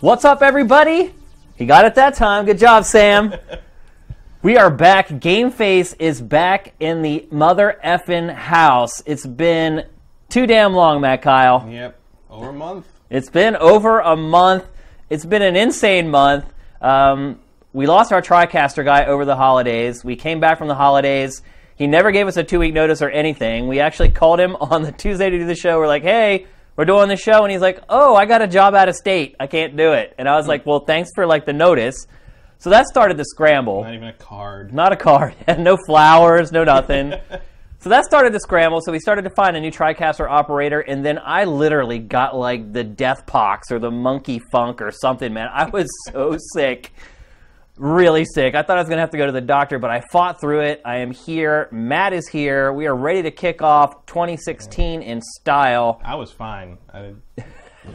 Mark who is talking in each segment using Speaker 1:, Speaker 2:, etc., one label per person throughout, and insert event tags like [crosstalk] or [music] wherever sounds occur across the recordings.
Speaker 1: What's up, everybody? He got it that time. Good job, Sam. we are back. Game Face is back in the mother effin' house. It's been too damn long, Matt Kyle.
Speaker 2: Yep. Over a month.
Speaker 1: It's been over a month. It's been an insane month. Um, we lost our TriCaster guy over the holidays. We came back from the holidays. He never gave us a two week notice or anything. We actually called him [laughs] on the Tuesday to do the show. We're like, hey, we're doing the show. And he's like, oh, I got a job out of state. I can't do it. And I was like, well, thanks for like the notice. So that started the scramble.
Speaker 2: Not even a card.
Speaker 1: Not a card. [laughs] no flowers, no nothing. so that started the scramble. So we started to find a new TriCaster operator, and then I literally got like the death pox or the monkey funk or something, man. I was [laughs] so sick. Really sick. I thought I was going to have to go to the doctor, but I fought through it. I am here. Matt is here. We are ready to kick off 2016 in style. [laughs]
Speaker 2: I was fine. I was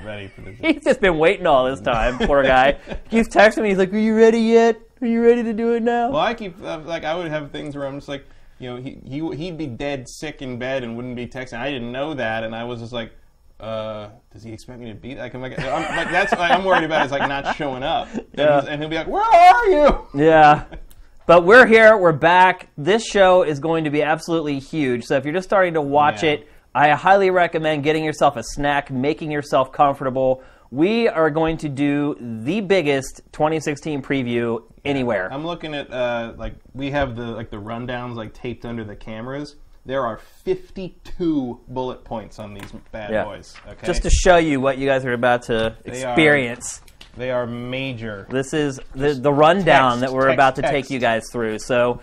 Speaker 2: ready for this.
Speaker 1: He's just been waiting all this time, poor guy. He's texting me. He's like, Are you ready yet? Are you ready to do it now?
Speaker 2: Well, I keep uh, like I would have things where I'm just like, you know, he he he'd be dead sick in bed and wouldn't be texting. I didn't know that, and I was just like, uh, does he expect me to be like? I'm like, I'm, like that's what I'm worried about is like not showing up. And, he's- and he'll be like, where are you?
Speaker 1: Yeah. But we're here, we're back. This show is going to be absolutely huge. So if you're just starting to watch
Speaker 2: Yeah.
Speaker 1: it, I highly recommend getting yourself a snack, making yourself comfortable. We are going to do the biggest 2016 preview anywhere.
Speaker 2: I'm looking at uh, like we have the like the rundowns like taped under the cameras. There are 52 bullet points on these bad
Speaker 1: Yeah.
Speaker 2: boys. Okay,
Speaker 1: Just to show you what you guys are about to
Speaker 2: are-
Speaker 1: experience.
Speaker 2: they are major.
Speaker 1: This is the, the
Speaker 2: Text,
Speaker 1: rundown that we're
Speaker 2: text,
Speaker 1: about to take
Speaker 2: text.
Speaker 1: you guys through. So,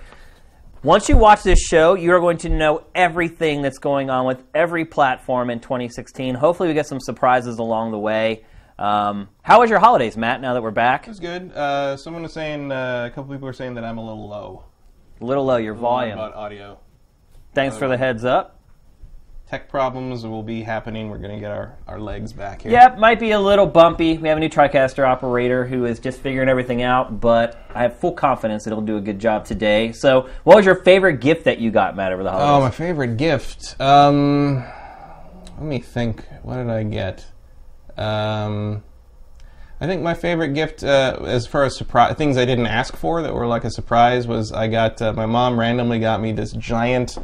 Speaker 1: once you watch this show, you are going to know everything that's going on with every platform in 2016. Hopefully, we get some surprises along the way. Um, how was your holidays, Matt? Now that we're back,
Speaker 2: It's good. Uh, someone was saying uh, a couple people are saying that I'm a little low.
Speaker 1: a little low your volume.
Speaker 2: about audio.
Speaker 1: Thanks for the heads up.
Speaker 2: Tech problems will be happening. We're gonna get our, our legs back here.
Speaker 1: Yep, might be a little bumpy. We have a new TriCaster operator who is just figuring everything out, but I have full confidence it'll do a good job today. So, what was your favorite gift that you got, Matt, over the holidays?
Speaker 2: Oh, my favorite gift. Um, let me think. What did I get? Um, I think my favorite gift, uh, as far as surprise things I didn't ask for that were like a surprise, was I got uh, my mom randomly got me this giant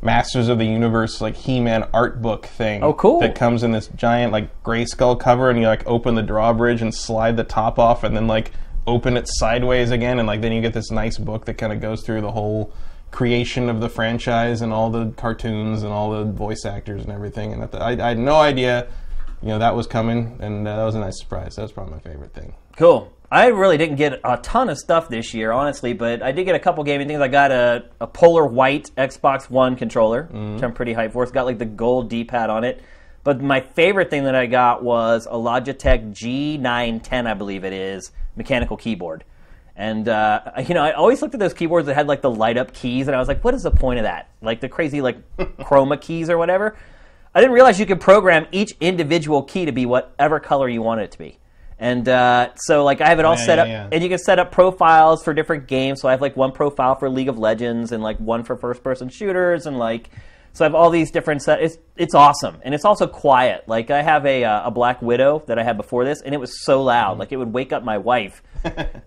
Speaker 2: Masters of the Universe like He-Man art book thing.
Speaker 1: Oh, cool.
Speaker 2: That comes in this giant like gray skull cover, and you like open the drawbridge and slide the top off, and then like open it sideways again, and like then you get this nice book that kind of goes through the whole creation of the franchise and all the cartoons and all the voice actors and everything. And I, I had no idea. You know that was coming, and uh, that was a nice surprise. That was probably my favorite thing.
Speaker 1: Cool. I really didn't get a ton of stuff this year, honestly, but I did get a couple gaming things. I got a, a Polar White Xbox One controller, which I'm pretty hyped for. It's got like the gold D pad on it. But my favorite thing that I got was a Logitech G910, I believe it is, mechanical keyboard. And, uh, you know, I always looked at those keyboards that had like the light up keys, and I was like, what is the point of that? Like the
Speaker 2: [laughs]
Speaker 1: crazy, like, chroma keys or whatever. I didn't realize you could program each individual key to be whatever color you want it to be. And uh, so, like, I have it all
Speaker 2: Yeah,
Speaker 1: set
Speaker 2: yeah,
Speaker 1: up,
Speaker 2: yeah.
Speaker 1: and you can set up profiles for different games. So I have like one profile for League of Legends, and like one for first-person shooters, and like, so I have all these different set. It's it's awesome, and it's also quiet. Like, I have a uh, a Black Widow that I had before this, and it was so loud,
Speaker 2: Mm-hmm.
Speaker 1: like it would wake up
Speaker 2: [laughs]
Speaker 1: my wife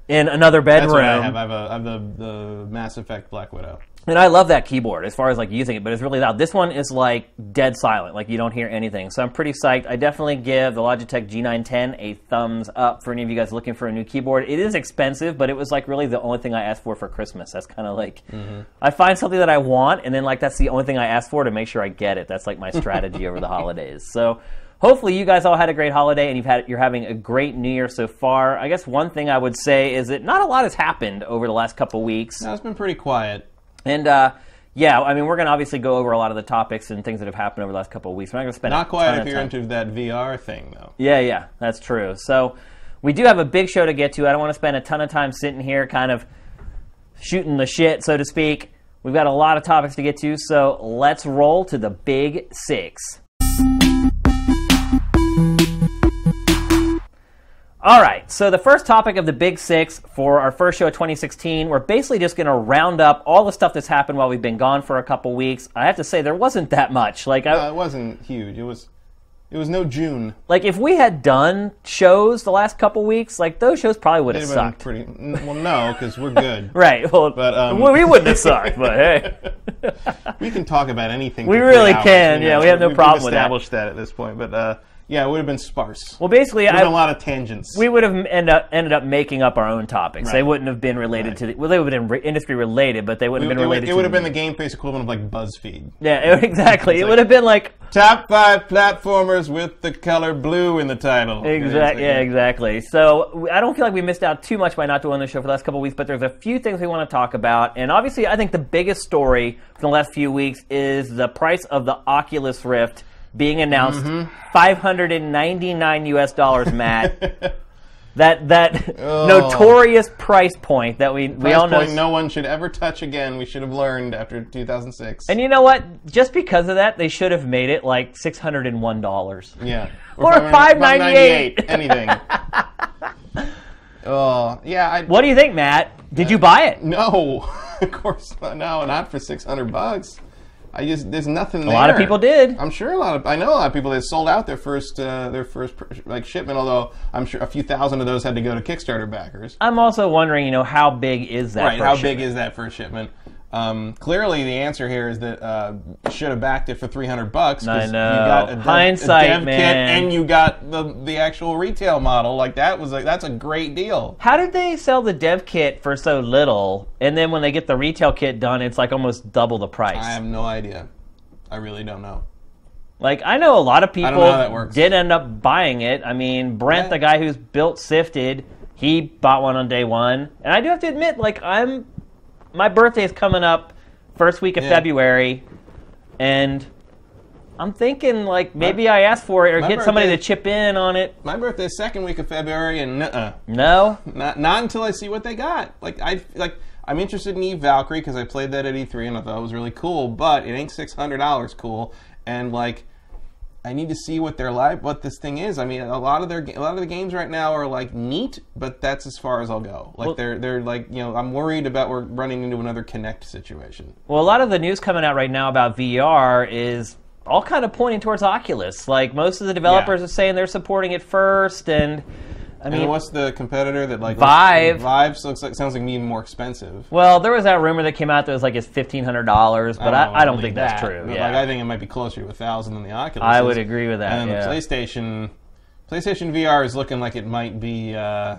Speaker 1: in another
Speaker 2: That's
Speaker 1: bedroom.
Speaker 2: what I have. I have, a, I have the, the Mass Effect Black Widow.
Speaker 1: And I love that keyboard as far as like using it, but it's really loud. This one is like dead silent, like you don't hear anything. So I'm pretty psyched. I definitely give the Logitech G910 a thumbs up for any of you guys looking for a new keyboard. It is expensive, but it was like really the only thing I asked for for Christmas. That's kind of like
Speaker 2: Mm-hmm.
Speaker 1: I find something that I want, and then like that's the only thing I ask for to make sure I get it. That's like my
Speaker 2: [laughs]
Speaker 1: strategy over the holidays. So hopefully you guys all had a great holiday and you've had you're having a great New Year so far. I guess one thing I would say is that not a lot has happened over the last couple weeks.
Speaker 2: No, it's been pretty quiet.
Speaker 1: And uh, yeah, I mean, we're going to obviously go over a lot of the topics and things that have happened over the last couple of weeks. We're not going to spend
Speaker 2: Not
Speaker 1: a
Speaker 2: quiet
Speaker 1: ton
Speaker 2: if
Speaker 1: of
Speaker 2: you're
Speaker 1: time.
Speaker 2: into that VR thing, though.
Speaker 1: Yeah, yeah, that's true. So we do have a big show to get to. I don't want to spend a ton of time sitting here, kind of shooting the shit, so to speak. We've got a lot of topics to get to, so let's roll to the big six. All right, so the first topic of the Big Six for our first show of 2016, we're basically just going to round up all the stuff that's happened while we've been gone for a couple weeks. I have to say, there wasn't that much. Like, I,
Speaker 2: Uh, it wasn't huge. It was, it was no June.
Speaker 1: like if we had done shows the last couple weeks, like those shows probably would
Speaker 2: It
Speaker 1: have
Speaker 2: would've been
Speaker 1: sucked.
Speaker 2: pretty. n- Well, no, because we're good.
Speaker 1: [laughs] Right. Well,
Speaker 2: But, um,
Speaker 1: well, we wouldn't have sucked,
Speaker 2: [laughs]
Speaker 1: but hey.
Speaker 2: We can talk about anything.
Speaker 1: We
Speaker 2: for three
Speaker 1: really
Speaker 2: hours,
Speaker 1: can,
Speaker 2: you
Speaker 1: yeah,
Speaker 2: know,
Speaker 1: we have no
Speaker 2: we've
Speaker 1: problem with that.
Speaker 2: established that. at this point, but uh, yeah, it would have been sparse.
Speaker 1: Well, basically,
Speaker 2: There's been a
Speaker 1: I,
Speaker 2: lot of tangents.
Speaker 1: we would have end up, ended up making up our own topics. They
Speaker 2: Right.
Speaker 1: wouldn't have been related to the, well, they would have been re- industry related, but they wouldn't
Speaker 2: it
Speaker 1: have been
Speaker 2: would,
Speaker 1: related
Speaker 2: it would
Speaker 1: to
Speaker 2: have been the game face equivalent of like BuzzFeed.
Speaker 1: Yeah, [laughs] exactly. it
Speaker 2: like-
Speaker 1: would have been like
Speaker 2: Top five platformers with the color blue in the title.
Speaker 1: Exactly. Yeah,
Speaker 2: It's like-
Speaker 1: exactly. So w- I don't feel like we missed out too much by not doing the show for the last couple of weeks, but there's a few things we want to talk about, and obviously, I think the biggest story from the last few weeks is the price of the Oculus Rift being announced
Speaker 2: Mm-hmm.
Speaker 1: 599 US
Speaker 2: [laughs]
Speaker 1: dollars, Matt. that that notorious price point that we we
Speaker 2: Oh. Price
Speaker 1: all know.
Speaker 2: point no one should ever touch again. We should have learned after 2006.
Speaker 1: and you know what? Just because of that, they should have made it like six hundred and one dollars.
Speaker 2: Yeah.
Speaker 1: Or
Speaker 2: probably-
Speaker 1: 598.
Speaker 2: 598, Anything.
Speaker 1: [laughs]
Speaker 2: oh, yeah. I,
Speaker 1: What do you think, Matt? Did
Speaker 2: Uh,
Speaker 1: you buy it?
Speaker 2: No. [laughs] of course not. No, not for 600 bucks. I just there's nothing
Speaker 1: A lot of people did.
Speaker 2: I'm sure a lot of I know a lot of people that sold out their first uh, their first pr- like shipment. Although I'm sure a few thousand of those had to go to Kickstarter backers.
Speaker 1: I'm also wondering, you know, how big is that?
Speaker 2: Right.
Speaker 1: per
Speaker 2: How
Speaker 1: shipment?
Speaker 2: big is that first shipment? Um, clearly, the answer here is that uh, should have backed it for 300 bucks. 'cause
Speaker 1: I
Speaker 2: You
Speaker 1: know.
Speaker 2: got a dev,
Speaker 1: Hindsight,
Speaker 2: a dev
Speaker 1: man.
Speaker 2: kit and you got the the actual retail model. Like that was a, that's a great deal.
Speaker 1: How did they sell the dev kit for so little, and then when they get the retail kit done, it's like almost double the price?
Speaker 2: I have no idea. I really don't know.
Speaker 1: like I know a lot of
Speaker 2: know how that
Speaker 1: people
Speaker 2: works.
Speaker 1: did end up buying it. I mean, Brent,
Speaker 2: Yeah.
Speaker 1: the guy who's built Sifted, he bought one on day one, and I do have to admit, like I'm, my birthday is coming up first week of
Speaker 2: Yeah.
Speaker 1: February, and. I'm thinking like maybe I ask for it or
Speaker 2: my
Speaker 1: get somebody to
Speaker 2: birthday-
Speaker 1: chip in on it.
Speaker 2: My birthday is second week of February, and nuh-uh.
Speaker 1: No,
Speaker 2: not not until I see what they got. Like I like I'm interested in Eve Valkyrie because I played that at E3 and I thought it was really cool, but it ain't six hundred dollars cool. And like I need to see what their live what this thing is. I mean, a lot of their ga- a lot of the games right now are like neat, but that's as far as I'll go. Like they're they're like you know I'm worried about we're running into another Connect situation.
Speaker 1: Well, a lot of the news coming out right now about VR is all kind of pointing towards Oculus. Like most of the developers
Speaker 2: Yeah.
Speaker 1: are saying they're supporting it first, and I mean,
Speaker 2: And what's the competitor that like
Speaker 1: Vive.
Speaker 2: Vive looks like sounds like even more expensive.
Speaker 1: well, there was that rumor that came out that was like it's fifteen hundred dollars, but I, I, don't
Speaker 2: believe
Speaker 1: think that's
Speaker 2: that,
Speaker 1: true.
Speaker 2: but,
Speaker 1: Yeah.
Speaker 2: Like, I think it might be closer to a thousand than the Oculus.
Speaker 1: I
Speaker 2: is.
Speaker 1: would agree with that,
Speaker 2: And
Speaker 1: yeah.
Speaker 2: the PlayStation, PlayStation VR is looking like it might be uh,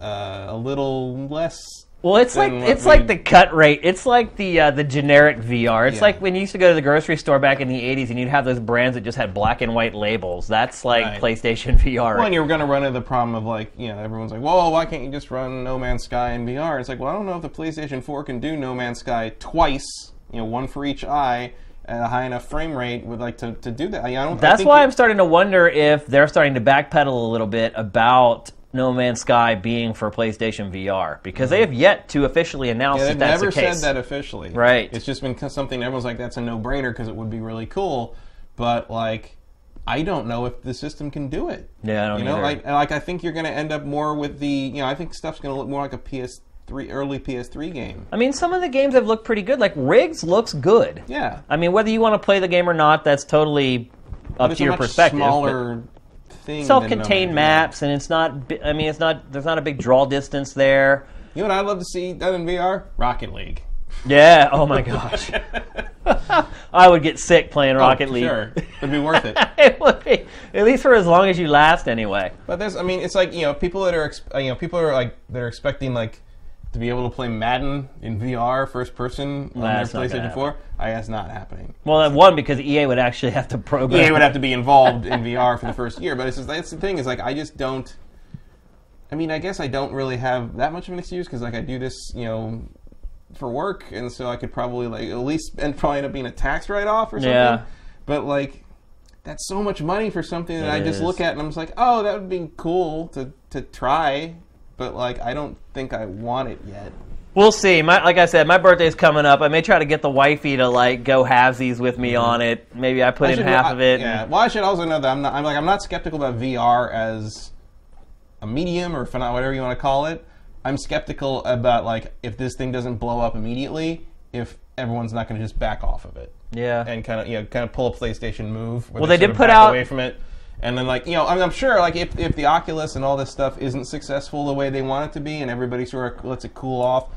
Speaker 2: uh, a little less.
Speaker 1: well, it's like
Speaker 2: then what
Speaker 1: it's like
Speaker 2: we-
Speaker 1: the cut rate. It's like the uh, the generic VR. It's
Speaker 2: Yeah.
Speaker 1: like when you used to go to the grocery store back in the '80s and you'd have those brands that just had black and white labels. That's like
Speaker 2: Right.
Speaker 1: PlayStation [laughs] VR.
Speaker 2: Well, and you're going to run into the problem of like, you know, everyone's like, "Whoa, why can't you just run No Man's Sky in VR?" It's like, well, I don't know if the PlayStation 4 can do No Man's Sky twice, you know, one for each eye at a high enough frame rate with like to, to do that. I, I don't. I
Speaker 1: That's
Speaker 2: think
Speaker 1: why
Speaker 2: it-
Speaker 1: I'm starting to wonder if they're starting to backpedal a little bit about No Man's Sky being for PlayStation VR because they have yet to officially announce
Speaker 2: Mm-hmm. Yeah,
Speaker 1: that
Speaker 2: they've
Speaker 1: that's
Speaker 2: never
Speaker 1: the case.
Speaker 2: said that officially.
Speaker 1: Right.
Speaker 2: It's just been co- something everyone's like, that's a no-brainer because it would be really cool, but like, I don't know if the system can do it.
Speaker 1: Yeah, I don't
Speaker 2: You know,
Speaker 1: either.
Speaker 2: like, and, like I think you're going to end up more with the, you know, I think stuff's going to look more like a PS3, early PS3 game.
Speaker 1: I mean, some of the games have looked pretty good. Like Riggs looks good.
Speaker 2: Yeah.
Speaker 1: I mean, whether you want to play the game or not, that's totally up
Speaker 2: It's
Speaker 1: to
Speaker 2: a
Speaker 1: your
Speaker 2: much
Speaker 1: perspective. but
Speaker 2: smaller thing. than
Speaker 1: Self-contained
Speaker 2: No Man's Land.
Speaker 1: maps, and it's not. bi- I mean, it's not. There's not a big draw distance there.
Speaker 2: You know what I'd love to see done in VR? Rocket League.
Speaker 1: Yeah. Oh my gosh. [laughs] I would get sick playing Rocket
Speaker 2: Oh,
Speaker 1: League.
Speaker 2: Sure. It'd be worth it.
Speaker 1: [laughs] It would be at least for as long as you last, anyway.
Speaker 2: But there's, I mean, it's like you know, people that are, exp- uh, you know, people are like that are expecting like to be able to play Madden in VR, first person on their
Speaker 1: That's not gonna
Speaker 2: PlayStation Four. I that's not happening.
Speaker 1: Well, then one because EA would actually have to program.
Speaker 2: They E would have to be involved in VR for the first year. But it's just, that's the thing is like I just don't. I mean, I guess I don't really have that much of an excuse because like I do this, you know, for work, and so I could probably like at least and probably end up being a tax write off or something.
Speaker 1: Yeah.
Speaker 2: But like. That's so much money for something that I just
Speaker 1: is.
Speaker 2: look at and I'm just like, oh, that would be cool to, to try, but like I don't think I want it yet.
Speaker 1: We'll see. My, like I said, my birthday's coming up. I may try to get the wifey to like go halvesies with me on it. Maybe I put in
Speaker 2: should-
Speaker 1: half
Speaker 2: Mm-hmm. I-
Speaker 1: of it.
Speaker 2: Yeah. Well, I should also know that I'm not. I'm like I'm not skeptical about VR as a medium or phenom- whatever you want to call it. I'm skeptical about like if this thing doesn't blow up immediately, if everyone's not going to just back off of it
Speaker 1: Yeah.
Speaker 2: and kind of you know kind of pull a PlayStation move. Where
Speaker 1: Well, they
Speaker 2: sort
Speaker 1: did
Speaker 2: of
Speaker 1: put
Speaker 2: back
Speaker 1: out-
Speaker 2: away from it, and then like you know I'm, I'm sure like if, if the Oculus and all this stuff isn't successful the way they want it to be, and everybody sort of lets it cool off,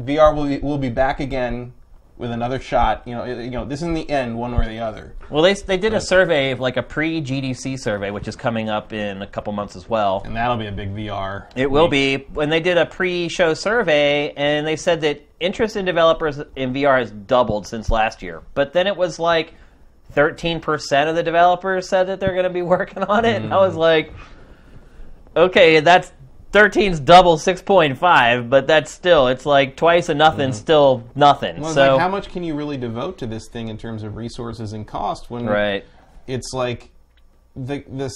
Speaker 2: VR will be, will be back again with another shot. You know it- you know this isn't the end one way or the other.
Speaker 1: well, they they did a survey of like a pre GDC survey, which is coming up in a couple months as well.
Speaker 2: And that'll be a big VR.
Speaker 1: It will be. When they did a pre-show survey, and they said that interest in developers in VR has doubled since last year. But then it was like 13% of the developers said that they're going to be [laughs] working on it. And I was like, okay, that's 13's double 6.5, but that's still, it's like twice a nothing, still nothing.
Speaker 2: Well, it's
Speaker 1: so,
Speaker 2: like, how much can you really devote to this thing in terms of resources and cost when
Speaker 1: right.
Speaker 2: it's like the this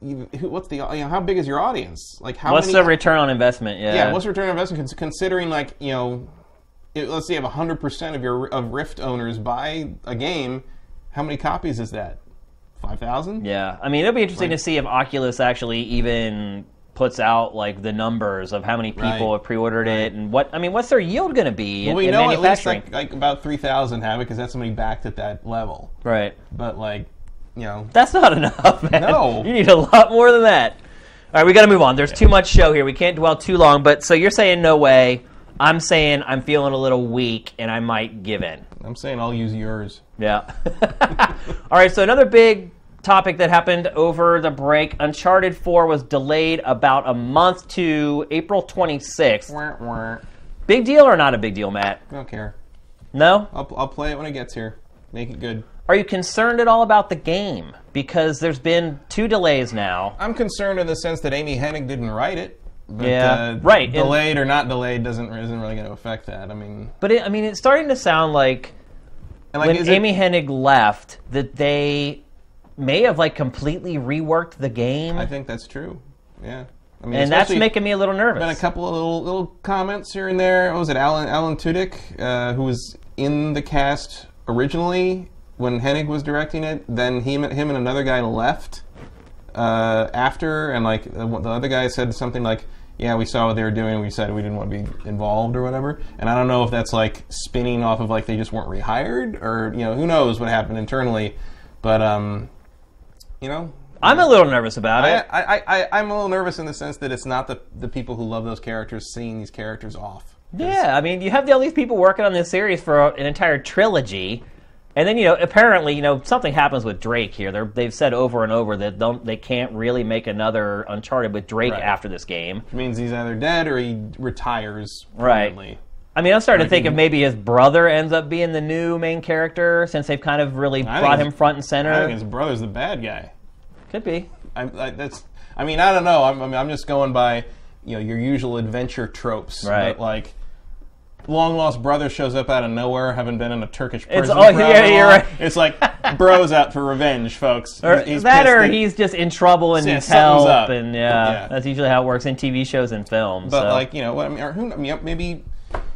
Speaker 2: you- who- what's the you know, how big is your audience like how
Speaker 1: What's
Speaker 2: many,
Speaker 1: the return on investment? Yeah.
Speaker 2: yeah, what's return on investment? Cons- Considering like you know, it, let's say you have hundred percent of your of Rift owners buy a game, how many copies is that? Five thousand.
Speaker 1: Yeah, I mean, it'll be interesting to see if Oculus actually even puts out like the numbers of how many people
Speaker 2: Right.
Speaker 1: have pre-ordered it and what. I mean, what's their yield going to be in,
Speaker 2: we
Speaker 1: in
Speaker 2: know at least
Speaker 1: manufacturing?
Speaker 2: like, like about three thousand have it because that's how many backed at that level.
Speaker 1: right.
Speaker 2: But like, you know,
Speaker 1: That's not [laughs] enough, man.
Speaker 2: No.
Speaker 1: you need a lot more than that. All right, we got to move on. There's too much show here. We can't dwell too long. But so you're saying no way. I'm saying I'm feeling a little weak and I might give in.
Speaker 2: I'm saying I'll use yours.
Speaker 1: Yeah. [laughs] All right, so another big topic that happened over the break Uncharted 4 was delayed about a month to April 26th.
Speaker 2: Wah, wah.
Speaker 1: Big deal or not a big deal, Matt?
Speaker 2: I don't care.
Speaker 1: No?
Speaker 2: I'll, I'll play it when it gets here. Make it good.
Speaker 1: Are you concerned at all about the game? Because there's been two delays now.
Speaker 2: I'm concerned in the sense that Amy Hennig didn't write it. But,
Speaker 1: Yeah,
Speaker 2: uh,
Speaker 1: right, and-
Speaker 2: Delayed or not delayed doesn't isn't really going to affect that. I mean,
Speaker 1: But it, I mean, it's starting to sound like
Speaker 2: and like
Speaker 1: when
Speaker 2: is it-
Speaker 1: Amy Hennig left that they may have like completely reworked the game.
Speaker 2: I think that's true. Yeah. I mean,
Speaker 1: and that's
Speaker 2: especially-
Speaker 1: making me a little nervous.
Speaker 2: been a couple of little little comments here and there. What was it Alan Alan Tudyk, uh, who was in the cast originally when Hennig was directing it? Then he him and another guy left uh, after, and like the, the other guy said something like. Yeah, we saw what they were doing. We said we didn't want to be involved or whatever. And I don't know if that's like spinning off of like they just weren't rehired or you know who knows what happened internally. But um, you know,
Speaker 1: I'm a little nervous about it.
Speaker 2: Eh, I, I, I, I'm a little nervous in the sense that it's not the, the people who love those characters seeing these characters off.
Speaker 1: Yeah, I mean, you have all these people working on this series for an entire trilogy, and then you know, apparently, you know, something happens with Drake here. They're, they've said over and over that don't, they can't really make another Uncharted with Drake
Speaker 2: Right.
Speaker 1: after this game.
Speaker 2: Which means he's either dead or he retires.
Speaker 1: Right.
Speaker 2: permanently.
Speaker 1: I mean, I'm starting to think if maybe his brother ends up being the new main character since they've kind of really
Speaker 2: think
Speaker 1: brought
Speaker 2: it's-
Speaker 1: him front
Speaker 2: I think
Speaker 1: and center.
Speaker 2: his brother's the bad guy.
Speaker 1: Could be.
Speaker 2: I, I, that's. I mean, I don't know. I'm, I mean, I'm just going by, you know, your usual adventure tropes.
Speaker 1: Right.
Speaker 2: But like, long lost brother shows up out of nowhere, having been in a Turkish prison.
Speaker 1: oh,
Speaker 2: for
Speaker 1: [laughs] yeah,
Speaker 2: however
Speaker 1: you're
Speaker 2: long.
Speaker 1: right.
Speaker 2: It's like bro's out for revenge, folks.
Speaker 1: Or
Speaker 2: He's- he's
Speaker 1: that,
Speaker 2: pissed
Speaker 1: or
Speaker 2: that-
Speaker 1: he's just in trouble and
Speaker 2: Yeah,
Speaker 1: needs
Speaker 2: something's
Speaker 1: help,
Speaker 2: up.
Speaker 1: and yeah,
Speaker 2: Yeah.
Speaker 1: that's usually how it works in TV shows and films.
Speaker 2: But
Speaker 1: so.
Speaker 2: like you know, what I mean, or who, I mean, maybe,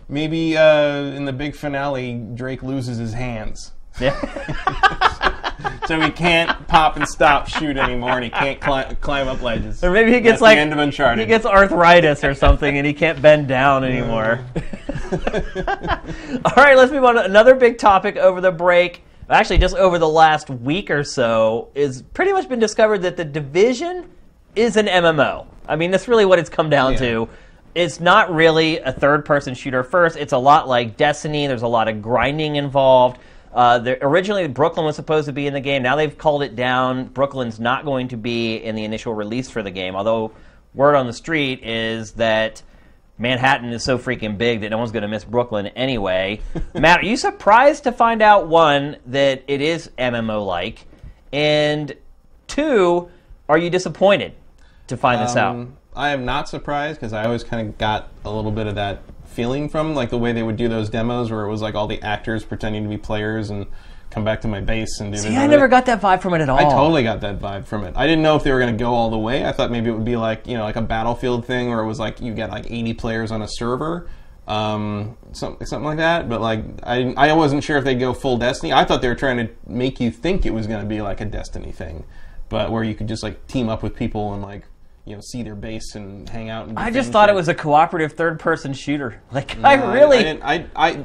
Speaker 2: maybe uh, in the big finale, Drake loses his hands, [laughs]
Speaker 1: yeah. [laughs]
Speaker 2: so he can't pop and stop shoot anymore, and he can't cli- climb up ledges.
Speaker 1: Or maybe he gets
Speaker 2: That's
Speaker 1: like
Speaker 2: the end of Uncharted.
Speaker 1: He gets arthritis or something, and he can't bend down anymore. [laughs] All right, let's move on to another big topic over the break. Actually, just over the last week or so, is pretty much been discovered that the division is an MMO. I mean, that's really what it's come down
Speaker 2: Yeah.
Speaker 1: to. It's not really a third-person shooter first. It's a lot like Destiny. There's a lot of grinding involved. Uh, there, originally, Brooklyn was supposed to be in the game. Now they've called it down. Brooklyn's not going to be in the initial release for the game. Although word on the street is that Manhattan is so freaking big that no one's going to miss Brooklyn anyway. [laughs] Matt, are you surprised to find out one that it is MMO like, and two, are you disappointed to find this out?
Speaker 2: Um, I am not surprised because I always kind of got a little bit of that feeling from like the way they would do those demos, where it was like all the actors pretending to be players and come back to my base and do. this
Speaker 1: Yeah, I
Speaker 2: and
Speaker 1: never
Speaker 2: that.
Speaker 1: got that vibe from it at all.
Speaker 2: I totally got that vibe from it. I didn't know if they were going to go all the way. I thought maybe it would be like you know like a battlefield thing where it was like you get like 80 players on a server, um, something something like that. But like I I wasn't sure if they'd go full Destiny. I thought they were trying to make you think it was going to be like a Destiny thing, but where you could just like team up with people and like. you know see their base and hang out. And
Speaker 1: I
Speaker 2: defend
Speaker 1: just thought it
Speaker 2: shit.
Speaker 1: was a cooperative third-person shooter. [laughs] Like I
Speaker 2: I,
Speaker 1: really,
Speaker 2: didn't- I, I,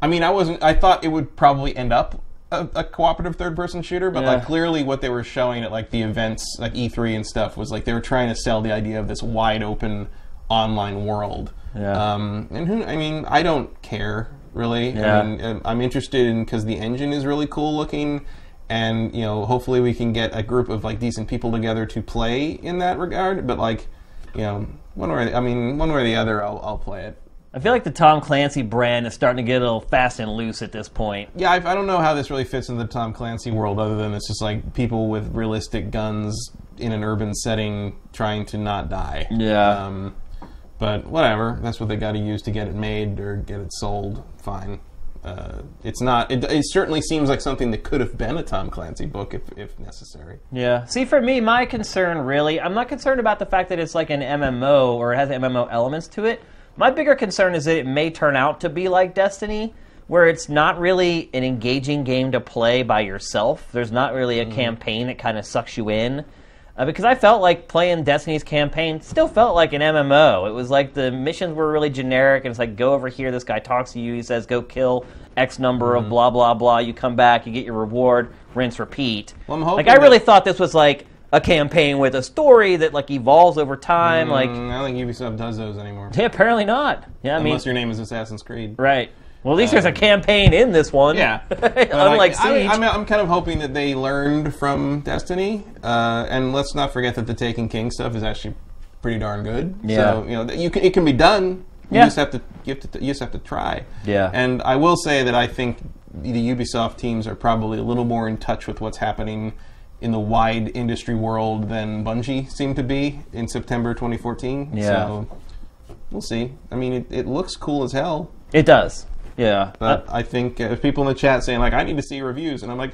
Speaker 2: I mean, I wasn't. I thought it would probably end up a, a cooperative third-person shooter, but
Speaker 1: Yeah.
Speaker 2: like clearly, what they were showing at like the events, like E3 and stuff, was like they were trying to sell the idea of this wide open online world.
Speaker 1: Yeah.
Speaker 2: Um, and who? I mean, I don't care really.
Speaker 1: Yeah.
Speaker 2: I mean, um, I'm interested in because the engine is really cool looking. And you know, hopefully, we can get a group of like decent people together to play in that regard. But like, you know, one way or the, I mean, one way or the other, I'll, I'll play it.
Speaker 1: I feel like the Tom Clancy brand is starting to get a little fast and loose at this point.
Speaker 2: Yeah, I, I don't know how this really fits into the Tom Clancy world, other than it's just like people with realistic guns in an urban setting trying to not die.
Speaker 1: Yeah.
Speaker 2: Um, but whatever, that's what they got to use to get it made or get it sold. Fine. Uh, it's not. It, it certainly seems like something that could have been a Tom Clancy book if, if necessary.
Speaker 1: Yeah. See, for me, my concern really, I'm not concerned about the fact that it's like an MMO or it has MMO elements to it. My bigger concern is that it may turn out to be like Destiny, where it's not really an engaging game to play by yourself. There's not really
Speaker 2: Mm-hmm.
Speaker 1: a campaign that kind of sucks you in. Uh, because I felt like playing Destiny's campaign still felt like an MMO. It was like the missions were really generic, and it's like go over here. This guy talks to you. He says go kill X number
Speaker 2: Mm-hmm.
Speaker 1: of blah blah blah. You come back, you get your reward, rinse, repeat.
Speaker 2: Well, I'm hoping
Speaker 1: like I really
Speaker 2: that-
Speaker 1: thought this was like a campaign with a story that like evolves over time. Like
Speaker 2: Mm, I don't think Ubisoft does those anymore.
Speaker 1: yeah, apparently not. Yeah, I mean
Speaker 2: Unless your name is Assassin's Creed.
Speaker 1: right. Well, at least there's a campaign in this one. [laughs]
Speaker 2: Yeah.
Speaker 1: unlike
Speaker 2: But, like,
Speaker 1: Siege.
Speaker 2: I, I'm, I'm kind of hoping that they learned from Destiny, uh, and let's not forget that the Taken King stuff is actually pretty darn good.
Speaker 1: Yeah.
Speaker 2: So you know that you can, it can be done. You
Speaker 1: Yeah.
Speaker 2: just have to you have to you just have to try.
Speaker 1: Yeah.
Speaker 2: And I will say that I think the Ubisoft teams are probably a little more in touch with what's happening in the wide industry world than Bungie seemed to be in September 2014.
Speaker 1: Yeah.
Speaker 2: So we'll see. I mean, it, it looks cool as hell.
Speaker 1: it does. Yeah.
Speaker 2: But I think uh, people in the chat saying like, "I need to see reviews," and I'm like,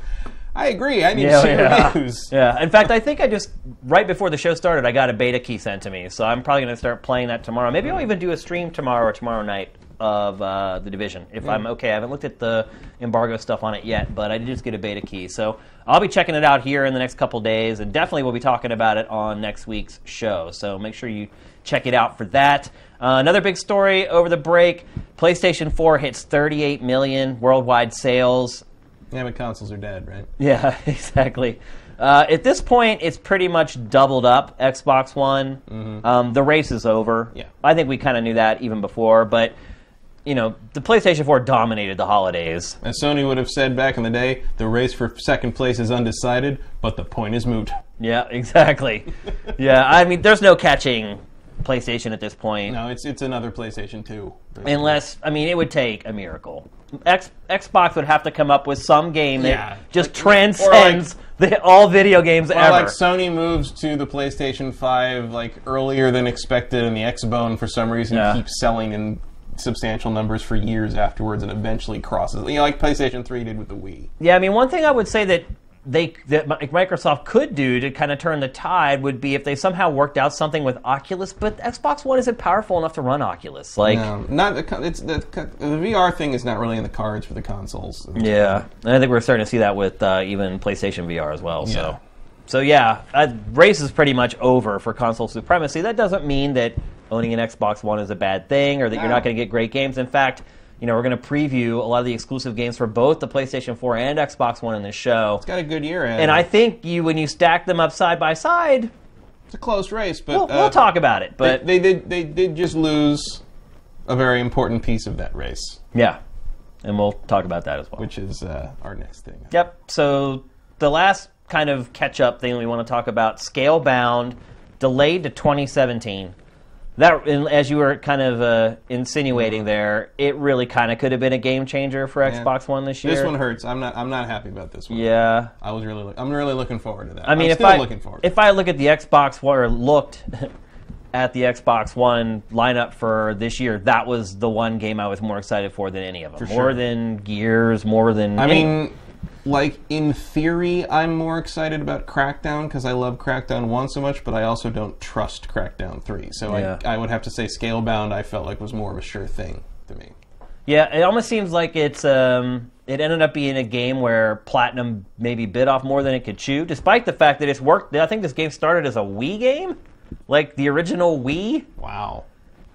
Speaker 2: "I agree. I need to
Speaker 1: Yeah,
Speaker 2: see
Speaker 1: yeah.
Speaker 2: reviews."
Speaker 1: [laughs] Yeah. In fact, I think I just right before the show started, I got a beta key sent to me, so I'm probably going to start playing that tomorrow. Maybe I'll even do a stream tomorrow or tomorrow night of uh, the division if I'm okay. I haven't looked at the embargo stuff on it yet, but I did just get a beta key, so I'll be checking it out here in the next couple days, and definitely we'll be talking about it on next week's show. So make sure you check it out for that. Uh, another big story over the break: PlayStation 4 hits 38 million worldwide sales.
Speaker 2: Yeah, but consoles are dead, right?
Speaker 1: [laughs] Yeah, exactly. Uh, at this point, it's pretty much doubled up Xbox One. Um, the race is over.
Speaker 2: Mm-hmm. Yeah.
Speaker 1: I think we kind of knew that even before, but you know, the PlayStation 4 dominated the holidays.
Speaker 2: As Sony would have said back in the day, the race for second place is undecided, but the point is moot.
Speaker 1: Yeah, [laughs]
Speaker 2: [laughs]
Speaker 1: exactly. yeah, I mean, there's no catching PlayStation at this point.
Speaker 2: No, it's it's another PlayStation Two.
Speaker 1: Unless, I mean, it would take a miracle. X, Xbox would have to come up with some game that
Speaker 2: Yeah.
Speaker 1: just transcends [laughs] the, all video games
Speaker 2: Or
Speaker 1: ever.
Speaker 2: like Sony moves to the PlayStation Five like earlier than expected, and the Xbone for some reason
Speaker 1: Yeah.
Speaker 2: keeps selling in substantial numbers for years afterwards, and eventually crosses. You know, like PlayStation Three did with the Wii.
Speaker 1: Yeah, I mean, one thing I would say that they that Mi- Microsoft could do to kind of turn the tide would be if they somehow worked out something with Oculus, but Xbox One isn't powerful enough to run Oculus. Like,
Speaker 2: No, Um, not the, co- it's the, co- the VR thing is not really in the cards for the consoles.
Speaker 1: yeah, and I think we're starting to see that with uh, even PlayStation VR as well.
Speaker 2: Yeah.
Speaker 1: So, so yeah, uh, race is pretty much over for console supremacy. That doesn't mean that owning an Xbox One is a bad thing or that you're
Speaker 2: No.
Speaker 1: not going to get great games. In fact. You know, we're going to preview a lot of the exclusive games for both the PlayStation 4 and Xbox One in this show.
Speaker 2: Got a good year ahead.
Speaker 1: And I think you, when you stack them up side by side,
Speaker 2: it's a close race, but
Speaker 1: we'll,
Speaker 2: uh,
Speaker 1: we'll talk about it. But
Speaker 2: They did they did just lose a very important piece of that race,
Speaker 1: yeah, and we'll talk about that as well.
Speaker 2: which is uh, our next thing.
Speaker 1: yep. So the last kind of catch-up thing we want to talk about: scale bound, delayed to 2017. That, and as you were kind of uh, insinuating there, it really kind of could have been a game changer for Xbox One this year.
Speaker 2: This one hurts. I'm not I'm not happy about this one.
Speaker 1: yeah.
Speaker 2: I was really look- I'm really looking forward to that.
Speaker 1: I mean,
Speaker 2: am
Speaker 1: if
Speaker 2: still
Speaker 1: I
Speaker 2: looking forward.
Speaker 1: if I look at the Xbox One or looked [laughs] at the Xbox One lineup for this year, that was the one game I was more excited for than any of them. More
Speaker 2: sure.
Speaker 1: than Gears, more than
Speaker 2: I
Speaker 1: any-
Speaker 2: mean, like in theory, I'm more excited about Crackdown because I love Crackdown one so much, but I also don't trust Crackdown three. So
Speaker 1: Yeah.
Speaker 2: I I would have to say Scalebound I felt like was more of a sure thing to me.
Speaker 1: yeah, it almost seems like it's um, it ended up being a game where Platinum maybe bit off more than it could chew, despite the fact that it's worked. I think this game started as a Wii game. like the original Wii.
Speaker 2: Wow.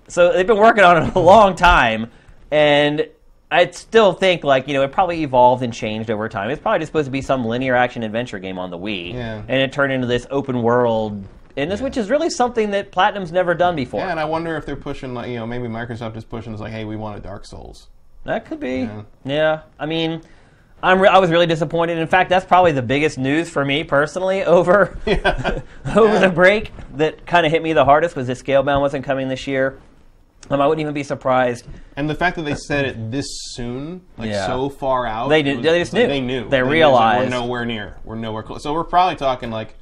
Speaker 1: So they've been working on it a long time, and I still think like you know it probably evolved and changed over time. It's probably just supposed to be some linear action adventure game on the Wii,
Speaker 2: Yeah.
Speaker 1: and it turned into this open world, and this which is really something that Platinum's never done before.
Speaker 2: Yeah, and I wonder if they're pushing, like, you know, maybe Microsoft is pushing, it's like, hey, we want a Dark Souls.
Speaker 1: That could be.
Speaker 2: Yeah.
Speaker 1: Yeah. I mean, I'm re- I was really disappointed. In fact, that's probably the biggest news for me personally [laughs] over [laughs] over the break that kind of hit me the hardest was that Scalebound wasn't coming this year. Um, I wouldn't even be surprised.
Speaker 2: And the fact that they said it this soon, like
Speaker 1: Yeah.
Speaker 2: so far out,
Speaker 1: They
Speaker 2: it
Speaker 1: did-
Speaker 2: was-
Speaker 1: they just
Speaker 2: like,
Speaker 1: knew.
Speaker 2: They knew.
Speaker 1: They
Speaker 2: knew, so
Speaker 1: realized.
Speaker 2: we're nowhere near. We're nowhere close. So we're probably talking like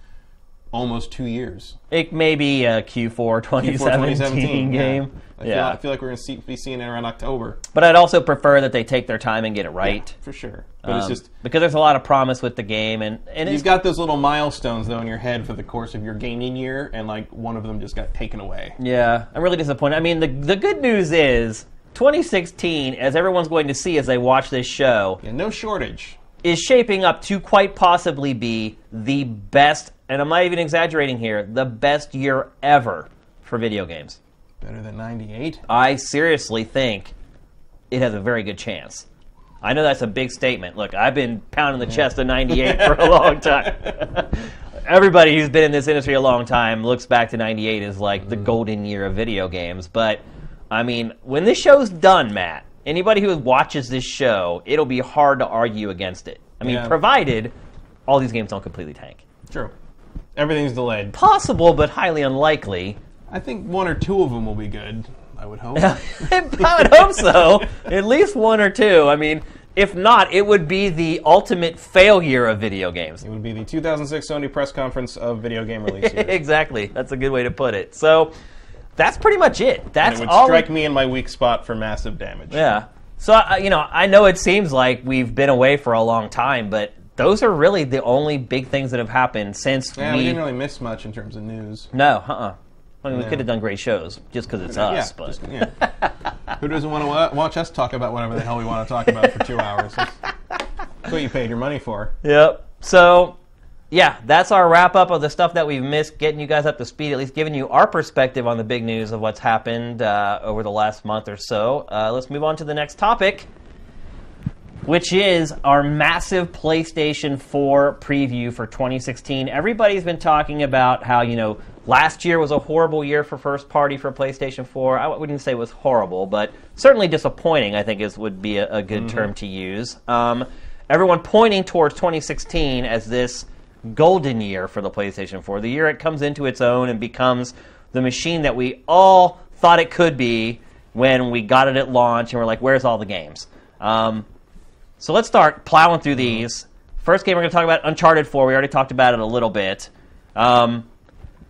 Speaker 2: almost two years.
Speaker 1: It may be a Q4
Speaker 2: before
Speaker 1: 2017, game.
Speaker 2: I
Speaker 1: Yeah.
Speaker 2: feel, I feel like we're gonna see, be seeing it around October
Speaker 1: But I'd also prefer that they take their time and get it right.
Speaker 2: for sure. But it's
Speaker 1: Um,
Speaker 2: just
Speaker 1: because there's a lot of promise with the game, and, and it's
Speaker 2: you've got those little milestones though in your head for the course of your gaming year, and like one of them just got taken away.
Speaker 1: Yeah, I'm really disappointed. I mean, the the good news is 2016, as everyone's going to see as they watch this show,
Speaker 2: Yeah, no shortage.
Speaker 1: is shaping up to quite possibly be the best, and I'm not even exaggerating here, the best year ever for video games.
Speaker 2: Better than '98.
Speaker 1: I seriously think it has a very good chance. I know that's a big statement. Look, I've been pounding the chest of 98 for a long time. Everybody who's been in this industry a long time looks back to 98 as like the golden year of video games. But, I mean, when this show's done, Matt, anybody who watches this show, it'll be hard to argue against it. I mean,
Speaker 2: Yeah.
Speaker 1: provided all these games don't completely tank.
Speaker 2: True. Everything's delayed.
Speaker 1: Possible, but highly unlikely.
Speaker 2: I think one or two of them will be good. I would hope.
Speaker 1: [laughs] I would hope so. At least one or two. I mean, if not, it would be the ultimate failure of video games.
Speaker 2: It would be the 2006 Sony press conference of video
Speaker 1: [laughs]
Speaker 2: game release years.
Speaker 1: exactly. That's a good way to put it. So that's pretty much it.
Speaker 2: and
Speaker 1: That's
Speaker 2: it would
Speaker 1: all.
Speaker 2: strike me in my weak spot for massive damage.
Speaker 1: yeah. So I- you know, I know it seems like we've been away for a long time, but those are really the only big things that have happened since
Speaker 2: Yeah,
Speaker 1: we.
Speaker 2: we, didn't really miss much in terms of news.
Speaker 1: no, uh. I mean, we could have done great shows just because it's us,
Speaker 2: yeah,
Speaker 1: but
Speaker 2: just- yeah. Who doesn't want to wa- watch us talk about whatever the hell we want to talk about
Speaker 1: [laughs]
Speaker 2: for two hours? That's that's what you paid your money for.
Speaker 1: Yep. So, yeah, that's our wrap up of the stuff that we've missed, getting you guys up to speed, at least giving you our perspective on the big news of what's happened uh, over the last month or so. Uh, let's move on to the next topic, which is our massive PlayStation 4 preview for 2016. Everybody's been talking about how, you know, last year was a horrible year for first party for PlayStation 4. I wouldn't say it was horrible, but certainly disappointing, I think, is would be a, a good term to use. Um, everyone pointing towards 2016 as this golden year for the PlayStation 4, the year it comes into its own and becomes the machine that we all thought it could be when we got it at launch and we're like, where's all the games? Um, so let's start plowing through these. First game we're going to talk about Uncharted 4. We already talked about it a little bit. Um,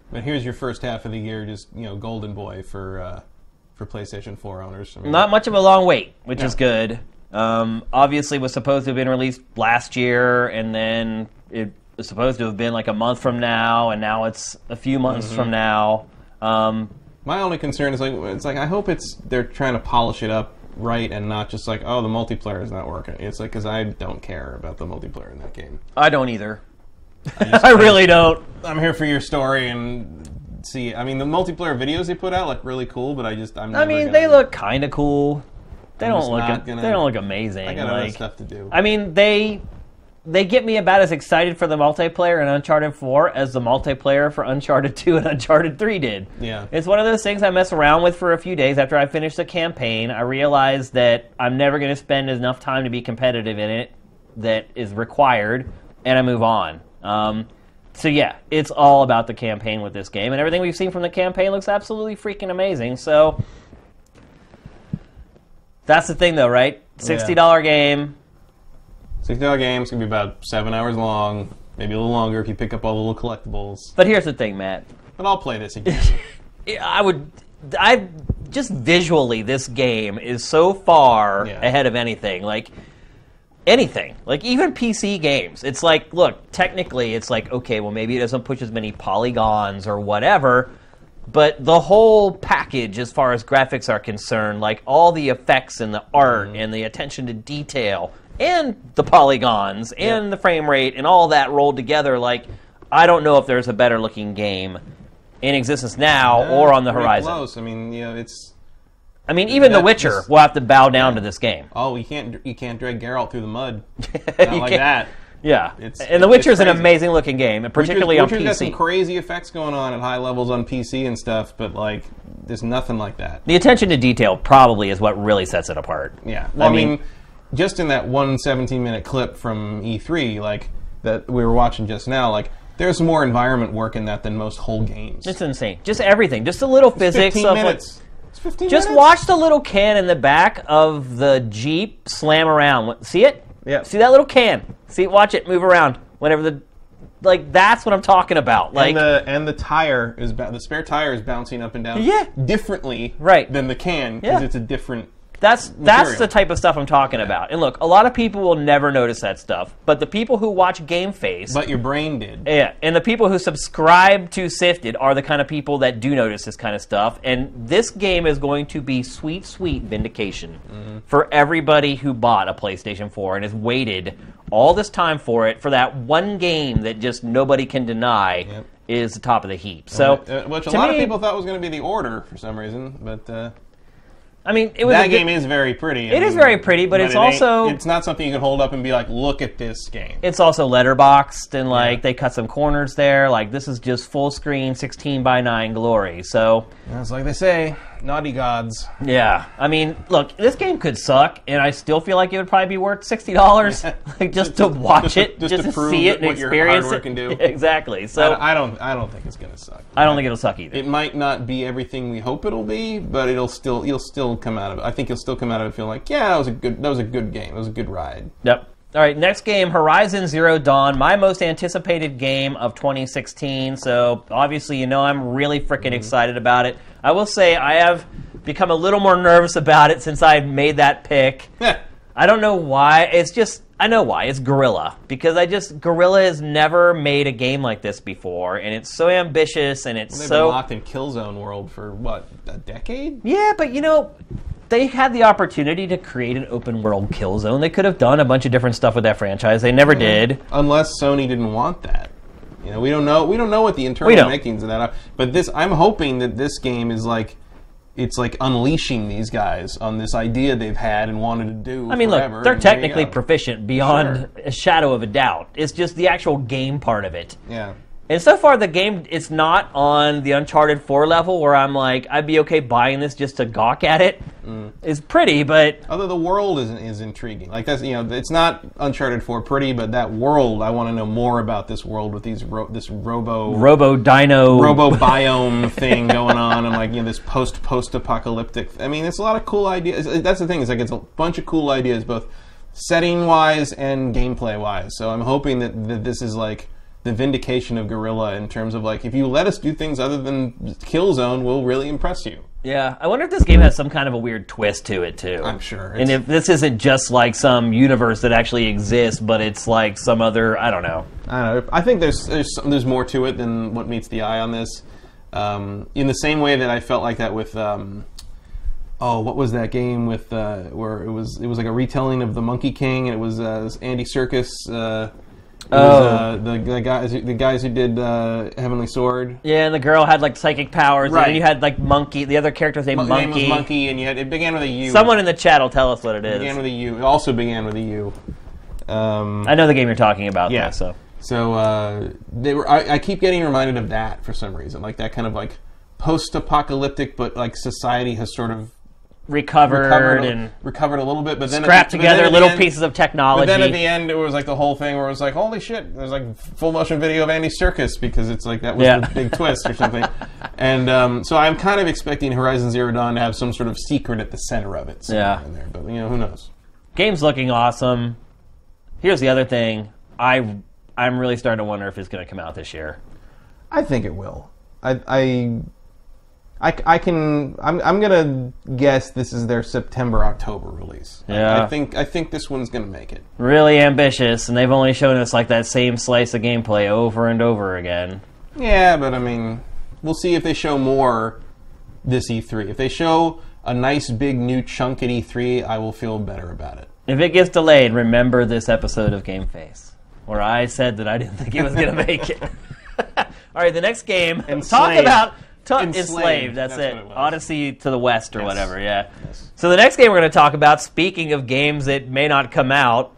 Speaker 2: But here's your first half of the year, just you know, golden boy for uh, for PlayStation 4 owners. I mean,
Speaker 1: not much of a long wait, which is good. Um, obviously, was supposed to have been released last year, and then it was supposed to have been like a month from now, and now it's a few months
Speaker 2: Mm-hmm.
Speaker 1: from now. Um,
Speaker 2: My only concern is like it's like I hope it's they're trying to polish it up right and not just like oh the multiplayer is not working. It's like because I don't care about the multiplayer in that game.
Speaker 1: I don't either. [laughs] I really don't.
Speaker 2: I'm here for your story and see. I mean the multiplayer videos they put out look really cool, but I just I'm.
Speaker 1: I
Speaker 2: never
Speaker 1: mean,
Speaker 2: gonna-
Speaker 1: they look kind of cool. They
Speaker 2: just
Speaker 1: don't look.
Speaker 2: not
Speaker 1: they
Speaker 2: gonna-
Speaker 1: don't look amazing.
Speaker 2: I got other
Speaker 1: like,
Speaker 2: stuff to do.
Speaker 1: I mean, they they get me about as excited for the multiplayer in Uncharted 4 as the multiplayer for Uncharted [laughs] 2 and Uncharted 3 did.
Speaker 2: Yeah.
Speaker 1: It's one of those things I mess around with for a few days after I finish the campaign. I realize that I'm never going to spend enough time to be competitive in it that is required, and I move on. Um, so yeah, it's all about the campaign with this game, and everything we've seen from the campaign looks absolutely freaking amazing. So that's the thing, though, right? Sixty dollar game,
Speaker 2: Six dollar game's gonna be about seven hours long, maybe a little longer if you pick up all the little collectibles.
Speaker 1: But here's the thing, Matt.
Speaker 2: But I'll play this again.
Speaker 1: I would, I just visually, this game is so far
Speaker 2: Yeah.
Speaker 1: ahead of anything. Like anything, like even PC games. It's like, look, technically, it's like okay, well, maybe it doesn't push as many polygons or whatever. But the whole package, as far as graphics are concerned, like all the effects and the art
Speaker 2: Mm-hmm.
Speaker 1: and the attention to detail and the polygons and the frame rate and all that rolled together, like I don't know if there's a better looking game in existence now
Speaker 2: Uh,
Speaker 1: [laughs] or on the
Speaker 2: pretty
Speaker 1: horizon.
Speaker 2: Close. I mean, you know, it's
Speaker 1: I mean, even The
Speaker 2: That
Speaker 1: Witcher
Speaker 2: is-
Speaker 1: will have to bow down to this game.
Speaker 2: oh, you can't you can't drag Geralt through the
Speaker 1: [laughs]
Speaker 2: mud. Not like that.
Speaker 1: Yeah,
Speaker 2: It's-
Speaker 1: and The
Speaker 2: it's
Speaker 1: Witcher's an
Speaker 2: crazy.
Speaker 1: amazing looking game, and particularly
Speaker 2: Witcher's,
Speaker 1: on
Speaker 2: Witcher's
Speaker 1: PC.
Speaker 2: got some crazy effects going on at high levels on PC and stuff, but like, there's nothing like that.
Speaker 1: the attention to detail probably is what really sets it apart.
Speaker 2: Yeah. Well, I
Speaker 1: I
Speaker 2: mean,
Speaker 1: mean-
Speaker 2: just in that one 17 minute clip from E3, like that we were watching just now, like there's more environment work in that than most whole games.
Speaker 1: It's insane. Just everything. Just a little physics
Speaker 2: 15
Speaker 1: of like-
Speaker 2: minutes. it's 15
Speaker 1: just
Speaker 2: minutes.
Speaker 1: watch the little can in the back of the Jeep slam around. See it?
Speaker 2: Yeah.
Speaker 1: See that little can? See it? Watch it move around whenever the like. That's what I'm talking about. Like
Speaker 2: And the, and the tire is ba- the spare tire is bouncing up and down
Speaker 1: Yeah.
Speaker 2: differently
Speaker 1: Right.
Speaker 2: than the can because
Speaker 1: Yeah.
Speaker 2: it's a different
Speaker 1: That's that's
Speaker 2: material.
Speaker 1: the type of stuff I'm talking about. And look, a lot of people will never notice that stuff, but the people who watch Game Face,
Speaker 2: but your brain did
Speaker 1: yeah, and the people who subscribe to Sifted are the kind of people that do notice this kind of stuff. And this game is going to be sweet, sweet vindication
Speaker 2: Mm-hmm.
Speaker 1: for everybody who bought a PlayStation 4 and has waited all this time for it for that one game that just nobody can deny
Speaker 2: Yep.
Speaker 1: is the top of the heap. So,
Speaker 2: Uh, which a
Speaker 1: to
Speaker 2: lot of
Speaker 1: me-
Speaker 2: people thought was going to be the order for some reason but uh,
Speaker 1: I mean, it was
Speaker 2: that
Speaker 1: a good-
Speaker 2: game is very pretty
Speaker 1: It is very pretty, but it's
Speaker 2: it ain't-
Speaker 1: also-
Speaker 2: it's not something you can hold up and be like look at this game
Speaker 1: it's also letterboxed and like they cut some corners there. Like this is just full screen, sixteen by nine glory. So
Speaker 2: That's like they say, naughty gods.
Speaker 1: yeah, I mean, look, this game could suck, and I still feel like it would probably be worth
Speaker 2: [laughs]
Speaker 1: sixty dollars, [laughs] like just, to watch it,
Speaker 2: just
Speaker 1: just,
Speaker 2: to
Speaker 1: to,
Speaker 2: prove
Speaker 1: see it and
Speaker 2: what your hard
Speaker 1: experience
Speaker 2: work
Speaker 1: it.
Speaker 2: can do.
Speaker 1: [laughs] exactly. So I,
Speaker 2: I don't. I don't think it's gonna suck.
Speaker 1: don't think it'll suck either.
Speaker 2: It might not be everything we hope it'll be, but it'll still. You'll still come out of it. I think you'll still come out of it feeling like, yeah, that was a good. That was a good game. That was a good ride.
Speaker 1: Yep. All right, next game, Horizon Zero Dawn, my most anticipated game of 2016. So obviously, you know, I'm really freaking
Speaker 2: Mm-hmm.
Speaker 1: excited about it. I will say I have become a little more nervous about it since I made that pick. I don't know why. It's just I know why. It's Gorilla because I just Gorilla has never made a game like this before, and it's so ambitious and it's
Speaker 2: They've
Speaker 1: so
Speaker 2: been locked in Killzone world for what a decade.
Speaker 1: yeah, but you know, they had the opportunity to create an open world kill zone. They could have done a bunch of different stuff with that franchise. They never
Speaker 2: Mm-hmm.
Speaker 1: did.
Speaker 2: Unless Sony didn't want that. You know, we don't know. We don't know what the internal
Speaker 1: We don't.
Speaker 2: makings of that are. But this, I'm hoping that this game is like. It's like unleashing these guys on this idea they've had and wanted to do. uh,
Speaker 1: I mean, look, they're technically proficient beyond
Speaker 2: Sure.
Speaker 1: a shadow of a doubt. It's just the actual game part of it.
Speaker 2: yeah.
Speaker 1: And so far, the game it's not on the Uncharted 4 level where I'm like, I'd be okay buying this just to gawk at it.
Speaker 2: Mm.
Speaker 1: It's pretty, but
Speaker 2: Although the world is is intriguing, like that's you know, it's not Uncharted Four pretty, but that world, I want to know more about this world with these ro- this robo
Speaker 1: Robo Dino.
Speaker 2: robo biome thing going on, and like you know, this post post apocalyptic. I mean, it's a lot of cool ideas. Uh, That's the thing; is like it's a bunch of cool ideas, both setting wise and gameplay wise. So I'm hoping that, that this is like the vindication of Gorilla in terms of like if you let us do things other than Killzone, we'll really impress you.
Speaker 1: Yeah, I wonder if this game has some kind of a weird twist to it too.
Speaker 2: I'm sure.
Speaker 1: And if this isn't just like some universe that actually exists, but it's like some other, I don't know.
Speaker 2: I don't know. I think there's there's some- there's more to it than what meets the eye on this. Um, in the same way that I felt like that with um, oh, what was that game with uh, where it was it was like a retelling of the Monkey King and it was uh, this Andy Circus. Uh, it was,
Speaker 1: Oh.
Speaker 2: uh, the, the guys who- the guys who did uh, Heavenly Sword.
Speaker 1: Yeah, and the girl had like psychic powers, and
Speaker 2: Right.
Speaker 1: then you had like monkey. The other character's named
Speaker 2: The
Speaker 1: monkey.
Speaker 2: name was Monkey, and yet it began with a U.
Speaker 1: Someone in the chat will tell us what it
Speaker 2: It began
Speaker 1: is.
Speaker 2: with a U. It also began with a U. Um,
Speaker 1: I know the game you're talking about.
Speaker 2: Yeah.
Speaker 1: though, so
Speaker 2: So uh, they were. I, I keep getting reminded of that for some reason, like that kind of like post-apocalyptic, but like society has sort of
Speaker 1: recovered,
Speaker 2: recovered,
Speaker 1: and
Speaker 2: a, recovered a little bit, but then
Speaker 1: scrapped
Speaker 2: at the- but then
Speaker 1: together
Speaker 2: at the
Speaker 1: little
Speaker 2: end-
Speaker 1: pieces of
Speaker 2: But
Speaker 1: technology.
Speaker 2: then at the end, it was like the whole thing where it was like, holy shit! There's like full motion video of Andy Circus because it's like that was
Speaker 1: Yeah.
Speaker 2: the big twist or
Speaker 1: [laughs]
Speaker 2: something. And um, so I'm kind of expecting Horizon Zero Dawn to have some sort of secret at the center of it. somewhere
Speaker 1: Yeah.
Speaker 2: in there, but you know who knows.
Speaker 1: Game's looking awesome. Here's the other thing. I I'm really starting to wonder if it's going to come out this year.
Speaker 2: I think it will. I I I, I can I'm, I'm gonna guess this is their September October release. I- I,
Speaker 1: Yeah.
Speaker 2: think I think this one's gonna make it.
Speaker 1: Really ambitious, and they've only shown us like that same slice of gameplay over and over again.
Speaker 2: Yeah, but I mean, we'll see if they show more this E3. If they show a nice big new chunk at E3, I will feel better about it.
Speaker 1: If it gets delayed,
Speaker 2: [laughs]
Speaker 1: remember this episode of Game Face, where I said that I didn't think it was going to make it. [laughs] All right, the next game. [laughs] Talk
Speaker 2: Enslaved.
Speaker 1: about ta- enslaved.
Speaker 2: Enslaved.
Speaker 1: That's,
Speaker 2: That's
Speaker 1: it.
Speaker 2: what it was.
Speaker 1: Odyssey to the West or whatever. Yeah.
Speaker 2: Yes.
Speaker 1: So the next game we're going to talk about. Speaking of games that may not come out,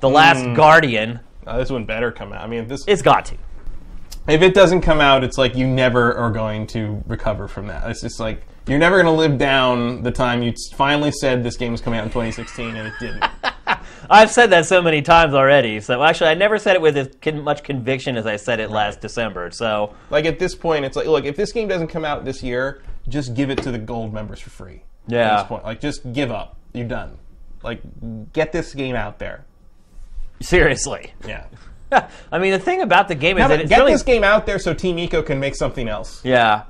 Speaker 1: The Last
Speaker 2: Hmm.
Speaker 1: Guardian.
Speaker 2: Uh, this one better come out. I mean, if this
Speaker 1: It's got to.
Speaker 2: if it doesn't come out, it's like you never are going to recover from that. It's just like you're never going to live down the time you s- finally said this game was coming out in 2016 and it didn't.
Speaker 1: I've said that so many times already. So actually, I never said it with as con- much conviction as I said it last December. So
Speaker 2: like at this point, it's like look, if this game doesn't come out this year, just give it to the gold members for free. At
Speaker 1: Yeah.
Speaker 2: this point, like just give up. You're done. Like get this game out there.
Speaker 1: seriously, [laughs]
Speaker 2: Yeah.
Speaker 1: I mean the thing about the game is that it's
Speaker 2: Get
Speaker 1: really
Speaker 2: this game out there so Team Eco can make something else.
Speaker 1: Yeah.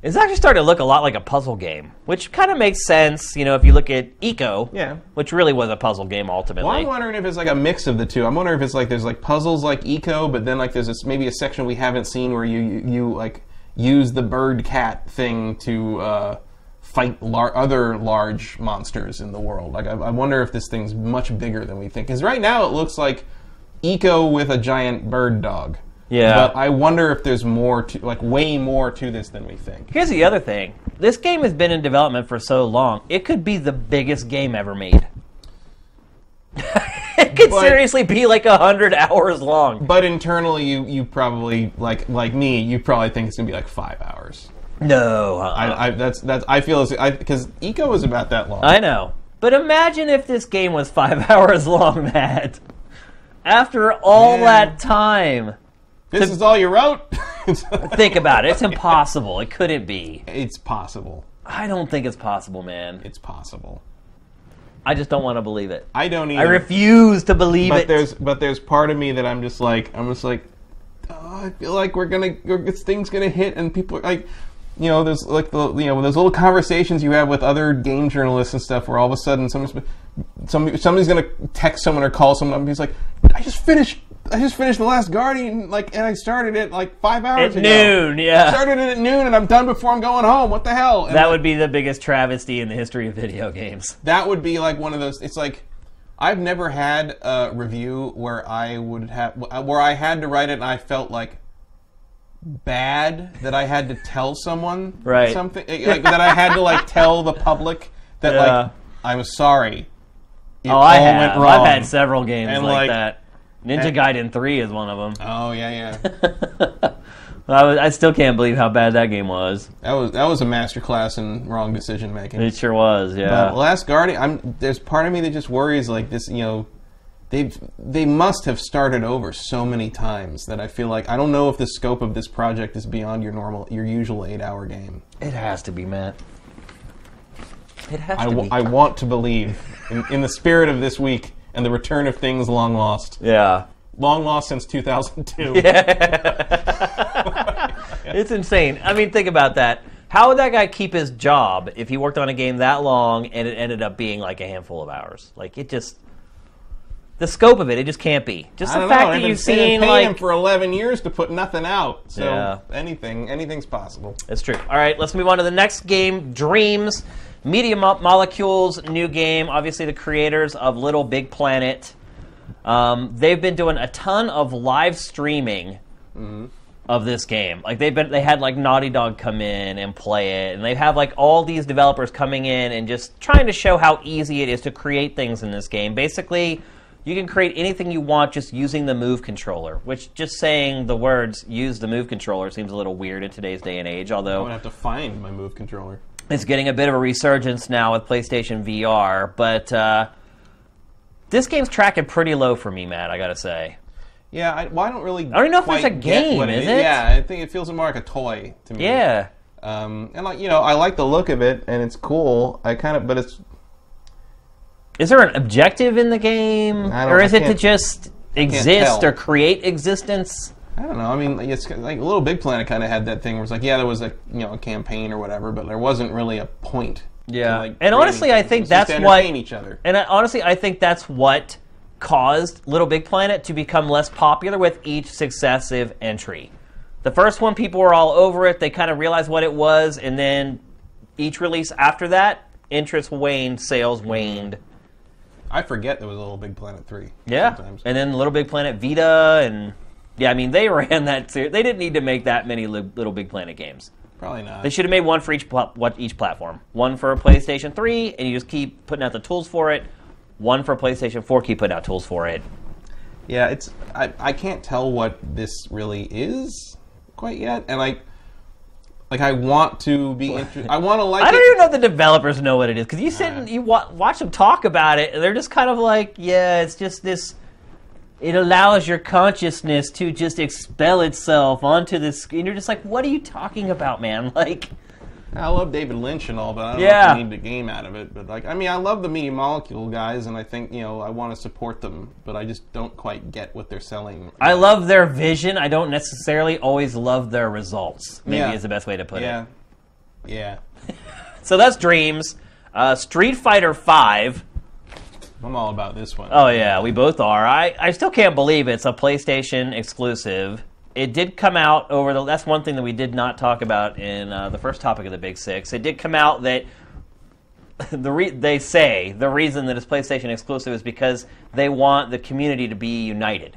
Speaker 1: It's actually starting to look a lot like a puzzle game, which kind of makes sense, you know, if you look at Eco,
Speaker 2: Yeah.
Speaker 1: which really was a puzzle game ultimately.
Speaker 2: Well, I'm wondering if it's like a mix of the two. I'm wondering if it's like there's like puzzles like eco, but then like there's this maybe a section we haven't seen where you you, you like use the bird cat thing to uh, fight lar- other large monsters in the world. Like I, I wonder if this thing's much bigger than we think. Because right now it looks like eco with a giant bird dog.
Speaker 1: Yeah.
Speaker 2: But I wonder if there's more to like way more to this than we think.
Speaker 1: Here's the other thing. This game has been in development for so long, it could be the biggest game ever made. [laughs] it could
Speaker 2: But-
Speaker 1: seriously be like a hundred [laughs] hours long.
Speaker 2: But internally, you you probably like like me, you probably think it's gonna be like five hours.
Speaker 1: No, uh-uh.
Speaker 2: I, I that's that's I feel as I because Eco was about that long.
Speaker 1: I know. But imagine if this game was five [laughs] hours long, Matt. After all
Speaker 2: Yeah.
Speaker 1: that time,
Speaker 2: this is all you wrote. [laughs]
Speaker 1: think about it. It's impossible. It couldn't be.
Speaker 2: it's possible.
Speaker 1: I don't think it's possible, man.
Speaker 2: It's possible.
Speaker 1: I just don't want to believe it.
Speaker 2: I don't
Speaker 1: I
Speaker 2: either.
Speaker 1: refuse to believe
Speaker 2: but
Speaker 1: it.
Speaker 2: there's but there's part of me that I'm just like I'm just like oh, I feel like we're gonna we're- this thing's gonna hit and people are like you know there's like the you know those little conversations you have with other game journalists and stuff where all of a sudden someone's some somebody's gonna text someone or call someone up and he's like I just finished I just finished the last Guardian like and I started it like five hours
Speaker 1: at
Speaker 2: ago.
Speaker 1: noon, yeah.
Speaker 2: started it at noon and I'm done before I'm going home. What the hell? And
Speaker 1: That would be the biggest travesty in the history of video games.
Speaker 2: that would be like one of those. It's like I've never had a review where I would have where I had to write it and I felt like bad that I had to tell someone
Speaker 1: Right.
Speaker 2: something eh, like, that I had to like tell the public that
Speaker 1: Yeah.
Speaker 2: like I was sorry. It
Speaker 1: Oh, I
Speaker 2: all
Speaker 1: have.
Speaker 2: went wrong.
Speaker 1: I've had several games
Speaker 2: And,
Speaker 1: like,
Speaker 2: like-
Speaker 1: that. Ninja
Speaker 2: and-
Speaker 1: Gaiden 3 is one of them.
Speaker 2: Oh yeah, yeah.
Speaker 1: I, was, I still can't believe how bad that game was.
Speaker 2: that was that was a masterclass in wrong decision making.
Speaker 1: It sure was, yeah.
Speaker 2: Uh, Last Guardian, I'm, there's part of me that just worries like this, you know, they've they must have started over so many times that I feel like I don't know if the scope of this project is beyond your normal your usual 8-hour game.
Speaker 1: it has to be, Matt. It has
Speaker 2: I,
Speaker 1: to
Speaker 2: w-
Speaker 1: be.
Speaker 2: I want to believe in, in the spirit of this week and the return of things long lost.
Speaker 1: yeah.
Speaker 2: Long lost since 2002.
Speaker 1: It's insane. I mean, think about that. How would that guy keep his job if he worked on a game that long and it ended up being like a handful of hours? Like it just the scope of it, it just can't be. Just
Speaker 2: I
Speaker 1: the
Speaker 2: don't
Speaker 1: fact
Speaker 2: know.
Speaker 1: that
Speaker 2: they've been-
Speaker 1: you've
Speaker 2: they've been
Speaker 1: seen
Speaker 2: paying him
Speaker 1: like
Speaker 2: for 11 years to put nothing out. So
Speaker 1: Yeah.
Speaker 2: anything anything's possible.
Speaker 1: it's true. All right, let's move on to the next game, Dreams. Media Mo- Molecules new game, obviously the creators of Little Big Planet. Um, they've been doing a ton of live streaming of this game. Like they've been, they had like Naughty Dog come in and play it, and they have like all these developers coming in and just trying to show how easy it is to create things in this game. Basically, you can create anything you want just using the Move controller. Which just saying the words "use the Move controller" seems a little weird in today's day and age.
Speaker 2: I'm going to
Speaker 1: Although
Speaker 2: have to find my move controller.
Speaker 1: it's getting a bit of a resurgence now with PlayStation VR, but. Uh, this game's tracking pretty low for me, Matt. I gotta say.
Speaker 2: Yeah, I, well, I don't really. I
Speaker 1: don't even know if it's a game, is it?
Speaker 2: Yeah, I think it feels more like a toy to me.
Speaker 1: Yeah,
Speaker 2: Um, and like you know, I like the look of it, and it's cool. I kind of, but it's
Speaker 1: Is there an objective in the game,
Speaker 2: I don't-
Speaker 1: or is
Speaker 2: I
Speaker 1: it to
Speaker 2: can't-
Speaker 1: just exist
Speaker 2: tell.
Speaker 1: or create existence?
Speaker 2: I don't know. I mean, like, it's kinda- like Little Big Planet kind of had that thing where it's like, yeah, there was a you know a campaign or whatever, but there wasn't really a point. to,
Speaker 1: Yeah.
Speaker 2: like,
Speaker 1: And honestly,
Speaker 2: creating things.
Speaker 1: I think
Speaker 2: It was just
Speaker 1: that's
Speaker 2: to
Speaker 1: why-
Speaker 2: entertain each other.
Speaker 1: And I, honestly, I think that's what caused Little Big Planet to become less popular with each successive entry. The first one, people were all over it. They kind of realized what it was, and then each release after that, interest waned, sales waned.
Speaker 2: I forget there was a Little Big Planet three.
Speaker 1: Yeah.
Speaker 2: sometimes.
Speaker 1: And then Little Big Planet Vita, and Yeah, I mean they [laughs] ran that. Ser- they didn't need to make that many li- little Big Planet games.
Speaker 2: Probably not.
Speaker 1: They should have made one for each pl- what each platform. One for PlayStation 3, and you just keep putting out the tools for it. One for PlayStation 4, keep putting out tools for it.
Speaker 2: yeah, it's I, I can't tell what this really is quite yet, and like like I want to be interested. I want to like.
Speaker 1: [laughs] I don't
Speaker 2: it.
Speaker 1: even know if the developers know what it is because you sit and you wa- watch them talk about it, and they're just kind of like, yeah, it's just this. It allows your consciousness to just expel itself onto the screen. You're just like, what are you talking about, man? [laughs] Like,
Speaker 2: I love David Lynch and all, but I don't
Speaker 1: Yeah.
Speaker 2: know if you need a game out of it. But like, I mean, I love the Media Molecule guys, and I think you know I want to support them, but I just don't quite get what they're selling.
Speaker 1: I love their vision. I don't necessarily always love their results. Maybe
Speaker 2: Yeah.
Speaker 1: is the best way to put it.
Speaker 2: yeah, yeah.
Speaker 1: So that's Dreams. Uh, Street Fighter Five.
Speaker 2: I'm all about this one.
Speaker 1: Oh yeah, we both are. I, I still can't believe it's a PlayStation exclusive. It did come out over the. That's one thing that we did not talk about in uh, the first topic of the Big Six. It did come out that [laughs] the re- they say the reason that it's PlayStation exclusive is because they want the community to be united.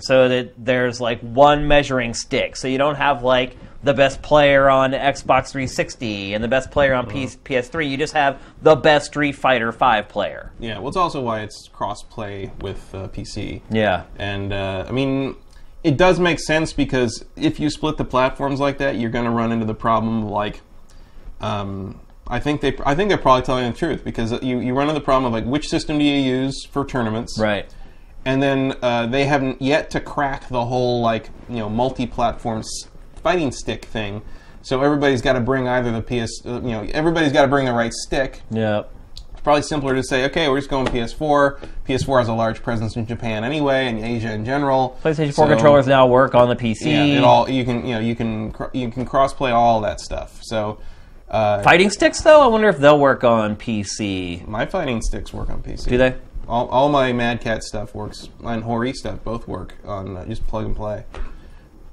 Speaker 1: So that there's like one measuring stick. So you don't have like the best player on Xbox 360 and the best player on PS- PS3. You just have the best Street Fighter 5 player.
Speaker 2: Yeah, well, it's also why it's cross-play with uh, PC.
Speaker 1: Yeah.
Speaker 2: And uh, I mean, it does make sense because if you split the platforms like that, you're going to run into the problem of like, um, I think they, I think they're probably telling the truth because you, you run into the problem of like, which system do you use for tournaments?
Speaker 1: Right.
Speaker 2: And then uh, they haven't yet to crack the whole like, you know, multi-platform s- fighting stick thing. So everybody's got to bring either the PS, uh, you know, everybody's got to bring the right stick.
Speaker 1: Yeah.
Speaker 2: probably simpler to say, okay, we're just going PS4. PS4 has a large presence in Japan anyway, and Asia in general.
Speaker 1: PlayStation 4
Speaker 2: So,
Speaker 1: controllers now work on the PC.
Speaker 2: Yeah, it all you can you know you can cr- you can cross-play all that stuff. So uh,
Speaker 1: Fighting sticks, though, I wonder if they'll work on PC.
Speaker 2: my fighting sticks work on PC.
Speaker 1: Do they?
Speaker 2: All, all my Mad Cat stuff works, and Hori stuff both work on uh, just plug and play.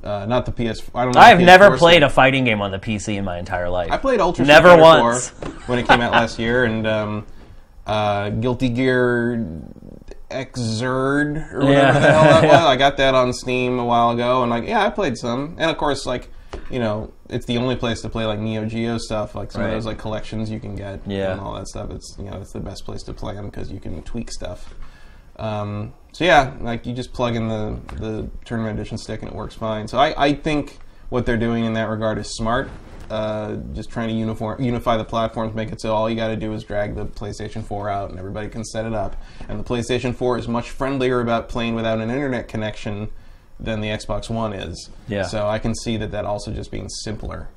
Speaker 2: Uh, not the PS. I don't. Know
Speaker 1: I have never played a fighting game on the PC in my entire life.
Speaker 2: I played Ultra
Speaker 1: Never
Speaker 2: Street Fighter
Speaker 1: once.
Speaker 2: 4 when it came out last year, and um, uh, Guilty Gear Xrd or whatever
Speaker 1: Yeah.
Speaker 2: the hell
Speaker 1: [laughs]
Speaker 2: that was. I got that on Steam a while ago, and like, yeah, I played some, and of course, like, you know, it's the only place to play like Neo Geo stuff, like some
Speaker 1: Right.
Speaker 2: of those like collections you can get,
Speaker 1: Yeah.
Speaker 2: and all that stuff. It's you know, it's the best place to play them because you can tweak stuff. Um, so yeah, like you just plug in the, the tournament edition stick and it works fine. So I, I think what they're doing in that regard is smart. Uh, just trying to uniform unify the platforms, make it so all you got to do is drag the PlayStation 4 out and everybody can set it up. And the PlayStation 4 is much friendlier about playing without an internet connection than the Xbox One is.
Speaker 1: Yeah.
Speaker 2: So I can see that that also just being simpler.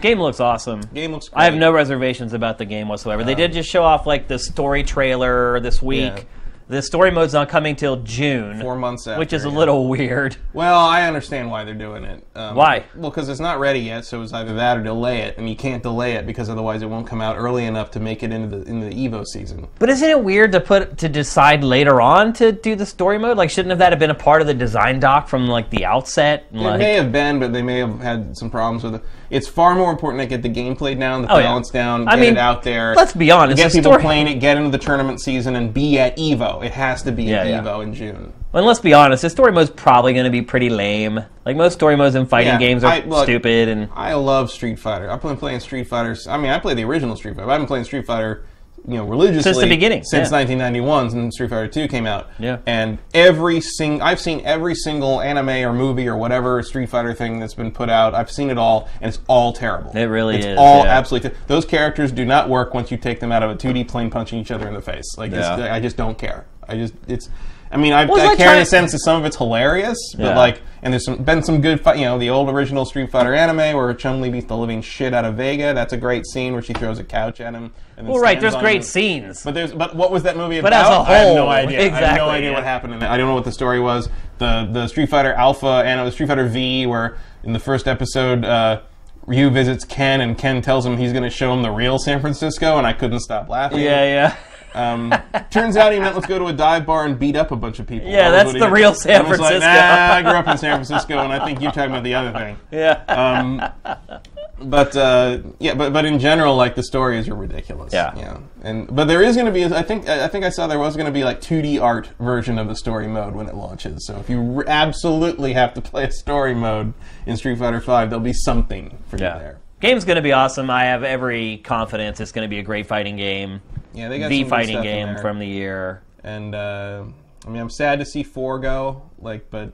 Speaker 1: game looks awesome.
Speaker 2: Game looks. Great.
Speaker 1: I have no reservations about the game whatsoever. They did just show off like the story trailer this week.
Speaker 2: Uh. Yeah.
Speaker 1: The story mode's not coming till June,
Speaker 2: four months after,
Speaker 1: which is a
Speaker 2: yeah.
Speaker 1: little weird.
Speaker 2: Well, I understand why they're doing it. Um,
Speaker 1: Why?
Speaker 2: Well, because it's not ready yet, so it's either that or delay it, and you can't delay it because otherwise it won't come out early enough to make it into the into the Evo season.
Speaker 1: But isn't it weird to put to decide later on to do the story mode? Like, shouldn't have that have been a part of the design doc from like the outset?
Speaker 2: It
Speaker 1: Like-
Speaker 2: may have been, but they may have had some problems with it. It's far more important to get the gameplay down, the
Speaker 1: Oh, yeah.
Speaker 2: balance down,
Speaker 1: I
Speaker 2: get
Speaker 1: mean,
Speaker 2: it out there.
Speaker 1: let's be honest,
Speaker 2: get
Speaker 1: the
Speaker 2: people
Speaker 1: story-
Speaker 2: playing it, get into the tournament season, and be at Evo. It has to be at
Speaker 1: Yeah, yeah.
Speaker 2: Evo in June.
Speaker 1: And let's be honest, this story mode's probably going to be pretty lame. Like most story modes in fighting
Speaker 2: Yeah,
Speaker 1: games are
Speaker 2: I- look-
Speaker 1: stupid, and
Speaker 2: I love Street Fighter. I've been playing Street Fighter. I mean, I played the original Street Fighter. but I've been playing Street Fighter, you know, religiously
Speaker 1: Since the beginning,
Speaker 2: since
Speaker 1: yeah.
Speaker 2: 1991, when Street Fighter 2 came out.
Speaker 1: Yeah.
Speaker 2: And every sing, I've seen every single anime or movie or whatever Street Fighter thing that's been put out. I've seen it all, and it's all terrible.
Speaker 1: It really
Speaker 2: it's
Speaker 1: is,
Speaker 2: All
Speaker 1: yeah.
Speaker 2: absolutely. ter- Those characters do not work once you take them out of a 2D plane punching each other in the face. Like, it's-
Speaker 1: Yeah.
Speaker 2: I just don't care. I just it's. I mean, I,
Speaker 1: Well, it's
Speaker 2: I
Speaker 1: like
Speaker 2: care in
Speaker 1: trying-
Speaker 2: a sense that some of it's hilarious, but
Speaker 1: Yeah.
Speaker 2: like and there's some, been some good, fi- you know, the old original Street Fighter anime where Chun Li beats the living shit out of Vega. That's a great scene where she throws a couch at him. And then
Speaker 1: well, right,
Speaker 2: stands
Speaker 1: there's
Speaker 2: on
Speaker 1: great
Speaker 2: him.
Speaker 1: scenes.
Speaker 2: But there's but what was that movie about?
Speaker 1: as a
Speaker 2: I have no
Speaker 1: whole,
Speaker 2: idea. I have no
Speaker 1: exactly,
Speaker 2: idea
Speaker 1: yeah.
Speaker 2: what happened in that. I don't know what the story was. The the Street Fighter Alpha and uh, the Street Fighter V, where in the first episode. Uh, Ryu visits Ken, and Ken tells him he's going to show him the real San Francisco, and I couldn't stop laughing.
Speaker 1: yeah, yeah. [laughs]
Speaker 2: Um, turns out he meant let's go to a dive bar and beat up a bunch of people. That
Speaker 1: Yeah,
Speaker 2: was
Speaker 1: that's
Speaker 2: what he
Speaker 1: the
Speaker 2: did.
Speaker 1: real San
Speaker 2: I was like,
Speaker 1: Francisco.
Speaker 2: nah, I grew up in San Francisco, and I think you're talking about the other thing.
Speaker 1: Yeah.
Speaker 2: Um, but uh, yeah, but but in general, like the stories are ridiculous.
Speaker 1: Yeah.
Speaker 2: yeah. And but there is going to be, I think, I think I saw there was going to be like 2D art version of the story mode when it launches. So if you r- absolutely have to play a story mode in Street Fighter V, there'll be something for you there.
Speaker 1: Game's going to be awesome. I have every confidence it's going to be a great fighting game.
Speaker 2: Yeah, they got some
Speaker 1: the
Speaker 2: good
Speaker 1: fighting
Speaker 2: stuff in
Speaker 1: game
Speaker 2: there.
Speaker 1: from the year.
Speaker 2: And uh, I mean, I'm sad to see four go. Like, but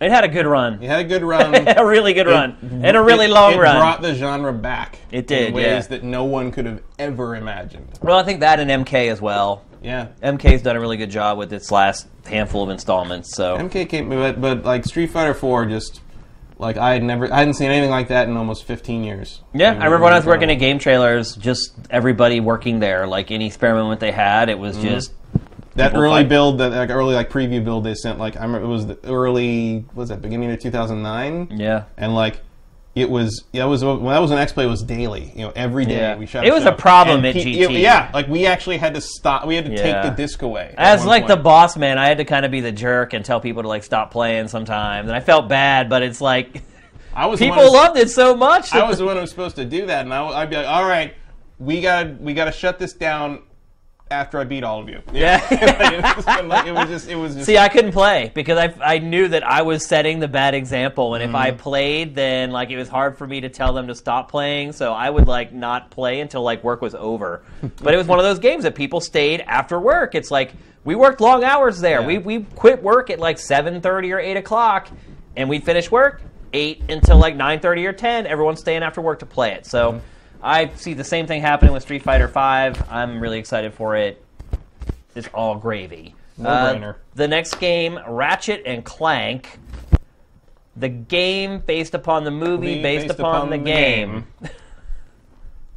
Speaker 1: It had a good run. [laughs]
Speaker 2: it had a good run.
Speaker 1: A really good run. And a really
Speaker 2: It-
Speaker 1: long run.
Speaker 2: It brought the genre back.
Speaker 1: It did,
Speaker 2: in ways
Speaker 1: yeah.
Speaker 2: that no one could have ever imagined.
Speaker 1: well, I think that and MK as well.
Speaker 2: Yeah.
Speaker 1: MK's done a really good job with its last handful of installments. So
Speaker 2: MK came, but, but like Street Fighter Four, just like I had never, I hadn't seen anything like that in almost 15 years.
Speaker 1: Yeah, I remember when I was working at Game Trailers, just everybody working there, like any spare moment they had, it
Speaker 2: Mm-hmm.
Speaker 1: was just
Speaker 2: that
Speaker 1: people
Speaker 2: early
Speaker 1: fight.
Speaker 2: build, that like, early like preview build they sent. Like I remember it was the early, what was that beginning of 2009?
Speaker 1: yeah.
Speaker 2: and like. It was yeah, it was when I was on X Play. It was daily, you know, every day
Speaker 1: Yeah.
Speaker 2: we shot.
Speaker 1: It was a
Speaker 2: show.
Speaker 1: problem
Speaker 2: And
Speaker 1: at
Speaker 2: pe-
Speaker 1: GT.
Speaker 2: yeah, like we actually had to stop. We had to
Speaker 1: Yeah.
Speaker 2: take the disc away. at
Speaker 1: As
Speaker 2: one
Speaker 1: like the
Speaker 2: point.
Speaker 1: boss man, I had to kind of be the jerk and tell people to like stop playing sometimes, and I felt bad, but it's like
Speaker 2: I was the one
Speaker 1: people
Speaker 2: who-
Speaker 1: loved it so much.
Speaker 2: I was the one who was supposed to do that, and I, would be like, "All right, we gotta we gotta shut this down after I beat all of you."
Speaker 1: [laughs]
Speaker 2: [laughs]
Speaker 1: yeah.
Speaker 2: it, was, like, it was just it [laughs] was just
Speaker 1: See, I couldn't play because I, I knew that I was setting the bad example, and if I played, then like it was hard for me to tell them to stop playing. So I would like not play until like work was over. but it was one of those games that people stayed after work. It's like we worked long hours there.
Speaker 2: Yeah.
Speaker 1: We we quit work at like seven thirty or eight o'clock, and we finished work eight until like nine thirty or ten. Everyone's staying after work to play it. So. I see the same thing happening with Street Fighter Five. I'm really excited for it is all gravy.
Speaker 2: No-brainer.
Speaker 1: Uh, the next game, Ratchet and Clank. The game based upon the movie,
Speaker 2: Be
Speaker 1: based, upon, the, [laughs] game.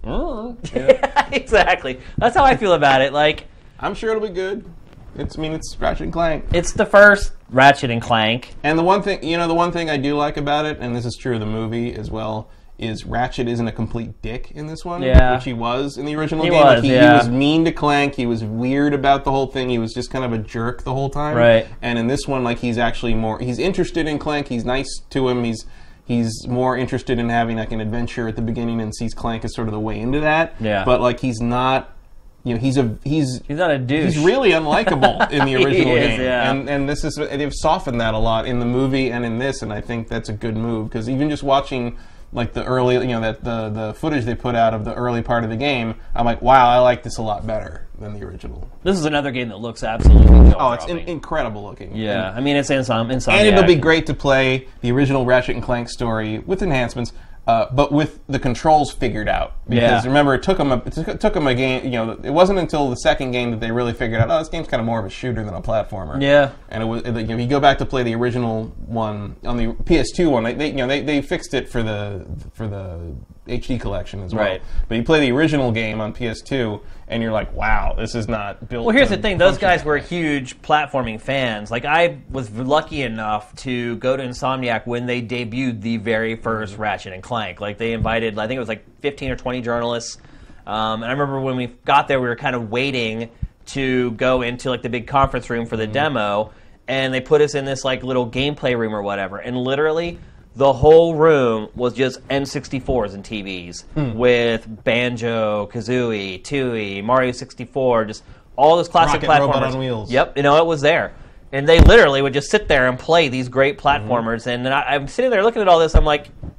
Speaker 2: Mm, yeah.
Speaker 1: exactly. That's how I feel about it. Like,
Speaker 2: I'm sure it'll be good. It's I mean it's Ratchet and Clank,
Speaker 1: it's the first Ratchet and Clank.
Speaker 2: and the one thing you know the one thing I do like about it, and this is true of the movie as well. Is Ratchet isn't a complete dick in this one,
Speaker 1: Yeah.
Speaker 2: which he was in the original
Speaker 1: He
Speaker 2: game. Like,
Speaker 1: was,
Speaker 2: he, he
Speaker 1: yeah.
Speaker 2: was mean to Clank. He was weird about the whole thing. He was just kind of a jerk the whole time.
Speaker 1: Right.
Speaker 2: And in this one, like he's actually more he's interested in Clank. He's nice to him. He's he's more interested in having like an adventure at the beginning and sees Clank as sort of the way into that.
Speaker 1: Yeah.
Speaker 2: But like he's not, you know, he's a he's
Speaker 1: He's not a douche.
Speaker 2: he's really
Speaker 1: [laughs]
Speaker 2: unlikable in the original
Speaker 1: is,
Speaker 2: game.
Speaker 1: yeah.
Speaker 2: And and this is they've softened that a lot in the movie and in this, and I think that's a good move because even just watching. Like the early, you know, that the the footage they put out of the early part of the game, I'm like, wow, I like this a lot better than the original.
Speaker 1: this is another game that looks absolutely. jaw-dropping.
Speaker 2: Oh, it's in- incredible looking.
Speaker 1: yeah. I mean, it's Insom- Insomniac.
Speaker 2: And it'll be great to play the original Ratchet and Clank story with enhancements, uh, but with the controls figured out. Because
Speaker 1: Yeah.
Speaker 2: remember, it took them a it took, took 'em a game. You know, it wasn't until the second game that they really figured out. Oh, this game's kind of more of a shooter than a platformer.
Speaker 1: Yeah.
Speaker 2: And it was you know, you go back to play the original one on the PS2 one. They, they you know they, they fixed it for the for the HD collection as well.
Speaker 1: Right.
Speaker 2: But you play the original game on PS2, and you're like, wow, this is not built.
Speaker 1: Well, here's
Speaker 2: to
Speaker 1: the thing: those
Speaker 2: function
Speaker 1: guys
Speaker 2: that
Speaker 1: were
Speaker 2: way.
Speaker 1: huge platforming fans. Like I was lucky enough to go to Insomniac when they debuted the very first Ratchet and Clank. Like they invited, I think it was like 15 or 20 journalists. Um, and I remember when we got there, we were kind of waiting to go into like the big conference room for the demo, and they put us in this like little gameplay room or whatever. And literally, the whole room was just N64s and TVs with Banjo, Kazooie, Tui, Mario 64, just all those classic
Speaker 2: Rocket Robot
Speaker 1: platformers.
Speaker 2: on wheels.
Speaker 1: Yep, you know it was there, and they literally would just sit there and play these great
Speaker 2: Mm-hmm.
Speaker 1: platformers. And then I, I'm sitting there looking at all this. I'm like, are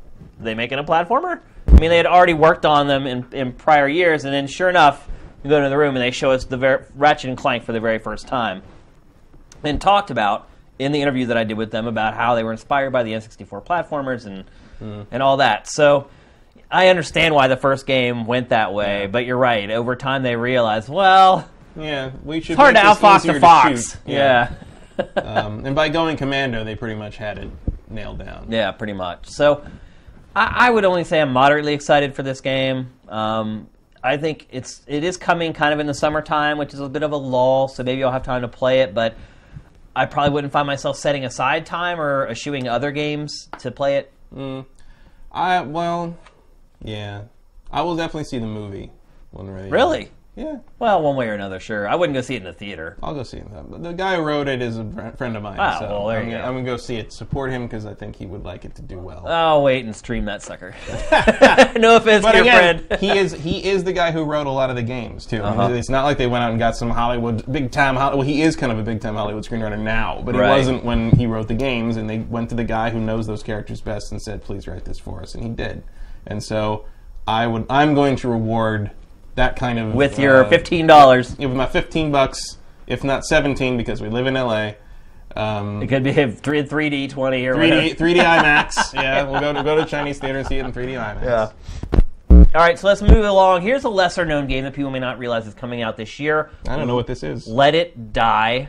Speaker 1: they making a platformer? I mean, they had already worked on them in, in prior years, and then sure enough, we go into the room and they show us the ver- Ratchet and Clank for the very first time and talked about in the interview that I did with them about how they were inspired by the N64 platformers and
Speaker 2: Mm.
Speaker 1: and all that. So I understand why the first game went that way, but you're right. Over time, they realized, well,
Speaker 2: Yeah, we should.
Speaker 1: it's hard to
Speaker 2: make this
Speaker 1: outfox
Speaker 2: easier
Speaker 1: the
Speaker 2: to
Speaker 1: fox.
Speaker 2: shoot.
Speaker 1: Yeah. yeah,
Speaker 2: um, and by going commando, they pretty much had it nailed down.
Speaker 1: pretty much. So I, I would only say I'm moderately excited for this game. Um, I think it's it is coming kind of in the summertime, which is a bit of a lull. So maybe I'll have time to play it, but I probably wouldn't find myself setting aside time or eschewing other games to play it.
Speaker 2: I well, yeah, I will definitely see the movie when ready.
Speaker 1: Really?
Speaker 2: Yeah,
Speaker 1: Well, one way or another, sure. I wouldn't go see it in the theater.
Speaker 2: I'll go see that. But the guy who wrote it is a fr- friend of mine.
Speaker 1: Ah,
Speaker 2: so
Speaker 1: well, there
Speaker 2: I'm,
Speaker 1: you
Speaker 2: gonna,
Speaker 1: go.
Speaker 2: I'm gonna go see it, support him because I think he would like it to do well.
Speaker 1: I'll wait and stream
Speaker 2: [laughs]
Speaker 1: that sucker. [laughs] no offense
Speaker 2: but
Speaker 1: to your
Speaker 2: again, [laughs]
Speaker 1: friend. Uh-huh.
Speaker 2: he is he is the guy who wrote a lot of the games too. It's not like they went out and got some Hollywood big time. Well, he is kind of a big time Hollywood screenwriter now, but
Speaker 1: Right.
Speaker 2: it wasn't when he wrote the games. And they went to the guy who knows those characters best and said, "Please write this for us," and he did. And so I would I'm going to reward that kind of
Speaker 1: With your
Speaker 2: uh,
Speaker 1: fifteen dollars,
Speaker 2: with my fifteen bucks, if not seventeen, because we live in LA. Um,
Speaker 1: it could be a three three D twenty or whatever.
Speaker 2: 3D, 3D
Speaker 1: [laughs]
Speaker 2: IMAX. yeah, we'll go to go to Chinese theater and see it in 3D IMAX.
Speaker 1: Yeah. All right, so let's move along. Here's a lesser known game that people may not realize is coming out this year.
Speaker 2: I don't know what this is.
Speaker 1: Let It Die.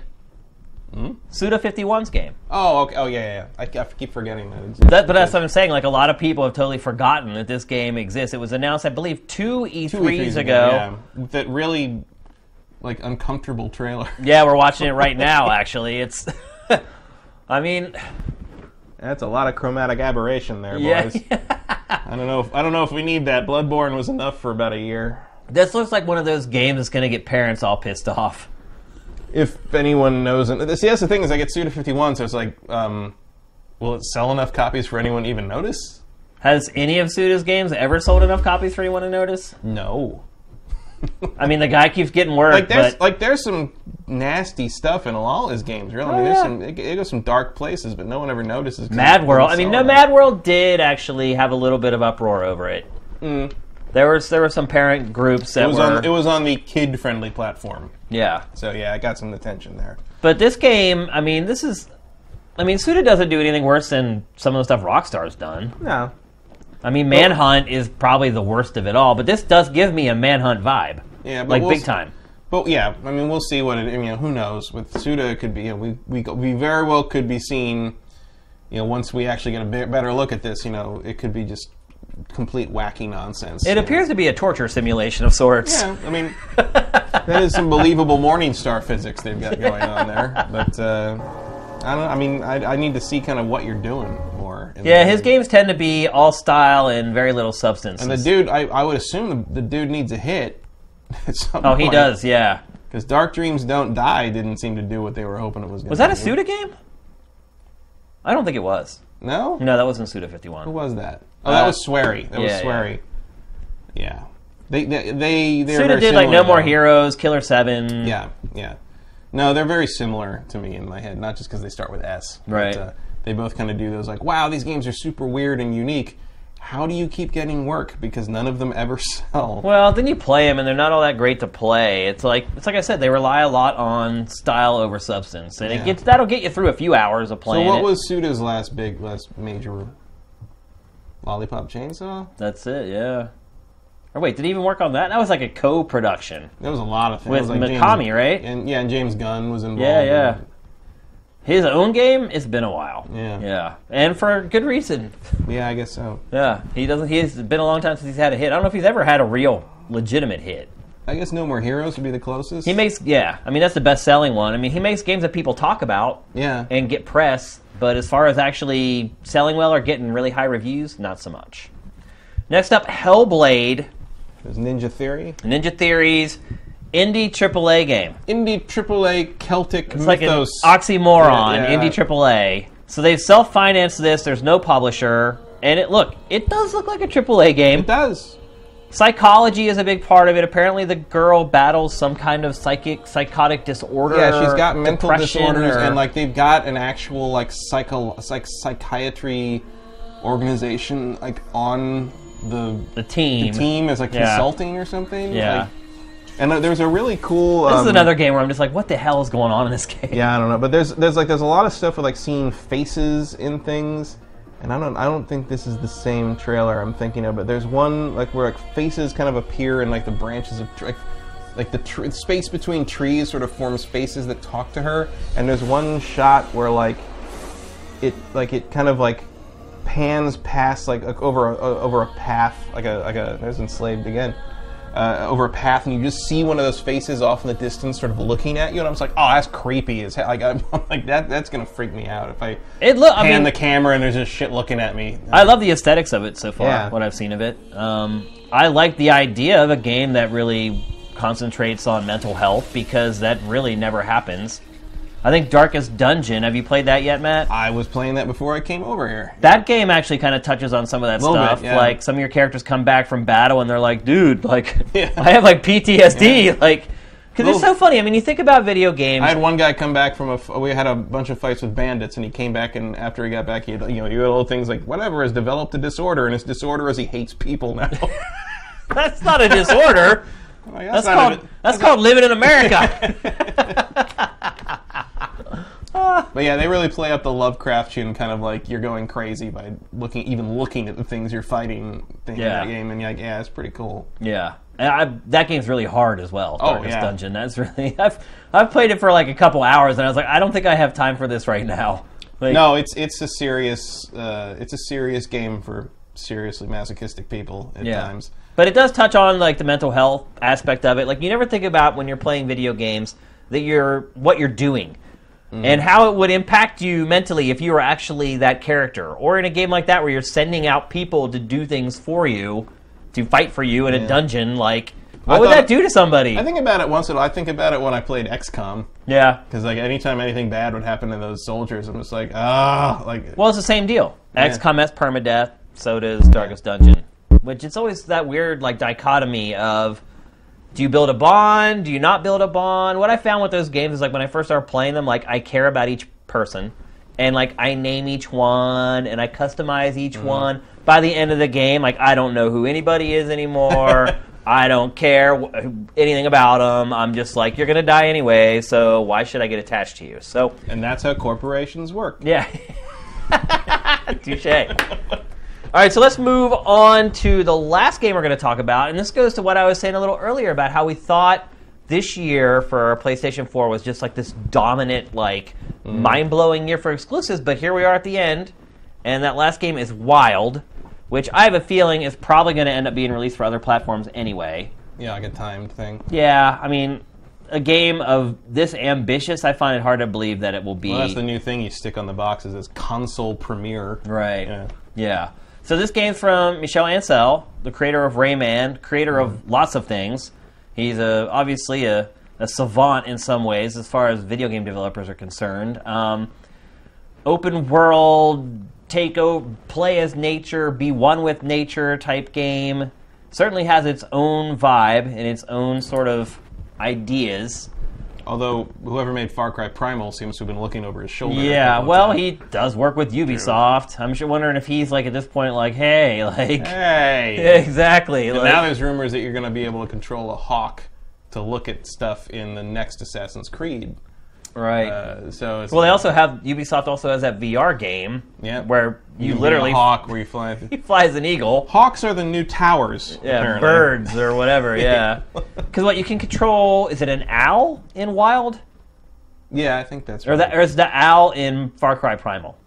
Speaker 2: Hmm?
Speaker 1: Suda 51's game.
Speaker 2: Oh, okay. Oh, yeah, yeah. yeah. I, I keep forgetting that. exists.
Speaker 1: That, but that's what I'm saying. Like a lot of people have totally forgotten that this game exists. It was announced, I believe, two E3s,
Speaker 2: Two or three
Speaker 1: ago.
Speaker 2: yeah. With That really, like, uncomfortable trailer. [laughs]
Speaker 1: Yeah, we're watching it right now. Actually, it's. [laughs] I mean,
Speaker 2: That's a lot of chromatic aberration there,
Speaker 1: yeah,
Speaker 2: boys. I don't know. If, I don't know if we need that. Bloodborne was enough for about a year.
Speaker 1: this looks like one of those games that's going to get parents all pissed off.
Speaker 2: If anyone knows, it. see, that's the thing is, I get sued to fifty-one, so it's like, um, will it sell enough copies for anyone to even notice?
Speaker 1: Has any of Suda's games ever sold enough copies for anyone to notice?
Speaker 2: No.
Speaker 1: I mean, the guy keeps getting work,
Speaker 2: Like there's
Speaker 1: but
Speaker 2: like there's some nasty stuff in all his games. Really, I mean, there's
Speaker 1: Oh, yeah.
Speaker 2: some it, it goes some dark places, but no one ever notices. 'cause it
Speaker 1: Mad
Speaker 2: doesn't
Speaker 1: World. I mean,
Speaker 2: sell
Speaker 1: no,
Speaker 2: enough.
Speaker 1: Mad World did actually have a little bit of uproar over it.
Speaker 2: Mm.
Speaker 1: There was there were some parent groups that
Speaker 2: It was
Speaker 1: were
Speaker 2: on it was on the kid friendly platform.
Speaker 1: yeah.
Speaker 2: So yeah, I got some attention there.
Speaker 1: But this game, I mean, this is. I mean, Suda doesn't do anything worse than some of the stuff Rockstar's done.
Speaker 2: No.
Speaker 1: I mean, Manhunt is probably the worst of it all, but this does give me a Manhunt vibe.
Speaker 2: Yeah, but
Speaker 1: like
Speaker 2: we'll
Speaker 1: big
Speaker 2: s-
Speaker 1: time.
Speaker 2: But yeah, I mean we'll see what it you know, who knows. With Suda it could be you know, we, we we very well could be seen you know, once we actually get a be- better look at this, you know, it could be just complete wacky nonsense.
Speaker 1: It
Speaker 2: you know.
Speaker 1: appears to be a torture simulation of sorts.
Speaker 2: Yeah, I mean that is some believable Morningstar physics they've got going on there. But uh, I don't I mean I, I need to see kind of what you're doing more. in the
Speaker 1: Yeah, his
Speaker 2: game.
Speaker 1: games tend to be all style and very little substance.
Speaker 2: And the dude, I, I would assume the, the dude needs a hit. [laughs] at some
Speaker 1: oh, he
Speaker 2: point.
Speaker 1: does. Yeah.
Speaker 2: Because Dark Dreams Don't Die didn't seem to do what they were hoping it was going to
Speaker 1: Was that a Suda game? I don't think it was.
Speaker 2: No?
Speaker 1: No, that wasn't Suda
Speaker 2: Who
Speaker 1: 51.
Speaker 2: was that? Oh, that
Speaker 1: Uh,
Speaker 2: was Swery. That was
Speaker 1: yeah, yeah.
Speaker 2: Swery. Yeah. They, they, they, they're
Speaker 1: Suda
Speaker 2: very
Speaker 1: did like
Speaker 2: similar,
Speaker 1: No More
Speaker 2: though.
Speaker 1: Heroes, Killer Seven.
Speaker 2: Yeah, yeah. No, they're very similar to me in my head, not just because they start with S. but,
Speaker 1: Right.
Speaker 2: uh, they both kind of do those, like, wow, these games are super weird and unique. How do you keep getting work? Because none of them ever [laughs] sell.
Speaker 1: Well, then you play them, and they're not all that great to play. It's like it's like I said, they rely a lot on style over substance, and it
Speaker 2: Yeah.
Speaker 1: gets that'll get you through a few hours of
Speaker 2: So
Speaker 1: playing.
Speaker 2: what
Speaker 1: it.
Speaker 2: was Suda's last big, last major? Lollipop Chainsaw?
Speaker 1: That's it, yeah. Or wait, did he even work on that? That was like a co-production.
Speaker 2: There was a lot of things.
Speaker 1: With
Speaker 2: like James-
Speaker 1: Mikami, right?
Speaker 2: And yeah, and James Gunn was involved.
Speaker 1: Yeah, yeah.
Speaker 2: in-
Speaker 1: His own game. It's been a while.
Speaker 2: Yeah.
Speaker 1: yeah, and for good reason. [laughs]
Speaker 2: yeah, I guess so.
Speaker 1: Yeah, he doesn't. He's been a long time since he's had a hit. I don't know if he's ever had a real legitimate hit.
Speaker 2: I guess No More Heroes would be the closest.
Speaker 1: He makes, yeah. I mean, that's the best-selling one. I mean, he makes games that people talk about
Speaker 2: yeah.
Speaker 1: and get press, but as far as actually selling well or getting really high reviews, not so much. Next up, Hellblade,
Speaker 2: There's Ninja Theory,
Speaker 1: Ninja Theories, indie AAA game.
Speaker 2: indie AAA Celtic
Speaker 1: It's like an
Speaker 2: mythos.
Speaker 1: oxymoron,
Speaker 2: Yeah, yeah.
Speaker 1: indie AAA. So they've self-financed this. There's no publisher, and it look it does look like a AAA
Speaker 2: it
Speaker 1: game.
Speaker 2: does.
Speaker 1: Psychology is a big part of it. Apparently, the girl battles some kind of psychic psychotic disorder.
Speaker 2: Yeah, she's got mental
Speaker 1: depression,
Speaker 2: disorders,
Speaker 1: or-
Speaker 2: and like they've got an actual like psycho like psychiatry organization like on the
Speaker 1: the team.
Speaker 2: team as like
Speaker 1: Yeah.
Speaker 2: consulting or something.
Speaker 1: Yeah.
Speaker 2: Like, and uh, there's a really cool.
Speaker 1: This
Speaker 2: um,
Speaker 1: is another game where I'm just like, what the hell is going on in this [laughs] game?
Speaker 2: Yeah, I don't know, but there's there's like there's a lot of stuff with like seeing faces in things, and I don't I don't think this is the same trailer I'm thinking of, but there's one like where like faces kind of appear in like the branches of tr- like, like the tr- space between trees sort of forms faces that talk to her, and there's one shot where like it like it kind of like pans past like, like over a, over a path like a like a there's enslaved again uh, over a path and you just see one of those faces off in the distance sort of looking at you and I'm just like oh that's creepy as hell [laughs] like I'm, I'm like that that's gonna freak me out if I
Speaker 1: It look. I
Speaker 2: pan
Speaker 1: mean,
Speaker 2: the camera and there's just shit looking at me
Speaker 1: I love the aesthetics of it so far.
Speaker 2: Yeah.
Speaker 1: What I've seen of it, um, I like the idea of a game that really concentrates on mental health because that really never happens. I think Darkest Dungeon. Have you played that yet, Matt?
Speaker 2: I was playing that before I came over here.
Speaker 1: that game actually kind of touches on some of that
Speaker 2: Little bit,
Speaker 1: stuff.
Speaker 2: yeah.
Speaker 1: Like some of your characters come back from battle and they're like, "Dude, like
Speaker 2: [laughs] Yeah.
Speaker 1: I have like PTSD." Like, because it's
Speaker 2: Little-
Speaker 1: so funny. I mean, you think about video games.
Speaker 2: I had one guy come back from a. f- We had a bunch of fights with bandits, and he came back, and after he got back, he had, you know, you had all things like whatever has developed a disorder, and his disorder is he hates people now. [laughs] Like,
Speaker 1: [laughs] that's not
Speaker 2: [laughs]
Speaker 1: a disorder.
Speaker 2: that's
Speaker 1: that's
Speaker 2: not
Speaker 1: called
Speaker 2: a-
Speaker 1: that's called living
Speaker 2: [laughs]
Speaker 1: in America.
Speaker 2: But yeah, they really play up the Lovecraftian kind of like you're going crazy by looking, even looking at the things you're fighting thing
Speaker 1: Yeah.
Speaker 2: in that game, and you're like, yeah, it's pretty cool.
Speaker 1: yeah. And I, that game's really hard as well.
Speaker 2: Oh,
Speaker 1: Darkest
Speaker 2: yeah.
Speaker 1: Dungeon. That's really. [laughs] I've I've played it for like a couple hours, and I was like, I don't think I have time for this right now. [laughs] Like,
Speaker 2: No, it's it's a serious uh, it's a serious game for seriously masochistic people at
Speaker 1: Yeah.
Speaker 2: times.
Speaker 1: But it does touch on like the mental health aspect of it. Like you never think about when you're playing video games that you're what you're doing
Speaker 2: Mm-hmm.
Speaker 1: and how it would impact you mentally if you were actually that character or in a game like that where you're sending out people to do things for you to fight for you in a dungeon like what
Speaker 2: I
Speaker 1: would
Speaker 2: thought-
Speaker 1: that do to somebody?
Speaker 2: I think about it once in a while. I think about it when I played XCOM
Speaker 1: yeah.
Speaker 2: because like anytime anything bad would happen to those soldiers, I'm just like ah like
Speaker 1: Well, it's the same deal. XCOM has permadeath, so does Darkest Dungeon. Which it's always that weird like dichotomy of do you build a bond? Do you not build a bond? What I found with those games is like when I first started playing them, like I care about each person and like I name each one and I customize each one. By the end of the game, like I don't know who anybody is anymore. I don't care wh- anything about them. I'm just like you're gonna die anyway, so why should I get attached to you? So
Speaker 2: and that's how corporations work.
Speaker 1: yeah. [laughs] Touche. All right, so let's move on to the last game we're going to talk about. And this goes to what I was saying a little earlier about how we thought this year for PlayStation 4 was just like this dominant, like
Speaker 2: Mm.
Speaker 1: mind blowing year for exclusives. But here we are at the end, and that last game is Wild, which I have a feeling is probably going to end up being released for other platforms anyway.
Speaker 2: Yeah, like a timed thing.
Speaker 1: Yeah, I mean, a game of this ambitious, I find it hard to believe that it will be.
Speaker 2: Well, that's the new thing you stick on the boxes is console premiere.
Speaker 1: Right.
Speaker 2: Yeah.
Speaker 1: Yeah. So this game's from Michel Ancel, the creator of Rayman, creator of lots of things. He's a, obviously a, a savant in some ways as far as video game developers are concerned. Um, open world, take over, play as nature, be one with nature type game. Certainly has its own vibe and its own sort of ideas.
Speaker 2: Although whoever made Far Cry Primal seems to have been looking over his shoulder. a
Speaker 1: Yeah,
Speaker 2: couple of
Speaker 1: well,
Speaker 2: times.
Speaker 1: he does work with Ubisoft. I'm sure wondering if he's like at this point, like, hey, [laughs] like,
Speaker 2: hey.
Speaker 1: Yeah, [laughs] exactly. like-
Speaker 2: Now there's rumors that you're going to be able to control a hawk to look at stuff in the next Assassin's Creed.
Speaker 1: right.
Speaker 2: Uh, so it's
Speaker 1: well, they also have Ubisoft also has that VR game
Speaker 2: Yeah.
Speaker 1: where you,
Speaker 2: can be
Speaker 1: literally
Speaker 2: a hawk where you fly.
Speaker 1: he [laughs] flies an eagle.
Speaker 2: Hawks are the new towers.
Speaker 1: Yeah,
Speaker 2: apparently.
Speaker 1: birds or
Speaker 2: [laughs]
Speaker 1: whatever. Yeah, because what you can control is it an owl in Wild
Speaker 2: Yeah, I think that's right.
Speaker 1: or that or is the owl in Far Cry Primal?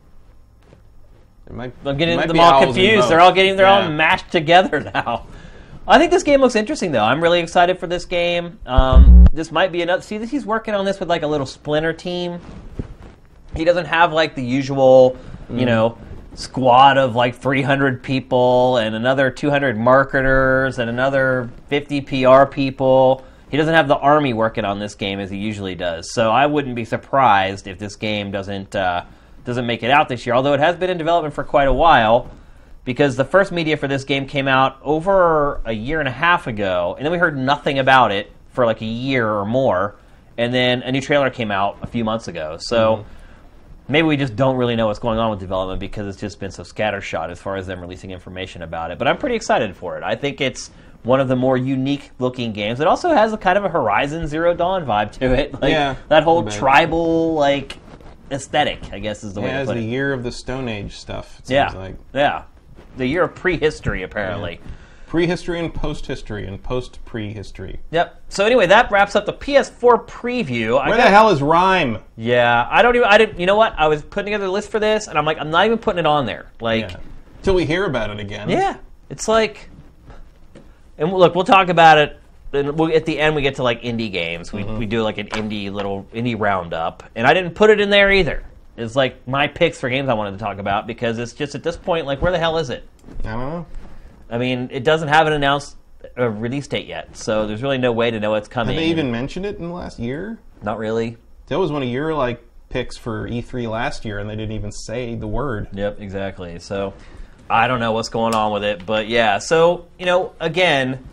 Speaker 2: It might,
Speaker 1: I'm getting
Speaker 2: it might
Speaker 1: them
Speaker 2: be
Speaker 1: all
Speaker 2: owls in
Speaker 1: confused.
Speaker 2: both.
Speaker 1: They're all getting they're all
Speaker 2: Yeah.
Speaker 1: mashed together [laughs] now. I think this game looks interesting though. I'm really excited for this game. Um, this might be another. See, this, he's working on this with like a little splinter team. He doesn't have like the usual, you know, squad of like 300 people and another 200 marketers and another 50 PR people. He doesn't have the army working on this game as he usually does. So I wouldn't be surprised if this game doesn't uh, doesn't make it out this year. Although it has been in development for quite a while because the first media for this game came out over a year and a half ago, and then we heard nothing about it for like a year or more, and then a new trailer came out a few months ago. So
Speaker 2: Mm-hmm.
Speaker 1: maybe we just don't really know what's going on with development because it's just been so scattershot as far as them releasing information about it. But I'm pretty excited for it. I think it's one of the more unique looking games. It also has a kind of a Horizon Zero Dawn vibe to it. [laughs] Like
Speaker 2: Yeah,
Speaker 1: that whole
Speaker 2: a bit.
Speaker 1: tribal like aesthetic, I guess is the way
Speaker 2: Yeah,
Speaker 1: to
Speaker 2: it's
Speaker 1: put
Speaker 2: the
Speaker 1: it.
Speaker 2: year of the Stone Age stuff. It
Speaker 1: Yeah.
Speaker 2: seems like
Speaker 1: Yeah. The year of prehistory, apparently.
Speaker 2: prehistory and post-history and post-prehistory.
Speaker 1: Yep. So anyway, that wraps up the PS4 preview. I
Speaker 2: Where
Speaker 1: got-
Speaker 2: the hell is rhyme?
Speaker 1: yeah, I don't even. I didn't. You know what? I was putting together a list for this, and I'm like, I'm not even putting it on there. Like,
Speaker 2: Yeah. Till we hear about it again.
Speaker 1: yeah, it's like, and we'll- look, we'll talk about it. And we'll, at the end, we get to like indie games. We,
Speaker 2: Mm-hmm.
Speaker 1: we do like an indie little indie roundup, and I didn't put it in there either. It's like my picks for games I wanted to talk about because it's just at this point, like, where the hell is it?
Speaker 2: I don't know.
Speaker 1: I mean, it doesn't have an announced a release date yet, so there's really no way to know what's coming.
Speaker 2: Did they even mention it in the last year?
Speaker 1: Not really.
Speaker 2: That was one of your like picks for E3 last year, and they didn't even say the word.
Speaker 1: Yep, exactly. So I don't know what's going on with it, but yeah. So, you know, again,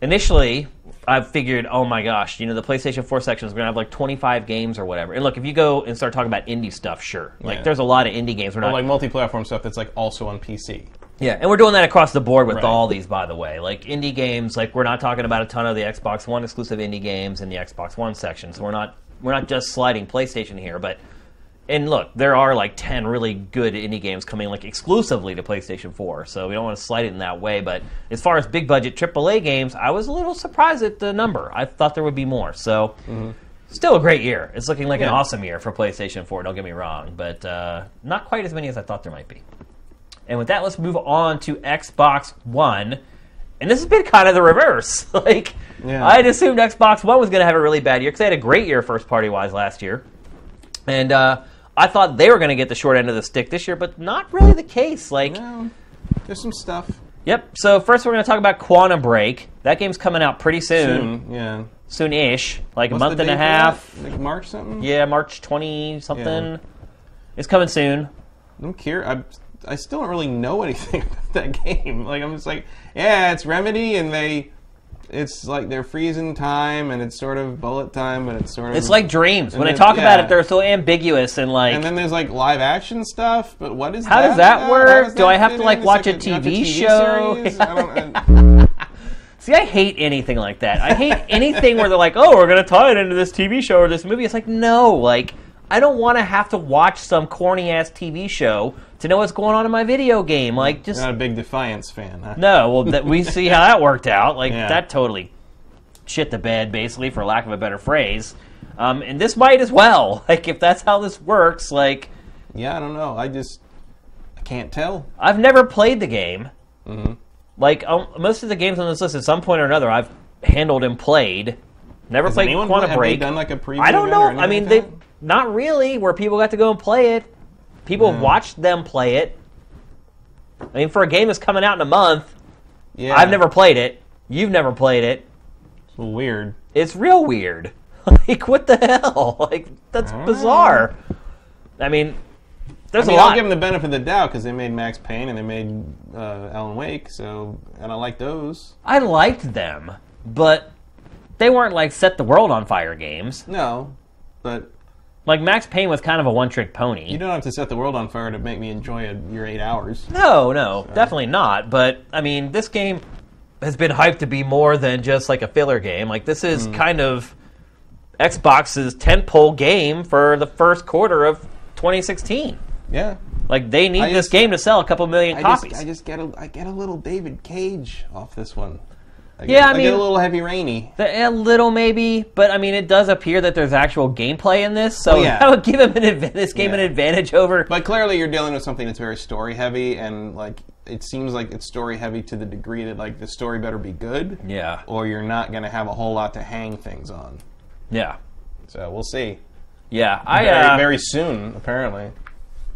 Speaker 1: initially I figured, oh my gosh, you know, the PlayStation 4 section is going to have like 25 games or whatever. And look, if you go and start talking about indie stuff, sure. Like
Speaker 2: Yeah.
Speaker 1: there's a lot of indie games we're not
Speaker 2: Or like multi-platform stuff that's like also on PC.
Speaker 1: yeah, and we're doing that across the board with
Speaker 2: Right.
Speaker 1: all these, by the way. Like indie games, like we're not talking about a ton of the Xbox One exclusive indie games in the Xbox One section. So we're not we're not just sliding PlayStation here, but and look, there are like ten really good indie games coming like exclusively to PlayStation Four. So we don't want to slide it in that way. But as far as big budget AAA games, I was a little surprised at the number. I thought there would be more. So. Still a great year. It's looking like an
Speaker 2: Mm-hmm. Yeah.
Speaker 1: awesome year for PlayStation 4, don't get me wrong, but uh, not quite as many as I thought there might be. And with that, let's move on to Xbox One. And this has been kind of the reverse. [laughs] like,
Speaker 2: Yeah.
Speaker 1: I had assumed Xbox One was going to have a really bad year because they had a great year first party wise last year. And uh, I thought they were going to get the short end of the stick this year, but not really the case. Like,
Speaker 2: Yeah, there's some stuff.
Speaker 1: yep. So, first, we're going to talk about Quantum Break. That game's coming out pretty soon,
Speaker 2: Soon, yeah.
Speaker 1: soon ish, like Hmm. a
Speaker 2: What's
Speaker 1: month
Speaker 2: the
Speaker 1: and a
Speaker 2: date for
Speaker 1: half.
Speaker 2: that? Like March something.
Speaker 1: Yeah, March 20 something.
Speaker 2: Yeah.
Speaker 1: It's coming soon.
Speaker 2: I'm curious. I, I still don't really know [laughs] anything about that game. Like I'm just like, yeah, it's Remedy, and they, it's like they're freezing time, and it's sort of bullet time, but it's sort of
Speaker 1: It's like dreams.
Speaker 2: Hmm. And
Speaker 1: When I
Speaker 2: then-
Speaker 1: talk about
Speaker 2: yeah.
Speaker 1: it, they're so ambiguous and like.
Speaker 2: And then there's like live action stuff, but what is
Speaker 1: How
Speaker 2: that?
Speaker 1: does that
Speaker 2: about?
Speaker 1: work?
Speaker 2: How does
Speaker 1: Do I have
Speaker 2: fit
Speaker 1: to, like,
Speaker 2: in? It's
Speaker 1: watch a
Speaker 2: you have
Speaker 1: TV show? [laughs]
Speaker 2: series? I don't, I,
Speaker 1: See, I hate anything like that. I hate [laughs] anything where they're like, "Oh, we're gonna tie it into this TV show or this movie." It's like, no, like I don't want to have to watch some corny ass TV show to know what's going on in my video game. Like, just
Speaker 2: not a big Defiance fan. Huh?
Speaker 1: no. Well, that we see how that worked out. Like
Speaker 2: Yeah.
Speaker 1: that totally shit the bed, basically, for lack of a better phrase. Um, and this might as well. [laughs] Like, if that's how this works, like
Speaker 2: Yeah, I don't know. I just I can't tell.
Speaker 1: I've never played the game.
Speaker 2: Mm-hmm.
Speaker 1: Like um, most of the games on this list, at some point or another, I've handled and played. Never
Speaker 2: Has
Speaker 1: played
Speaker 2: anyone
Speaker 1: Quantum
Speaker 2: have
Speaker 1: Break.
Speaker 2: They done like a preview?
Speaker 1: I don't
Speaker 2: of it or
Speaker 1: know. I
Speaker 2: anything
Speaker 1: mean,
Speaker 2: like
Speaker 1: they not really where people got to go and play it. People
Speaker 2: Yeah.
Speaker 1: watched them play it. I mean, for a game that's coming out in a month,
Speaker 2: that? yeah.
Speaker 1: I've never played it. You've never played it.
Speaker 2: It's weird.
Speaker 1: It's real weird. [laughs] like, what the hell? [laughs] Like, that's
Speaker 2: don't know.
Speaker 1: bizarre. I mean, there's
Speaker 2: I mean,
Speaker 1: a lot.
Speaker 2: I'll give them the benefit of the doubt because they made Max Payne and they made uh, Alan Wake, so and I like those.
Speaker 1: I liked them, but they weren't like set the world on fire games.
Speaker 2: No, but
Speaker 1: Like Max Payne was kind of a one trick pony.
Speaker 2: you don't have to set the world on fire to make me enjoy it your eight hours.
Speaker 1: No, no, definitely not. But I mean, this game has been hyped to be more than just like a filler game. Like this is
Speaker 2: Hmm.
Speaker 1: kind of Xbox's tentpole game for the first quarter of 2016.
Speaker 2: Yeah,
Speaker 1: Like they need
Speaker 2: I
Speaker 1: this
Speaker 2: just-
Speaker 1: game to sell a couple million
Speaker 2: I
Speaker 1: copies.
Speaker 2: just I just get a I get a little David Cage off this one. I get,
Speaker 1: Yeah, I
Speaker 2: get
Speaker 1: mean-
Speaker 2: a little heavy rainy.
Speaker 1: The- a little maybe, but I mean, it does appear that there's actual gameplay in this, so
Speaker 2: Well, Oh,
Speaker 1: [laughs]
Speaker 2: yeah.
Speaker 1: that would give him an adv- this game an
Speaker 2: Yeah.
Speaker 1: advantage over.
Speaker 2: But clearly, you're dealing with something that's very story heavy, and like it seems like it's story heavy to the degree that like the story better be good,
Speaker 1: yeah,
Speaker 2: or you're not going to have a whole lot to hang things on.
Speaker 1: yeah,
Speaker 2: So we'll see.
Speaker 1: yeah. I
Speaker 2: Very,
Speaker 1: uh,
Speaker 2: very soon, apparently.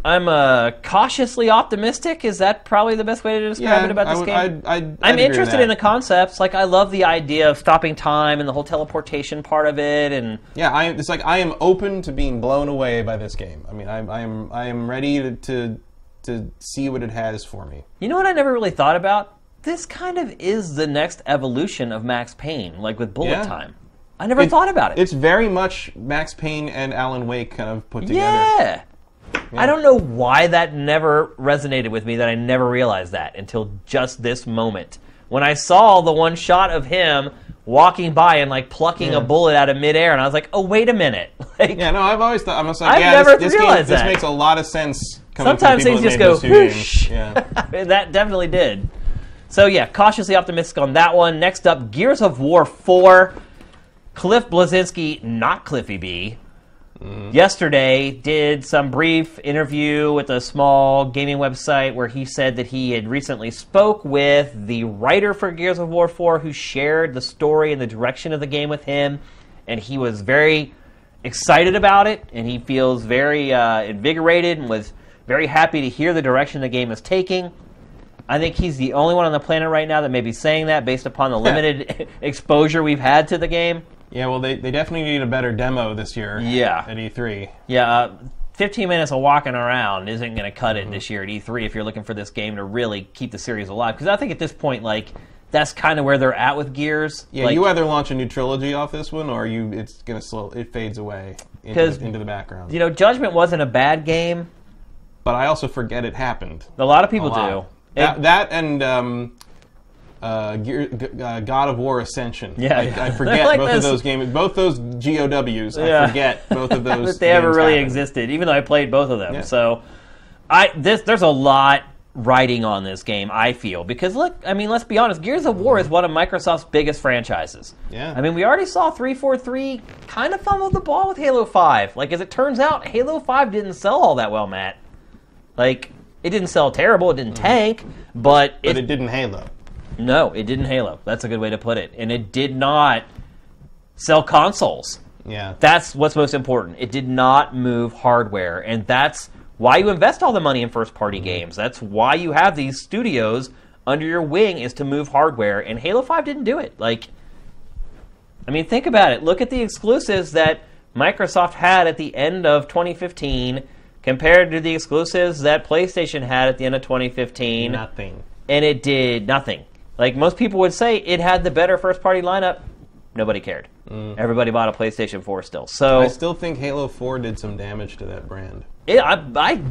Speaker 1: I'm uh, cautiously optimistic. Is that probably the best way to describe it about
Speaker 2: I
Speaker 1: this
Speaker 2: would-
Speaker 1: game?
Speaker 2: I'd, I'd,
Speaker 1: I'm
Speaker 2: I'd agree with
Speaker 1: interested
Speaker 2: that.
Speaker 1: in the concepts. Like, I love the idea of stopping time and the whole teleportation part of it. And
Speaker 2: Yeah, I, it's like I am open to being blown away by this game. I mean, I, I am I am ready to, to to see what it has for me.
Speaker 1: you know what I never really thought about? This kind of is the next evolution of Max Payne, like with bullet
Speaker 2: Yeah.
Speaker 1: time. I never thought about it.
Speaker 2: It's very much Max Payne and Alan Wake kind of put together.
Speaker 1: Yeah. I don't know why that never resonated with me, that I never realized that until just this moment. When I saw the one shot of him walking by and like plucking a bullet out of midair, and I was like, oh, wait a minute. [laughs] Like,
Speaker 2: Yeah, no, I've always thought I'm just like,
Speaker 1: I've
Speaker 2: yeah,
Speaker 1: never
Speaker 2: this, this
Speaker 1: realized
Speaker 2: game,
Speaker 1: that.
Speaker 2: This makes a lot of sense. Coming
Speaker 1: Sometimes
Speaker 2: from the people
Speaker 1: things
Speaker 2: that made
Speaker 1: just go
Speaker 2: those two Games.
Speaker 1: whoosh.
Speaker 2: Yeah,
Speaker 1: [laughs] that definitely did. So yeah, cautiously optimistic on that one. Next up, Gears of War Four. Cliff Blazinski, not Cliffy B, yesterday did some brief interview with a small gaming website where he said that he had recently spoke with the writer for Gears of War 4 who shared the story and the direction of the game with him and he was very excited about it and he feels very uh, invigorated and was very happy to hear the direction the game is taking I think he's the only one on the planet right now that may be saying that based upon the limited [laughs] exposure we've had to the game.
Speaker 2: Yeah, well, they, they definitely need a better demo this year.
Speaker 1: Yeah.
Speaker 2: At E E3.
Speaker 1: Yeah, uh, 15 minutes of walking around isn't going to cut
Speaker 2: Mm-hmm.
Speaker 1: it this year at E3 if you're looking for this game to really keep the series alive. Because I think at this point, like, that's kind of where they're at with Gears.
Speaker 2: Yeah,
Speaker 1: Like,
Speaker 2: you either launch a new trilogy off this one, or you it's gonna slow. It fades away into,
Speaker 1: 'Cause-
Speaker 2: into the background.
Speaker 1: you know, Judgment wasn't a bad game.
Speaker 2: but I also forget it happened.
Speaker 1: A lot of people
Speaker 2: Oh, Wow.
Speaker 1: do.
Speaker 2: That,
Speaker 1: It-
Speaker 2: that and um, uh, Gear, G- uh, God of War Ascension.
Speaker 1: Yeah,
Speaker 2: I,
Speaker 1: [laughs] yeah.
Speaker 2: I forget
Speaker 1: Like
Speaker 2: both of
Speaker 1: this.
Speaker 2: those games. Both those GOWs. I
Speaker 1: Yeah.
Speaker 2: forget both of those.
Speaker 1: [laughs] that they ever
Speaker 2: games
Speaker 1: really
Speaker 2: happened.
Speaker 1: existed, even though I played both of them.
Speaker 2: Yeah.
Speaker 1: So, I this there's a lot riding on this game. I feel because look, I mean, let's be honest, Gears of War is one of Microsoft's biggest franchises.
Speaker 2: Yeah.
Speaker 1: I mean, we already saw three four three kind of fumble the ball with Halo Five. Like as it turns out, Halo Five didn't sell all that well, Matt. Like it didn't sell terrible, it didn't tank, but,
Speaker 2: Mm-hmm. But
Speaker 1: it
Speaker 2: it didn't Halo.
Speaker 1: no, it didn't Halo. That's a good way to put it, and it did not sell consoles.
Speaker 2: Yeah.
Speaker 1: That's what's most important. It did not move hardware, and that's why you invest all the money in first party games. That's why you have these studios under your wing is to move hardware, and Halo 5 didn't do it. Like I mean, think about it. Look at the exclusives that Microsoft had at the end of 2015 compared to the exclusives that PlayStation had at the end of 2015
Speaker 2: nothing.
Speaker 1: and it did nothing. Like most people would say, it had the better first party lineup. Nobody cared.
Speaker 2: Mm.
Speaker 1: Everybody bought a PlayStation 4 still. So
Speaker 2: I still think Halo Four did some damage to that brand.
Speaker 1: it, I, I,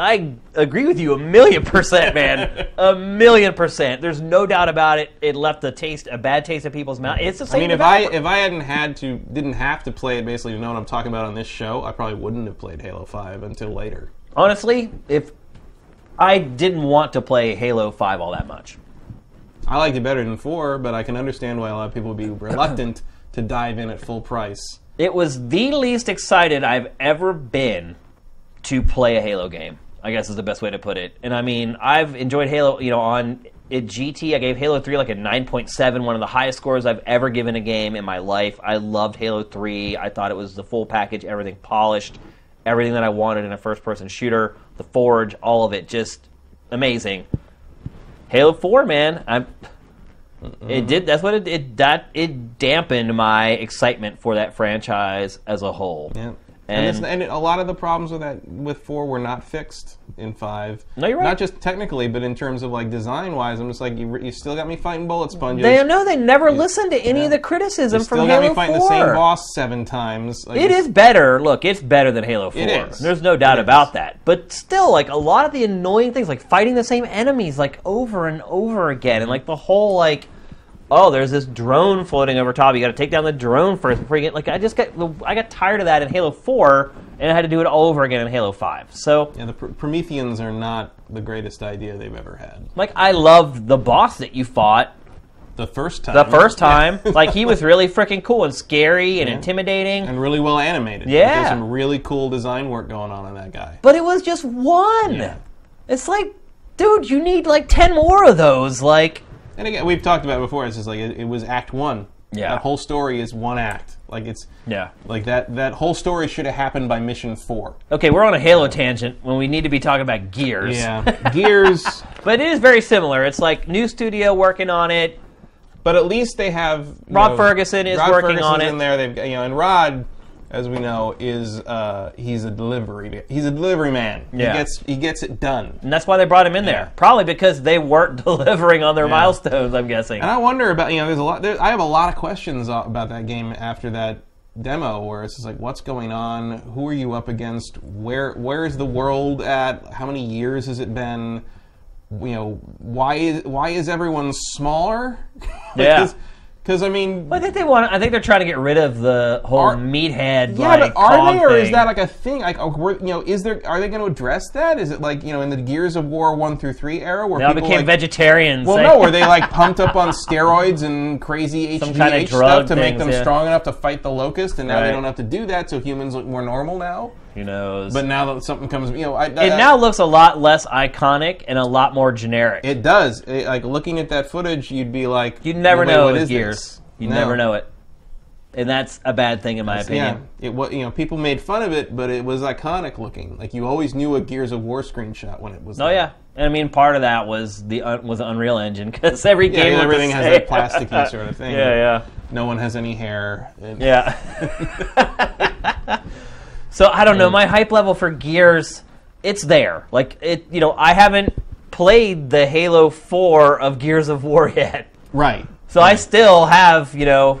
Speaker 1: I agree with you a million percent, man. a million percent. There's no doubt about it. It left a taste, a bad taste in people's mouth. It's the
Speaker 2: I
Speaker 1: same.
Speaker 2: mean, if I
Speaker 1: developer.
Speaker 2: if I hadn't had to didn't have to play it basically to know what I'm talking about on this show, I probably wouldn't have played Halo Five until later.
Speaker 1: honestly, if I didn't want to play Halo 5 all that much.
Speaker 2: I liked it better than four, but I can understand why a lot of people would be reluctant to dive in at full price.
Speaker 1: It was the least excited I've ever been to play a Halo game. I guess is the best way to put it. And I mean, I've enjoyed Halo. You know, on it, GT, I gave Halo Three like a nine point seven, one of the highest scores I've ever given a game in my life. I loved Halo Three. I thought it was the full package, everything polished, everything that I wanted in a first person shooter, the Forge, all of it, just amazing. Halo Four, man, I'm.
Speaker 2: Mm-hmm.
Speaker 1: It did. That's what it, it that it dampened my excitement for that franchise as a whole.
Speaker 2: Yeah. And,
Speaker 1: And-
Speaker 2: it's, and it- a lot of the problems with that with four were not fixed in five.
Speaker 1: No, you're right.
Speaker 2: Not just technically, but in terms of like design wise, I'm just like you, re- you still got me fighting bullet sponges.
Speaker 1: They no, they never listened to any
Speaker 2: yeah.
Speaker 1: of the criticism
Speaker 2: you
Speaker 1: from
Speaker 2: still got
Speaker 1: Halo
Speaker 2: me fighting
Speaker 1: 4.
Speaker 2: the same boss seven times. Like,
Speaker 1: It
Speaker 2: it's-
Speaker 1: is better. Look, it's better than Halo 4.
Speaker 2: is.
Speaker 1: There's no doubt
Speaker 2: It is.
Speaker 1: about that. But still, like a lot of the annoying things, like fighting the same enemies like over and over again, and like the whole like, oh, there's this drone floating over top. You got to take down the drone first before you get. Like I just got, I got tired of that in Halo 4, and I had to do it all over again in Halo 5. So
Speaker 2: Yeah, the Pr- Prometheans are not the greatest idea they've ever had.
Speaker 1: like, I loved the boss that you fought
Speaker 2: The first time.
Speaker 1: the
Speaker 2: [laughs]
Speaker 1: first time. like he was really freaking cool and scary and intimidating.
Speaker 2: And really well animated. Like,
Speaker 1: Yeah.
Speaker 2: there's some really cool design work going on on that guy.
Speaker 1: But it was just one.
Speaker 2: Yeah.
Speaker 1: It's like, dude, you need like ten more of those. Like,
Speaker 2: And again, we've talked about it before. It's just like it, it was Act One.
Speaker 1: Yeah.
Speaker 2: That whole story is one act. Like it's
Speaker 1: Yeah.
Speaker 2: Like that that whole story should have happened by Mission Four.
Speaker 1: okay, we're on a Halo tangent when we need to be talking about Gears.
Speaker 2: Yeah. [laughs] Gears.
Speaker 1: But it is very similar. It's like new studio working on it.
Speaker 2: But at least they have you
Speaker 1: Rod Ferguson is
Speaker 2: Rod
Speaker 1: working on
Speaker 2: Ferguson's
Speaker 1: it.
Speaker 2: In there, they've got- you know, and Rod, as we know, is uh, he's a delivery he's a delivery man.
Speaker 1: Yeah.
Speaker 2: He gets he gets it done.
Speaker 1: And that's why they brought him in
Speaker 2: Yeah.
Speaker 1: there. Probably because they weren't [laughs] delivering on their milestones, I'm guessing.
Speaker 2: And I wonder about you know, there's a lot. There, I have a lot of questions a- about that game after that demo, where it's just like, what's going on? Who are you up against? Where where is the world at? How many years has it been? You know, why is why is everyone smaller? [laughs]
Speaker 1: Yeah.
Speaker 2: because I mean,
Speaker 1: I think they want. I think they're trying to get rid of the whole
Speaker 2: Are-
Speaker 1: meathead.
Speaker 2: yeah,
Speaker 1: like,
Speaker 2: but are
Speaker 1: cog
Speaker 2: they, or is
Speaker 1: thing.
Speaker 2: that like a thing? Like, are, we're- you know, is there are they going to address that? Is it like you know, in the Gears of War one through three era, where
Speaker 1: they all
Speaker 2: people
Speaker 1: became
Speaker 2: like,
Speaker 1: vegetarians?
Speaker 2: Well,
Speaker 1: Like-
Speaker 2: no, were they like pumped up on steroids and crazy HGH
Speaker 1: kinda
Speaker 2: stuff
Speaker 1: drug
Speaker 2: to make
Speaker 1: things,
Speaker 2: them
Speaker 1: yeah.
Speaker 2: strong enough to fight the locust, and now they
Speaker 1: Right.
Speaker 2: don't have to do that, so humans look more normal now.
Speaker 1: Who knows?
Speaker 2: But now that something comes, you know, I,
Speaker 1: it now looks a lot less iconic and a lot more generic.
Speaker 2: it does. It- like looking at that footage, you'd be like,
Speaker 1: you never
Speaker 2: "Wait,
Speaker 1: know
Speaker 2: what
Speaker 1: with
Speaker 2: is
Speaker 1: Gears.
Speaker 2: this?"
Speaker 1: You
Speaker 2: No.
Speaker 1: never know it. and that's a bad thing in my
Speaker 2: Yeah,
Speaker 1: opinion.
Speaker 2: it was. You know, people made fun of it, but it was iconic looking. Like you always knew a Gears of War screenshot when it was.
Speaker 1: Oh yeah, and I mean part of that was the un- was the Unreal Engine because every
Speaker 2: Yeah,
Speaker 1: game looked the
Speaker 2: everything has
Speaker 1: same.
Speaker 2: that plasticky
Speaker 1: [laughs]
Speaker 2: sort of thing.
Speaker 1: yeah,
Speaker 2: No one has any hair. and-
Speaker 1: yeah, yeah. [laughs] so I don't know. My hype level for Gears, it's there. Like it, you know, I haven't played the Halo Four of Gears of War [laughs] yet,
Speaker 2: Right.
Speaker 1: so I still have you know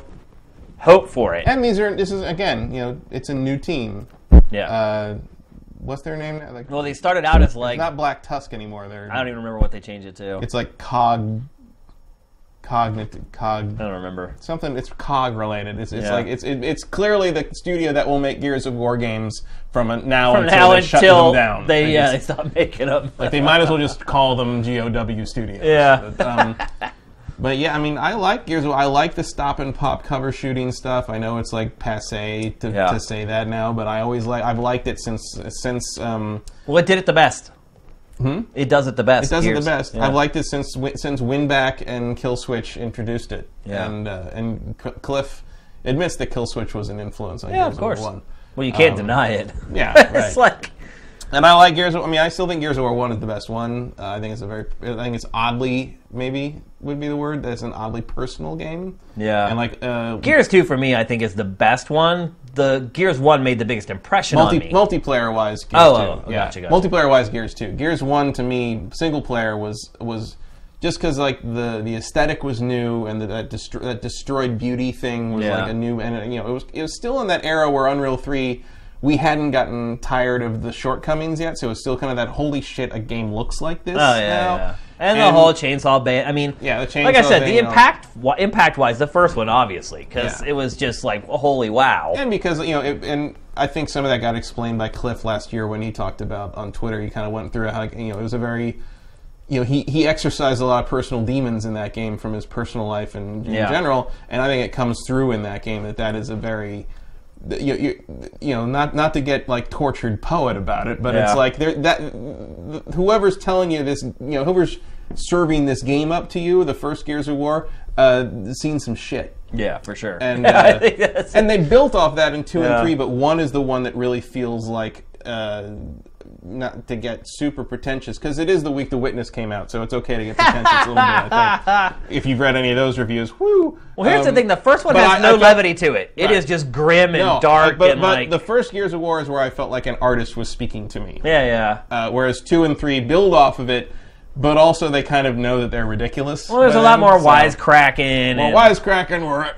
Speaker 1: hope for it.
Speaker 2: And these are. This is again. You know, it's a new team.
Speaker 1: Yeah.
Speaker 2: Uh, what's their name? now? Like
Speaker 1: well, they started out as like
Speaker 2: not Black Tusk anymore. They're.
Speaker 1: I don't even remember what they changed it to.
Speaker 2: It's like cog. Cognitive cog.
Speaker 1: I don't remember.
Speaker 2: Something it's cog related. It's, it's
Speaker 1: Oh. Yeah.
Speaker 2: like it's it, it's clearly the studio that will make Gears of War games from a, now
Speaker 1: From
Speaker 2: until
Speaker 1: now
Speaker 2: they shut them
Speaker 1: until
Speaker 2: down.
Speaker 1: they
Speaker 2: I
Speaker 1: yeah
Speaker 2: guess.
Speaker 1: they stop making them.
Speaker 2: Like they might as well just call them GOW Studios.
Speaker 1: [laughs] Yeah.
Speaker 2: But, um, but yeah, I mean, I like Gears. of War. I like the stop and pop cover shooting stuff. I know it's like passe to,
Speaker 1: Yeah.
Speaker 2: to say that now, but I always like. I've liked it since since um,
Speaker 1: Well, it did it the best. Hmm? It does it the best.
Speaker 2: it does it the
Speaker 1: Gears.
Speaker 2: best.
Speaker 1: Yeah.
Speaker 2: I've liked it since Wi- since Winback and Killswitch introduced it.
Speaker 1: Yeah.
Speaker 2: And uh, and C- Cliff admits that Killswitch was an influence on
Speaker 1: Yeah,
Speaker 2: Gears
Speaker 1: of course. [laughs]
Speaker 2: War One.
Speaker 1: Well, you can't
Speaker 2: Um,
Speaker 1: deny it. [laughs]
Speaker 2: Yeah, right.
Speaker 1: it's like
Speaker 2: And I like Gears. Of, I mean, I still think Gears of War One is the best one. Uh, I think it's a very. I think it's oddly maybe would be the word. That's an oddly personal game.
Speaker 1: Yeah.
Speaker 2: And like uh,
Speaker 1: Gears Two for me, I think is the best one. The Gears One made the biggest impression on
Speaker 2: multi,
Speaker 1: me.
Speaker 2: multiplayer wise, Gears
Speaker 1: Oh,
Speaker 2: Two.
Speaker 1: oh, oh,
Speaker 2: yeah.
Speaker 1: gotcha, gotcha.
Speaker 2: Multiplayer wise, Gears Two. Gears One to me, single player was was just because like the the aesthetic was new and the, that, destro- that destroyed beauty thing was
Speaker 1: Yeah.
Speaker 2: like a new and uh, you know it was it was still in that era where Unreal Three. We hadn't gotten tired of the shortcomings yet, so it's still kind of that holy shit, a game looks like this.
Speaker 1: oh yeah,
Speaker 2: now.
Speaker 1: yeah. And, the whole chainsaw ban. I mean,
Speaker 2: Yeah, the
Speaker 1: like I
Speaker 2: chainsaw
Speaker 1: said,
Speaker 2: thing
Speaker 1: the
Speaker 2: and all-
Speaker 1: impact impact wise, the first one obviously because
Speaker 2: Yeah.
Speaker 1: it was just like holy wow.
Speaker 2: And because you know, it, and I think some of that got explained by Cliff last year when he talked about on Twitter. He kind of went through how you know it was a very, you know, he he exercised a lot of personal demons in that game from his personal life and in
Speaker 1: Yeah.
Speaker 2: general. And I think it comes through in that game that that is a very that you, you, you know not not to get like tortured poet about it but
Speaker 1: Yeah.
Speaker 2: it's like there that whoever's telling you this you know whoever's serving this game up to you the first gears of war uh seen some shit
Speaker 1: yeah, for sure. [laughs]
Speaker 2: and
Speaker 1: Yeah, I
Speaker 2: uh,
Speaker 1: think that's-
Speaker 2: and they built off that in two
Speaker 1: Yeah.
Speaker 2: and three, but one is the one that really feels like uh, not to get super pretentious because it is the week the witness came out, so it's okay to get pretentious a little bit. I
Speaker 1: [laughs]
Speaker 2: think if you've read any of those reviews, woo.
Speaker 1: well, here's
Speaker 2: Um,
Speaker 1: the thing: the first one
Speaker 2: but
Speaker 1: has
Speaker 2: I- I
Speaker 1: no
Speaker 2: felt-
Speaker 1: levity to it. It is
Speaker 2: Right.
Speaker 1: just grim and
Speaker 2: no,
Speaker 1: dark
Speaker 2: but,
Speaker 1: and
Speaker 2: but
Speaker 1: like
Speaker 2: the first Gears of War is where I felt like an artist was speaking to me.
Speaker 1: yeah, yeah.
Speaker 2: Uh, whereas two and three build off of it, but also they kind of know that they're ridiculous.
Speaker 1: Well, there's a
Speaker 2: by
Speaker 1: lot
Speaker 2: then,
Speaker 1: more
Speaker 2: so-
Speaker 1: wisecracking. and-
Speaker 2: wisecracking were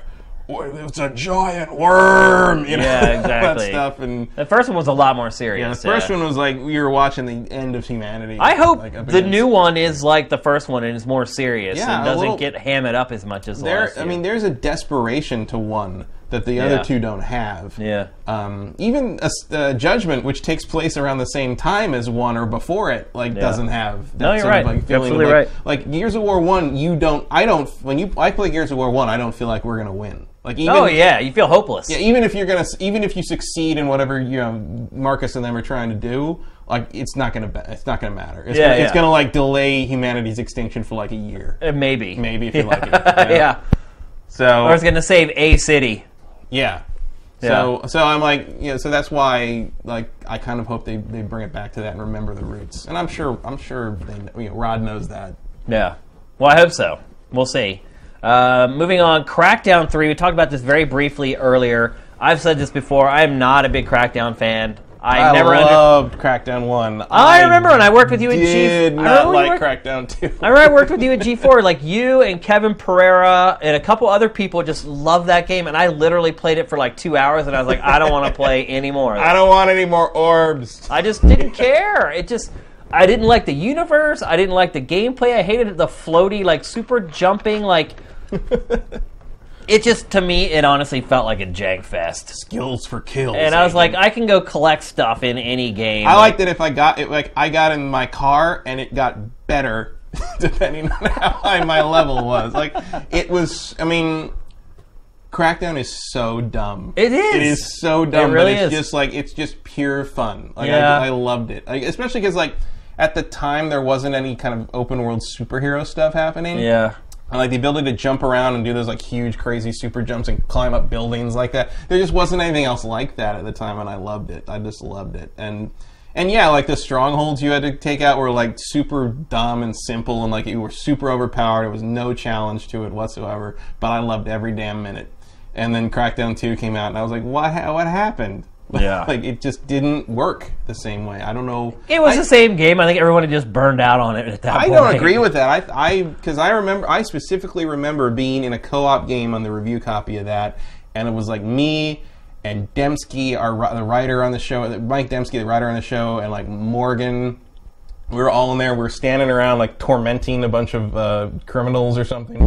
Speaker 2: it's a giant worm, you know,
Speaker 1: [laughs] Yeah,
Speaker 2: all [laughs]
Speaker 1: exactly.
Speaker 2: that stuff. And
Speaker 1: The first one was a lot more serious.
Speaker 2: the first
Speaker 1: yeah.
Speaker 2: one was like we were watching the end of humanity.
Speaker 1: I hope
Speaker 2: like, up
Speaker 1: the
Speaker 2: against-
Speaker 1: new one is like the first one and is more serious
Speaker 2: Yeah,
Speaker 1: and
Speaker 2: a
Speaker 1: doesn't
Speaker 2: little-
Speaker 1: get hammered up as much as the
Speaker 2: There,
Speaker 1: last
Speaker 2: I
Speaker 1: few.
Speaker 2: mean, there's a desperation to one that the other
Speaker 1: Yeah.
Speaker 2: two don't have.
Speaker 1: yeah,
Speaker 2: Um, even a, s- uh, judgment, which takes place around the same time as one or before it, like doesn't have. That
Speaker 1: No, you're
Speaker 2: sort of,
Speaker 1: right.
Speaker 2: like, feeling of,
Speaker 1: Absolutely
Speaker 2: like-
Speaker 1: right.
Speaker 2: Like Gears of War one, you don't. I don't. When you, I play Gears of War one, I don't feel like we're gonna win. Like even
Speaker 1: oh yeah, you feel hopeless.
Speaker 2: Yeah, even if you're gonna, even if you succeed in whatever you know Marcus and them are trying to do, like it's not gonna, ba- it's not gonna matter. It's,
Speaker 1: Yeah,
Speaker 2: gonna, it's
Speaker 1: yeah.
Speaker 2: gonna like delay humanity's extinction for like a
Speaker 1: [laughs]
Speaker 2: year,
Speaker 1: Uh, maybe,
Speaker 2: maybe if you're lucky. you know?
Speaker 1: [laughs] yeah.
Speaker 2: So
Speaker 1: Or it's gonna save a city.
Speaker 2: yeah. So so I'm like you know so that's why like I kind of hope they, they bring it back to that and remember the roots and I'm sure I'm sure they kn- you know, Rod knows that
Speaker 1: Yeah. Well, I hope so. We'll see. Uh, moving on, Crackdown 3. We talked about this very briefly earlier. I've said this before. I am not a big Crackdown fan. I,
Speaker 2: I
Speaker 1: never. under-
Speaker 2: loved Crackdown one
Speaker 1: I remember when I worked with you in
Speaker 2: did
Speaker 1: Chief. I remember
Speaker 2: not
Speaker 1: when you
Speaker 2: like
Speaker 1: worked-
Speaker 2: Crackdown two
Speaker 1: I remember I worked with you at G4. Like you and Kevin Pereira and a couple other people just love that game, and I literally played it for like two hours, and I was like, I don't want to play anymore.
Speaker 2: I don't want any more
Speaker 1: [laughs]
Speaker 2: orbs
Speaker 1: I just didn't care. It just I didn't like the universe. I didn't like the gameplay. I hated the floaty, like super
Speaker 2: [laughs]
Speaker 1: jumping, like. it just to me, it honestly felt like a jank fest.
Speaker 2: skills for kills
Speaker 1: And I was
Speaker 2: Agent.
Speaker 1: like, I can go collect stuff in any game.
Speaker 2: I like that if I got it, like I got in my car and it got better [laughs] depending on how high my level was. Like it was, I mean, Crackdown is so dumb.
Speaker 1: It is.
Speaker 2: It is so dumb.
Speaker 1: really
Speaker 2: but it's
Speaker 1: is.
Speaker 2: just like it's just pure fun. Like
Speaker 1: Yeah.
Speaker 2: I, I loved it, like, especially because like at the time there wasn't any kind of open world superhero stuff happening.
Speaker 1: yeah.
Speaker 2: And like the ability to jump around and do those like huge crazy super jumps and climb up buildings like that. There just wasn't anything else like that at the time and I loved it. I just loved it. And and yeah, like the strongholds you had to take out were like super dumb and simple and like you were super overpowered. There was no challenge to it whatsoever. But I loved every damn minute. And then Crackdown 2 came out and I was like, "What ha- what happened?" [laughs]
Speaker 1: Yeah.
Speaker 2: like it just didn't work the same way. I don't know.
Speaker 1: It was
Speaker 2: I-
Speaker 1: the same game. I think everyone had just burned out on it at that
Speaker 2: I
Speaker 1: point.
Speaker 2: don't agree with that. I, I, because I remember, I specifically remember being in a co-op game on the review copy of that, and it was like me and Dembski, our ri- the writer on the show, Mike Dembski, the writer on the show, and like Morgan. We were all in there. We were standing around like tormenting a bunch of uh, criminals or something,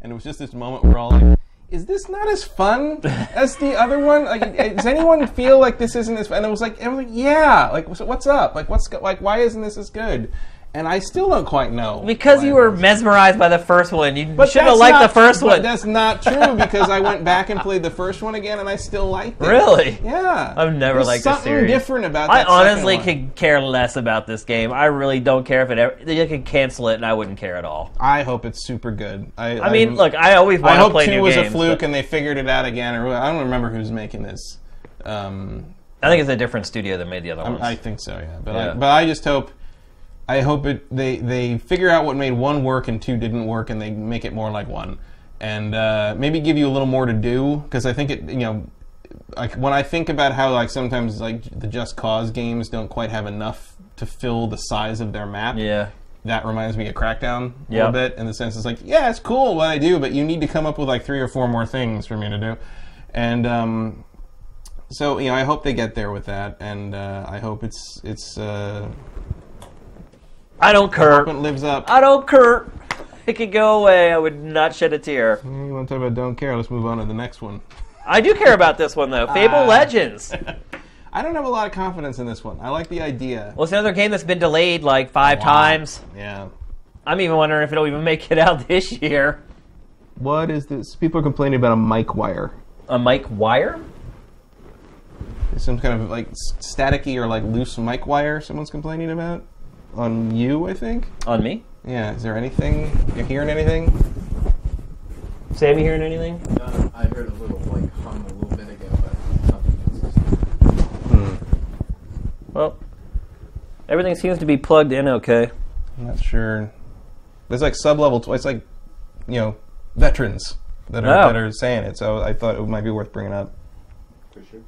Speaker 2: and it was just this moment where we're all like. Is this not as
Speaker 1: [laughs]
Speaker 2: fun as the other one? Like, does anyone feel like this isn't as? Fun? And it was like, and I was like, yeah. Like, so what's up? Like, what's go- like? Why isn't this as good? And I still don't quite know.
Speaker 1: Because
Speaker 2: why
Speaker 1: you
Speaker 2: it
Speaker 1: were
Speaker 2: was.
Speaker 1: mesmerized by the first one. You
Speaker 2: But
Speaker 1: should have
Speaker 2: that's
Speaker 1: liked
Speaker 2: not-
Speaker 1: the first
Speaker 2: but
Speaker 1: one.
Speaker 2: That's not
Speaker 1: [laughs]
Speaker 2: true because I went back and played the first one again, and I still liked it.
Speaker 1: Really?
Speaker 2: Yeah.
Speaker 1: I've never
Speaker 2: There's
Speaker 1: liked this
Speaker 2: something
Speaker 1: series.
Speaker 2: different about.
Speaker 1: I
Speaker 2: That second
Speaker 1: honestly
Speaker 2: one.
Speaker 1: could care less about this game. I really don't care if it ever. They could cancel it and I wouldn't care at all.
Speaker 2: I hope it's super good. I,
Speaker 1: I mean, look, I always
Speaker 2: I
Speaker 1: want to
Speaker 2: hope
Speaker 1: play
Speaker 2: two
Speaker 1: new
Speaker 2: was
Speaker 1: games.
Speaker 2: a fluke,
Speaker 1: but
Speaker 2: and they figured it out again. Or I don't remember who's making this. Um,
Speaker 1: I think it's a different studio that made the other ones.
Speaker 2: I think so, yeah. But
Speaker 1: Yeah.
Speaker 2: I, but I just hope, I hope it they they figure out what made one work and two didn't work, and they make it more like one, and uh, maybe give you a little more to do because I think it you know. Like when I think about how like sometimes like the Just Cause games don't quite have enough to fill the size of their map.
Speaker 1: yeah.
Speaker 2: That reminds me of Crackdown a
Speaker 1: Yeah.
Speaker 2: little bit in the sense it's like yeah it's cool what I do but you need to come up with like three or four more things for me to do, and um, so you know, I hope they get there with that, and uh, I hope it's it's uh,
Speaker 1: I don't care.
Speaker 2: hope it lives up.
Speaker 1: I don't care. It could go away. I would not shed a tear.
Speaker 2: you want to talk about don't care? Let's move on to the next one.
Speaker 1: I do care about this one though. Fable
Speaker 2: Ah. [laughs]
Speaker 1: Legends.
Speaker 2: I don't have a lot of confidence in this one. I like the idea.
Speaker 1: Well, it's another game that's been delayed like five times.
Speaker 2: Yeah.
Speaker 1: I'm even wondering if it'll even make it out [laughs] this year.
Speaker 2: What is this? People are complaining about a mic wire.
Speaker 1: A mic wire?
Speaker 2: There's some kind of like s- staticky or like loose mic wire. Someone's complaining about on you, I think.
Speaker 1: On me?
Speaker 2: Yeah. Is there anything? You're hearing anything?
Speaker 1: Sam, you hearing anything?
Speaker 3: Uh, I heard a little like hum a little bit ago, but nothing consistent.
Speaker 1: Well, everything seems to be plugged in okay.
Speaker 2: I'm not sure. There's like sub level. Tw- it's like you know veterans that are
Speaker 1: Oh.
Speaker 2: that are saying it. So I thought it might be worth bringing up.
Speaker 3: For sure.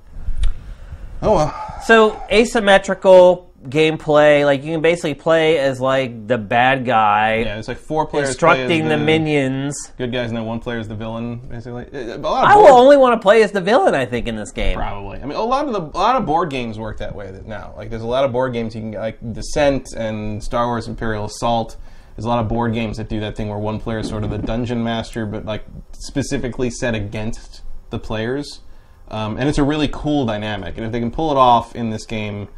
Speaker 2: Oh well.
Speaker 1: So asymmetrical gameplay, like you can basically play as like the bad guy,
Speaker 2: Yeah, it's like four players play
Speaker 1: instructing
Speaker 2: as
Speaker 1: the, minions.
Speaker 2: Good guys, and then one player is the villain, basically. Uh, A lot of
Speaker 1: I will
Speaker 2: board-
Speaker 1: only want to play as the villain, I think, in this game.
Speaker 2: probably. I mean, a lot of the a lot of board games work that way now. Like, there's a lot of board games you can get, like Descent and Star Wars Imperial Assault. There's a lot of board games that do that thing where one player is sort of the dungeon master, but like specifically set against the players. Um, and it's a really cool dynamic. And if they can pull it off in this game,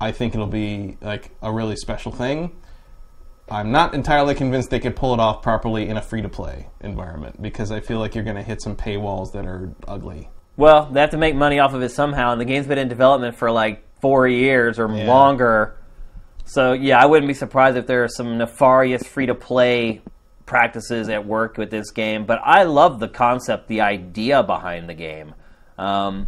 Speaker 2: I think it'll be like a really special thing. I'm not entirely convinced they could pull it off properly in a free to play environment because I feel like you're going to hit some paywalls that are ugly.
Speaker 1: Well, they have to make money off of it somehow, and the game's been in development for like four years or longer. So yeah, I wouldn't be surprised if there are some nefarious free to play practices at work with this game. But I love the concept, the idea behind the game. Um,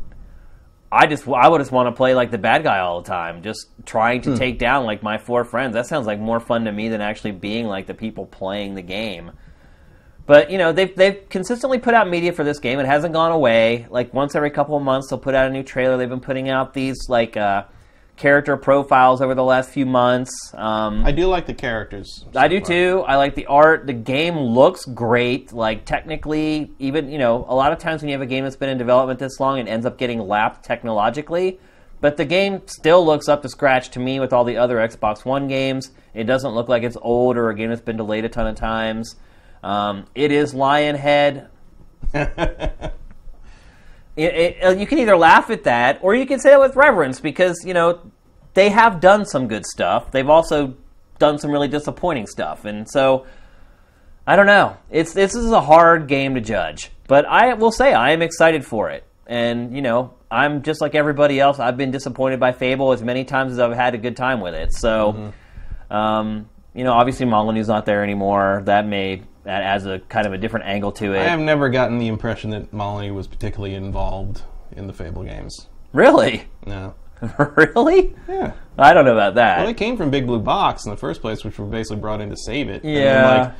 Speaker 1: I just I would just want to play like the bad guy all the time, just trying to take down like my four friends. That sounds like more fun to me than actually being like the people playing the game. But you know they've they've consistently put out media for this game. It hasn't gone away. Like once every couple of months, they'll put out a new trailer. They've been putting out these like uh, character profiles over the last few months. Um,
Speaker 2: I do like the characters.
Speaker 1: I do too. I like the art. The game looks great. Like technically, even you know, a lot of times when you have a game that's been in development this long, it ends up getting lapped technologically. But the game still looks up to scratch to me with all the other Xbox One games. It doesn't look like it's old or a game that's been delayed a ton of times. Um, it is Lionhead. It- it- uh, you can either laugh at that or you can say it with reverence because you know they have done some good stuff. They've also done some really disappointing stuff, and so I don't know. It's this is a hard game to judge, but I will say I am excited for it, and you know I'm just like everybody else. I've been disappointed by Fable as many times as I've had a good time with it. So, um, you know, obviously Molyneux's not there anymore. That may that adds a kind of a different angle to it.
Speaker 2: I have never gotten the impression that Molly was particularly involved in the Fable games.
Speaker 1: Really, [laughs]
Speaker 2: No.
Speaker 1: really?
Speaker 2: Yeah.
Speaker 1: I don't know about that.
Speaker 2: Well, they came from Big Blue Box in the first place, which were basically brought in to save it. And
Speaker 1: Yeah.
Speaker 2: then, like,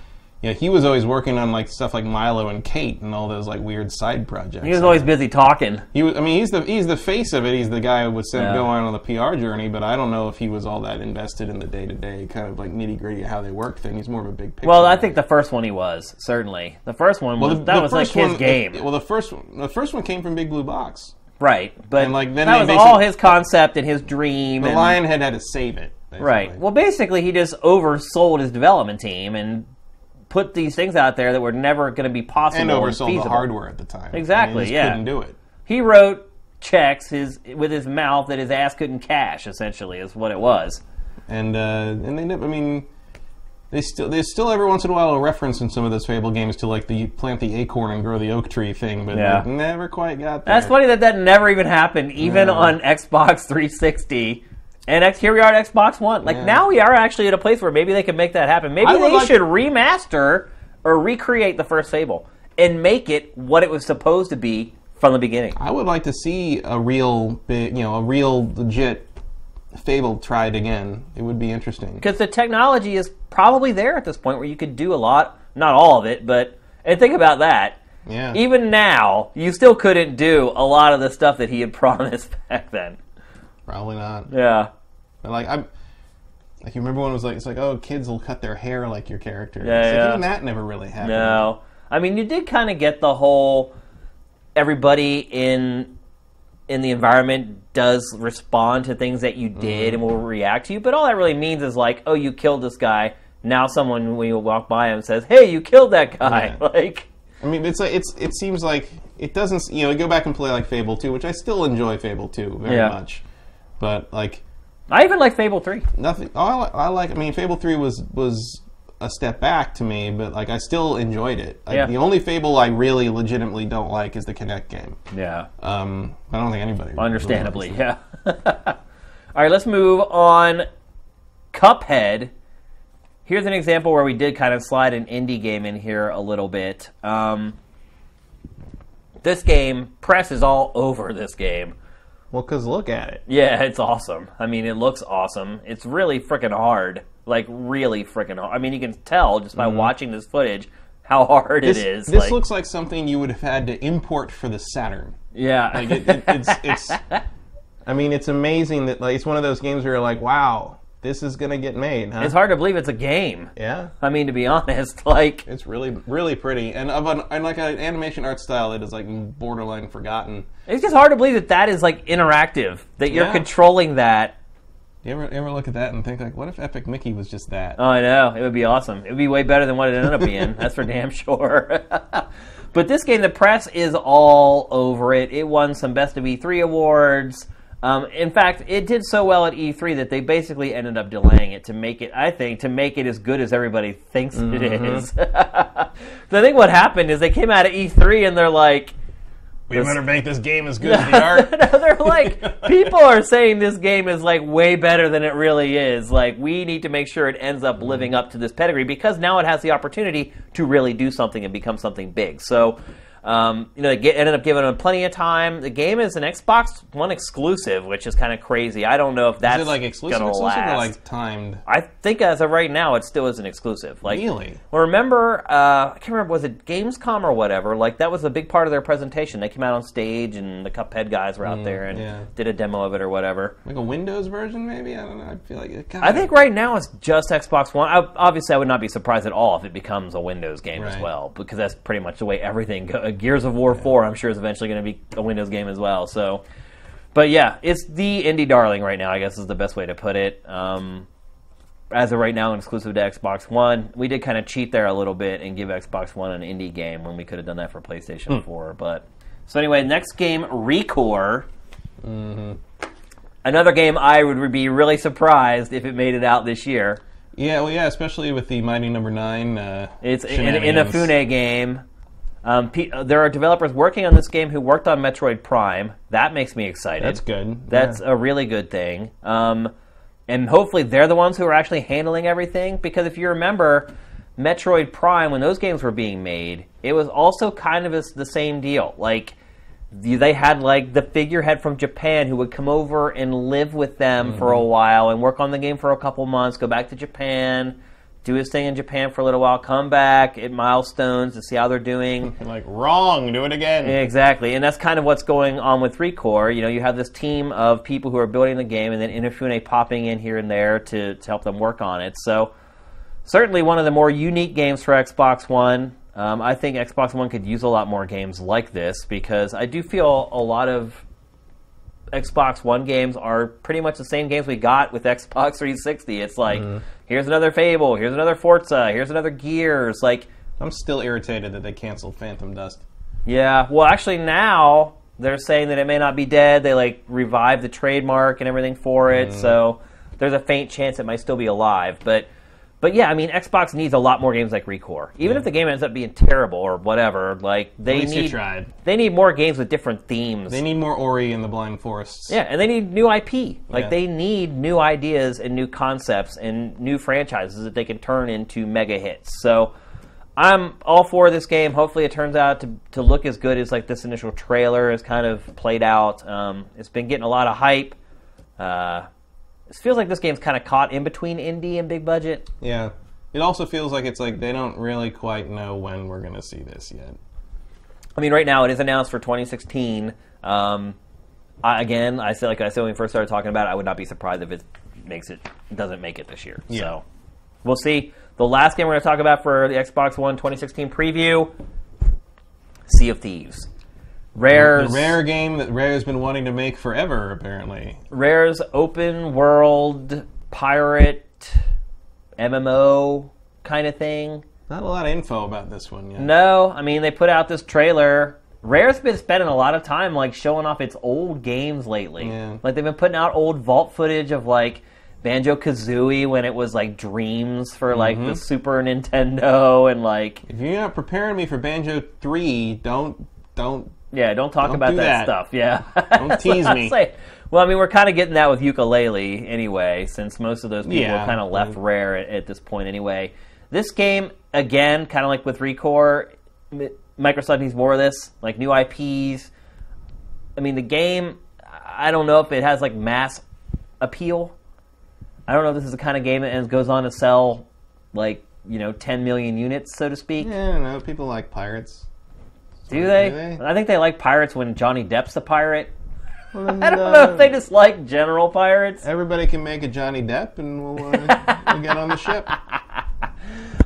Speaker 2: yeah, he was always working on like stuff like Milo and Kate and all those like weird side projects.
Speaker 1: he was always busy talking.
Speaker 2: He was- I mean, he's the he's the face of it. He's the guy who was sent
Speaker 1: Yeah.
Speaker 2: going on the PR journey. But I don't know if he was all that invested in the day to day kind of like nitty gritty of how they work thing. He's more of a big picture.
Speaker 1: Well, I think the first one he was certainly the first one. Was, that was like
Speaker 2: first
Speaker 1: his
Speaker 2: one-
Speaker 1: game,
Speaker 2: well, the first one, the first one came from Big Blue Box.
Speaker 1: right? But
Speaker 2: and, like, then
Speaker 1: that
Speaker 2: they
Speaker 1: was
Speaker 2: basically-
Speaker 1: all his concept and his dream.
Speaker 2: The
Speaker 1: and,
Speaker 2: Lionhead had to save it. basically.
Speaker 1: Right. Well, basically, he just oversold his development team and put these things out there that were never going to be possible.
Speaker 2: and oversold
Speaker 1: feasible.
Speaker 2: the hardware at the time. I mean, they
Speaker 1: Exactly,
Speaker 2: just
Speaker 1: yeah.
Speaker 2: Couldn't do it.
Speaker 1: He wrote checks his with his mouth that his ass couldn't cash. Essentially, is what it was.
Speaker 2: and uh, and they never. I mean, they still there's still every once in a while a reference in some of those fable games to like the plant the acorn and grow the oak tree thing, but
Speaker 1: Yeah.
Speaker 2: they never quite got there.
Speaker 1: That's funny that that never even happened, even on Xbox 360. And X, here we are at Xbox One. Like
Speaker 2: Yeah.
Speaker 1: now we are actually at a place where maybe they can make that happen. Maybe
Speaker 2: I would
Speaker 1: they
Speaker 2: like-
Speaker 1: should remaster or recreate the first Fable and make it what it was supposed to be from the beginning.
Speaker 2: I would like to see a real big, you know, a real legit fable tried again. It would be interesting.
Speaker 1: because the technology is probably there at this point where you could do a lot not all of it but and think
Speaker 2: [laughs]
Speaker 1: about that
Speaker 2: Yeah.
Speaker 1: even now you still couldn't do a lot of the stuff that he had [laughs] promised back then
Speaker 2: Probably not.
Speaker 1: yeah
Speaker 2: But like I'm. Like you remember when it was like it's like oh kids will cut their hair like your character.
Speaker 1: Yeah,
Speaker 2: It's like,
Speaker 1: yeah.
Speaker 2: Even that never really happened.
Speaker 1: no i mean you did kind of get the whole everybody in in the environment does respond to things that you did and will react to you but all that really means is like oh you killed this guy now someone when you walk by him says hey you killed that guy
Speaker 2: Yeah.
Speaker 1: [laughs] like
Speaker 2: I mean, it's like it's it seems like it doesn't. s- You know, go back and play like Fable Two, which I still enjoy Fable Two very
Speaker 1: Yeah.
Speaker 2: much, but like
Speaker 1: i even like fable 3
Speaker 2: nothing. oh, I, li- I like. I mean, Fable Three was was a step back to me, but like I still enjoyed it. Like,
Speaker 1: Yeah.
Speaker 2: The only Fable I really legitimately don't like is the Kinect game.
Speaker 1: yeah
Speaker 2: Um, I don't think anybody. really
Speaker 1: Understandably,
Speaker 2: likes
Speaker 1: yeah. [laughs] All right, let's move on. Cuphead. Here's an example where we did kind of slide an indie game in here a little bit. Um, this game, press is all over this game.
Speaker 2: it. Well, because look at it.
Speaker 1: Yeah, [laughs] it's awesome. I mean, it looks awesome. It's really freaking hard. Like, really freaking hard. I mean, you can tell just by watching this footage how hard
Speaker 2: Mm-hmm. This,
Speaker 1: it is.
Speaker 2: this
Speaker 1: like,
Speaker 2: looks like something you would have had to import for the Saturn.
Speaker 1: yeah.
Speaker 2: Like it, it, it's, it's. I mean, it's amazing that like it's one of those games where you're like, wow, this is gonna get made. Huh?
Speaker 1: [laughs] it's hard to believe it's a game.
Speaker 2: Yeah,
Speaker 1: I mean, to be honest, [laughs] like,
Speaker 2: it's really really pretty, and of an and like an animation art style that is like borderline forgotten.
Speaker 1: It's just hard to believe that that is like interactive, that you're
Speaker 2: Yeah.
Speaker 1: controlling that.
Speaker 2: You ever ever look at that and think like, what if Epic Mickey was just that?
Speaker 1: Oh, I know. It would be awesome. It would be way better than what it ended up being. That's for damn sure. [laughs] but this game, the press is all over it. It won some Best of E3 awards. Um, in fact, it did so well at E3 that they basically ended up delaying it to make it, I think, to make it as good as everybody thinks it is. [laughs] so I think what happened is they came out of E3 and they're like,
Speaker 2: we better make this game as good as
Speaker 1: [laughs]
Speaker 2: the art.
Speaker 1: No, they're like people are saying this game is like way better than it really is. Like we need to make sure it ends up living up to this pedigree because now it has the opportunity to really do something and become something big. So, um, you know, they get, ended up giving them plenty of time. The game is an Xbox One exclusive, which is kind of crazy. I don't know if that's
Speaker 2: Is it like exclusive,
Speaker 1: gonna
Speaker 2: exclusive,
Speaker 1: last.
Speaker 2: or like timed?
Speaker 1: I think as of right now, it still is an exclusive. Like,
Speaker 2: Really?
Speaker 1: Well, remember, uh, I can't remember was it Gamescom or whatever. Like that was a big part of their presentation. They came out on stage and the Cuphead guys were out there and
Speaker 2: yeah.
Speaker 1: did a demo of it or whatever.
Speaker 2: Like a Windows version, maybe? I don't know. I feel like it kinda,
Speaker 1: I think right now it's just Xbox One. I, obviously, I would not be surprised at all if it becomes a Windows game as
Speaker 2: Right.
Speaker 1: well, because that's pretty much the way everything. Go- uh, Gears of War Four, I'm sure, is eventually going to be a Windows game as well. So, but yeah, it's the indie darling right now. I guess is the best way to put it. Um, as of right now, an exclusive to Xbox One. We did kind of cheat there a little bit and give Xbox One an indie game when we could have done that for PlayStation Four. But so anyway, next game, Recore another game I would be really surprised if it made it out this year.
Speaker 2: Yeah, well, yeah, especially with the Mighty Number Nine. Uh,
Speaker 1: It's an
Speaker 2: shenanigans.
Speaker 1: Inafune game. Um, pe- uh, there are developers working on this game who worked on Metroid Prime. That makes me excited.
Speaker 2: That's good.
Speaker 1: That's
Speaker 2: Yeah.
Speaker 1: a really good thing. Um, and hopefully they're the ones who are actually handling everything because if you remember, Metroid Prime, when those games were being made, it was also kind of as the same deal. Like you- they had like the figurehead from Japan who would come over and live with them for a while and work on the game for a couple months, go back to Japan, do his thing in Japan for a little while, come back at milestones to see how they're doing.
Speaker 2: Like wrong, do it again.
Speaker 1: Yeah, Exactly, and that's kind of what's going on with Recore. You know, you have this team of people who are building the game, and then Inafune popping in here and there to, to help them work on it. So, certainly one of the more unique games for Xbox One. Um, I think Xbox One could use a lot more games like this because I do feel a lot of Xbox One games are pretty much the same games we got with Xbox 360. It's like, here's another Fable, here's another Forza, here's another Gears. Like,
Speaker 2: I'm still irritated that they canceled Phantom Dust.
Speaker 1: yeah. Well, actually, now they're saying that it may not be dead. They like revived the trademark and everything for it,
Speaker 2: Mm-hmm.
Speaker 1: so there's a faint chance it might still be alive. But, but yeah, I mean, Xbox needs a lot more games like Recore. Even if the game ends up being terrible or whatever, like they
Speaker 2: least you
Speaker 1: need
Speaker 2: tried.
Speaker 1: they need more games with different themes.
Speaker 2: They need more Ori in the Blind Forests.
Speaker 1: yeah, and they need new IP. Like
Speaker 2: Yeah.
Speaker 1: they need new ideas and new concepts and new franchises that they can turn into mega hits. So. I'm all for this game. Hopefully, it turns out to, to look as good as like this initial trailer has kind of played out. Um, it's been getting a lot of hype. Uh, it feels like this game's kind of caught in between indie and big budget.
Speaker 2: Yeah. It also feels like it's like they don't really quite know when we're gonna see this yet.
Speaker 1: I mean, right now it is announced for 2016. Um, I, again, I said like I said when we first started talking about it, I would not be surprised if it makes it doesn't make it this year. So we'll see. The last game we're going to talk about for the Xbox One 2016 preview: Sea of Thieves.
Speaker 2: The
Speaker 1: Rare's,
Speaker 2: rare game that Rare's been wanting to make forever, apparently.
Speaker 1: Rare's open world pirate MMO kind of thing.
Speaker 2: Not a lot of info about this one yet.
Speaker 1: No, I mean they put out this trailer. Rare's been spending a lot of time like showing off its old games lately.
Speaker 2: Yeah.
Speaker 1: Like they've been putting out old vault footage of like Banjo Kazooie when it was like Dreams for like
Speaker 2: Mm-hmm.
Speaker 1: the Super Nintendo and like
Speaker 2: If you're not preparing me for Banjo Three, don't don't
Speaker 1: yeah, don't talk
Speaker 2: Don't
Speaker 1: about
Speaker 2: do
Speaker 1: that,
Speaker 2: that.
Speaker 1: stuff. Yeah, [laughs] don't
Speaker 2: tease me.
Speaker 1: well, I mean we're kind of getting that with ukulele anyway, since most of those people
Speaker 2: Yeah. Mm-hmm.
Speaker 1: are kind of left rare at, at this point anyway. This game again, kind of like with Recore, Mi- Microsoft needs more of this, like new IPs. I mean, the game, I don't know if it has like mass appeal. I don't know if this is the kind of game that ends- goes on to sell like, you know, 10 million units, so to speak.
Speaker 2: Yeah, I don't know. People like pirates.
Speaker 1: Do they?
Speaker 2: do they?
Speaker 1: I think they like pirates when Johnny Depp's a pirate. [laughs] I don't
Speaker 2: And,
Speaker 1: know
Speaker 2: uh,
Speaker 1: if they just like general pirates.
Speaker 2: Everybody can make a Johnny Depp, and we'll,
Speaker 1: [laughs]
Speaker 2: uh, we'll get on the ship. I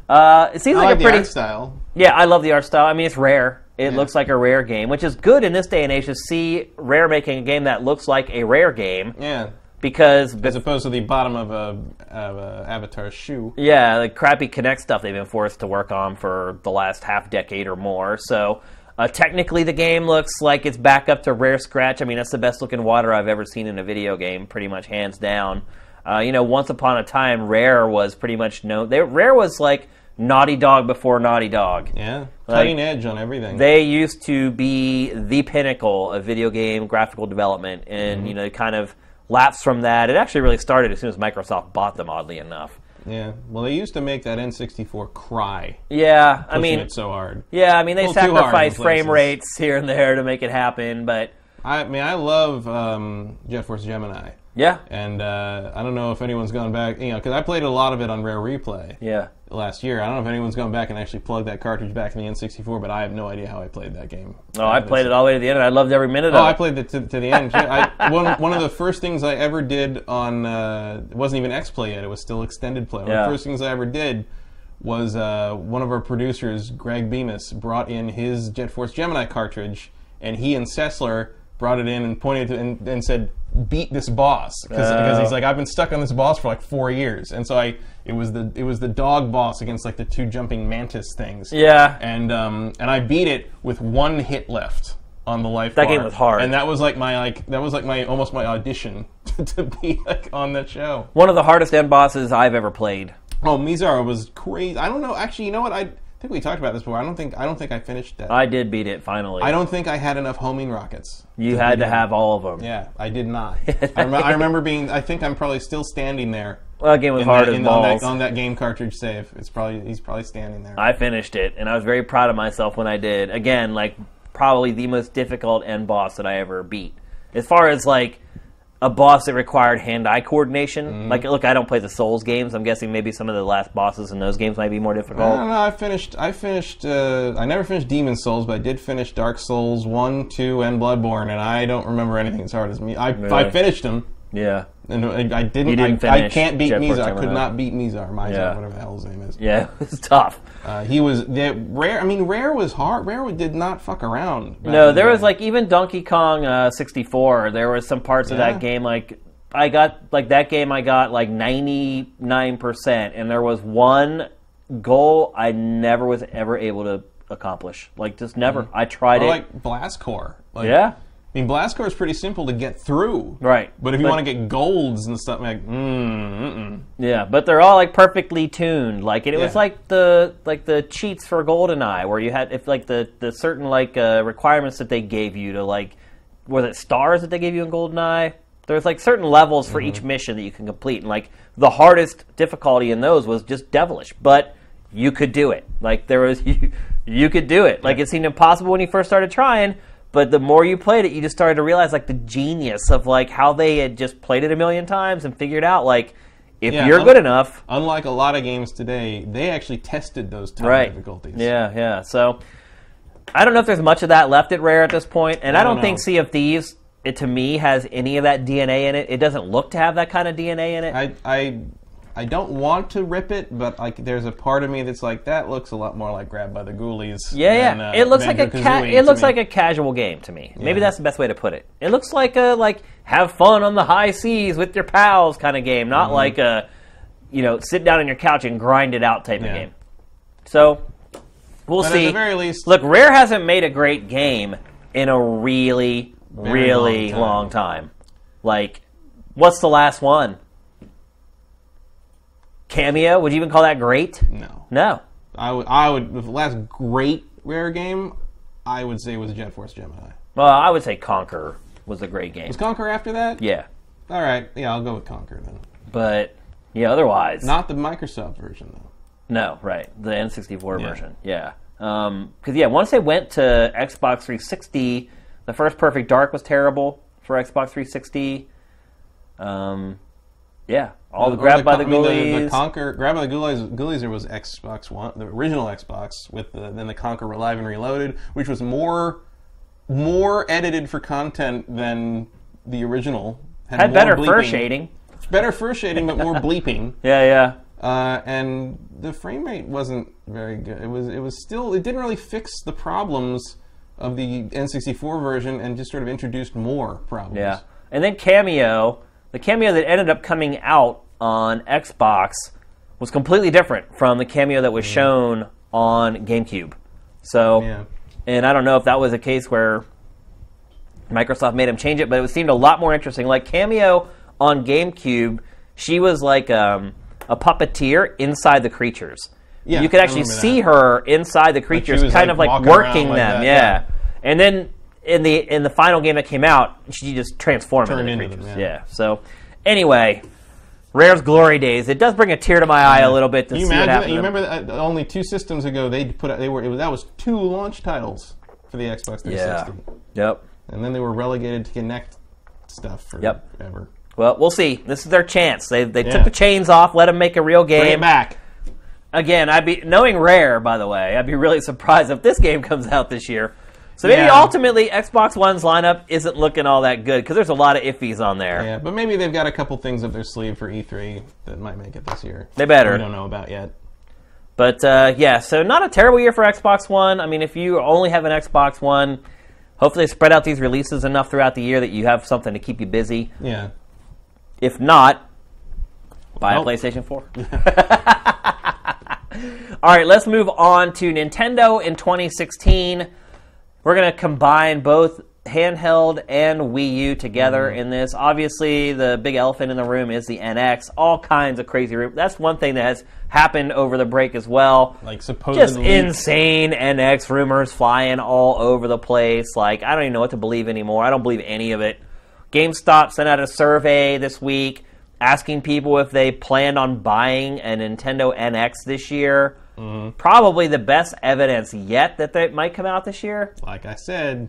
Speaker 1: Uh, it seems like,
Speaker 2: like
Speaker 1: a
Speaker 2: the
Speaker 1: pretty.
Speaker 2: art style.
Speaker 1: Yeah, I love the art style. I mean, it's rare. It
Speaker 2: Yeah.
Speaker 1: looks like a rare game, which is good in this day and age to see Rare making a game that looks like a rare game
Speaker 2: Yeah,
Speaker 1: because
Speaker 2: as opposed to the bottom of a, of a avatar shoe.
Speaker 1: Yeah, the crappy Kinect stuff they've been forced to work on for the last half decade or more. So uh, technically, the game looks like it's back up to rare scratch. I mean, that's the best looking water I've ever seen in a video game, pretty much hands down. Uh, you know, once upon a time, Rare was pretty much known. They, rare was like Naughty Dog before Naughty Dog.
Speaker 2: Yeah, cutting edge on everything.
Speaker 1: They used to be the pinnacle of video game graphical development,
Speaker 2: Mm-hmm.
Speaker 1: and you know, they kind of lapsed from that. It actually really started as soon as Microsoft bought them, oddly enough.
Speaker 2: yeah, well, they used to make that N64 cry.
Speaker 1: Yeah, I
Speaker 2: pushing
Speaker 1: mean,
Speaker 2: it so hard.
Speaker 1: Yeah, I mean they
Speaker 2: little too hard in
Speaker 1: sacrifice
Speaker 2: places.
Speaker 1: frame rates here and there to make it happen, but
Speaker 2: I mean, I love um, Jet Force Gemini,
Speaker 1: yeah,
Speaker 2: and uh, I don't know if anyone's gone back. You know, because I played a lot of it on Rare Replay
Speaker 1: yeah.
Speaker 2: last year. I don't know if anyone's gone back and actually plugged that cartridge back in the N64, but I have no idea how I played that game.
Speaker 1: No, Oh, I played it all the way to the end, and I loved every minute
Speaker 2: Oh, I
Speaker 1: of it.
Speaker 2: played it to, to the end. too. I, one, one of the first things I ever did on uh, it wasn't even X Play yet; it was still Extended Play. One of
Speaker 1: Yeah.
Speaker 2: the first things I ever did was uh, one of our producers, Greg Bemis, brought in his Jet Force Gemini cartridge, and he and Sessler brought it in and pointed to and, and said, "Beat this boss," because
Speaker 1: Oh.
Speaker 2: he's like, "I've been stuck on this boss for like four years," and so I it was the it was the dog boss against like the two jumping mantis things
Speaker 1: Yeah,
Speaker 2: and um, and I beat it with one hit left on the life.
Speaker 1: That
Speaker 2: bar.
Speaker 1: game was hard.
Speaker 2: and that was like my like that was like my almost my audition [laughs] to be like on that show.
Speaker 1: one of the hardest end bosses I've ever played.
Speaker 2: Oh, Mizar was crazy. I don't know. Actually, you know what? I think we talked about this before. I don't think I don't think I finished that. I,
Speaker 1: I did beat it finally.
Speaker 2: don't think I had enough homing rockets.
Speaker 1: you had to have all of them. [laughs]
Speaker 2: Yeah, I did not. I, rem- I remember being. I think I'm probably still standing there
Speaker 1: Well, that game was
Speaker 2: In
Speaker 1: hard
Speaker 2: that-
Speaker 1: as
Speaker 2: in- on,
Speaker 1: balls.
Speaker 2: that, on that game cartridge save. It's probably he's probably standing there.
Speaker 1: I finished it, and I was very proud of myself when I did. Again, like probably the most difficult end boss that I ever beat. As far as like a boss that required hand-eye coordination, like look, I don't play the Souls games. I'm guessing maybe some of the last bosses in those games might be more
Speaker 2: I
Speaker 1: difficult.
Speaker 2: don't know. I finished. I finished. Uh, I never finished Demon Souls, but I did finish Dark Souls one, two, and Bloodborne, and I don't remember anything as hard as me. I, I
Speaker 1: Really?
Speaker 2: finished them,
Speaker 1: Yeah,
Speaker 2: and I I didn't.
Speaker 1: You didn't
Speaker 2: I, I
Speaker 1: finish
Speaker 2: can't beat
Speaker 1: Jet Force
Speaker 2: Mizar. I could
Speaker 1: Terminal.
Speaker 2: not beat Mizar. Mizar,
Speaker 1: Yeah.
Speaker 2: whatever the hell his name is.
Speaker 1: yeah, [laughs] it's tough.
Speaker 2: Uh, he was the rare. I mean, rare was hard. Rare did not fuck around. back
Speaker 1: No,
Speaker 2: in the
Speaker 1: there was
Speaker 2: day.
Speaker 1: like even Donkey Kong uh, 64. There was some parts of
Speaker 2: Yeah.
Speaker 1: that game like I got like that game I got like 99 percent, and there was one goal I never was ever able to accomplish. Like just never. I tried
Speaker 2: or
Speaker 1: it.
Speaker 2: Mm-hmm. like Blastcore. Like,
Speaker 1: yeah,
Speaker 2: I mean, Blastcore is pretty simple to get through.
Speaker 1: right.
Speaker 2: But if you want to get golds and stuff, like, mm, mm-mm.
Speaker 1: yeah, but they're all like perfectly tuned. Like and it was
Speaker 2: Yeah.
Speaker 1: like the like the cheats for GoldenEye, where you had if like the the certain like uh, requirements that they gave you to like was it stars that they gave you in GoldenEye? There's like certain levels for each mission that you can complete, and like the hardest difficulty in those was just devilish, but you could do it. Like there was [laughs] you, you could do it. Like it seemed impossible when you first started trying, but the more you played it, you just started to realize like the genius of like how they had just played it a million times and figured out like if
Speaker 2: Yeah,
Speaker 1: you're
Speaker 2: I'm-
Speaker 1: good enough,
Speaker 2: unlike a lot of games today, they actually tested those time
Speaker 1: right?
Speaker 2: difficulties.
Speaker 1: Yeah, yeah. So I don't know if there's much of that left at Rare at this point, and I
Speaker 2: don't
Speaker 1: don't think
Speaker 2: know.
Speaker 1: Sea of Thieves it to me has any of that DNA in it. It doesn't look to have that kind of DNA in it.
Speaker 2: I, I, I don't want to rip it, but like, there's a part of me that's like, that looks a lot more like Grab by the Ghoulies.
Speaker 1: yeah,
Speaker 2: than,
Speaker 1: yeah.
Speaker 2: uh,
Speaker 1: it looks like a ca-
Speaker 2: Banjo-Kazooie
Speaker 1: it looks
Speaker 2: to me.
Speaker 1: like a casual game to me. Maybe that's the best way to put it. It looks like a like have fun on the high seas with your pals kind of game,
Speaker 2: Mm-hmm.
Speaker 1: not like a you know sit down on your couch and grind it out type
Speaker 2: Yeah.
Speaker 1: of game. So we'll
Speaker 2: But
Speaker 1: see.
Speaker 2: at the very least,
Speaker 1: Look, Rare hasn't made a great game in a really,
Speaker 2: long
Speaker 1: really
Speaker 2: time.
Speaker 1: long time. Like, what's the last one? Cameo? Would you even call that great?
Speaker 2: no.
Speaker 1: No.
Speaker 2: I would, I would, the last great rare game, I would say was Jet Force Gemini.
Speaker 1: Well, I would say Conquer was a great game.
Speaker 2: Was Conquer after that?
Speaker 1: Yeah,
Speaker 2: All right. Yeah, I'll go with Conquer then.
Speaker 1: but yeah, otherwise,
Speaker 2: Not the Microsoft version though.
Speaker 1: no, right? The N64 version. Yeah, because yeah, once they went to Xbox 360, the first Perfect Dark was terrible for Xbox 360. Um, yeah, all the
Speaker 2: Or
Speaker 1: grab by
Speaker 2: Con-
Speaker 1: the
Speaker 2: I
Speaker 1: ghoulies.
Speaker 2: mean, the, the Conquer grab by the ghoulies, ghoulies was Xbox One, the original Xbox with the, then the Conquer Live and Reloaded, which was more more edited for content than the original.
Speaker 1: had
Speaker 2: more
Speaker 1: better fur
Speaker 2: bleeping.
Speaker 1: shading.
Speaker 2: Better fur shading, but more bleeping. [laughs]
Speaker 1: Yeah, yeah.
Speaker 2: Uh, and the frame rate wasn't very good. It was it was still it didn't really fix the problems of the N64 version and just sort of introduced more problems.
Speaker 1: Yeah. And then Cameo, the Cameo that ended up coming out on Xbox was completely different from the Cameo that was shown on GameCube. So,
Speaker 2: Yeah.
Speaker 1: and I don't know if that was a case where Microsoft made him change it, but it seemed a lot more interesting. Like Cameo on GameCube, she was like um, a puppeteer inside the creatures.
Speaker 2: Yeah,
Speaker 1: you could
Speaker 2: I
Speaker 1: actually
Speaker 2: remember
Speaker 1: see
Speaker 2: that.
Speaker 1: her inside the creatures,
Speaker 2: was,
Speaker 1: kind
Speaker 2: like,
Speaker 1: of like
Speaker 2: walking around
Speaker 1: working
Speaker 2: like
Speaker 1: them.
Speaker 2: that,
Speaker 1: yeah. and then in the in the final game that came out, she just transformed
Speaker 2: Turned
Speaker 1: into the
Speaker 2: into them,
Speaker 1: creatures.
Speaker 2: yeah.
Speaker 1: yeah. So anyway, Rare's glory days. It does bring a tear to my eye a little bit to
Speaker 2: You
Speaker 1: see what
Speaker 2: imagine? That?
Speaker 1: happened.
Speaker 2: You
Speaker 1: to them.
Speaker 2: remember that, uh, only two systems ago they put out, they were it was, that was two launch titles for the Xbox 360,
Speaker 1: Yeah. Yep.
Speaker 2: and then they were relegated to Kinect stuff for
Speaker 1: Yep.
Speaker 2: ever.
Speaker 1: Well, we'll see. This is their chance. They they
Speaker 2: Yeah.
Speaker 1: took the chains off, let them make a real
Speaker 2: Bring it
Speaker 1: game.
Speaker 2: back.
Speaker 1: Again, I'd be knowing Rare, by the way, I'd be really [laughs] surprised if this game comes out this year. So maybe
Speaker 2: Yeah.
Speaker 1: ultimately Xbox One's lineup isn't looking all that good because there's a lot of iffies on there.
Speaker 2: Yeah, but maybe they've got a couple things up their sleeve for E3 that might make it this year.
Speaker 1: They better.
Speaker 2: We don't know about yet.
Speaker 1: But uh, yeah, so not a terrible year for Xbox One. I mean, if you only have an Xbox One, hopefully they spread out these releases enough throughout the year that you have something to keep you busy.
Speaker 2: Yeah.
Speaker 1: If not, buy
Speaker 2: Well-
Speaker 1: a PlayStation 4. [laughs] All right, let's move on to Nintendo in 2016. We're going to combine both handheld and Wii U together in this. Obviously, the big elephant in the room is the NX. All kinds of crazy room. That's one thing that has happened over the break as well.
Speaker 2: Like supposedly.
Speaker 1: Just insane NX rumors flying all over the place. Like, I don't even know what to believe anymore. I don't believe any of it. GameStop sent out a survey this week asking people if they planned on buying a Nintendo NX this year. Probably the best evidence yet that they might come out this year.
Speaker 2: Like I said,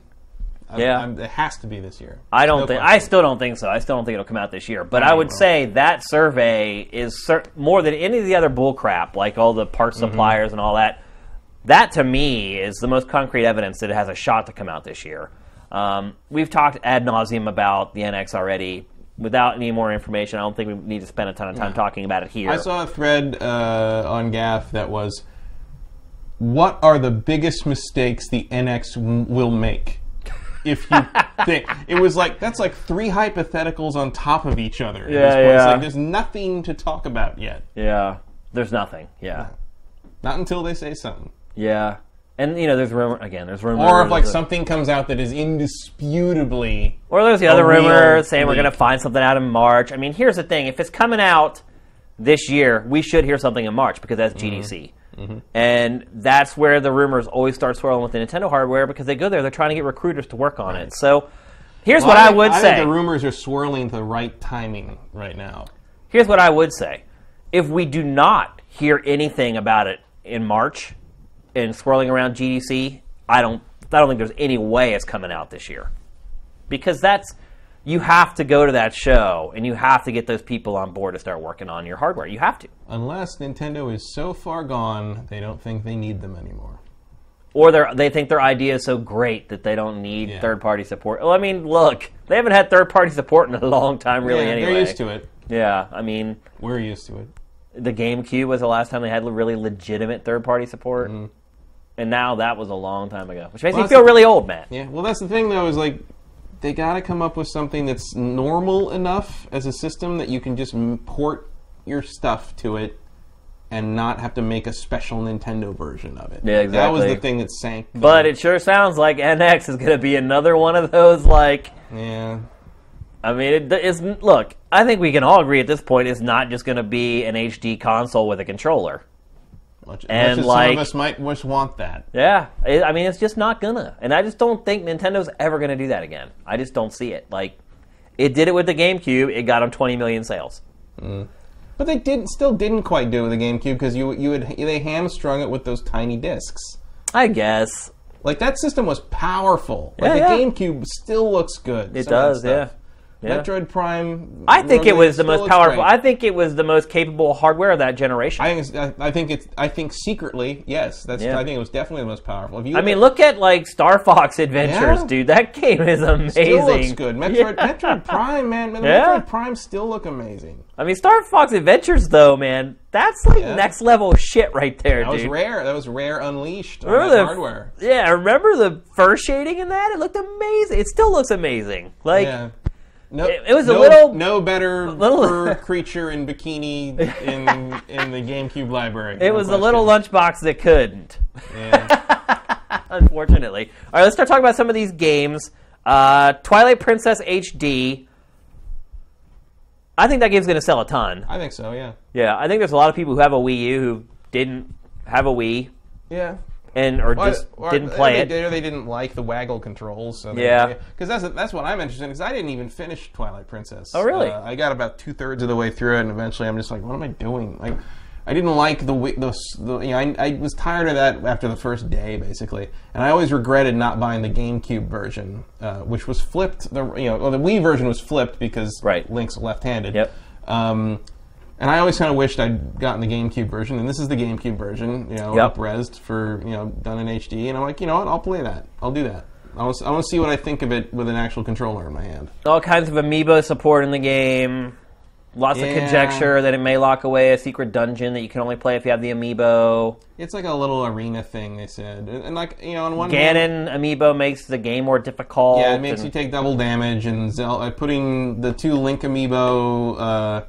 Speaker 2: I'm,
Speaker 1: Yeah.
Speaker 2: I'm- it has to be this year.
Speaker 1: I don't
Speaker 2: No
Speaker 1: think.
Speaker 2: question.
Speaker 1: I still don't think so. I still don't think it'll come out this year. But I,
Speaker 2: I
Speaker 1: would
Speaker 2: will.
Speaker 1: say that survey is cer- more than any of the other bullcrap, like all the parts
Speaker 2: Mm-hmm.
Speaker 1: suppliers and all that. That to me is the most concrete evidence that it has a shot to come out this year. Um, we've talked ad nauseum about the NX already. Without any more information, I don't think we need to spend a ton of time talking about it here.
Speaker 2: I saw a thread uh, on Gaff that was, "What are the biggest mistakes the NX w- will make?" If
Speaker 1: [laughs]
Speaker 2: you think it was like that's like three hypotheticals on top of each other. at
Speaker 1: Yeah,
Speaker 2: this point. It's
Speaker 1: yeah.
Speaker 2: like there's nothing to talk about yet.
Speaker 1: yeah, there's nothing. Yeah,
Speaker 2: Not until they say something,
Speaker 1: yeah, and you know, there's rumor again. There's rumor,
Speaker 2: or if like
Speaker 1: there's a-
Speaker 2: something comes out that is indisputably
Speaker 1: Or there's the other rumor
Speaker 2: real
Speaker 1: saying we're
Speaker 2: leak.
Speaker 1: going to find something out in March. I mean, here's the thing: if it's coming out this year, we should hear something in March because that's
Speaker 2: Mm-hmm.
Speaker 1: GDC, and that's where the rumors always start swirling with the Nintendo hardware because they go there. They're trying to get recruiters to work on it. So, here's what
Speaker 2: Well,
Speaker 1: I
Speaker 2: think-
Speaker 1: would
Speaker 2: think
Speaker 1: say.
Speaker 2: the rumors are swirling to the right timing right now.
Speaker 1: here's what I would say: if we do not hear anything about it in March and swirling around GDC, I don't, I don't think there's any way it's coming out this year. because that's you have to go to that show and you have to get those people on board to start working on your hardware. You have to,
Speaker 2: Unless Nintendo is so far gone, they don't think they need them anymore.
Speaker 1: or they they think their idea is so great that they don't need
Speaker 2: Yeah.
Speaker 1: third party support. Well, I mean, look, they haven't had third party support in a long time, really.
Speaker 2: Yeah,
Speaker 1: anyway,
Speaker 2: They're used to it.
Speaker 1: Yeah, I mean,
Speaker 2: We're used to it.
Speaker 1: the GameCube was the last time they had really legitimate third party support, and now that was a long time ago, which
Speaker 2: Mm-hmm.
Speaker 1: makes
Speaker 2: Well,
Speaker 1: me
Speaker 2: that's
Speaker 1: feel
Speaker 2: the-
Speaker 1: really old, man.
Speaker 2: Yeah. Well, that's the thing though is like they got to come up with something that's normal enough as a system that you can just m- port your stuff to it and not have to make a special Nintendo version of it.
Speaker 1: Yeah,
Speaker 2: That was
Speaker 1: exactly.
Speaker 2: the thing that sank. them.
Speaker 1: But it sure sounds like NX is going to be another one of those like
Speaker 2: yeah.
Speaker 1: I mean, it is. Look, I think we can all agree at this point it's not just going to be an HD console with a controller.
Speaker 2: Much,
Speaker 1: And,
Speaker 2: much as some
Speaker 1: like-
Speaker 2: of us might just want that.
Speaker 1: Yeah, it, I mean, it's just not gonna. And I just don't think Nintendo's ever going to do that again. I just don't see it. Like, it did it with the GameCube. It got them 20 million sales.
Speaker 2: But they did still didn't quite do it with the GameCube because you you would they hamstrung it with those tiny discs.
Speaker 1: I guess
Speaker 2: Like that system was powerful. Like
Speaker 1: Yeah,
Speaker 2: the
Speaker 1: yeah.
Speaker 2: GameCube still looks good.
Speaker 1: it does. Yeah. Yeah.
Speaker 2: Metroid Prime.
Speaker 1: I think it
Speaker 2: Rogue
Speaker 1: was the
Speaker 2: still
Speaker 1: most
Speaker 2: looks
Speaker 1: powerful.
Speaker 2: great.
Speaker 1: I think it was the most capable hardware of that generation.
Speaker 2: I
Speaker 1: I,
Speaker 2: think it's, I- I think it's I think secretly yes. That's
Speaker 1: Yeah.
Speaker 2: I think it was definitely the most powerful. If you
Speaker 1: mean, look at like Star Fox Adventures,
Speaker 2: Yeah.
Speaker 1: dude. That game is amazing.
Speaker 2: still looks
Speaker 1: [laughs]
Speaker 2: good. Metroid Metroid Prime man, the
Speaker 1: Yeah.
Speaker 2: Metroid Prime still look amazing.
Speaker 1: I mean, Star Fox Adventures, though, man, that's like
Speaker 2: Yeah.
Speaker 1: next level shit right there,
Speaker 2: That was
Speaker 1: dude.
Speaker 2: rare. That was rare unleashed on
Speaker 1: Remember
Speaker 2: that
Speaker 1: the-
Speaker 2: hardware.
Speaker 1: yeah, remember the fur shading in that? It looked amazing. It still looks amazing. Like,
Speaker 2: Yeah. No,
Speaker 1: It- it was a
Speaker 2: no-
Speaker 1: little-
Speaker 2: no better
Speaker 1: [laughs] little-
Speaker 2: fur creature in bikini
Speaker 1: [laughs]
Speaker 2: in in the GameCube library.
Speaker 1: it
Speaker 2: No
Speaker 1: was the little
Speaker 2: question.
Speaker 1: lunchbox that couldn't, [laughs]
Speaker 2: Yeah.
Speaker 1: unfortunately. All right, let's start talking about some of these games. Uh, Twilight Princess HD. I think that game's going to sell a ton.
Speaker 2: I think so.
Speaker 1: [laughs]
Speaker 2: Yeah.
Speaker 1: Yeah, I think there's a lot of people who have a Wii U who didn't have a Wii
Speaker 2: Yeah.
Speaker 1: and or just
Speaker 2: Or- or
Speaker 1: didn't play
Speaker 2: they,
Speaker 1: it.
Speaker 2: They, they didn't like the waggle controls. So
Speaker 1: Yeah.
Speaker 2: Because that's that's what I'm interested in. Because I didn't even finish Twilight Princess. Oh
Speaker 1: really?
Speaker 2: I got about two thirds of the way through it, and eventually I'm just like, what am I doing? Like, I didn't like the wi- the, s- the you know, I, I was tired of that after the first day basically, and I always regretted not buying the GameCube version, uh, which was flipped. The you know well, the Wii version was flipped because
Speaker 1: Right.
Speaker 2: Link's left-handed.
Speaker 1: Yep.
Speaker 2: Um, and I always kind of wished I'd gotten the GameCube version, and this is the GameCube version, you know,
Speaker 1: Yep.
Speaker 2: up-resed for, you know, done in HD. And I'm like, you know what? I'll play that. I'll do that. I want to see what I think of it with an actual controller in my hand.
Speaker 1: all kinds of amiibo support in the game. Lots of
Speaker 2: Yeah.
Speaker 1: conjecture that it may lock away a secret dungeon that you can only play if you have the amiibo.
Speaker 2: It's like a little arena thing, they said, and, and like you know, on one hand-
Speaker 1: Ganon amiibo makes the game more difficult.
Speaker 2: Mm-hmm. Yeah, it makes
Speaker 1: and-
Speaker 2: you take double damage, and Zel- uh, putting the two Link amiibo, uh,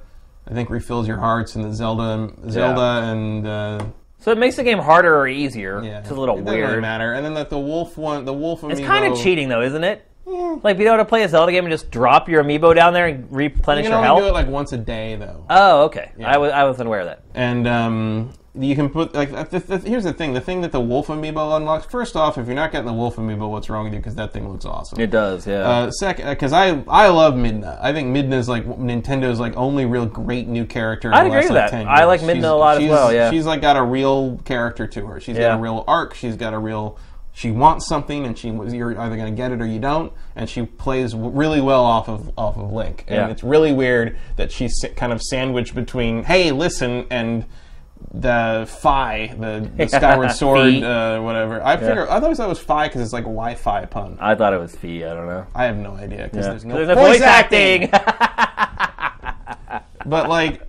Speaker 2: I think, refills your hearts, and the Zelda, Zelda, and uh,
Speaker 1: so it makes the game harder or easier.
Speaker 2: yeah,
Speaker 1: It's a little
Speaker 2: it doesn't really
Speaker 1: weird.
Speaker 2: matter. And then like the wolf one, the wolf amiibo,
Speaker 1: It's kind of cheating though, isn't it?
Speaker 2: Yeah,
Speaker 1: Like, be able to play a Zelda game and just drop your amiibo down there and replenish
Speaker 2: You can
Speaker 1: your
Speaker 2: only
Speaker 1: health.
Speaker 2: do it like once a day though.
Speaker 1: oh, okay. I was I wasn't aware of that.
Speaker 2: and um, you can put like uh, th- th- here's the thing: the thing that the wolf amiibo unlocks. First off, if you're not getting the wolf amiibo, what's wrong with you? Because that thing looks awesome.
Speaker 1: It does, yeah.
Speaker 2: Uh, second, because I I love Midna. I think Midna is like Nintendo's like only real great new character. In
Speaker 1: I'd
Speaker 2: the
Speaker 1: agree
Speaker 2: last,
Speaker 1: with
Speaker 2: like,
Speaker 1: that.
Speaker 2: 10
Speaker 1: I
Speaker 2: years.
Speaker 1: like Midna
Speaker 2: She's-
Speaker 1: a lot as
Speaker 2: she's-
Speaker 1: well, yeah.
Speaker 2: she's like got a real character to her. She's
Speaker 1: Yeah.
Speaker 2: got a real arc. She's got a real. She wants something, and she was you're either going to get it or you don't. And she plays w- really well off of off of Link. And
Speaker 1: Yeah.
Speaker 2: it's really weird that she's sa- kind of sandwiched between hey, listen, and the Fi, the,
Speaker 1: [laughs]
Speaker 2: the Skyward Sword,
Speaker 1: Fi.
Speaker 2: uh, whatever. I figure I always thought it was Fi because it's like a Wi-Fi pun.
Speaker 1: I thought it was Fee. I don't know.
Speaker 2: I have no idea because there's no
Speaker 1: There's no voice acting. [laughs]
Speaker 2: but like,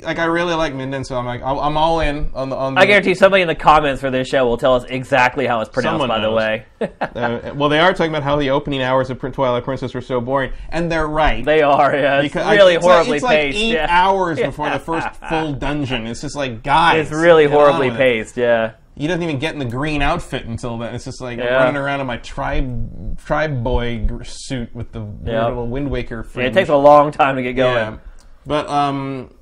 Speaker 2: like I really like Minden, so I'm like, I'm I'm all in on the on the.
Speaker 1: I guarantee somebody in the comments for this show will tell us exactly how it's pronounced.
Speaker 2: Someone
Speaker 1: by the
Speaker 2: knows.
Speaker 1: way,
Speaker 2: [laughs]
Speaker 1: [laughs]
Speaker 2: Uh, well, they are talking about how the opening hours of Prin- Twilight Princess were so boring, and they're right.
Speaker 1: they are. Yeah, it's
Speaker 2: Because, like,
Speaker 1: really
Speaker 2: it's like-
Speaker 1: horribly
Speaker 2: it's like
Speaker 1: paced.
Speaker 2: eight
Speaker 1: yeah. [laughs]
Speaker 2: hours before the first full dungeon. It's just like, guys,
Speaker 1: It's really
Speaker 2: get on
Speaker 1: horribly
Speaker 2: with it.
Speaker 1: paced. Yeah.
Speaker 2: He doesn't even get in the green outfit until then. It's just like
Speaker 1: Yeah.
Speaker 2: running around in my tribe tribe boy gr- suit with the
Speaker 1: Yeah.
Speaker 2: weird little Wind Waker.
Speaker 1: It
Speaker 2: fringe.
Speaker 1: takes a long time to get going.
Speaker 2: Yeah, but um,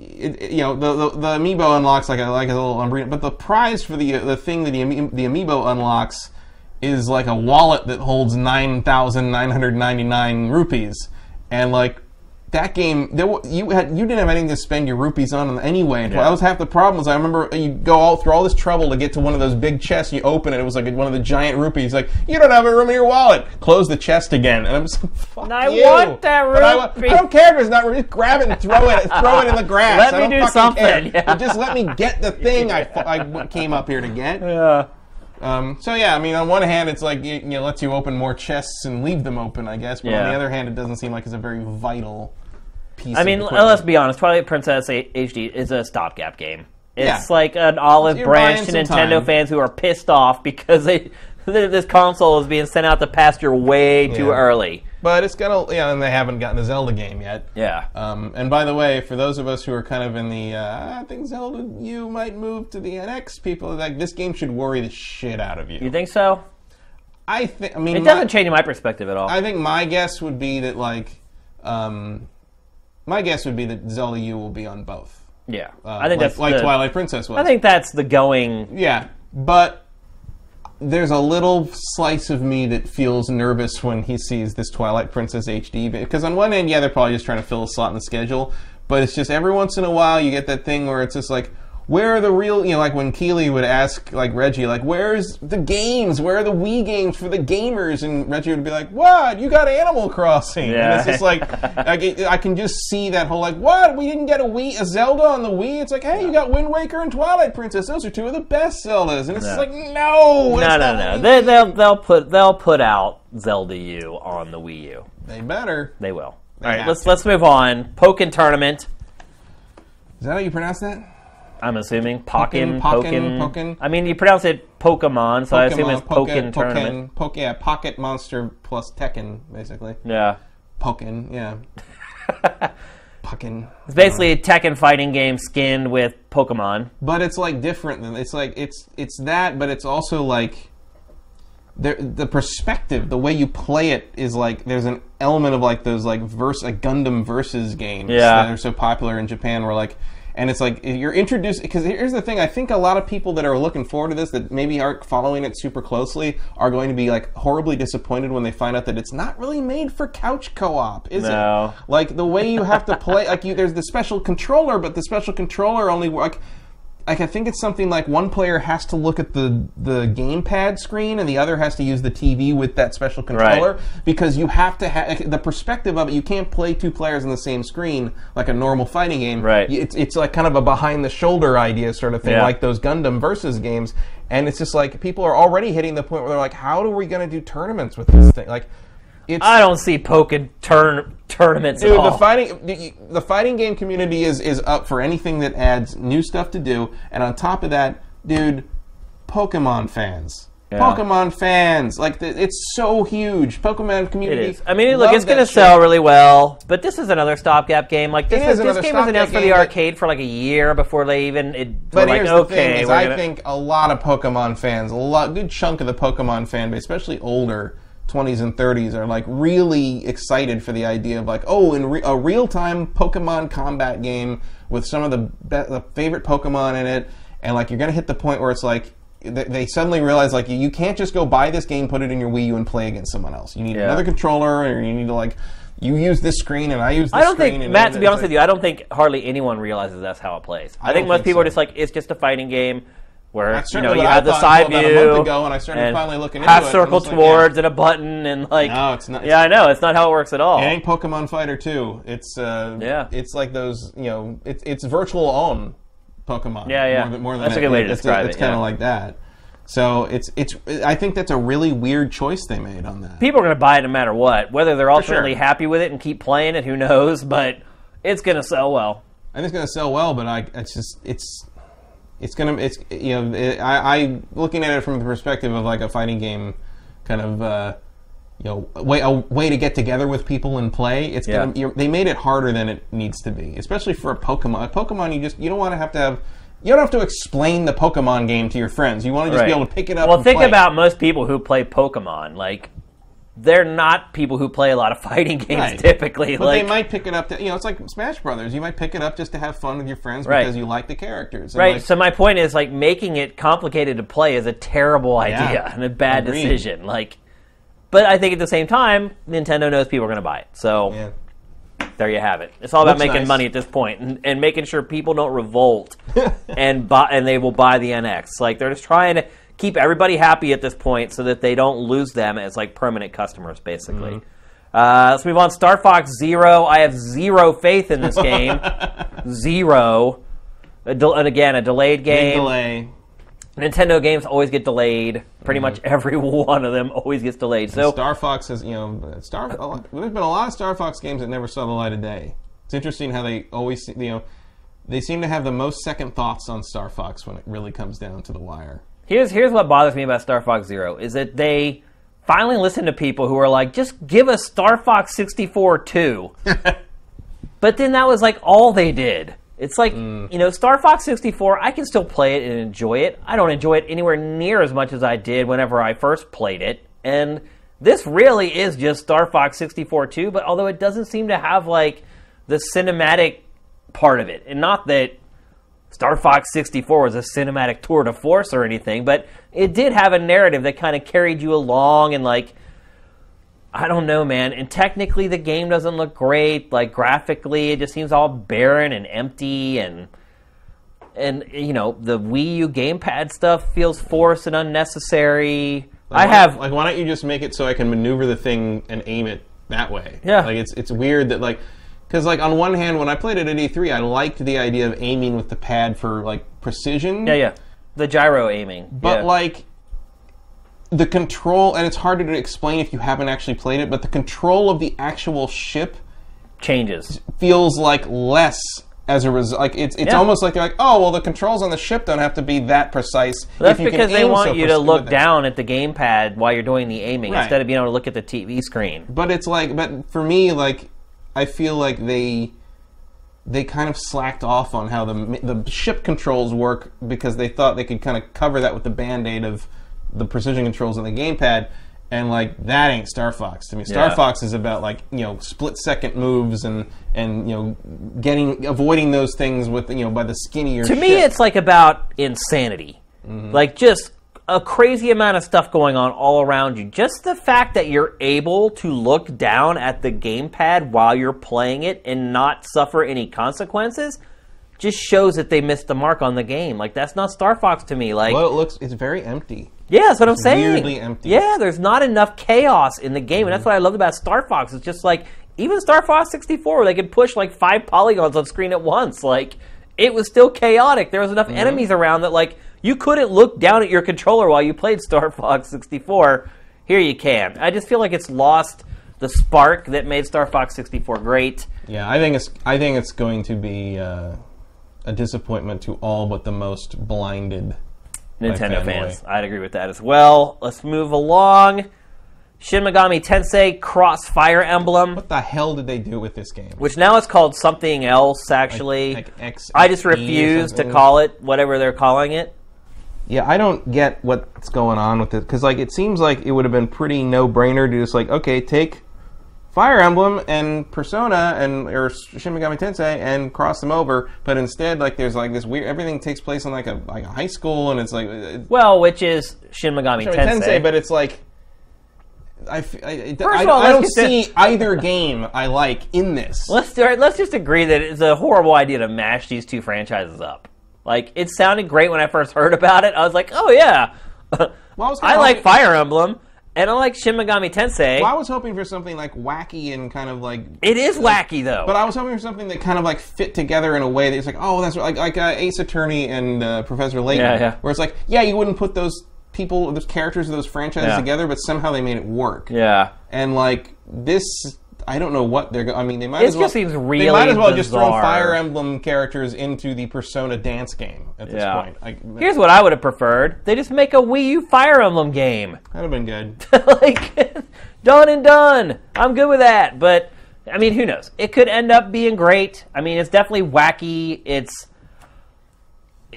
Speaker 2: it, it- you know the, the the amiibo unlocks like a like a little umbrella, but the prize for the the thing that the ami- the amiibo unlocks is like a wallet that holds nine thousand nine hundred ninety nine rupees, and like. That game, there wa- you had you didn't have anything to spend your rupees on anyway. That was half the problem. Is I remember you go all through all this trouble to get to one of those big chests. You open it, it was like one of the giant rupees. Like you don't have a room in your wallet. Close the chest again, and I'm just like, fuck
Speaker 1: I
Speaker 2: you.
Speaker 1: want that
Speaker 2: But I wa-
Speaker 1: rupee.
Speaker 2: I don't care if it's not real. Just grab it and throw it. Throw it in the
Speaker 1: [laughs]
Speaker 2: grass.
Speaker 1: Let
Speaker 2: I
Speaker 1: me
Speaker 2: don't
Speaker 1: do
Speaker 2: fucking
Speaker 1: something,
Speaker 2: care.
Speaker 1: yeah.
Speaker 2: But Just let me get
Speaker 1: [laughs]
Speaker 2: the thing I fu- I, w- came up here to get.
Speaker 1: Yeah.
Speaker 2: Um, so yeah, I mean, on one hand, it's like it, you know, lets you open more chests and leave them open, I guess. But on
Speaker 1: Yeah.
Speaker 2: the other hand, it doesn't seem like it's a very vital piece.
Speaker 1: I mean,
Speaker 2: of
Speaker 1: l-
Speaker 2: equipment.
Speaker 1: let's be honest. Twilight Princess A- HD is a stopgap game. It's
Speaker 2: Yeah.
Speaker 1: like an olive
Speaker 2: You're
Speaker 1: branch to
Speaker 2: buying some
Speaker 1: Nintendo
Speaker 2: time.
Speaker 1: fans who are pissed off because they, [laughs] this console is being sent out to pasture way too
Speaker 2: Yeah.
Speaker 1: early.
Speaker 2: but it's gonna yeah, and they haven't gotten a Zelda game yet.
Speaker 1: Yeah.
Speaker 2: Um, and by the way, for those of us who are kind of in the, uh, I think Zelda, you might move to the NX people. Like this game should worry the shit out of you.
Speaker 1: you think so?
Speaker 2: I think. I mean,
Speaker 1: It
Speaker 2: my-
Speaker 1: doesn't change my perspective at all.
Speaker 2: I think my guess would be that like, um, my guess would be that Zelda U will be on both.
Speaker 1: yeah.
Speaker 2: Uh,
Speaker 1: I think
Speaker 2: like,
Speaker 1: that's
Speaker 2: like
Speaker 1: the,
Speaker 2: Twilight Princess was.
Speaker 1: I think that's the going.
Speaker 2: yeah, but there's a little slice of me that feels nervous when he sees this Twilight Princess HD because on one end, yeah, they're probably just trying to fill a slot in the schedule, but it's just every once in a while you get that thing where it's just like. Where are the real, you know, like when Keeley would ask, like Reggie, like, where's the games? Where are the Wii games for the gamers? And Reggie would be like, what? You got Animal Crossing. And
Speaker 1: Yeah.
Speaker 2: it's just like, I, get- I can just see that whole, like, what? We didn't get a Wii, a Zelda on the Wii? It's like, hey, you got Wind Waker and Twilight Princess. Those are two of the best Zeldas. And it's just
Speaker 1: Yeah.
Speaker 2: like, no,
Speaker 1: No, no, no. They, they'll they'll put they'll put out Zelda U on the Wii U.
Speaker 2: They better.
Speaker 1: They will.
Speaker 2: They
Speaker 1: All right,
Speaker 2: have
Speaker 1: let's
Speaker 2: to.
Speaker 1: let's move on. Pokken tournament.
Speaker 2: Is that how you pronounce that?
Speaker 1: I'm assuming Pokken,
Speaker 2: Pokken,
Speaker 1: Pokken,
Speaker 2: Pokken, Pokken.
Speaker 1: I mean, you pronounce it Pokemon, so I assume it's Pokken, tournament.
Speaker 2: Pokken, Poke- yeah, Pocket Monster plus Tekken, basically.
Speaker 1: Yeah,
Speaker 2: Pokken,
Speaker 1: [laughs]
Speaker 2: yeah. Pokken.
Speaker 1: it's basically a Tekken fighting game skinned with Pokemon.
Speaker 2: but it's like different than it's like it's it's that but it's also like there, the perspective the way you play it is like there's an element of like those like verse like gundam versus games
Speaker 1: Yeah.
Speaker 2: that are so popular in japan where like and it's like you're introduced because here's the thing i think a lot of people that are looking forward to this that maybe aren't following it super closely are going to be like horribly disappointed when they find out that it's not really made for couch co-op is
Speaker 1: No.
Speaker 2: it like the way you have to play like you there's the special controller but the special controller only like like I think it's something like one player has to look at the the gamepad screen and the other has to use the TV with that special controller because you have to have the perspective of it. You can't play two players on the same screen like a normal fighting game.
Speaker 1: Right.
Speaker 2: Y- It's it's like kind of a behind the shoulder idea sort of thing,
Speaker 1: Yeah.
Speaker 2: like those Gundam versus games. And it's just like people are already hitting the point where they're like, how are we going to do tournaments with this thing? Like, it's
Speaker 1: I don't see Pokken turn tournaments at
Speaker 2: Dude,
Speaker 1: all.
Speaker 2: the fighting the, the fighting game community is is up for anything that adds new stuff to do, and on top of that, dude, Pokemon fans. Pokemon fans, like the, it's so huge. Pokemon
Speaker 1: it
Speaker 2: community.
Speaker 1: is. I mean,
Speaker 2: love
Speaker 1: look, it's
Speaker 2: that
Speaker 1: going to
Speaker 2: shit.
Speaker 1: sell really well, but this is another stopgap game. Like this,
Speaker 2: It is
Speaker 1: is, this
Speaker 2: another
Speaker 1: game was announced
Speaker 2: stopgap
Speaker 1: for the
Speaker 2: game, but-
Speaker 1: arcade for like a year before they even. It,
Speaker 2: But
Speaker 1: were
Speaker 2: here's
Speaker 1: like,
Speaker 2: the
Speaker 1: okay,
Speaker 2: thing: is
Speaker 1: we're
Speaker 2: I
Speaker 1: gonna-
Speaker 2: think a lot of Pokemon fans, a lot, good chunk of the Pokemon fan base, especially older, 20s and 30s are like really excited for the idea of like oh in re- a real-time pokemon combat game with some of the, be- the favorite pokemon in it and like you're gonna hit the point where it's like th- they suddenly realize like you can't just go buy this game put it in your wii u and play against someone else you need
Speaker 1: Yeah.
Speaker 2: another controller or you need to like you use this screen and i use this
Speaker 1: I don't
Speaker 2: screen
Speaker 1: think
Speaker 2: and
Speaker 1: Matt.
Speaker 2: and
Speaker 1: To
Speaker 2: it's
Speaker 1: be honest
Speaker 2: like-
Speaker 1: with you, I don't think hardly anyone realizes that's how it plays. I, think
Speaker 2: don't
Speaker 1: most
Speaker 2: think
Speaker 1: people are
Speaker 2: so.
Speaker 1: just like it's just a fighting game where
Speaker 2: That's
Speaker 1: you know
Speaker 2: certainly
Speaker 1: you
Speaker 2: what I
Speaker 1: have the
Speaker 2: thought
Speaker 1: side
Speaker 2: until
Speaker 1: view
Speaker 2: about a month ago, and I started finally looking into
Speaker 1: half
Speaker 2: it, and
Speaker 1: circle
Speaker 2: it's like, yeah.
Speaker 1: towards and a button and like
Speaker 2: No, it's not-
Speaker 1: Yeah, I know it's not how it works at all.
Speaker 2: It ain't Pokemon Fighter 2. It's uh,
Speaker 1: Yeah.
Speaker 2: It's like those, you know, it's it's virtual own Pokemon.
Speaker 1: Yeah, yeah.
Speaker 2: More than, more than
Speaker 1: That's a
Speaker 2: that.
Speaker 1: good way to
Speaker 2: It's-
Speaker 1: describe
Speaker 2: It's
Speaker 1: it,
Speaker 2: kind of
Speaker 1: yeah.
Speaker 2: like that. So it's it's. I think that's a really weird choice they made on that.
Speaker 1: People are going to buy it no matter what. Whether they're
Speaker 2: sure.
Speaker 1: ultimately happy with it and keep playing it, who knows? But it's going to sell well.
Speaker 2: I think it's going to sell well, but I it's just it's it's going to it's you know it, I, I looking at it from the perspective of like a fighting game kind of uh, you know way a way to get together with people and play. It's
Speaker 1: Yeah.
Speaker 2: gonna you're, they made it harder than it needs to be, especially for a Pokemon. A Pokemon you just you don't want to have to have you don't have to explain the Pokemon game to your friends. You want to just be
Speaker 1: Right.
Speaker 2: able to pick it up.
Speaker 1: Well,
Speaker 2: and
Speaker 1: think
Speaker 2: play.
Speaker 1: about most people who play Pokemon. Like, they're not people who play a lot of [laughs] fighting games
Speaker 2: Right.
Speaker 1: typically.
Speaker 2: But
Speaker 1: like,
Speaker 2: they might pick it up. To, you know, it's like Smash Brothers. You might pick it up just to have fun with your friends
Speaker 1: Right.
Speaker 2: because you like the characters. And,
Speaker 1: Right.
Speaker 2: like,
Speaker 1: so my point is like making it complicated to play is a terrible idea [laughs] and a bad
Speaker 2: Agreed.
Speaker 1: decision. Like, but I think at the same time, Nintendo knows people are going to buy it. So
Speaker 2: yeah.
Speaker 1: there you have it. It's all about
Speaker 2: Looks
Speaker 1: making
Speaker 2: nice.
Speaker 1: money at this point and, and making sure people
Speaker 2: [laughs]
Speaker 1: don't revolt and buy and they will buy the NX. Like they're just trying to keep everybody happy at this point so that they don't lose them as like permanent customers, basically.
Speaker 2: Mm-hmm.
Speaker 1: Uh, let's move on. Star Fox Zero. I have zero faith in
Speaker 2: [laughs]
Speaker 1: this game. zero. A del- and again, a delayed game.
Speaker 2: Big delay.
Speaker 1: Nintendo games always get delayed.
Speaker 2: Mm-hmm.
Speaker 1: Pretty much every [laughs] one of them always gets delayed. So
Speaker 2: Star Fox has, you know, Star. a lot- There's been a lot of Star Fox games that never saw the light of day. It's interesting how they always, se- you know, they seem to have the most second thoughts on Star Fox when it really comes down to the wire.
Speaker 1: Here's here's what bothers me about Star Fox Zero is that they finally listen to people who are like, just give us Star Fox 64 too. but then that was like all they did. It's like you know, Star Fox 64. I can still play it and enjoy it. I don't enjoy it anywhere near as much as I did whenever I first played it. And this really is just Star Fox 64 too. But although it doesn't seem to have like the cinematic part of it, and not that Star Fox 64 was a cinematic tour de force or anything, but it did have a narrative that kind of carried you along and like I don't know, man. And technically the game doesn't look great, like graphically it just seems all barren and empty and and you know, the Wii U gamepad stuff feels forced and unnecessary. I
Speaker 2: Like, why-
Speaker 1: have
Speaker 2: like, why don't you just make it so I can maneuver the thing and aim it that way?
Speaker 1: Yeah.
Speaker 2: like it's it's weird that like. Because like on one hand, when I played it at E3, I liked the idea of aiming with the pad for like precision.
Speaker 1: yeah, yeah. The gyro aiming.
Speaker 2: But
Speaker 1: yeah.
Speaker 2: like the control, and it's harder to explain if you haven't actually played it. But the control of the actual ship
Speaker 1: changes.
Speaker 2: feels like less as a result. Like it's it's
Speaker 1: Yeah.
Speaker 2: almost like they're like, oh well, the controls on the ship don't have to be that precise.
Speaker 1: That's
Speaker 2: if you can
Speaker 1: because they
Speaker 2: aim
Speaker 1: want
Speaker 2: so
Speaker 1: you to
Speaker 2: precise
Speaker 1: look
Speaker 2: with it."
Speaker 1: down at the gamepad while you're doing the aiming
Speaker 2: Right.
Speaker 1: instead of being able to look at the TV screen.
Speaker 2: But it's like, but for me, like I feel like they they kind of slacked off on how the the ship controls work because they thought they could kind of cover that with the band aid of the precision controls on the gamepad. And like that ain't Star Fox to me. Star
Speaker 1: Yeah.
Speaker 2: Fox is about like you know split second moves and and you know getting avoiding those things with you know by the skinnier.
Speaker 1: to me it's like about insanity like just a crazy amount of stuff going on all around you just the fact that you're able to look down at the gamepad while you're playing it and not suffer any consequences just shows that they missed the mark on the game like that's not star fox to me like
Speaker 2: Well, it looks it's very empty.
Speaker 1: yeah, that's what I'm saying.
Speaker 2: weirdly empty. Mm-hmm.
Speaker 1: Yeah, there's not enough chaos in the game, and that's what I love about Star Fox. It's just like even Star Fox 64, where they could push like five polygons on screen at once. Like it was still chaotic. There was enough
Speaker 2: Mm-hmm.
Speaker 1: enemies around that like you couldn't look down at your controller while you played Star [laughs] Fox 64. Here you can. I just feel like it's lost the spark that made Star Fox 64 great.
Speaker 2: Yeah, I think it's I think it's going to be uh, a disappointment to all but the most blinded.
Speaker 1: Nintendo
Speaker 2: fanboy.
Speaker 1: fans. I'd agree with that as well. Let's move along. Shin Megami Tensei Crossfire Emblem.
Speaker 2: What the hell did they do with this game?
Speaker 1: which now it's called something else actually
Speaker 2: like X-
Speaker 1: i just
Speaker 2: XE or
Speaker 1: refuse to
Speaker 2: something?
Speaker 1: call it whatever they're calling it
Speaker 2: Yeah, I don't get what's going on with it because like it seems like it would have been pretty no brainer to just like okay take Fire Emblem and Persona and or Shin Megami Tensei and cross them over, but instead like there's like this weird everything takes place in like a like a high school and it's like it,
Speaker 1: Well, which is Shin Megami
Speaker 2: Megami
Speaker 1: Tensei.
Speaker 2: Tensei, but it's like. I, f- I- it- I-
Speaker 1: of all,
Speaker 2: I don't
Speaker 1: let's get
Speaker 2: see either game I like in this.
Speaker 1: let's start, let's just agree that it's a horrible idea to mash these two franchises up. Like it sounded great when I first heard about it. I was like, oh yeah, [laughs]
Speaker 2: Well, I, was kinda
Speaker 1: I like
Speaker 2: hoping-
Speaker 1: Fire Emblem and I like Shin Megami Tensei.
Speaker 2: well, I was hoping for something like wacky and kind of like.
Speaker 1: it is wacky though.
Speaker 2: But I was hoping for something that kind of like fit together in a way that's like, oh, that's what, like like uh, Ace Attorney and uh, Professor Layton,
Speaker 1: Yeah, yeah.
Speaker 2: where it's like, yeah, you wouldn't put those people, those characters, of those franchises
Speaker 1: Yeah.
Speaker 2: together, but somehow they made it work.
Speaker 1: yeah,
Speaker 2: And like this, I don't know what they're. go- I mean, they might
Speaker 1: It
Speaker 2: as well.
Speaker 1: just seems
Speaker 2: they
Speaker 1: really
Speaker 2: might as well just throw
Speaker 1: bizarre.
Speaker 2: Fire Emblem characters into the Persona dance game at this
Speaker 1: Yeah.
Speaker 2: point. Like,
Speaker 1: here's what I would have preferred: they just make a Wii U Fire Emblem game.
Speaker 2: that'd have been
Speaker 1: [laughs]
Speaker 2: good.
Speaker 1: like done and done. I'm good with that. But I mean, who knows? It could end up being great. I mean, it's definitely wacky. It's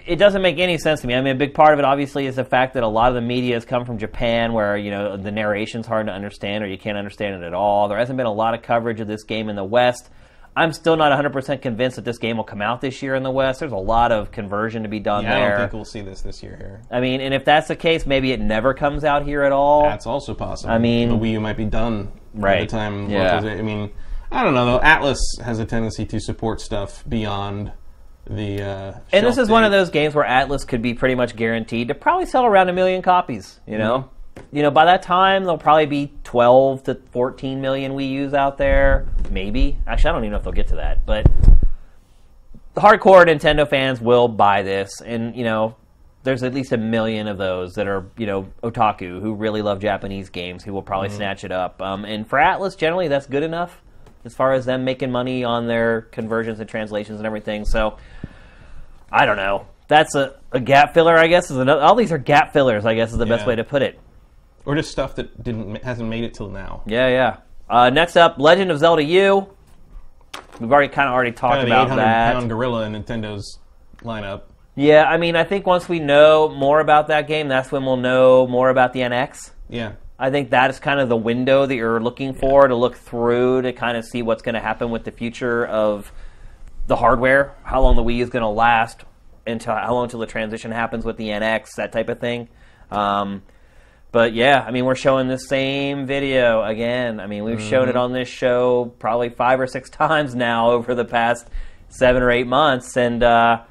Speaker 1: it doesn't make any sense to me. I mean, a big part of it obviously is the fact that a lot of the media has come from Japan, where you know the narration's hard to understand or you can't understand it at all. There hasn't been a lot of coverage of this game in the West. I'm still not 100% convinced that this game will come out this year in the West. There's a lot of conversion to be done
Speaker 2: I
Speaker 1: there.
Speaker 2: don't think we'll see this this year here.
Speaker 1: I mean, and if that's the case, maybe it never comes out here at all.
Speaker 2: That's also possible. I
Speaker 1: mean-
Speaker 2: the Wii U might be done by
Speaker 1: Right.
Speaker 2: the time.
Speaker 1: Yeah.
Speaker 2: locals- I mean, I don't know though. Atlas has a tendency to support stuff beyond the. Uh,
Speaker 1: And this
Speaker 2: shelf
Speaker 1: is one of
Speaker 2: date.
Speaker 1: those games where Atlas could be pretty much guaranteed to probably sell around a million copies. You know, you know, by that time there'll probably be 12 to 14 million Wii U's out there, maybe. Actually, I don't even know if they'll get to that, but hardcore Nintendo fans will buy this, and you know, there's at least a million of those that are you know otaku who really love Japanese games who will probably
Speaker 2: Mm-hmm.
Speaker 1: snatch it up. Um, and for Atlas, generally, that's good enough as far as them making money on their conversions and translations and everything. So. I don't know. That's a, a gap filler, I guess. Is another. All these are gap fillers, I guess, is the best
Speaker 2: Yeah.
Speaker 1: way to put it.
Speaker 2: or just stuff that didn't hasn't made it till now.
Speaker 1: Yeah, yeah. Uh, next up, Legend of Zelda U. We've already kind of already talked
Speaker 2: Kind of the
Speaker 1: about
Speaker 2: 800
Speaker 1: that.
Speaker 2: pound gorilla in Nintendo's lineup.
Speaker 1: Yeah, I mean, I think once we know more about that game, that's when we'll know more about the NX.
Speaker 2: Yeah.
Speaker 1: I think that is kind of the window that you're looking for to look through to kind of see what's going to happen with the future of the hardware, how long the Wii is going to last, until how long until the transition happens with the NX, that type of thing. Um, but yeah, I mean, we're showing the same video again. I mean, we've shown it on this show probably five or six [laughs] times now over the past seven or eight months, and uh,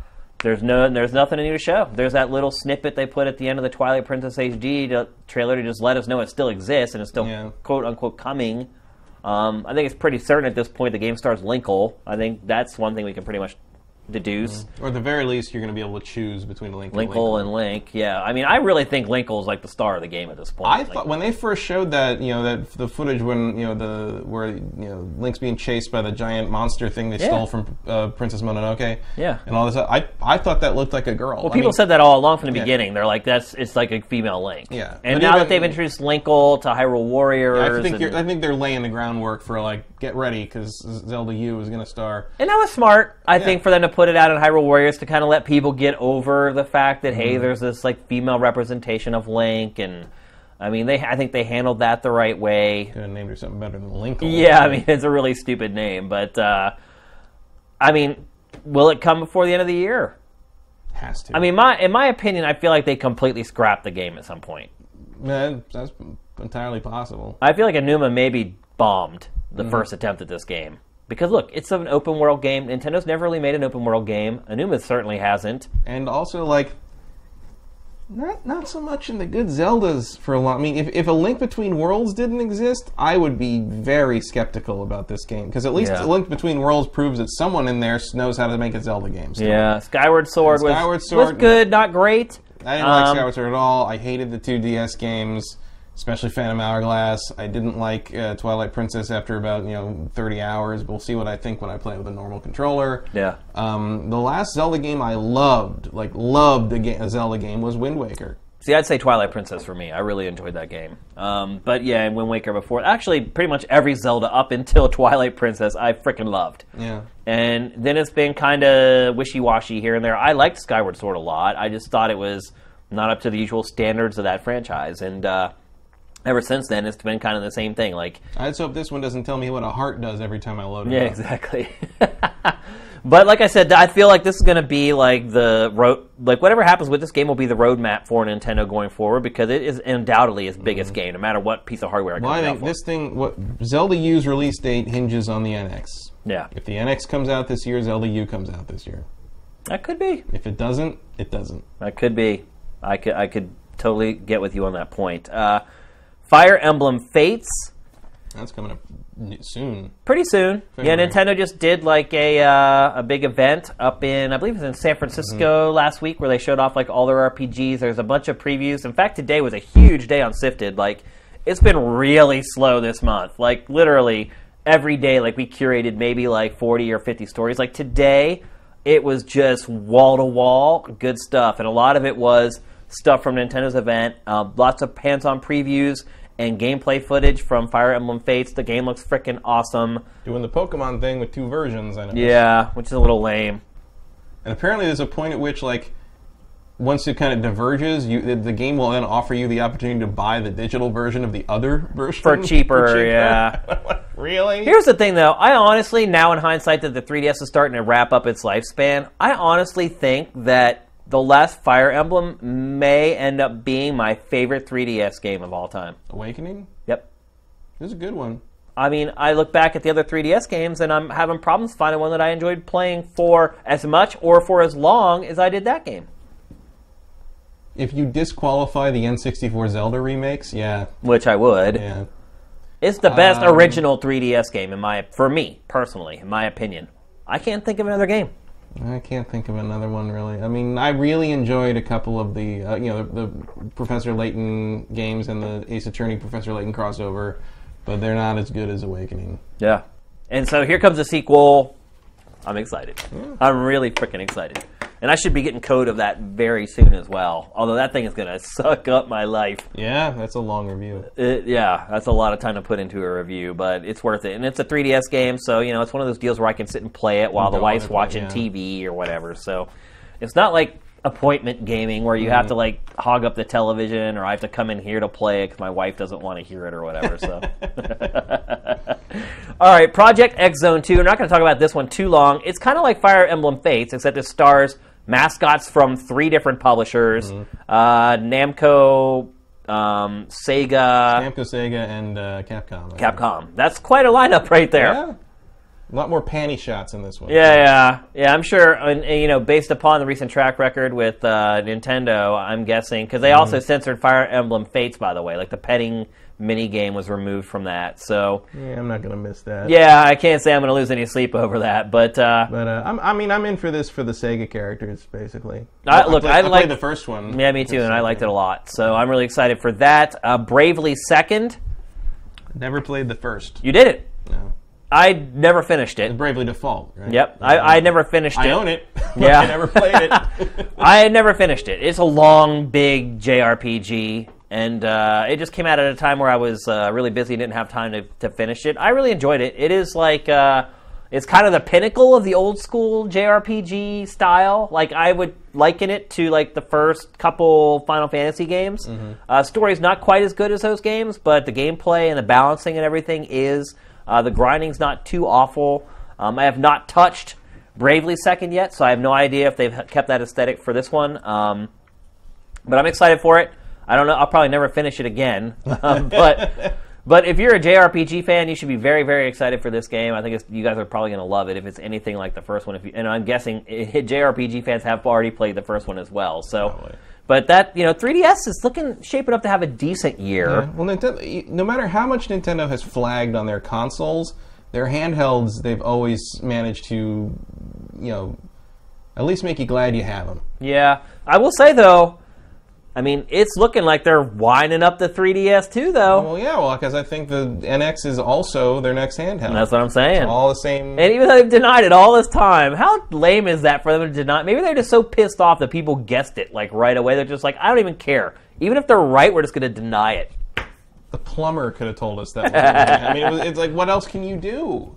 Speaker 1: there's no, there's nothing new to show. There's that little snippet they put at the end of the Twilight Princess HD to, trailer to just let us know it still exists and it's still
Speaker 2: Yeah.
Speaker 1: quote unquote coming. Um, I think it's pretty certain at this point the game stars Linkle. I think that's one thing we can pretty much deduce.
Speaker 2: Or at the very least, you're going to be able to choose between Link and Link.
Speaker 1: Linkle and Link, yeah. I mean, I really think Linkle is like the star of the game at this point.
Speaker 2: I
Speaker 1: Like,
Speaker 2: thought when they first showed that, you know, that the footage when you know the where you know Link's being chased by the giant monster thing they
Speaker 1: Yeah.
Speaker 2: stole from uh, Princess Mononoke,
Speaker 1: Yeah.
Speaker 2: and all this. I I thought that looked like a girl.
Speaker 1: Well, people said that all along from the beginning. They're like, that's it's like a female Link.
Speaker 2: Yeah.
Speaker 1: And
Speaker 2: But
Speaker 1: now
Speaker 2: even-
Speaker 1: that they've introduced Linkle to Hyrule Warriors,
Speaker 2: I think
Speaker 1: and,
Speaker 2: you're, I think they're laying the groundwork for like get ready because Zelda U is going to star.
Speaker 1: and that was smart, I think, for them to put it out in Hyrule Warriors to kind of let people get over the fact that
Speaker 2: Mm-hmm.
Speaker 1: hey, there's this like female representation of Link, and I mean, they I think they handled that the right way.
Speaker 2: Could have named her something better than Link.
Speaker 1: Yeah, I mean, [laughs] it's a really stupid name, but uh, I mean, will it come before the end of the year?
Speaker 2: has to.
Speaker 1: I mean, my in my opinion, I feel like they completely scrapped the game at some point.
Speaker 2: Yeah, that's entirely possible.
Speaker 1: I feel like Enuma maybe bombed the first attempt at this game. Because look, it's an open world game. Nintendo's never really made an open world game. Enuma certainly hasn't.
Speaker 2: and also like not not so much in the good Zeldas for a long. I mean, if, if a Link Between Worlds didn't exist, I would be very skeptical about this game because at least
Speaker 1: Yeah.
Speaker 2: a Link Between Worlds proves that someone in there knows how to make a Zelda game. still.
Speaker 1: Yeah, Skyward Sword, was,
Speaker 2: Skyward Sword-
Speaker 1: was good, not great.
Speaker 2: I didn't like
Speaker 1: Um,
Speaker 2: Skyward Sword at all. I hated the two DS games, especially Phantom Hourglass. I didn't like uh, Twilight Princess after about you know 30 hours. We'll see what I think when I play with a normal controller.
Speaker 1: Yeah.
Speaker 2: Um, the last Zelda game I loved, like loved a, ga- a Zelda game, was Wind Waker.
Speaker 1: See, I'd say Twilight Princess for me. I really enjoyed that game. Um, but yeah, and Wind Waker before. Actually, pretty much every Zelda up until [laughs] Twilight Princess, I freaking loved.
Speaker 2: Yeah.
Speaker 1: And then it's been kind of wishy washy here and there. I liked Skyward Sword a lot. I just thought it was not up to the usual standards of that franchise. And uh, ever since then, it's been kind of the same thing. Like,
Speaker 2: I just hope this one doesn't tell me what a heart does every time I load it.
Speaker 1: yeah,
Speaker 2: up.
Speaker 1: exactly. [laughs] but like I said, I feel like this is going to be like the road, like whatever happens with this game will be the roadmap for Nintendo going forward because it is undoubtedly its biggest game, no matter what piece of hardware it
Speaker 2: Well, I
Speaker 1: comes out
Speaker 2: think
Speaker 1: for.
Speaker 2: this thing, what Zelda U's release date hinges on the NX.
Speaker 1: yeah,
Speaker 2: If the NX comes out this year, Zelda U comes out this year.
Speaker 1: that could be.
Speaker 2: If it doesn't, it doesn't.
Speaker 1: That could be. I could I could totally get with you on that point. Uh, Fire Emblem Fates
Speaker 2: That's coming up n- soon.
Speaker 1: pretty soon. Yeah,
Speaker 2: February.
Speaker 1: Nintendo just did like a uh, a big event up in I believe it was in San Francisco last week where they showed off like all their RPGs. There's a bunch of previews. In fact, today was a huge day on Sifted. Like it's been really slow this month. Like literally every day like we curated maybe like 40 or 50 stories. Like today it was just wall to wall good stuff and a lot of it was stuff from Nintendo's event, uh, lots of hands-on previews and gameplay footage from Fire Emblem Fates. The game looks freaking awesome.
Speaker 2: Doing the Pokemon thing with two versions, I know.
Speaker 1: Yeah, which is a little lame.
Speaker 2: And apparently, there's a point at which, like, once it kind of diverges, you the, the game will then offer you the opportunity to buy the digital version of the other version [laughs]
Speaker 1: For cheaper, yeah.
Speaker 2: really?
Speaker 1: Here's the thing, though. I honestly, now in hindsight, that the 3DS is starting to wrap up its lifespan, I honestly think that the last Fire Emblem may end up being my favorite 3DS game of all time.
Speaker 2: Awakening.
Speaker 1: Yep.
Speaker 2: This is a good one.
Speaker 1: I mean, I look back at the other 3DS games and I'm having problems finding one that I enjoyed playing for as much or for as long as I did that game.
Speaker 2: If you disqualify the N64 Zelda remakes, yeah,
Speaker 1: Which I would.
Speaker 2: yeah.
Speaker 1: It's the best
Speaker 2: Um,
Speaker 1: original 3DS game in my for me personally, in my opinion. I can't think of another game.
Speaker 2: I can't think of another one really. I mean, I really enjoyed a couple of the uh, you know the, the Professor Layton games and the Ace Attorney Professor Layton crossover, but they're not as good as Awakening.
Speaker 1: Yeah. And so here comes the sequel. I'm excited.
Speaker 2: Hmm.
Speaker 1: I'm really freaking excited. And I should be getting code of that very soon as well. Although that thing is going to [laughs] suck up my life.
Speaker 2: Yeah, that's a long review.
Speaker 1: It, yeah, that's a lot of time to put into a review, but it's worth it. And it's a 3DS game, so you know it's one of those deals where I can sit and play it while the
Speaker 2: Go on
Speaker 1: wife's
Speaker 2: and play,
Speaker 1: watching
Speaker 2: yeah.
Speaker 1: TV or whatever. So it's not like appointment gaming where you
Speaker 2: Mm-hmm.
Speaker 1: have to like hog up the television or I have to come in here to play it because my wife doesn't want to hear it or whatever. So.
Speaker 2: [laughs]
Speaker 1: All right, Project X Zone 2. We're not going to talk about this one too long. It's kind of like Fire Emblem Fates, except it stars mascots from three different publishers
Speaker 2: Mm-hmm.
Speaker 1: uh, Namco, um, Sega,
Speaker 2: Namco Sega and uh, Capcom. I think.
Speaker 1: Capcom. That's quite a lineup right there.
Speaker 2: Yeah. A lot more panty shots in this one.
Speaker 1: Yeah, yeah, yeah. I'm sure, and, and, you know, based upon the recent track record with uh, Nintendo, I'm guessing because
Speaker 2: Mm-hmm.
Speaker 1: they also censored Fire Emblem Fates, by the way. Like the petting mini game was removed from that. So
Speaker 2: Yeah, I'm not gonna miss that.
Speaker 1: yeah, I can't say I'm going to lose any sleep over that. But uh,
Speaker 2: But uh, I'm, I mean, I'm in for this for the Sega characters, basically.
Speaker 1: I- look,
Speaker 2: played-
Speaker 1: I
Speaker 2: played
Speaker 1: like-
Speaker 2: the first one.
Speaker 1: yeah, me too, and I liked it a lot. So I'm really excited for that. Uh, Bravely Second,
Speaker 2: Never played the first.
Speaker 1: you did it.
Speaker 2: No.
Speaker 1: I never finished it.
Speaker 2: Bravely Default. Right? Uh,
Speaker 1: Yep, I, I never finished
Speaker 2: I
Speaker 1: it.
Speaker 2: own it. [laughs] but
Speaker 1: Yeah.
Speaker 2: I never played
Speaker 1: [laughs]
Speaker 2: it.
Speaker 1: I had never finished it. It's a long, big JRPG, and uh, it just came out at a time where I was uh, really busy and didn't have time to, to finish it. I really enjoyed it. It is like uh, it's kind of the pinnacle of the old school JRPG style. Like I would liken it to like the first couple Final Fantasy games. Uh, story's not quite as good as those games, but the gameplay and the balancing and everything is. Uh, the grinding's not too awful. Um, I have not touched Bravely second yet, so I have no idea if they've h- kept that aesthetic for this one. Um, but I'm excited for it. I don't know. I'll probably never finish it again. [laughs] Um, but but if you're a JRPG fan, you should be very very excited for this game. I think it's, you guys are probably going to love it if it's anything like the first one. If you, and I'm guessing eh, [laughs] JRPG fans have already played the first one as well. So.
Speaker 2: Probably.
Speaker 1: But that you know, 3DS is looking shaping up to have a decent year.
Speaker 2: well, Nintendo, no matter how much Nintendo has flagged on their consoles, their handhelds they've always managed to, you know, at least make you glad you have them.
Speaker 1: Yeah, I will say though, I mean, it's looking like they're winding up the 3DS too, though.
Speaker 2: Well, yeah, well, because I think the NX is also their next handheld.
Speaker 1: That's what I'm saying.
Speaker 2: all the same.
Speaker 1: And even though they've denied it all this time, how lame is that for them to deny? Maybe they're just so pissed off that people guessed it like right away. They're just like, I don't even care. Even if they're right, we're just going to deny it.
Speaker 2: the plumber could have told us that. Wasn't it? I mean, it was, it's like, what else can you do?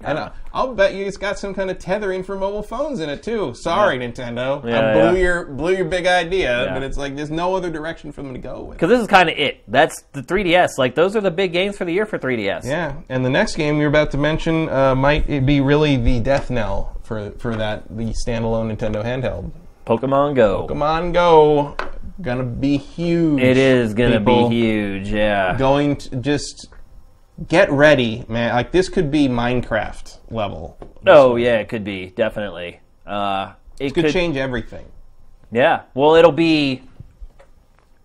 Speaker 2: And I, I'll bet you it's got some kind of tethering for mobile phones in it too. Sorry, Nintendo,
Speaker 1: Yeah,
Speaker 2: I blew
Speaker 1: yeah.
Speaker 2: your blew your big idea,
Speaker 1: Yeah.
Speaker 2: but it's like there's no other direction for them to go with.
Speaker 1: Because this is kind of it. That's the 3DS. Like those are the big games for the year for 3DS.
Speaker 2: Yeah, and the next game you're about to mention uh, might it be really the death knell for for that the standalone Nintendo handheld.
Speaker 1: Pokemon Go.
Speaker 2: Come on, go, gonna be huge.
Speaker 1: It is gonna
Speaker 2: people.
Speaker 1: be huge. Yeah.
Speaker 2: Going to just get ready, man. Like this could be Minecraft level.
Speaker 1: Oh yeah, it could be definitely. Uh, it
Speaker 2: Could
Speaker 1: could
Speaker 2: change everything.
Speaker 1: Yeah. Well, it'll be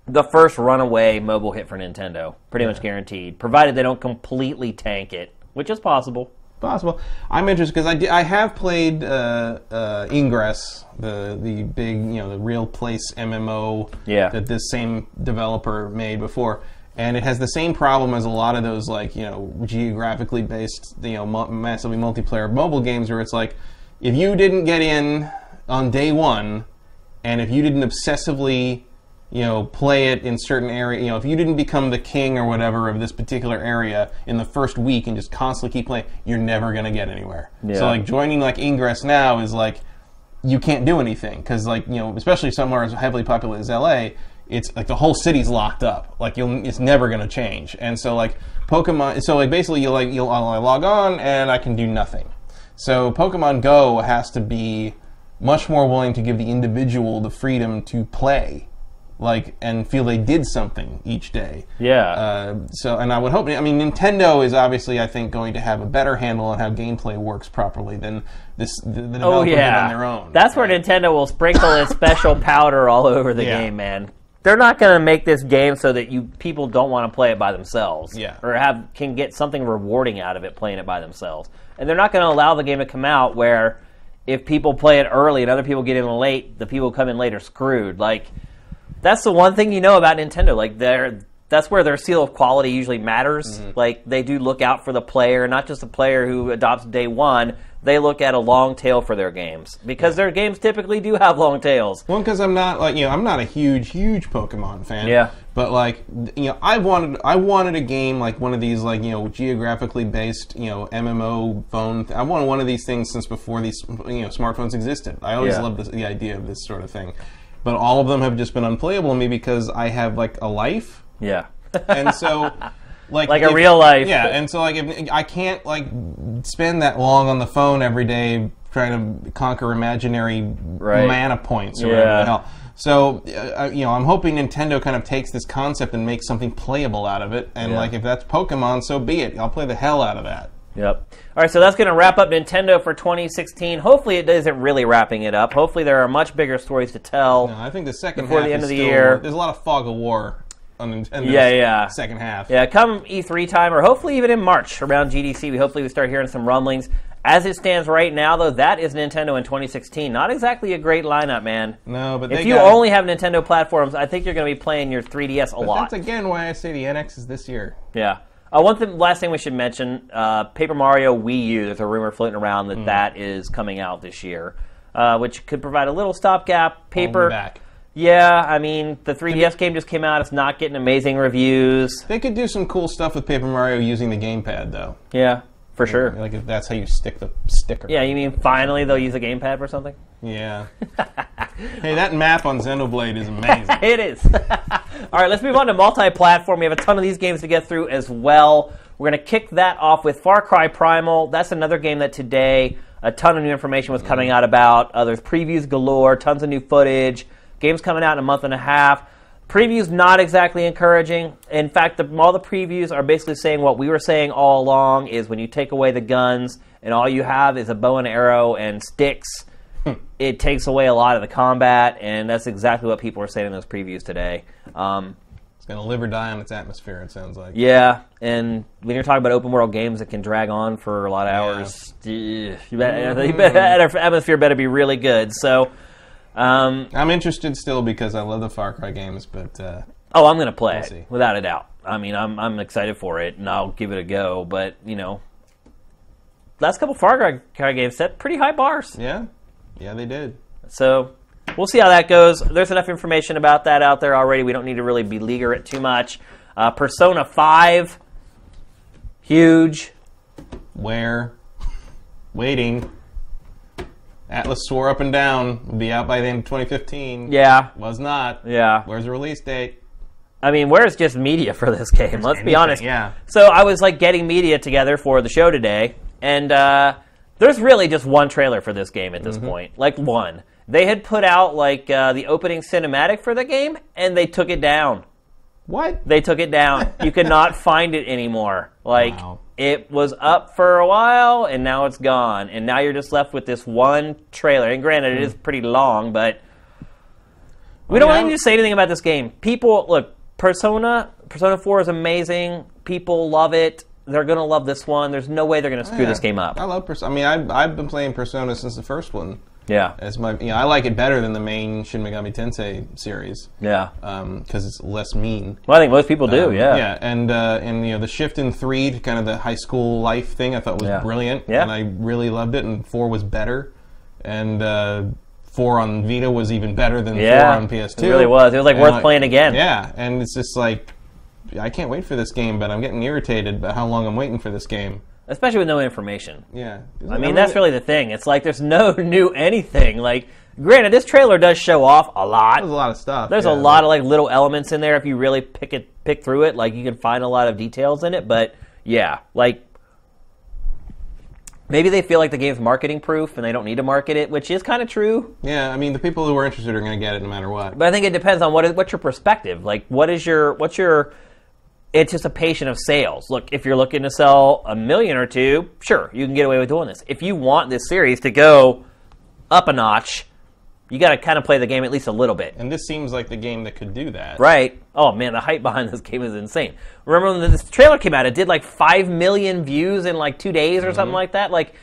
Speaker 1: the first runaway mobile hit for Nintendo, pretty much guaranteed, provided they don't completely tank it, which is possible.
Speaker 2: possible. I'm interested because I, di- I have played uh, uh, Ingress, the the big you know the real place MMO
Speaker 1: Yeah.
Speaker 2: that this same developer made before, and it has the same problem as a lot of those like you know geographically based you know mu- massively multiplayer mobile games where it's like if you didn't get in on day one, and if you didn't obsessively you know play it in certain area you know if you didn't become the king or whatever of this particular area in the first week and just constantly keep playing you're never going to get anywhere
Speaker 1: Yeah.
Speaker 2: so like joining like ingress now is like you can't do anything because like you know especially somewhere as heavily populated as la it's like the whole city's locked up like you'll it's never going to change and so like pokemon so like basically you'll like you'll I'll log on and i can do nothing so pokemon go has to be much more willing to give the individual the freedom to play like and feel they did something each day
Speaker 1: Yeah.
Speaker 2: uh, so and i would hope i mean nintendo is obviously i think going to have a better handle on how gameplay works properly than this the, the developer
Speaker 1: Oh
Speaker 2: did
Speaker 1: yeah.
Speaker 2: on their own
Speaker 1: That's where Nintendo will sprinkle its [laughs] special powder all over the
Speaker 2: Yeah.
Speaker 1: game, man. They're not going to make this game so that you people don't want to play it by themselves,
Speaker 2: Yeah.
Speaker 1: or have can get something rewarding out of it playing it by themselves. And they're not going to allow the game to come out where if people play it early and other people get in late, the people who come in late are screwed. Like that's the one thing you know about Nintendo. Like they're that's where their seal of quality usually matters. Like they do look out for the player, not just the player who adopts day one. They look at a long tail for their games because their games typically do have long tails.
Speaker 2: One, because I'm not like you know, I'm not a huge, huge Pokemon fan.
Speaker 1: Yeah.
Speaker 2: But like, th- you know, I wanted, I wanted a game like one of these, like you know, geographically based, you know, MMO phone. Th- I wanted one of these things since before these, you know, smartphones existed. I always
Speaker 1: Yeah.
Speaker 2: loved this, the idea of this sort of thing, but all of them have just been unplayable to me because I have like a life,
Speaker 1: [laughs] Yeah,
Speaker 2: and
Speaker 1: [laughs]
Speaker 2: so. Like,
Speaker 1: Like a
Speaker 2: if-
Speaker 1: real life.
Speaker 2: yeah. And so, like, if, I can't like spend that long on the phone every day trying to conquer imaginary
Speaker 1: Right.
Speaker 2: mana points or
Speaker 1: Yeah.
Speaker 2: whatever the hell. So, uh, uh, you know, I'm hoping Nintendo kind of takes this concept and makes something playable out of it. And
Speaker 1: Yeah.
Speaker 2: like, if that's Pokemon, so be it. I'll play the hell out of that.
Speaker 1: Yep. All right, so that's going to wrap up Nintendo for 2016. Hopefully, it isn't really wrapping it up. Hopefully, there are much bigger stories to tell.
Speaker 2: And I think the second
Speaker 1: Before
Speaker 2: half
Speaker 1: the
Speaker 2: is
Speaker 1: end of the
Speaker 2: still-
Speaker 1: year.
Speaker 2: There's a lot of fog of war on Nintendo's
Speaker 1: Yeah, yeah.
Speaker 2: second half.
Speaker 1: Yeah, come E3 time, or hopefully even in March around GDC, we hopefully we start hearing some rumblings. As it stands right now, though, that is Nintendo in 2016. Not exactly a great lineup, man.
Speaker 2: No, but
Speaker 1: If
Speaker 2: they
Speaker 1: you
Speaker 2: got-
Speaker 1: only have Nintendo platforms, I think you're going to be playing your 3DS a lot.
Speaker 2: That's again why I say the NX is this year.
Speaker 1: Yeah. Uh, one thing, last thing we should mention: uh, Paper Mario Wii U. There's a rumor floating around that that is coming out this year, uh, which could provide a little stopgap. Paper.
Speaker 2: back.
Speaker 1: Yeah, I mean the 3DS game just came out. It's not getting amazing reviews.
Speaker 2: They could do some cool stuff with Paper Mario using the gamepad, though.
Speaker 1: Yeah, for sure.
Speaker 2: Like if that's how you stick the sticker.
Speaker 1: Yeah, you mean finally they'll use a gamepad for something? [laughs]
Speaker 2: Yeah. hey, that map on Xenoblade is amazing.
Speaker 1: [laughs] It is. All right, let's move on to multi-platform. We have a ton of these games to get through as well. We're going to kick that off with Far Cry Primal. That's another game that today a ton of new information was coming out about. Uh, there's previews galore, tons of new footage. Game's coming out in a month and a half. Previews not exactly encouraging. In fact, the, all the previews are basically saying what we were saying all along: is when you take away the guns and all you have is a bow and arrow and sticks it takes away a lot of the combat, and that's exactly what people are saying in those previews today. Um,
Speaker 2: It's gonna live or die on its atmosphere. It sounds like.
Speaker 1: yeah, and when you're talking about open world games that can drag on for a lot of hours, eh, you better, you better, that [laughs] atmosphere better be really good. So, um,
Speaker 2: I'm interested still because I love the Far Cry games, but uh,
Speaker 1: oh, I'm gonna play it
Speaker 2: see.
Speaker 1: without a doubt. I mean, I'm I'm excited for it, and I'll give it a go. But you know, last couple Far Cry- Cry games set pretty high bars.
Speaker 2: yeah, yeah, they did.
Speaker 1: So we'll see how that goes. There's enough information about that out there already. We don't need to really beleaguer it too much. Uh, Persona 5, huge.
Speaker 2: Where? [laughs] waiting. Atlas swore up and down would be out by the end of 2015.
Speaker 1: Yeah.
Speaker 2: Was not.
Speaker 1: Yeah.
Speaker 2: Where's the release date?
Speaker 1: I mean, where's just media for this [laughs] game? Let's be
Speaker 2: anything,
Speaker 1: honest.
Speaker 2: yeah.
Speaker 1: So I was like getting media together for the show today, and uh, there's really just one trailer for this game at this
Speaker 2: Mm-hmm.
Speaker 1: point. Like one. They had put out like uh, the opening cinematic for the game, and they took it down.
Speaker 2: What?
Speaker 1: They took it down. you
Speaker 2: [laughs]
Speaker 1: could not find it anymore. Like
Speaker 2: Wow.
Speaker 1: it was up for a while, and now it's gone. And now you're just left with this one trailer. And granted,
Speaker 2: Hmm.
Speaker 1: it is pretty long, but we don't
Speaker 2: yeah.
Speaker 1: even need to say anything about this game. People look, Persona Persona Four is amazing. People love it. They're gonna love this one. There's no way they're gonna screw this
Speaker 2: Yeah. Oh.
Speaker 1: game
Speaker 2: I
Speaker 1: up.
Speaker 2: love Persona. I mean, I've, I've been playing Persona since the first one.
Speaker 1: Yeah,
Speaker 2: As my, you know, I like it better than the main Shin Megami Tensei series
Speaker 1: yeah.
Speaker 2: because it's less mean.
Speaker 1: Well, I think most people do.
Speaker 2: Um,
Speaker 1: Oh, yeah.
Speaker 2: yeah, and uh, and you know the shift in three to kind of the high school life thing, I thought was
Speaker 1: Yeah.
Speaker 2: brilliant,
Speaker 1: Yeah.
Speaker 2: and I really loved it. And four was better, and uh, four on Vita was even better than
Speaker 1: Yeah,
Speaker 2: four on PS2.
Speaker 1: it really was. It was, like,
Speaker 2: And,
Speaker 1: worth playing again.
Speaker 2: Yeah, and it's just like I can't wait for this game, but I'm getting irritated about how long I'm waiting for this game.
Speaker 1: Especially with no information.
Speaker 2: Yeah,
Speaker 1: I mean, that's really the thing. It's like there's no [laughs] new anything. Like, granted, this trailer does show off a
Speaker 2: there's a
Speaker 1: lot.
Speaker 2: lot of stuff.
Speaker 1: There's
Speaker 2: yeah,
Speaker 1: a lot of like little elements in there. If you really pick it, pick through it, like you can find a lot of details in it. But yeah, like maybe they feel like the game's marketing proof and they don't need to market it, which is kind of true.
Speaker 2: yeah. I mean, the people who are interested are going to get it no matter what.
Speaker 1: But I think it depends on what is what's your perspective. Like, what is your what's your anticipation of sales? Look, if you're looking to sell a million or two, sure, you can get away with doing this. If you want this series to go up a notch, you got to kind of play the game at least a little bit,
Speaker 2: and this seems like the game that could do that.
Speaker 1: right? Oh man, the hype behind [laughs] this game is insane. Remember when this trailer came out? It did like five million views in like two days or something like that. Like,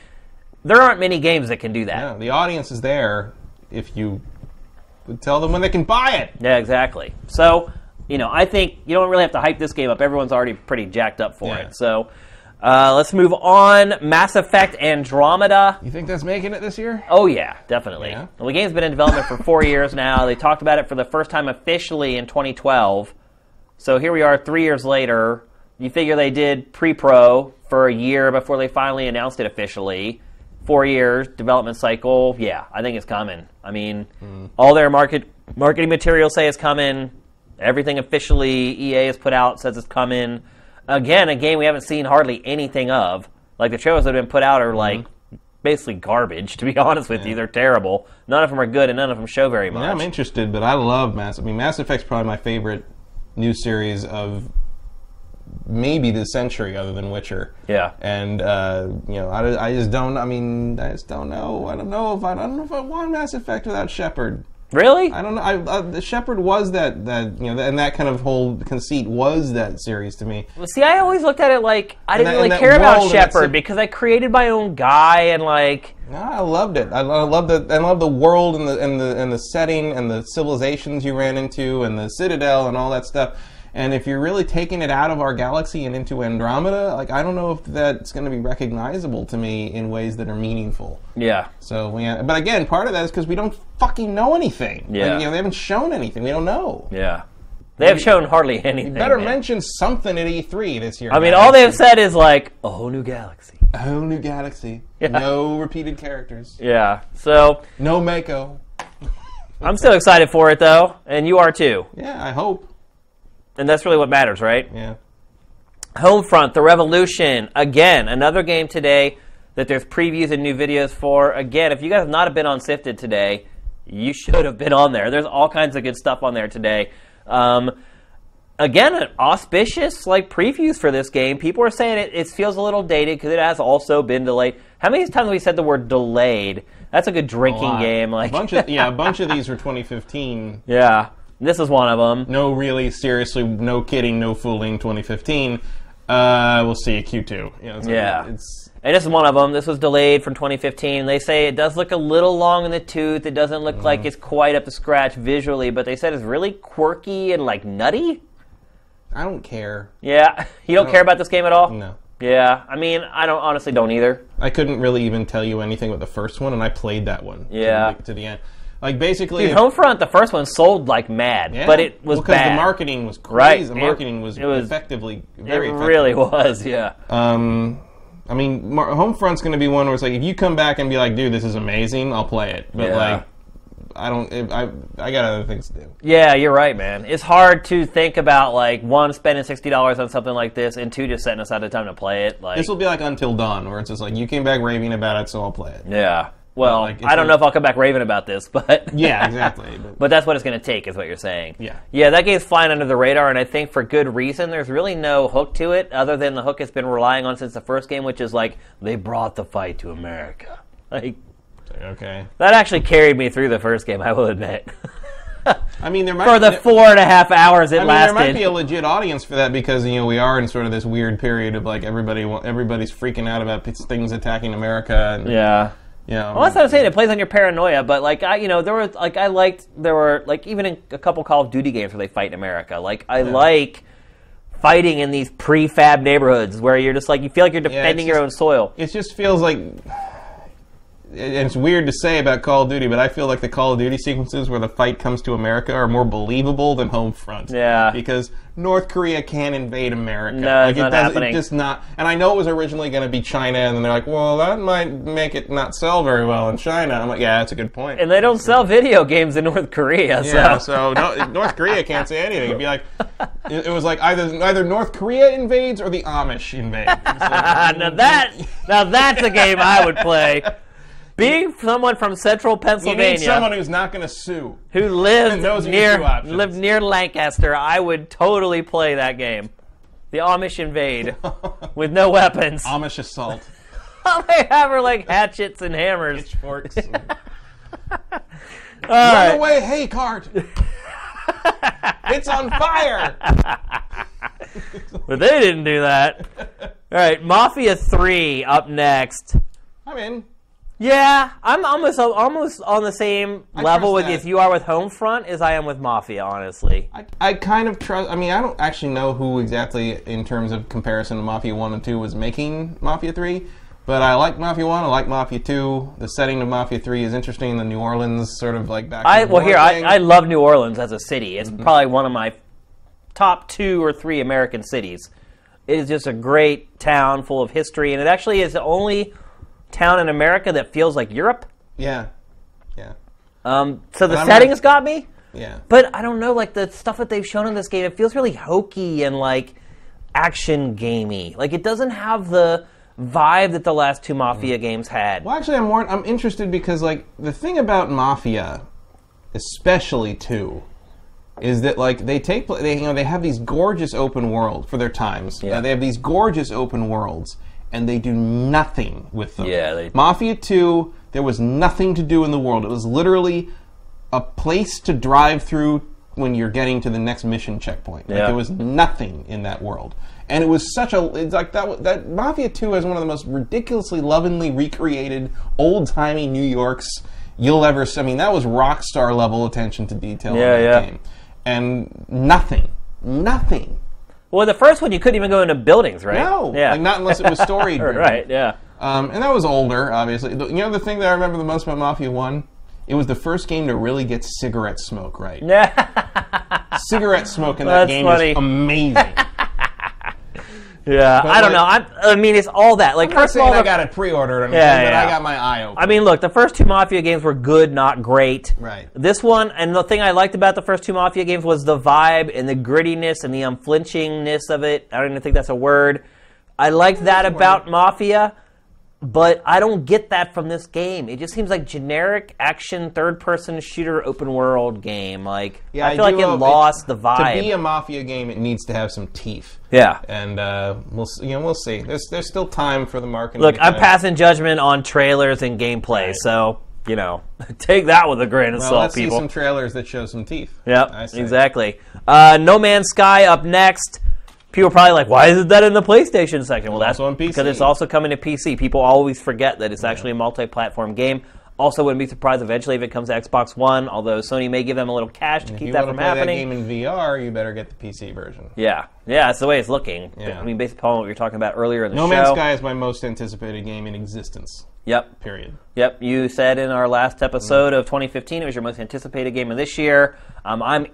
Speaker 1: there aren't many games that can do that.
Speaker 2: Yeah, the audience is there if you would tell them when they can buy it.
Speaker 1: Yeah, exactly. So, you know, I think you don't really have to hype this game up. Everyone's already pretty jacked up for
Speaker 2: Yeah.
Speaker 1: it. So, uh, let's move on. Mass Effect Andromeda.
Speaker 2: You think that's making it this year?
Speaker 1: Oh yeah, definitely.
Speaker 2: Yeah.
Speaker 1: Well, the game's been in development for four years now. They talked about it for the first time officially in 2012. So here we are, three years later. You figure they did pre-pro for a year before they finally announced it officially. Four years development cycle. Yeah, I think it's coming. I mean,
Speaker 2: Hmm.
Speaker 1: all their market marketing materials say it's coming. Everything officially EA has put out says it's coming. Again, a game we haven't seen hardly anything of. Like the trailers that have been put out are like
Speaker 2: Mm-hmm.
Speaker 1: basically garbage. [laughs] To be honest with you, they're terrible. None of them are good, and none of them show very much.
Speaker 2: Yeah, I'm interested, but I love Mass. I mean, Mass Effect's probably my favorite new series of maybe this century, other than Witcher.
Speaker 1: Yeah.
Speaker 2: And uh, you know, I, I just don't. I mean, I just don't know. I don't know if I, I don't know if I want Mass Effect without Shepard.
Speaker 1: really?
Speaker 2: I don't know. I, uh, the Shepard was that that you know, and that kind of whole conceit was that series to me.
Speaker 1: Well, See, I always looked at it like I
Speaker 2: And
Speaker 1: didn't
Speaker 2: that-
Speaker 1: really
Speaker 2: and that
Speaker 1: care about
Speaker 2: world and that
Speaker 1: Shepard
Speaker 2: civ-
Speaker 1: because I created my own guy and like
Speaker 2: No, I loved it. I, I loved the I loved the world and the and the and the setting and the civilizations you ran into and the citadel and all that stuff. And if you're really taking it out of our galaxy and into Andromeda, like I don't know if that's going to be recognizable to me in ways that are meaningful.
Speaker 1: yeah,
Speaker 2: So, yeah, but again, part of that is because we don't fucking know anything. Like,
Speaker 1: Yeah.
Speaker 2: you know, they haven't shown anything. We don't know.
Speaker 1: yeah. They have shown hardly anything.
Speaker 2: Better
Speaker 1: man.
Speaker 2: mention something at E3 this year.
Speaker 1: I mean,
Speaker 2: guys.
Speaker 1: all they have said is like a whole new galaxy.
Speaker 2: a whole new galaxy, no repeated characters,
Speaker 1: Yeah. So
Speaker 2: no Mako.
Speaker 1: I'm still excited for it though, and you are too,
Speaker 2: Yeah, I hope.
Speaker 1: and that's really what matters, right?
Speaker 2: Yeah.
Speaker 1: Homefront: The Revolution. Again, another game today that there's previews and new videos for. Again, if you guys have not have been on Sifted today, you should have been on there. There's all kinds of good stuff on there today. Um, again, an auspicious like previews for this game. People are saying it, it feels a little dated because it has also been delayed. How many times have we said the word delayed? That's a good drinking
Speaker 2: lot.
Speaker 1: game. Like,
Speaker 2: a bunch of yeah, a bunch of these were 2015.
Speaker 1: [laughs] yeah, this is one of them.
Speaker 2: No, really, seriously, no kidding, no fooling. 2015. Uh, we'll see you Q2. You know, it's-
Speaker 1: Yeah.
Speaker 2: it's
Speaker 1: And this is one of them. This was delayed from 2015. They say it does look a little long in the tooth. It doesn't look
Speaker 2: Mm.
Speaker 1: like it's quite up to scratch visually, but they said it's really quirky and like nutty.
Speaker 2: I don't care.
Speaker 1: Yeah, [laughs] you don't care about this game at all.
Speaker 2: No,
Speaker 1: Yeah, I mean, I don't honestly don't either.
Speaker 2: I couldn't really even tell you anything with the first one, and I played that one. to
Speaker 1: Yeah.
Speaker 2: the- to the end. Like basically,
Speaker 1: Dude,
Speaker 2: if-
Speaker 1: Homefront, the first one sold like mad,
Speaker 2: yeah,
Speaker 1: but it was
Speaker 2: well, 'cause
Speaker 1: bad.
Speaker 2: The marketing was crazy.
Speaker 1: Right.
Speaker 2: The
Speaker 1: It-
Speaker 2: marketing was,
Speaker 1: it was-
Speaker 2: effectively
Speaker 1: it
Speaker 2: very effective.
Speaker 1: really was, yeah.
Speaker 2: Um, I mean, Mar- Homefront's going to be one where it's like if you come back and be like, "Dude, this is amazing," I'll play it. But
Speaker 1: Yeah.
Speaker 2: like, I don't. If, I I got other things to do.
Speaker 1: Yeah, you're right, man. It's hard to think about like one spending sixty dollars on something like this, and two just setting aside the time to play it. Like,
Speaker 2: This will be like Until Dawn, where it's just like you came back raving about it, so I'll play it.
Speaker 1: yeah. Well,
Speaker 2: Like, if
Speaker 1: I don't
Speaker 2: you-
Speaker 1: know if I'll come back raving about this, but
Speaker 2: Yeah, [laughs]
Speaker 1: [laughs]
Speaker 2: exactly. But,
Speaker 1: But that's what it's going to take, is what you're saying.
Speaker 2: Yeah.
Speaker 1: Yeah, that game's flying under the radar, and I think for good reason. There's really no hook to it, other than the hook it's been relying on since the first game, which is like, they brought the fight to America. [laughs] Like,
Speaker 2: it's like, okay.
Speaker 1: that actually carried me through the first game, I will admit. [laughs]
Speaker 2: I mean, there might
Speaker 1: for the
Speaker 2: there-
Speaker 1: four and a half hours it
Speaker 2: I mean, there
Speaker 1: lasted.
Speaker 2: might be a legit audience for that because you know we are in sort of this weird period of like everybody wa- everybody's freaking out about p- things attacking America and
Speaker 1: yeah.
Speaker 2: you know
Speaker 1: Well, that's what I'm saying. It plays on your paranoia, but like I, you know, there were like I liked there were like even in a couple Call of Duty games where they fight in America. Like I like fighting in these prefab neighborhoods where you're just like you feel like you're defending your
Speaker 2: just-
Speaker 1: own soil.
Speaker 2: it just feels like and it's weird to say about Call of Duty, but I feel like the Call of Duty sequences where the fight comes to America are more believable than Homefront.
Speaker 1: Yeah.
Speaker 2: because North Korea can invade America.
Speaker 1: No, it's
Speaker 2: it
Speaker 1: not
Speaker 2: doesn't-
Speaker 1: happening.
Speaker 2: It just not. And I know it was originally going to be China, and then they're like, "Well, that might make it not sell very well in China." I'm like, "Yeah, that's a good point."
Speaker 1: And they don't sell video games in North Korea,
Speaker 2: Yeah, so
Speaker 1: so
Speaker 2: no, North Korea can't say anything. It'd be like it, it was like either either North Korea invades or the Amish
Speaker 1: [laughs]
Speaker 2: invade. It's like,
Speaker 1: [laughs] now that now that's a game I
Speaker 2: [laughs]
Speaker 1: would play. Being someone from Central
Speaker 2: you need someone
Speaker 1: Pennsylvania
Speaker 2: who's not going to
Speaker 1: [laughs]
Speaker 2: sue.
Speaker 1: who lived
Speaker 2: Those are your
Speaker 1: near
Speaker 2: two options.
Speaker 1: lived near Lancaster, I would totally play that game. The
Speaker 2: [laughs]
Speaker 1: Amish invade with no weapons.
Speaker 2: Amish
Speaker 1: [laughs]
Speaker 2: assault,
Speaker 1: All they have are like hatchets and
Speaker 2: [laughs]
Speaker 1: hammers.
Speaker 2: pitchforks. and-
Speaker 1: All right.
Speaker 2: Run away, hay cart. [laughs] it's on fire.
Speaker 1: But they didn't do that. All right, Mafia 3 up next.
Speaker 2: [laughs] I'm in.
Speaker 1: Yeah, I'm almost almost on the same level with
Speaker 2: trust
Speaker 1: you
Speaker 2: that.
Speaker 1: if you are with Homefront as I am with Mafia, honestly.
Speaker 2: I, I kind of trust. I mean, I don't actually know who exactly, in terms of comparison to Mafia One and Two, was making Mafia Three, but I like Mafia One. I like Mafia Two. The setting of Mafia Three is interesting. The New Orleans sort of like back. to
Speaker 1: I
Speaker 2: the
Speaker 1: well
Speaker 2: war
Speaker 1: here I,
Speaker 2: thing.
Speaker 1: I love New Orleans as a city. It's
Speaker 2: Mm-hmm.
Speaker 1: probably one of my top two or three American cities. It is just a great town full of history, and it actually is the only town in America that feels like Europe.
Speaker 2: yeah, yeah,
Speaker 1: Um, so the
Speaker 2: I'm not-
Speaker 1: settings got me.
Speaker 2: yeah.
Speaker 1: But I don't know, like the stuff that they've shown in this game, it feels really hokey and like action gamey. Like it doesn't have the vibe that the last two Mafia
Speaker 2: Mm.
Speaker 1: games had.
Speaker 2: well, actually, I'm more. I'm interested because like the thing about Mafia, especially Two, is that like they take pla- they you know they have these gorgeous open world for their times.
Speaker 1: Yeah.
Speaker 2: Uh, they have these gorgeous open worlds, and they do nothing with them.
Speaker 1: Yeah, they-
Speaker 2: Mafia Two, there was nothing to do in the world. It was literally a place to drive through when you're getting to the next mission checkpoint. Like,
Speaker 1: Yeah.
Speaker 2: there was nothing in that world. And it was such a it's like that wa- that Mafia 2 is one of the most ridiculously lovingly recreated old-timey New York's you'll ever see. I mean that was rock star level attention to detail
Speaker 1: Yeah,
Speaker 2: in
Speaker 1: yeah.
Speaker 2: that game. And nothing. Nothing.
Speaker 1: Well, the first one you couldn't even go into buildings, right?
Speaker 2: No.
Speaker 1: Yeah.
Speaker 2: Like not unless
Speaker 1: [laughs]
Speaker 2: it was story driven.
Speaker 1: right. Yeah.
Speaker 2: Um, and that was older, obviously. The, you know the thing that I remember the most about Mafia 1? It was the first game to really get cigarette smoke right.
Speaker 1: Yeah.
Speaker 2: [laughs] Cigarette smoke in that
Speaker 1: That's
Speaker 2: game
Speaker 1: funny.
Speaker 2: is
Speaker 1: [laughs]
Speaker 2: amazing.
Speaker 1: yeah. I
Speaker 2: like-
Speaker 1: don't know. I'm, I mean, it's all that. Like, first of all,
Speaker 2: saying I
Speaker 1: the-
Speaker 2: got it pre-ordered. I'm
Speaker 1: Yeah,
Speaker 2: saying that
Speaker 1: yeah.
Speaker 2: I got my eye open.
Speaker 1: I mean, look, the first two Mafia games were good, not great.
Speaker 2: Right.
Speaker 1: This one, and the thing I liked about the first two Mafia games was the vibe and the grittiness and the unflinchingness of it. I don't even think that's a word. I liked that about Mafia, but I don't get that from this game. It just seems like generic action third-person shooter open world game. Like
Speaker 2: Yeah,
Speaker 1: I feel
Speaker 2: do
Speaker 1: like it
Speaker 2: hope
Speaker 1: lost the vibe.
Speaker 2: To be a mafia game, it needs to have some teeth.
Speaker 1: yeah.
Speaker 2: And uh, we'll s- you know we'll see. There's there's still time for the marketing.
Speaker 1: Look,
Speaker 2: to
Speaker 1: I'm
Speaker 2: kinda-
Speaker 1: passing judgment on trailers and gameplay, so you know, [laughs] take that with a grain of
Speaker 2: Well,
Speaker 1: salt,
Speaker 2: let's
Speaker 1: people.
Speaker 2: see some trailers that show some teeth. I
Speaker 1: Yep,
Speaker 2: say.
Speaker 1: exactly. Uh, no Man's Sky up next. People are probably like, why isn't that in the PlayStation section? Well, that's
Speaker 2: also on PC.
Speaker 1: because it's also coming to PC. People always forget that it's actually a multi-platform game. Also, wouldn't be surprised eventually if it comes to Xbox One. Although Sony may give them a little cash to
Speaker 2: If
Speaker 1: keep
Speaker 2: you
Speaker 1: that
Speaker 2: want to
Speaker 1: from
Speaker 2: play that
Speaker 1: happening.
Speaker 2: game in VR, you better get the PC version.
Speaker 1: yeah, yeah, that's the way it's looking.
Speaker 2: Yeah.
Speaker 1: I mean, based upon what we were talking about earlier in the
Speaker 2: No
Speaker 1: show.
Speaker 2: Man's Sky is my most anticipated game in existence.
Speaker 1: Yep,
Speaker 2: Period.
Speaker 1: Yep, you said in our last episode
Speaker 2: Mm-hmm.
Speaker 1: of 2015 it was your most anticipated game of this year. Um, I'm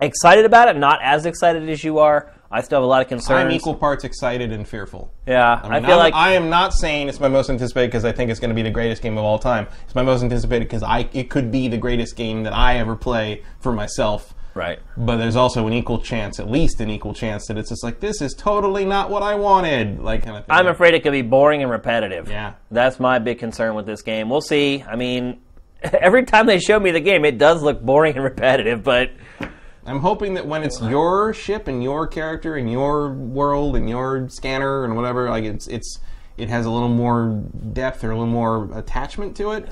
Speaker 1: excited about it, not as excited as you are. I I still have a lot of concerns.
Speaker 2: I'm equal parts excited and fearful.
Speaker 1: Yeah, I,
Speaker 2: mean,
Speaker 1: feel
Speaker 2: I'm-
Speaker 1: like
Speaker 2: I am not saying it's my most anticipated because I think it's going to be the greatest game of all time. It's my most anticipated because I it could be the greatest game that I ever play for myself.
Speaker 1: right.
Speaker 2: But there's also an equal chance, at least an equal chance, that it's just like this is totally not what I wanted, like kind of thing.
Speaker 1: I'm afraid it could be boring and repetitive.
Speaker 2: Yeah.
Speaker 1: That's my big concern with this game. We'll see. I mean, [laughs] every time they show me the game, it does look boring and [laughs] repetitive, but
Speaker 2: I'm hoping that when it's your ship and your character and your world and your scanner and whatever, like it's it's it has a little more depth or a little more attachment to it.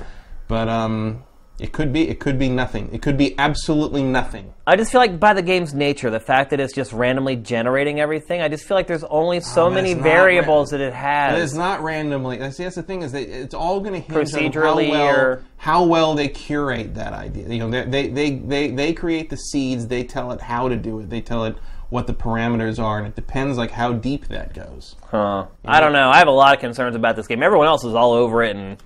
Speaker 2: But um, it could be it could be nothing. It could be absolutely nothing.
Speaker 1: I just feel like by the game's nature, the fact that it's just randomly generating everything, I just feel like there's only so
Speaker 2: but
Speaker 1: many
Speaker 2: Oh, it's not
Speaker 1: variables
Speaker 2: ran-
Speaker 1: that it
Speaker 2: But
Speaker 1: has.
Speaker 2: it's not randomly. That's, that's the thing is that it's all going to hinge on how
Speaker 1: Procedurally
Speaker 2: well,
Speaker 1: or-
Speaker 2: how well they curate that idea. You know, they they, they they they create the seeds. They tell it how to do it. They tell it what the parameters are, and it depends like how deep that goes.
Speaker 1: Huh. Uh, I don't know. I have a lot of concerns about this game. Everyone else is all over it, and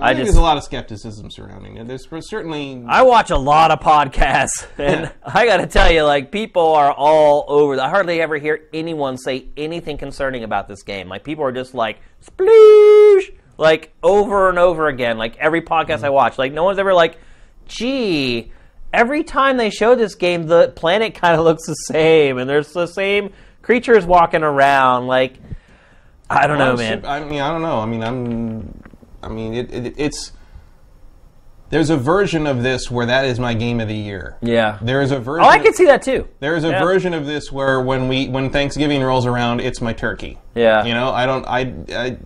Speaker 2: I,
Speaker 1: I
Speaker 2: think
Speaker 1: just
Speaker 2: there's a lot of skepticism surrounding it. There's certainly
Speaker 1: I watch a lot of podcasts, [laughs] and I got to tell you, like people are all over. I hardly ever hear anyone say anything concerning about this game. Like people are just like sploosh, like over and over again. Like every podcast I watch, like no one's ever like, gee. Every time they show this game, the planet [laughs] kind of looks the same, and there's the same creatures walking around. Like I don't know,
Speaker 2: I'm
Speaker 1: man.
Speaker 2: sup- I mean, I don't know. I mean, I'm. I mean, it, it, it's. There's a version of this where that is my game of the year.
Speaker 1: Yeah.
Speaker 2: There is a version.
Speaker 1: Oh, I could see that too.
Speaker 2: There is a
Speaker 1: Yeah.
Speaker 2: version of this where when we when Thanksgiving rolls around, it's my turkey.
Speaker 1: Yeah.
Speaker 2: You know, I don't. I. I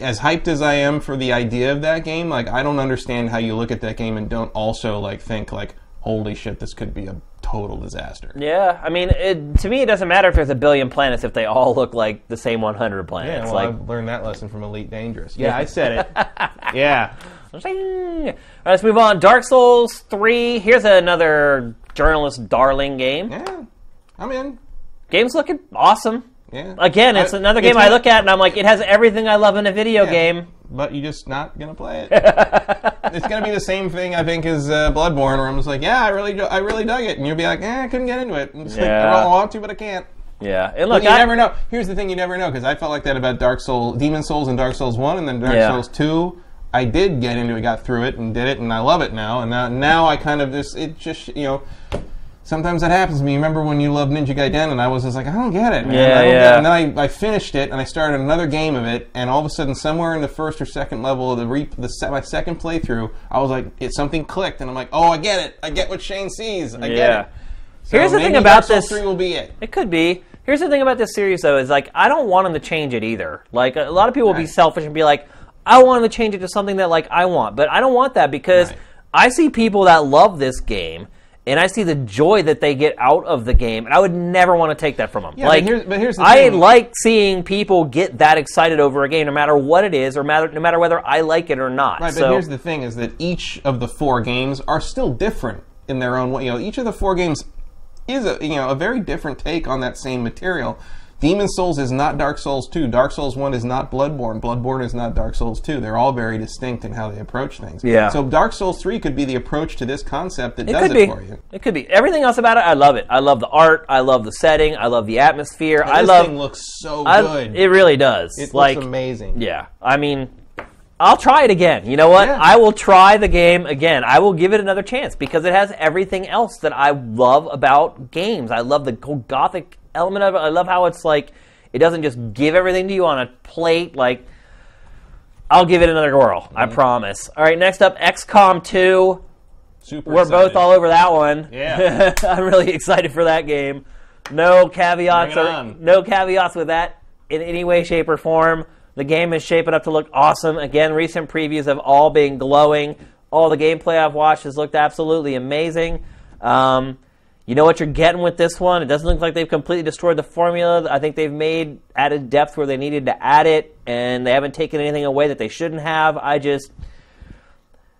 Speaker 2: as hyped as I am for the idea of that game, like I don't understand how you look at that game and don't also like think like, holy shit, this could be a total disaster.
Speaker 1: Yeah, I mean, it, to me, it doesn't matter if there's a billion planets if they all look like the same 100
Speaker 2: Yeah,
Speaker 1: planets.
Speaker 2: well, I've learned that lesson from Elite Dangerous. Yeah, I said [laughs] it. yeah.
Speaker 1: like, zing. All right, let's move on. Dark Souls 3. Here's another journalist darling game.
Speaker 2: Yeah. I'm in.
Speaker 1: Game's looking awesome.
Speaker 2: Yeah.
Speaker 1: Again, it's
Speaker 2: I-
Speaker 1: another
Speaker 2: it's
Speaker 1: game I
Speaker 2: not-
Speaker 1: look at and I'm like, it has everything I love in a video
Speaker 2: Yeah.
Speaker 1: game.
Speaker 2: But you're just not gonna play
Speaker 1: [laughs]
Speaker 2: it. it's gonna be the same thing I think as uh, Bloodborne, where I'm just like, yeah, I really, do- I really dug it, and you'll be like, eh, I couldn't get into it. And it's like,
Speaker 1: Yeah.
Speaker 2: I want to, but I can't.
Speaker 1: Yeah, and look,
Speaker 2: you
Speaker 1: I,
Speaker 2: never know. Here's the thing: you never know because I felt like that about Dark Souls, Demon Souls, and Dark Souls One, and then Dark
Speaker 1: Yeah.
Speaker 2: Souls Two. I did get into it, got through it, and did it, and I love it now. And now, now I kind of just it just you know. Sometimes that happens to me. Remember when you loved Ninja Gaiden, and I was just like, I don't get it, man.
Speaker 1: Yeah,
Speaker 2: I don't
Speaker 1: yeah.
Speaker 2: Get it. And then I, I finished it, and I started another game of it, and all of a sudden, somewhere in the first or second level of the, re- the se- my second playthrough, I was like, it something clicked, and I'm like, oh, I get it. I get what Shane sees. I get
Speaker 1: Yeah.
Speaker 2: it. So
Speaker 1: Here's the thing
Speaker 2: maybe
Speaker 1: about
Speaker 2: Dark Souls
Speaker 1: this-
Speaker 2: Three will be it.
Speaker 1: It could be. Here's the thing about this series, though, is like I don't want them to change it either. Like a lot of people will be
Speaker 2: Right.
Speaker 1: selfish and be like, I want them to change it to something that like I want, but I don't want that because
Speaker 2: Right.
Speaker 1: I see people that love this game and I see the joy that they get out of the game, and I would never want to take that from them.
Speaker 2: Yeah, but
Speaker 1: like,
Speaker 2: here's- but here's the
Speaker 1: I
Speaker 2: thing.
Speaker 1: like seeing people get that excited over a game, no matter what it is, or matter, no matter whether I like it or not.
Speaker 2: Right, but
Speaker 1: so,
Speaker 2: here's the thing: is that each of the four games are still different in their own way. You know, each of the four games is a you know a very different take on that same material. Demon Souls is not Dark Souls two. Dark Souls one is not Bloodborne. Bloodborne is not Dark Souls two. They're all very distinct in how they approach things.
Speaker 1: Yeah.
Speaker 2: So Dark Souls three could be the approach to this concept that does
Speaker 1: could
Speaker 2: it
Speaker 1: be.
Speaker 2: for you.
Speaker 1: It could be. Everything else about it, I love it. I love the art. I love the setting. I love the atmosphere. I
Speaker 2: this
Speaker 1: love.
Speaker 2: thing looks so
Speaker 1: I-
Speaker 2: good.
Speaker 1: It really does.
Speaker 2: It
Speaker 1: like,
Speaker 2: looks amazing.
Speaker 1: yeah. I mean, I'll try it again. You know what?
Speaker 2: Yeah.
Speaker 1: I will try the game again. I will give it another chance because it has everything else that I love about games. I love the whole gothic element of it. I love how it's like it doesn't just give everything to you on a plate. Like, I'll give it another whirl. I
Speaker 2: Mm-hmm.
Speaker 1: promise. All right. Next up, XCOM 2.
Speaker 2: Super.
Speaker 1: We're
Speaker 2: excited.
Speaker 1: both all over that one.
Speaker 2: Yeah.
Speaker 1: [laughs] I'm really excited for that game. No caveats
Speaker 2: Bring it
Speaker 1: or-
Speaker 2: on.
Speaker 1: no caveats with that in any way, shape, or form. The game is shaping up to look awesome. Again, recent previews have all been glowing. All the gameplay I've watched has looked absolutely amazing. Um, you know what you're getting with this one. It doesn't look like they've completely destroyed the formula. I think they've made added depth where they needed to add it, and they haven't taken anything away that they shouldn't have. I just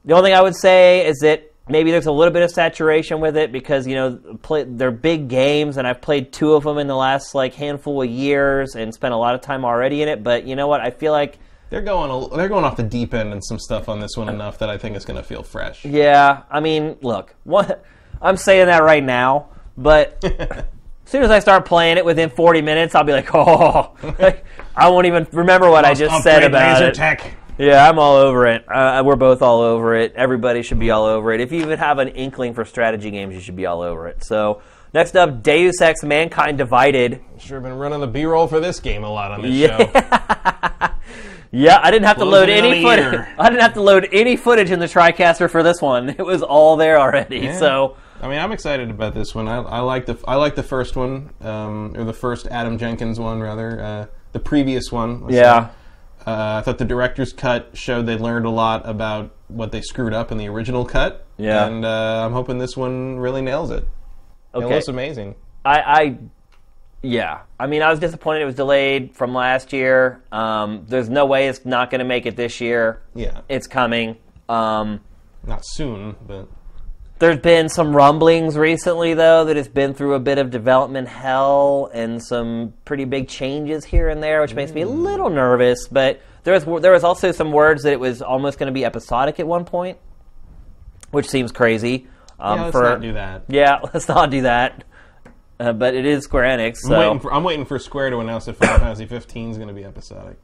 Speaker 1: the only thing I would say is that maybe there's a little bit of saturation with it because you know play, they're big games, and I've played two of them in the last like handful of years and spent a lot of time already in it. But you know what? I feel like
Speaker 2: They're going. A, they're going off the deep end and some stuff on this one enough that I think it's going to feel fresh.
Speaker 1: [laughs] yeah. I mean, look, what I'm saying that right now, but As soon as I start playing it, within 40 minutes, I'll be like, [laughs] oh, like, I won't even remember what I just said about it.
Speaker 2: Tech.
Speaker 1: Yeah, I'm all over it. Uh, we're both all over it. Everybody should be all over it. If you even have an inkling for strategy games, you should be all over it. So, next up, Deus Ex: Mankind Divided.
Speaker 2: Sure, been running the B-roll for this game a lot on this
Speaker 1: Yeah.
Speaker 2: show.
Speaker 1: Yeah, I didn't have to
Speaker 2: Closing
Speaker 1: load
Speaker 2: it on
Speaker 1: any
Speaker 2: the
Speaker 1: footage.
Speaker 2: ear.
Speaker 1: [laughs] I didn't have to load any footage in the TriCaster for this one. It was all there already. So,
Speaker 2: I mean, I'm excited about this one. I, I like the I like the first one, um, or the first Adam Jenkins one, rather. Uh, the previous one. let's
Speaker 1: Yeah.
Speaker 2: say. Uh, I thought the director's cut showed they learned a lot about what they screwed up in the original cut.
Speaker 1: Yeah.
Speaker 2: And uh, I'm hoping this one really nails it.
Speaker 1: okay.
Speaker 2: It looks amazing.
Speaker 1: I, I yeah. I mean, I was disappointed it was delayed from last year. Um, there's no way it's not going to make it this year.
Speaker 2: Yeah.
Speaker 1: It's coming. Um,
Speaker 2: Not soon, but
Speaker 1: there's been some rumblings recently, though, that it's been through a bit of development hell and some pretty big changes here and there, which makes me a little nervous. But there was there was also some words that it was almost going to be episodic at one point, which seems crazy. Um,
Speaker 2: yeah, let's
Speaker 1: for,
Speaker 2: not do that.
Speaker 1: Yeah, [laughs] let's not do that. Uh, but it is Square Enix, so
Speaker 2: I'm, waiting for, I'm waiting for Square to announce that Final Fantasy 15 is going to be episodic.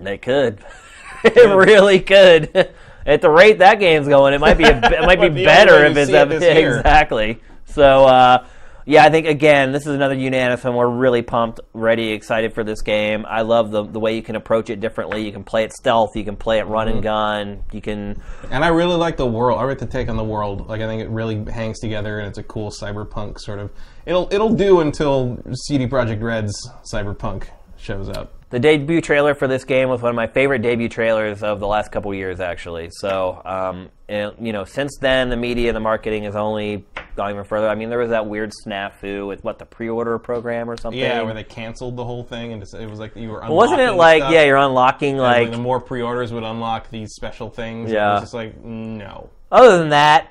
Speaker 1: They could. [laughs] it really could. [laughs] At the rate that game's going,
Speaker 2: [laughs]
Speaker 1: it might be a, it might be
Speaker 2: But the only
Speaker 1: better
Speaker 2: way
Speaker 1: if
Speaker 2: to
Speaker 1: it's
Speaker 2: see it
Speaker 1: up [laughs]
Speaker 2: is here.
Speaker 1: exactly. So uh, yeah, I think again, this is another unanimous, and we're really pumped, ready, excited for this game. I love the the way you can approach it differently. You can play it stealth. You can play it run
Speaker 2: Mm-hmm.
Speaker 1: and gun. You can
Speaker 2: And I really like the world. I like the take on the world. Like I think it really hangs together, and it's a cool cyberpunk sort of. It'll it'll do until CD Projekt Red's cyberpunk shows up.
Speaker 1: The debut trailer for this game was one of my favorite debut trailers of the last couple years, actually. So, um, and, you know, since then, the media and the marketing has only gone even further. I mean, there was that weird snafu with what the pre-order program or something.
Speaker 2: Yeah, where they canceled the whole thing, and just, it was like you were.
Speaker 1: wasn't it
Speaker 2: unlocking
Speaker 1: like
Speaker 2: stuff,
Speaker 1: yeah, you're unlocking
Speaker 2: and
Speaker 1: like
Speaker 2: the more pre-orders would unlock these special things.
Speaker 1: Yeah.
Speaker 2: Yeah, it's just like no,
Speaker 1: other than that,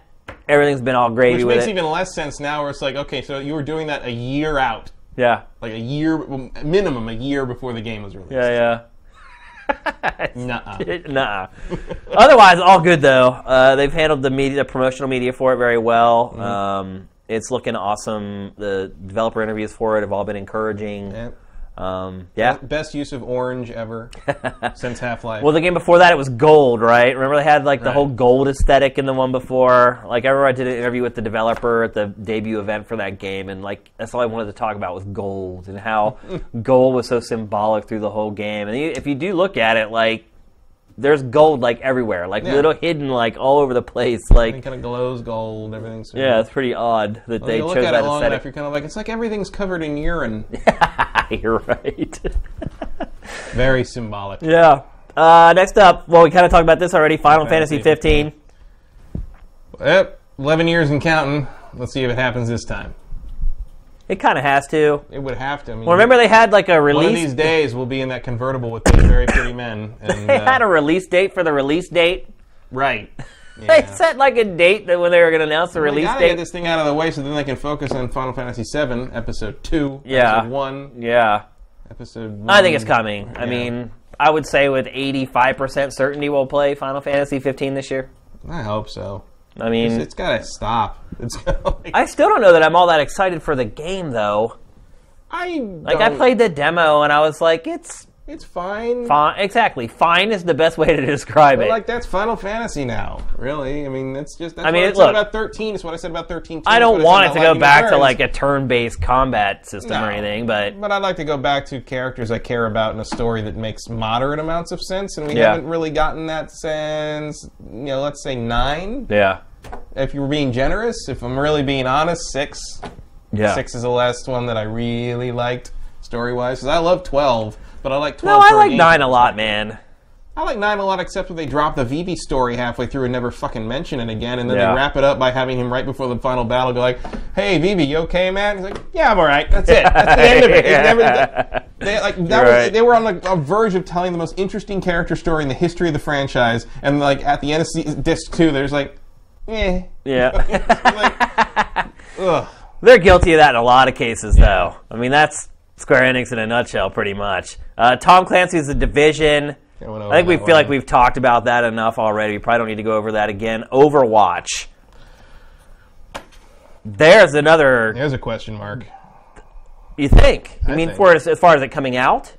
Speaker 1: everything's been all gravy
Speaker 2: which
Speaker 1: with
Speaker 2: makes
Speaker 1: it.
Speaker 2: even less sense now. Where it's like okay, so you were doing that a year out,
Speaker 1: yeah,
Speaker 2: like a year minimum, a year before the game was released. [laughs]
Speaker 1: yeah, yeah.
Speaker 2: Nuh-uh.
Speaker 1: [laughs] It- Nah. Otherwise, all good though. Uh, they've handled the media, the promotional media for it very well.
Speaker 2: Mm-hmm.
Speaker 1: Um, it's looking awesome. The developer interviews for it have all been encouraging.
Speaker 2: Yeah.
Speaker 1: Um, yeah.
Speaker 2: Best use of orange ever since Half Life.
Speaker 1: Well, the game before that it was gold, right? Remember they had like the
Speaker 2: Right.
Speaker 1: whole gold aesthetic in the one before. Like I remember I did an interview with the developer at the debut event for that game, and like that's all I wanted to talk about was gold and
Speaker 2: [laughs]
Speaker 1: how gold was so symbolic through the whole game. And you- if you do look at it, like there's gold like everywhere, like
Speaker 2: Yeah.
Speaker 1: little hidden like all over the place.
Speaker 2: It
Speaker 1: Like
Speaker 2: kind of glows gold. Everything's sort
Speaker 1: yeah,
Speaker 2: of-
Speaker 1: it's pretty odd that
Speaker 2: You
Speaker 1: they
Speaker 2: look
Speaker 1: chose
Speaker 2: at
Speaker 1: that
Speaker 2: it long
Speaker 1: aesthetic.
Speaker 2: enough, you're kind of like it's like everything's covered in
Speaker 1: [laughs]
Speaker 2: urine.
Speaker 1: You're right. [laughs]
Speaker 2: Very symbolic.
Speaker 1: yeah. Uh, next up, well, we kind of talked about this already. Final
Speaker 2: Fantasy
Speaker 1: Fantasy 15.
Speaker 2: Yep, eleven years and counting. Let's see if it happens this time.
Speaker 1: It kind of has to.
Speaker 2: It would have to. I mean,
Speaker 1: Well, remember they had like a
Speaker 2: one of
Speaker 1: release.
Speaker 2: these days we'll be in that convertible with those very pretty men. And,
Speaker 1: [laughs] they
Speaker 2: uh,
Speaker 1: had a release date for the release date. [laughs]
Speaker 2: right.
Speaker 1: They
Speaker 2: Yeah. Oh
Speaker 1: set like a date that when they were going to announce the
Speaker 2: They
Speaker 1: release
Speaker 2: gotta get
Speaker 1: date.
Speaker 2: this thing out of the way so then they can focus on Final Fantasy VII, Episode Two,
Speaker 1: Yeah.
Speaker 2: Episode One,
Speaker 1: Yeah,
Speaker 2: Episode. One.
Speaker 1: I think it's coming. I
Speaker 2: Mm. Yeah.
Speaker 1: mean, I would say with eighty-five percent certainty we'll play Final Fantasy 15 this year.
Speaker 2: I hope so.
Speaker 1: I mean,
Speaker 2: It's gotta stop. It's [laughs] gotta, like,
Speaker 1: I still don't know that I'm all that excited for the game though.
Speaker 2: I
Speaker 1: Like I played the demo and I was like, it's
Speaker 2: It's fine.
Speaker 1: fine. Exactly, fine is the best way to [laughs] describe
Speaker 2: But,
Speaker 1: it.
Speaker 2: like that's Final Fantasy now, really. I mean, that's just. That's
Speaker 1: I mean,
Speaker 2: what I
Speaker 1: it-
Speaker 2: said
Speaker 1: look-
Speaker 2: about thirteen. It's what I said about thirteen.
Speaker 1: I don't want it to go back to like
Speaker 2: A-
Speaker 1: a turn-based combat system or
Speaker 2: No.
Speaker 1: anything, but
Speaker 2: but I'd like to go back to characters I care about in a story that makes moderate amounts of sense, and we
Speaker 1: Yeah.
Speaker 2: haven't really gotten that since you know, let's say nine.
Speaker 1: yeah,
Speaker 2: If you were being generous, if I'm really being honest, six.
Speaker 1: yeah.
Speaker 2: Six is the last one that I really liked story wise because I love twelve, but I like
Speaker 1: no,
Speaker 2: twelve.
Speaker 1: I
Speaker 2: for an
Speaker 1: like
Speaker 2: eight.
Speaker 1: nine a lot, man.
Speaker 2: I like nine a lot, except when they drop the Vivi story halfway through and never fucking mention it again, and then
Speaker 1: Yeah.
Speaker 2: they wrap it up by having him right before the final battle go like, "Hey, Vivi, you okay, man?" He's like, "Yeah, I'm all right." That's it. That's the end of it. It's never- they, like, that was,
Speaker 1: Right.
Speaker 2: they were on the a verge of telling the most interesting character story in the history of the franchise, and like at the end of se- disc two, there's like, "Eh." [laughs]
Speaker 1: Yeah. [laughs]
Speaker 2: like, ugh.
Speaker 1: They're guilty of that in a lot of cases, though. I mean, that's Square Enix in a nutshell, pretty much. Uh, Tom Clancy's The Division.
Speaker 2: Yeah, went over
Speaker 1: I think we
Speaker 2: Oh, that
Speaker 1: feel like
Speaker 2: one.
Speaker 1: we've talked about that enough already. We probably don't need to go over that again. Overwatch. There's another.
Speaker 2: There's a question mark.
Speaker 1: You think? You
Speaker 2: I
Speaker 1: mean
Speaker 2: think.
Speaker 1: for as, as far as it coming out?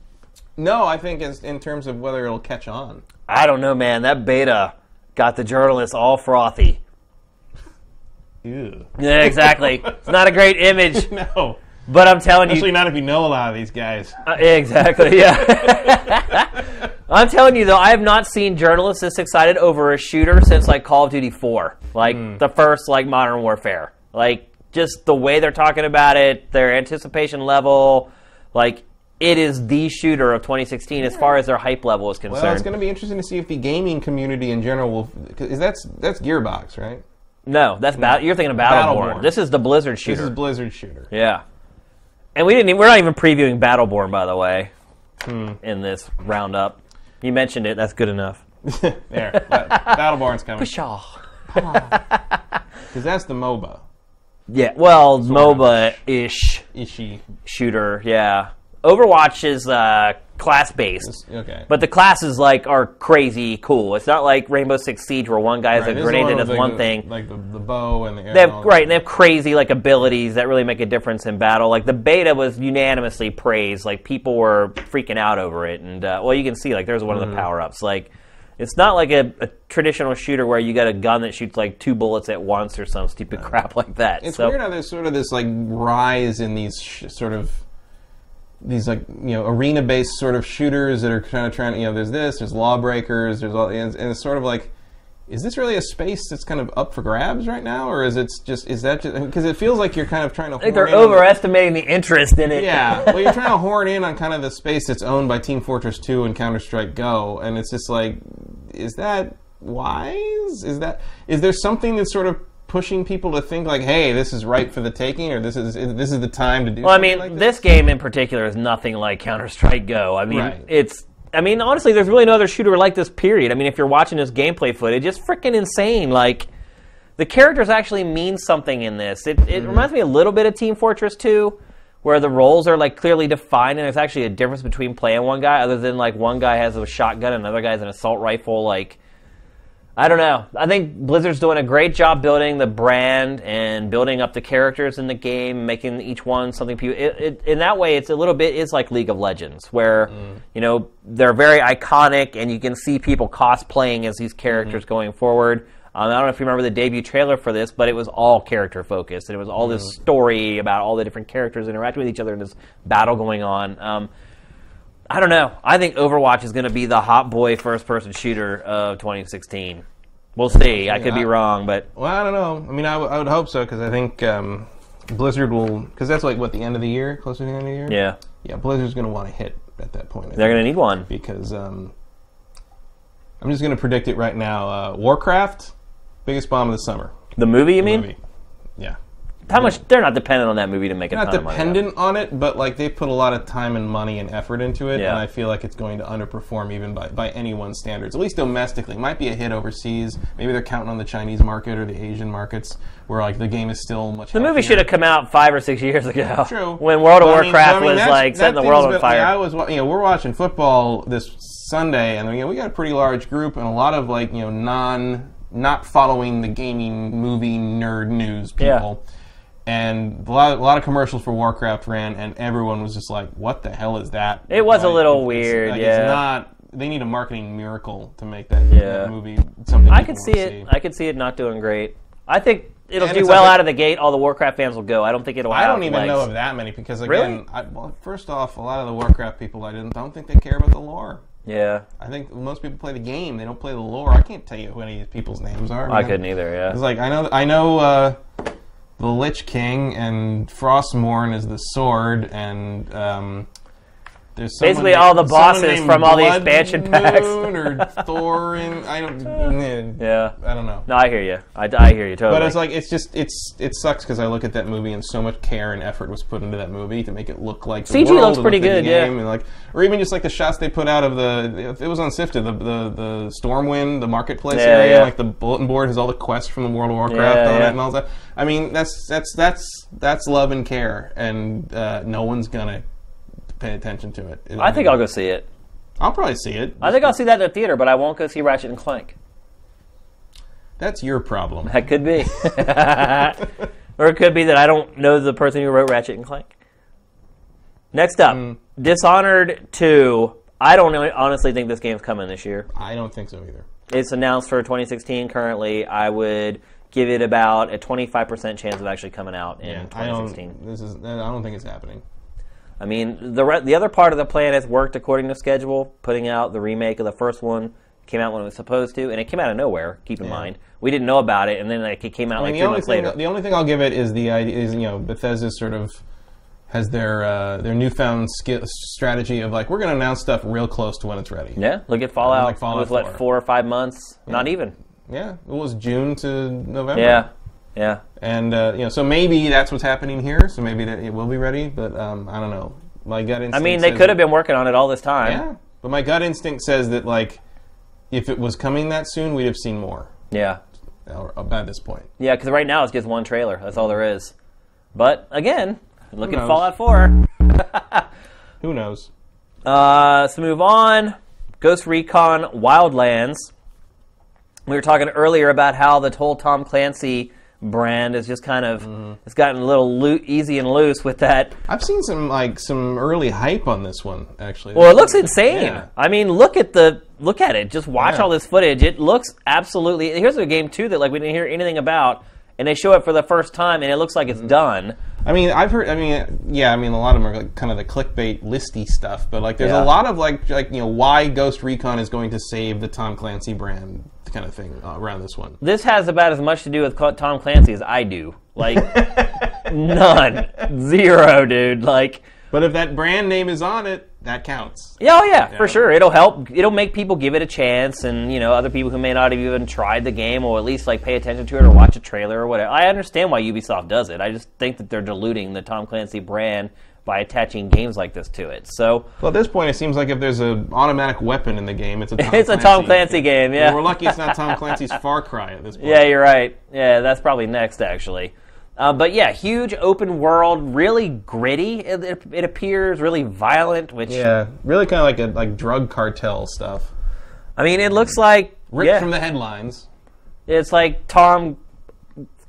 Speaker 2: No, I think as, in terms of whether it'll catch on.
Speaker 1: I don't know, man. That beta got the journalists all frothy.
Speaker 2: Ew.
Speaker 1: Yeah, exactly. it's not a great
Speaker 2: [laughs]
Speaker 1: image,
Speaker 2: No.
Speaker 1: but I'm telling you,
Speaker 2: Especially not if you know a lot of these guys.
Speaker 1: Uh, exactly. Yeah.
Speaker 2: [laughs]
Speaker 1: I'm telling you though, I have not seen journalists this excited over a shooter since like Call of Duty 4, like
Speaker 2: Hmm.
Speaker 1: the first like Modern Warfare. Like just the way they're talking about it, their anticipation level, like it is the shooter of 2016 as far as their hype level is concerned.
Speaker 2: Well, it's going to be interesting to see if the gaming community in general will. Because that's that's Gearbox, right?
Speaker 1: no, that's bat- you're thinking of Battleborn.
Speaker 2: Battleborn.
Speaker 1: This is the Blizzard
Speaker 2: This
Speaker 1: shooter.
Speaker 2: is Blizzard shooter.
Speaker 1: yeah. And we didn't. Even, we're not even previewing Battleborn, by the way,
Speaker 2: Hmm.
Speaker 1: in this roundup. You mentioned it. That's good enough.
Speaker 2: [laughs] There, Ba- Battleborn's coming.
Speaker 1: Shaw.
Speaker 2: Because that's the MOBA.
Speaker 1: Yeah, well, MOBA ish
Speaker 2: Ishi.
Speaker 1: shooter. Yeah, Overwatch is uh, class based,
Speaker 2: Okay.
Speaker 1: but the classes like are crazy cool. It's not like Rainbow Six Siege where one guy has
Speaker 2: Right,
Speaker 1: a
Speaker 2: this is
Speaker 1: grenade
Speaker 2: one
Speaker 1: that
Speaker 2: with,
Speaker 1: does
Speaker 2: like,
Speaker 1: one
Speaker 2: the-
Speaker 1: thing.
Speaker 2: Like the, the bow and the arrow.
Speaker 1: They have, right, and they have crazy like abilities that really make a difference in battle. Like the beta was unanimously praised. Like people were freaking out over it, and uh, well, you can see like there's one
Speaker 2: Mm-hmm.
Speaker 1: of the power ups. Like it's not like a, a traditional shooter where you got a gun that shoots like two bullets at once or some stupid [laughs] crap like that.
Speaker 2: It's
Speaker 1: so,
Speaker 2: weird how there's sort of this like rise in these sh- sort of these like you know arena based sort of shooters that are kind of trying to you know there's this there's lawbreakers there's all and, and it's sort of like is this really a space that's kind of up for grabs right now or is it just is that just because it feels like you're kind of trying to
Speaker 1: I think they're overestimating the interest in it.
Speaker 2: yeah well you're trying to horn in on kind of the space that's owned by Team Fortress 2 and Counter Strike Go and it's just like is that wise is that is there something that's sort of pushing people to think like hey this is ripe for the taking or this is this is the time to do
Speaker 1: Well, I
Speaker 2: something
Speaker 1: mean,
Speaker 2: like
Speaker 1: this game in particular is nothing like Counter Strike Go. I mean,
Speaker 2: Right.
Speaker 1: it's. I mean, honestly, there's really no other shooter like this. Period. I mean, if you're watching this gameplay footage, it's freaking insane. Like, the characters actually mean something in this. It,
Speaker 2: Mm-hmm.
Speaker 1: it reminds me a little bit of Team Fortress 2, where the roles are like clearly defined, and there's actually a difference between playing one guy, other than like one guy has a shotgun, and another guy has an assault rifle. Like, I don't know. I think Blizzard's doing a great job building the brand and building up the characters in the game, making each one something. People, it, it, in that way, it's a little bit is like League of Legends, where you know they're very iconic, and you can see people cosplaying as these characters going forward. Um, I don't know if you remember the debut trailer for this, but it was all character focused, and it was all this story about all the different characters interacting with each other and this battle going on. Um, I don't know. I think Overwatch is going to be the hot boy first person shooter of 2016. We'll see. I could be wrong, but
Speaker 2: Well, I don't know. I mean, I, w- I would hope so because I think um, Blizzard will because that's like what the end of the year, closer to the end of the year.
Speaker 1: yeah,
Speaker 2: yeah. Blizzard's going to want to hit at that point. I
Speaker 1: they're
Speaker 2: think,
Speaker 1: going to need one.
Speaker 2: because um, I'm just going to predict it right now. Uh, Warcraft, biggest bomb of the summer.
Speaker 1: The movie, you mean?
Speaker 2: Movie. Yeah,
Speaker 1: How much? They're not dependent on that movie to make a
Speaker 2: not
Speaker 1: ton of money.
Speaker 2: dependent on it, but like they put a lot of time and money and effort into it,
Speaker 1: Yeah.
Speaker 2: and I feel like it's going to underperform even by, by anyone's standards, at least domestically. It might be a hit overseas. Maybe they're counting on the Chinese market or the Asian markets, where like the game is still much.
Speaker 1: The movie should have come out five or six years ago.
Speaker 2: True.
Speaker 1: [laughs] When World of
Speaker 2: But I mean-
Speaker 1: Warcraft
Speaker 2: but I mean,
Speaker 1: was
Speaker 2: that's-
Speaker 1: like
Speaker 2: that
Speaker 1: setting the
Speaker 2: thing's
Speaker 1: world on
Speaker 2: been-
Speaker 1: fire.
Speaker 2: I was, wa- you know, we're watching football this Sunday, and you know, we got a pretty large group and a lot of like you know non not following the gaming movie nerd news
Speaker 1: Yeah.
Speaker 2: people. And a lot, a lot of commercials for Warcraft ran, and everyone was just like, "What the hell is that?"
Speaker 1: It was a
Speaker 2: Like,
Speaker 1: little
Speaker 2: it's- it's-
Speaker 1: weird,
Speaker 2: like,
Speaker 1: yeah.
Speaker 2: It's not. They need a marketing miracle to make that,
Speaker 1: Yeah.
Speaker 2: that movie something.
Speaker 1: I
Speaker 2: people
Speaker 1: could see
Speaker 2: wanna
Speaker 1: it. I could see it not doing great. I think it'll
Speaker 2: And
Speaker 1: do
Speaker 2: it's
Speaker 1: well
Speaker 2: up-
Speaker 1: out of the gate. All the Warcraft fans will go. I don't think it'll.
Speaker 2: I
Speaker 1: have
Speaker 2: don't even
Speaker 1: legs.
Speaker 2: know of that many because again,
Speaker 1: Really?
Speaker 2: I, well, first off, a lot of the Warcraft people I didn't don't think they care about the lore.
Speaker 1: Yeah,
Speaker 2: I think most people play the game; they don't play the lore. I can't tell you who any of these people's names are.
Speaker 1: I
Speaker 2: man.
Speaker 1: couldn't either.
Speaker 2: It's
Speaker 1: Yeah.
Speaker 2: like I know I know uh, the Lich King and Frostmourne is the sword, and um, there's someone
Speaker 1: Basically
Speaker 2: named-
Speaker 1: all the
Speaker 2: someone
Speaker 1: bosses
Speaker 2: named
Speaker 1: from all the
Speaker 2: Blood
Speaker 1: expansion packs.
Speaker 2: Moon or
Speaker 1: [laughs]
Speaker 2: Thorin. I don't.
Speaker 1: Yeah.
Speaker 2: I don't know.
Speaker 1: No, I hear you. I, I hear you totally.
Speaker 2: But it's like it's just it's it sucks because I look at that movie and so much care and effort was put into that movie to make it look like the
Speaker 1: CG
Speaker 2: world
Speaker 1: looks
Speaker 2: and
Speaker 1: pretty
Speaker 2: look like the
Speaker 1: good, yeah.
Speaker 2: game and like or even just like the shots they put out of the it was on Sifted the the, the Stormwind the marketplace
Speaker 1: Yeah,
Speaker 2: area
Speaker 1: yeah.
Speaker 2: like the bulletin board has all the quests from the World of Warcraft
Speaker 1: Yeah,
Speaker 2: on
Speaker 1: yeah.
Speaker 2: it and all that. I mean that's that's that's that's love and care and uh, no one's gonna pay attention to it.
Speaker 1: I think I'll go see it.
Speaker 2: I'll probably see it.
Speaker 1: I think I'll see that at the theater, but I won't go see Ratchet and Clank.
Speaker 2: that's your
Speaker 1: [laughs]
Speaker 2: problem.
Speaker 1: That could be, or it could be that I don't know the person who wrote Ratchet and Clank. Next up,
Speaker 2: Hmm.
Speaker 1: Dishonored 2. I don't know- honestly think this game's coming this year.
Speaker 2: [laughs] I don't think so either.
Speaker 1: It's announced for 2016 currently. I would give it about a 25% chance of actually coming out in
Speaker 2: Yeah, I
Speaker 1: 2016.
Speaker 2: don't. This is. I don't think it's happening.
Speaker 1: I mean, the re- the other part of the plan has worked according to schedule, putting out the remake of the first one. Came out when it was supposed to, and it came out of nowhere. Keep in mind, we didn't know about it, and then like it came out like
Speaker 2: And
Speaker 1: three
Speaker 2: the only
Speaker 1: months
Speaker 2: thing,
Speaker 1: later.
Speaker 2: the only thing I'll give it is the idea is you know Bethesda sort of has their uh, their newfound skill, strategy of like we're going to announce stuff real close to when it's ready.
Speaker 1: yeah, look at Fallout.
Speaker 2: Like Fallout
Speaker 1: it was like
Speaker 2: 4.
Speaker 1: four or five months, not even.
Speaker 2: Yeah, it was June to November.
Speaker 1: Yeah, yeah.
Speaker 2: and uh, you know so maybe that's what's happening here. So maybe that it will be ready, but um, I don't know. My gut instinct.
Speaker 1: I mean, they
Speaker 2: says-
Speaker 1: could have been working on it all this time.
Speaker 2: Yeah, but my gut instinct says that like if it was coming that soon, we'd have seen more
Speaker 1: yeah,
Speaker 2: or, uh, by this point.
Speaker 1: yeah. Because right now it's just one trailer. That's all there is. But again, look
Speaker 2: Who
Speaker 1: at
Speaker 2: knows?
Speaker 1: Fallout Four.
Speaker 2: Who knows?
Speaker 1: Uh, let's move on. Ghost Recon Wildlands. We were talking earlier about how the whole Tom Clancy brand is just kind of
Speaker 2: Mm-hmm.
Speaker 1: it's gotten a little loo- easy and loose with that.
Speaker 2: I've seen some like some early hype on this one actually.
Speaker 1: Well, it looks insane.
Speaker 2: Yeah.
Speaker 1: I mean, look at the look at it. Just watch
Speaker 2: Yeah.
Speaker 1: all this footage. It looks absolutely. Here's a game too that like we didn't hear anything about, and they show it for the first time, and it looks like it's
Speaker 2: Mm-hmm.
Speaker 1: done.
Speaker 2: I mean, I've heard. I mean, yeah. I mean, a lot of them are like kind of the clickbait listy stuff, but like, there's
Speaker 1: Yeah.
Speaker 2: a lot of like, like you know, why Ghost Recon is going to save the Tom Clancy brand kind of thing uh, around this one.
Speaker 1: this has about as much to do with Cl- Tom Clancy as I do.
Speaker 2: [laughs]
Speaker 1: Like none, zero, dude. Like,
Speaker 2: But if that brand name is on it, that counts.
Speaker 1: yeah, oh yeah, for
Speaker 2: Yeah.
Speaker 1: sure. It'll help. It'll make people give it a chance, and you know, other people who may not have even tried the game, or at least like pay attention to it or watch a trailer or whatever. I understand why Ubisoft does it. I just think that they're diluting the Tom Clancy brand by attaching games like this to it. So
Speaker 2: Well, at this point, it seems like if there's an automatic weapon in the game,
Speaker 1: [laughs]
Speaker 2: it's a Tom
Speaker 1: it's a Tom Clancy game.
Speaker 2: I mean,
Speaker 1: Yeah,
Speaker 2: We're lucky it's not Tom
Speaker 1: [laughs]
Speaker 2: Clancy's Far Cry at this point.
Speaker 1: Yeah, you're right. Yeah, that's probably next actually. Uh, but yeah, huge open world, really gritty. It, it, it appears really violent, which
Speaker 2: yeah. Really, kind of like a like drug cartel stuff.
Speaker 1: I mean, it looks like
Speaker 2: Ripped
Speaker 1: yeah,
Speaker 2: from the headlines.
Speaker 1: it's like Tom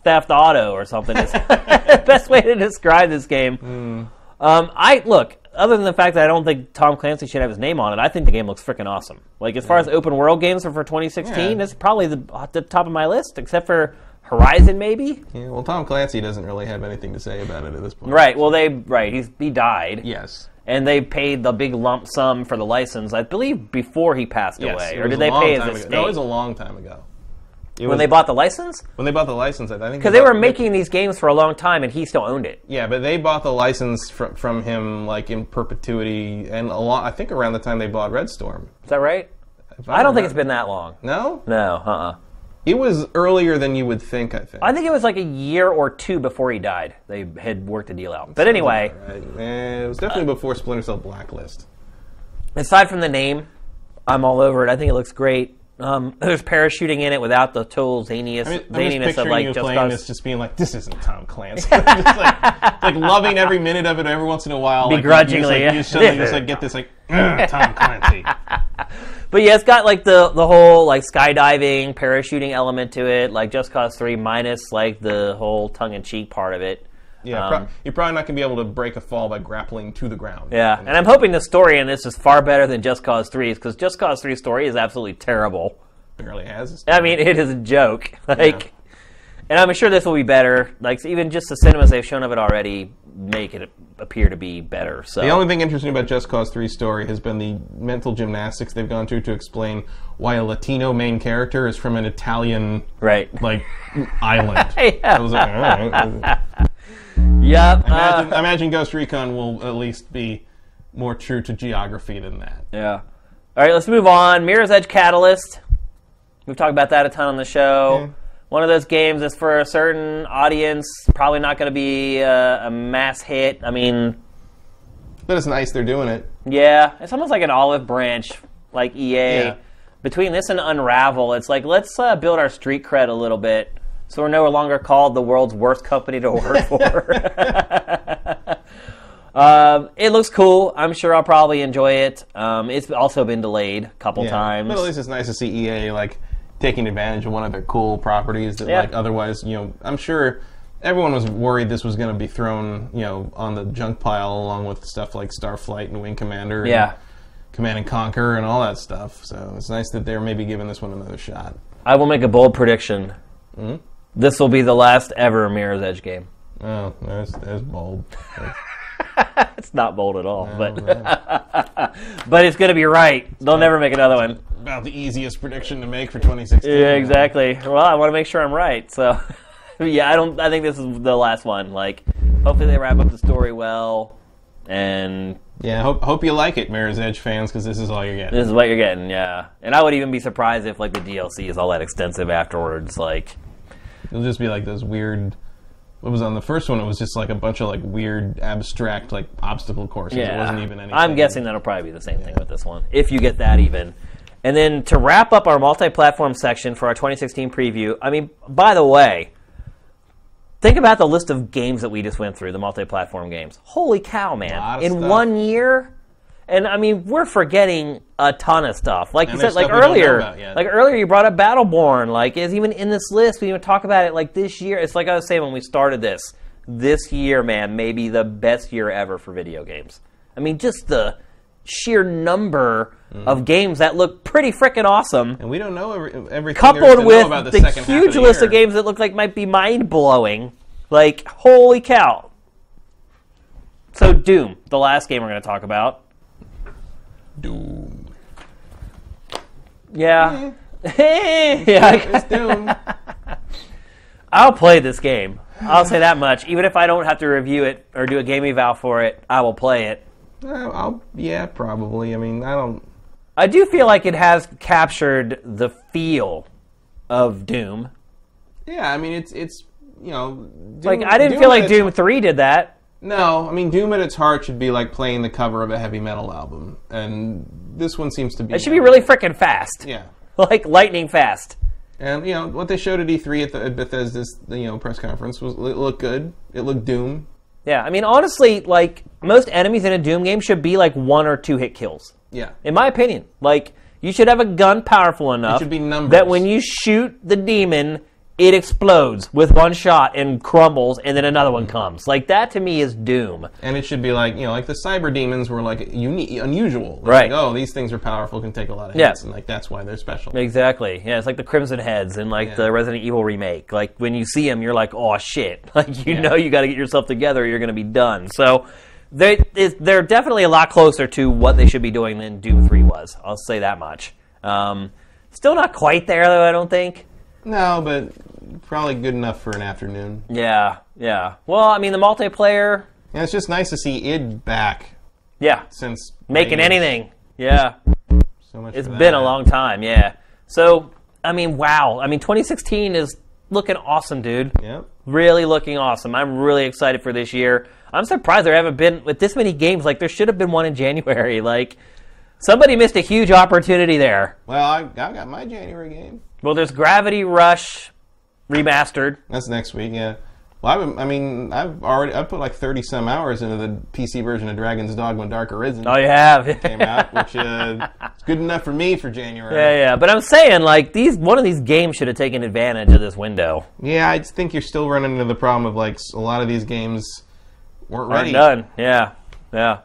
Speaker 1: Theft Auto or something. It's the [laughs] best way to describe this game.
Speaker 2: Hmm.
Speaker 1: Um, I look. Other than the fact that I don't think Tom Clancy should have his name on it, I think the game looks freaking awesome. Like as far as open world games are for 2016,
Speaker 2: Yeah.
Speaker 1: it's probably the, at the top of my list, except for Horizon, maybe.
Speaker 2: Yeah. Well, Tom Clancy doesn't really have anything to say about it at this point.
Speaker 1: Right. Well, they right. He's he died.
Speaker 2: Yes.
Speaker 1: and they paid the big lump sum for the license, I believe, before he passed
Speaker 2: Yes,
Speaker 1: away,
Speaker 2: it
Speaker 1: or
Speaker 2: was
Speaker 1: did
Speaker 2: a
Speaker 1: they
Speaker 2: long
Speaker 1: pay
Speaker 2: time
Speaker 1: his
Speaker 2: ago.
Speaker 1: estate
Speaker 2: No, it was a long time ago. It
Speaker 1: when
Speaker 2: was-
Speaker 1: they bought the license?
Speaker 2: when they bought the license, I think
Speaker 1: Because they were making these games for a long time, and he still owned it.
Speaker 2: Yeah, but they bought the license from from him like in perpetuity, and a lot. I think around the time they bought Red Storm.
Speaker 1: Is that right?
Speaker 2: If
Speaker 1: I don't think it's
Speaker 2: remember-
Speaker 1: been that long.
Speaker 2: No,
Speaker 1: No, uh, uh
Speaker 2: it was earlier than you would think. I think.
Speaker 1: I think it was like a year or two before he died. They had worked a deal out. But anyway,
Speaker 2: Right. Eh, it was definitely before Splinter Cell Blacklist.
Speaker 1: aside from the name, I'm all over it. I think it looks great. Um, [laughs] there's parachuting in it without the total zaniness,
Speaker 2: I mean, I'm just
Speaker 1: zaniness of
Speaker 2: picturing
Speaker 1: like
Speaker 2: you
Speaker 1: Just
Speaker 2: playing
Speaker 1: Cause.
Speaker 2: this, just being like, "This isn't Tom
Speaker 1: [laughs]
Speaker 2: Clancy." [laughs] just like, like loving every minute of it. Every once in a while, like, you-
Speaker 1: Begrudgingly,
Speaker 2: you,
Speaker 1: yeah.
Speaker 2: just, like, you suddenly just like get this like "Ugh, Tom Clancy.
Speaker 1: But yeah, it's got like the the whole like skydiving, parachuting element to it, like Just Cause Three minus like the whole tongue in cheek part of it.
Speaker 2: Yeah,
Speaker 1: Um,
Speaker 2: pro- you're probably not going to be able to break a fall by grappling to the ground.
Speaker 1: Yeah, and I'm hoping the story in this is far better than Just Cause 3's because Just Cause 3's story is absolutely terrible.
Speaker 2: barely has.
Speaker 1: I mean, [laughs] it is a joke. Like, and I'm sure this will be better. Like, even just the cinemas they've shown of it already make it appear to be better. So
Speaker 2: The only thing interesting about Just Cause 3 story has been the mental gymnastics they've gone through to explain why a Latino main character is from an Italian
Speaker 1: right. [laughs]
Speaker 2: like island. I was like, all
Speaker 1: [laughs]
Speaker 2: right.
Speaker 1: Yep. uh,
Speaker 2: imagine, imagine Ghost Recon will at least be more true to geography than that.
Speaker 1: Yeah. Uh, All right, let's move on. Mirror's Edge Catalyst. We've talked about that a ton on the show.
Speaker 2: Yeah.
Speaker 1: One of those games that's for a certain audience, probably not going to be uh, a mass hit. I mean,
Speaker 2: But it's nice they're doing it.
Speaker 1: yeah, it's almost like an olive branch, like EA.
Speaker 2: Yeah.
Speaker 1: Between this and Unravel, it's like let's uh, build our street cred a little bit, so we're no longer called the world's worst company to work
Speaker 2: [laughs]
Speaker 1: for. [laughs] um, it looks cool. I'm sure I'll probably enjoy it. Um, it's also been delayed a couple
Speaker 2: Yeah.
Speaker 1: times.
Speaker 2: But at least it's nice to see E EA like taking advantage of one of their cool properties that
Speaker 1: Yeah.
Speaker 2: like otherwise, you know, I'm sure everyone was worried this was going to be thrown, you know, on the junk pile along with stuff like Starflight and Wing Commander. and
Speaker 1: Yeah.
Speaker 2: Command and Conquer and all that stuff. So it's nice that they're maybe giving this one another shot.
Speaker 1: I will make a bold prediction.
Speaker 2: Mm-hmm.
Speaker 1: This will be the last ever Mirror's Edge game.
Speaker 2: Oh, that's, that's bold. That's-
Speaker 1: It's not bold at all, but [laughs]
Speaker 2: well,
Speaker 1: but it's gonna be right. They'll never make another one.
Speaker 2: about the easiest prediction to make for 2016.
Speaker 1: Yeah, exactly. Well, I want to make sure I'm right. So, [laughs] yeah, I don't. I think this is the last one. Like, hopefully they wrap up the story well, and
Speaker 2: Yeah, hope, hope you like it, Mirror's Edge fans, because this is all you're getting.
Speaker 1: this is what you're getting. Yeah, and I would even be surprised if like the DLC is all that extensive afterwards. Like,
Speaker 2: It'll just be like those weird. What was on the first one? It was just like a bunch of like weird abstract like obstacle courses.
Speaker 1: yeah,
Speaker 2: It wasn't even anything.
Speaker 1: I'm guessing that'll probably be the same thing with this one if you get that even. And then to wrap up our multi-platform section for our 2016 preview. I mean, by the way. Think about the list of games that we just went through, the multi-platform games. Holy cow, man!
Speaker 2: Lot of
Speaker 1: In
Speaker 2: stuff.
Speaker 1: one year, and I mean, we're forgetting a ton of stuff. Like you
Speaker 2: And
Speaker 1: said,
Speaker 2: there's
Speaker 1: like
Speaker 2: stuff we don't know
Speaker 1: earlier,
Speaker 2: about yet.
Speaker 1: like earlier, you brought up Battleborn. Like is even in this list, we even talk about it. Like this year, it's like I was saying when we started this. This year, man, maybe the best year ever for video games. I mean, just the sheer number of games that look pretty freaking awesome
Speaker 2: Mm. And we don't know every, everything. there is to
Speaker 1: coupled
Speaker 2: know
Speaker 1: with
Speaker 2: about the,
Speaker 1: the,
Speaker 2: second half
Speaker 1: huge
Speaker 2: of the
Speaker 1: list of
Speaker 2: year.
Speaker 1: games that look like might be mind blowing. Like, holy cow. So, Doom, the last game we're going to talk about.
Speaker 2: Doom.
Speaker 1: Yeah. [laughs] yeah, I-
Speaker 2: Doom. [laughs]
Speaker 1: I'll play this game. I'll say that much. Even if I don't have to review it or do a game eval for it, I will play it.
Speaker 2: Uh, I'll, yeah, probably. I mean, I don't.
Speaker 1: I do feel like it has captured the feel of Doom.
Speaker 2: Yeah, I mean, it's it's you know, Doom,
Speaker 1: Like, I didn't
Speaker 2: Doom
Speaker 1: feel
Speaker 2: at
Speaker 1: like
Speaker 2: its-
Speaker 1: Doom 3 did that.
Speaker 2: No, I mean, Doom at its heart should be like playing the cover of a heavy metal album, and this one seems to be.
Speaker 1: It should be really freaking fast.
Speaker 2: Yeah,
Speaker 1: [laughs] Like, lightning fast.
Speaker 2: and you know what they showed at E3 at, the, at Bethesda's you know press conference was it looked good. It looked Doom.
Speaker 1: Yeah, I mean, honestly, like most enemies in a Doom game should be like one or two hit kills,
Speaker 2: Yeah,
Speaker 1: in my opinion. Like you should have a gun powerful enough
Speaker 2: should be numbers.
Speaker 1: that when you shoot the demon, it explodes with one shot and crumbles, and then another one comes. Like that to me is Doom.
Speaker 2: and it should be like you know like the cyber demons were like unique, unusual. Like,
Speaker 1: Right.
Speaker 2: oh, these things are powerful, can take a lot of
Speaker 1: Yeah.
Speaker 2: hits, and like that's why they're special.
Speaker 1: Exactly. Yeah, it's like the Crimson Heads in like
Speaker 2: Yeah.
Speaker 1: the Resident Evil remake. Like when you see them, you're like, "Oh shit!" [laughs] Like you know, you got to get yourself together. or You're going to be done. So they is, they're definitely a lot closer to what they should be doing than Doom Three was. I'll say that much. Um, still not quite there though. I don't think.
Speaker 2: No, but probably good enough for an afternoon.
Speaker 1: Yeah. Yeah. Well, I mean, the multiplayer.
Speaker 2: And it's just nice to see id back
Speaker 1: Yeah.
Speaker 2: since
Speaker 1: Making
Speaker 2: Rage.
Speaker 1: anything. Yeah.
Speaker 2: So much
Speaker 1: It's
Speaker 2: for
Speaker 1: been a
Speaker 2: that.
Speaker 1: long time. Yeah. So I mean, wow. I mean, 2016 is looking awesome, dude.
Speaker 2: Yep.
Speaker 1: really looking awesome. I'm really excited for this year. I'm surprised there haven't been with this many games. Like there should have been one in January. [laughs] Like somebody missed a huge opportunity there.
Speaker 2: Well, I, I've got my January game.
Speaker 1: Well, there's Gravity Rush remastered.
Speaker 2: That's next week. Yeah. Well, I've, been- I mean, I've already I put like thirty some hours into the PC version of Dragon's Dogma: Dark Arisen
Speaker 1: Oh, you have. yeah,
Speaker 2: came out, which uh, is good enough for me for January.
Speaker 1: [laughs] yeah. But I'm saying like these one of these games should have taken advantage of this window.
Speaker 2: Yeah, I just think you're still running into the problem of like s- a lot of these games weren't
Speaker 1: Aren't
Speaker 2: ready.
Speaker 1: done. Yeah. Yeah.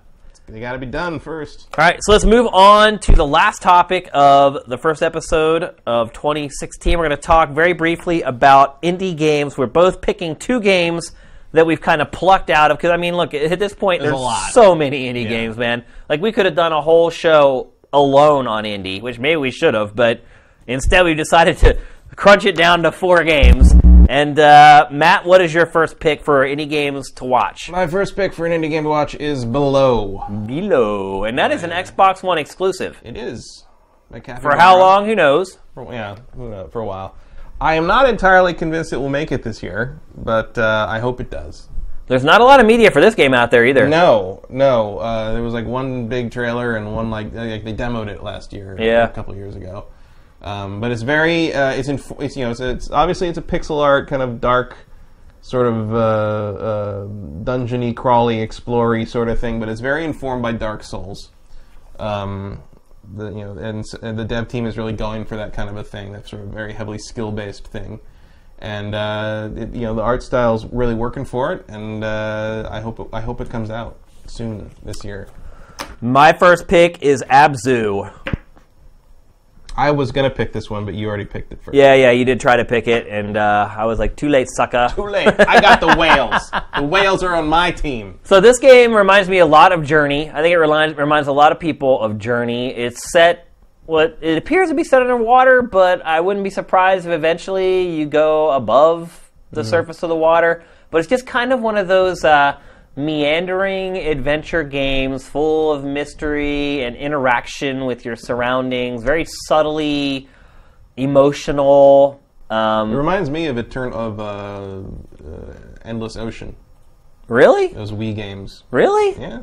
Speaker 2: They got to be done first.
Speaker 1: All right, so let's move on to the last topic of the first episode of 2016. We're going to talk very briefly about indie games. We're both picking two games that we've kind of plucked out of because I mean, look, at this point,
Speaker 2: There's a
Speaker 1: there's,
Speaker 2: lot.
Speaker 1: so many indie games, man. Like we could have done a whole show alone on indie, which maybe we should have, but instead we decided to crunch it down to four games. And uh, Matt, what is your first pick for indie games to watch?
Speaker 2: My first pick for an indie game to watch is Below.
Speaker 1: Below, and that is an Xbox One exclusive.
Speaker 2: It is. By Kathy
Speaker 1: For how
Speaker 2: Barra.
Speaker 1: long? Who knows?
Speaker 2: For, yeah, who knows, for a while. I am not entirely convinced it will make it this year, but uh, I hope it does.
Speaker 1: There's not a lot of media for this game out there either.
Speaker 2: No, no. Uh, there was like one big trailer and one like like they demoed it last year,
Speaker 1: Yeah.
Speaker 2: a couple years ago. Um, but it's very uh, it's, inf- it's you know it's, it's obviously it's a pixel art kind of dark sort of uh, uh, dungeony crawly explory sort of thing, but it's very informed by Dark Souls. Um, the you know and, s- and the dev team is really going for that kind of a thing, that sort of very heavily skill based thing. And uh, it- you know the art style's really working for it, and uh, I hope it, I hope it comes out soon this year.
Speaker 1: My first pick is Abzu.
Speaker 2: I was gonna pick this one, but you already picked it first.
Speaker 1: Yeah, yeah, you did try to pick it, and uh, I was like, too late, sucker.
Speaker 2: Too late. I got the whales. The whales are on my team.
Speaker 1: So this game reminds me a lot of Journey. I think it reminds reminds a lot of people of Journey. It's set what it appears to be set underwater, but I wouldn't be surprised if eventually you go above the surface of the water. But it's just kind of one of those uh, meandering adventure games, full of mystery and interaction with your surroundings, very subtly emotional.
Speaker 2: It
Speaker 1: Um,
Speaker 2: reminds me of a turn of uh, uh, Endless Ocean.
Speaker 1: really,
Speaker 2: Those Wii games.
Speaker 1: really,
Speaker 2: Yeah.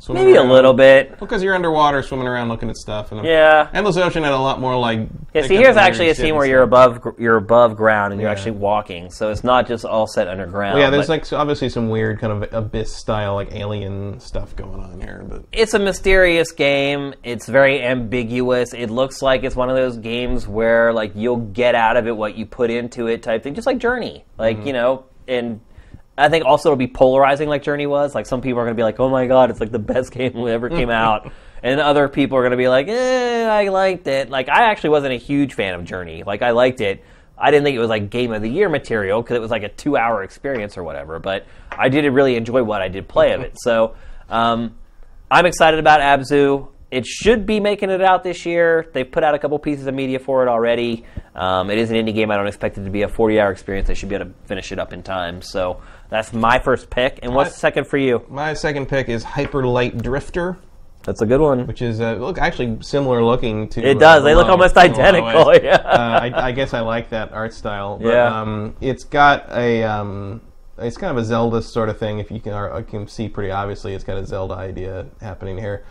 Speaker 2: Swimming
Speaker 1: maybe a
Speaker 2: around.
Speaker 1: little bit.
Speaker 2: Because you're underwater, swimming around, looking at stuff. And
Speaker 1: Yeah.
Speaker 2: Endless Ocean had a lot more like.
Speaker 1: Yeah, see, here's actually a scene where you're above gr- you're above ground and you're
Speaker 2: Yeah.
Speaker 1: actually walking, so it's not just all set underground.
Speaker 2: Yeah, there's
Speaker 1: but
Speaker 2: like so obviously some weird kind of abyss style like alien stuff going on here, but
Speaker 1: it's a mysterious game. It's very ambiguous. It looks like it's one of those games where like you'll get out of it what you put into it type thing, just like Journey. Like you know, and I think also it'll be polarizing like Journey was. Like some people are gonna be like, "Oh my god, it's like the best [laughs] game that ever came out," and other people are gonna be like, "Eh, I liked it." Like I actually wasn't a huge fan of Journey. Like I liked it. I didn't think it was like game of the year material because it was like a two-hour experience or whatever. But I did really enjoy what I did play of it. So. Um, I'm excited about Abzu. It should be making it out this year. They've put out a couple pieces of media for it already. Um, it is an indie game. I don't expect it to be a 40 hour experience. They should be able to finish it up in time. So that's my first pick. And what's
Speaker 2: I-
Speaker 1: second for you?
Speaker 2: my second pick is Hyper Light Drifter,
Speaker 1: That's a good one.
Speaker 2: which is uh, look actually similar looking to.
Speaker 1: It
Speaker 2: uh,
Speaker 1: does. They look
Speaker 2: Below
Speaker 1: almost
Speaker 2: in a lot of
Speaker 1: identical.
Speaker 2: ways.
Speaker 1: Yeah.
Speaker 2: uh, I, I guess I like that art style. But,
Speaker 1: Yeah.
Speaker 2: Um, it's got a. Um, it's kind of a Zelda sort of thing. If you can, or I can see pretty obviously, it's got a Zelda idea happening here.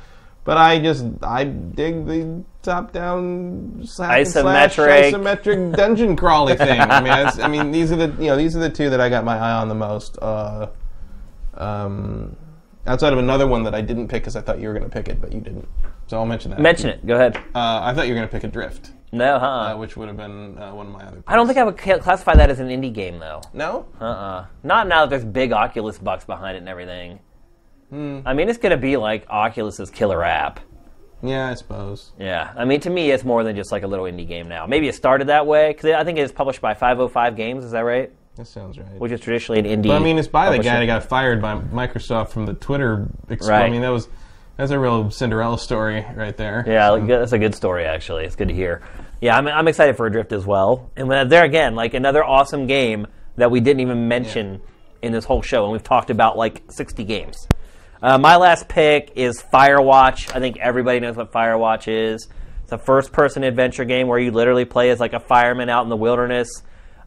Speaker 2: But I just I dig the top-down slash
Speaker 1: Isometric.
Speaker 2: isometric dungeon
Speaker 1: [laughs]
Speaker 2: crawly thing. I mean, that's, I mean, these are the you know these are the two that I got my eye on the most. Uh, um, outside of another one that I didn't pick because I thought you were going to pick it, but you didn't. So I'll mention that.
Speaker 1: Mention it. Go ahead.
Speaker 2: Uh, I thought you were going to pick Adrift,
Speaker 1: No, huh?
Speaker 2: uh, which would have been uh, one of my other.
Speaker 1: I don't think I would ca- classify that as an indie game, though.
Speaker 2: No?
Speaker 1: Uh-uh. Not now that there's big Oculus bucks behind it and everything. I mean, it's going to be like Oculus's killer app.
Speaker 2: Yeah, I suppose.
Speaker 1: Yeah, I mean, to me, it's more than just like a little indie game now. Maybe it started that way because I think it's published by 505 Games. Is that right?
Speaker 2: That sounds right.
Speaker 1: Which is traditionally an indie.
Speaker 2: but I mean, it's by the
Speaker 1: publisher.
Speaker 2: guy that got fired by Microsoft from the Twitter. Ex- I
Speaker 1: Right.
Speaker 2: mean, that was that's a real Cinderella story right there.
Speaker 1: Yeah, like, that's a good story actually. It's good to hear. Yeah, I'm, I'm excited for Adrift as well. And uh, there again, like another awesome game that we didn't even mention in this whole show, and we've talked about like 60 games. Uh, my last pick is Firewatch. I think everybody knows what Firewatch is. It's a first-person adventure game where you literally play as like a fireman out in the wilderness.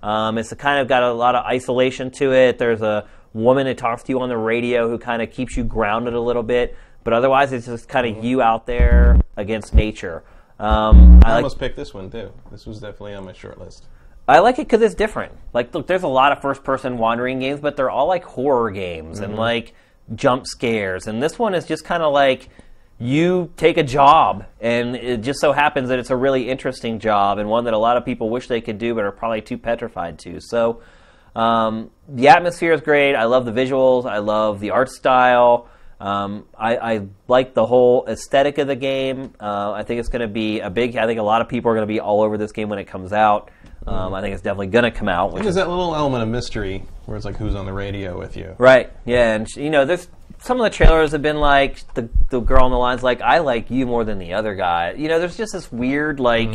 Speaker 1: Um, it's kind of got a lot of isolation to it. There's a woman that talks to you on the radio who kind of keeps you grounded a little bit, but otherwise it's just kind of you out there against nature. Um,
Speaker 2: I
Speaker 1: I like
Speaker 2: almost picked this one too. This was definitely on my short list.
Speaker 1: I like it because it's different. Like, look, there's a lot of first-person wandering games, but they're all like horror games and like jump scares. And this one is just kind of like you take a job, and it just so happens that it's a really interesting job and one that a lot of people wish they could do, but are probably too petrified to. So, um, the atmosphere is great. I love the visuals. I love the art style. Um, I, I like the whole aesthetic of the game. Uh, I think it's going to be a big. I think a lot of people are going to be all over this game when it comes out. Um, I think it's definitely going to come out. Which
Speaker 2: There's that little element of mystery where it's like who's on the radio with you.
Speaker 1: Right. Yeah, and sh- you know, there's some of the trailers have been like the the girl on the line's like, "I like you more than the other guy." You know, there's just this weird like.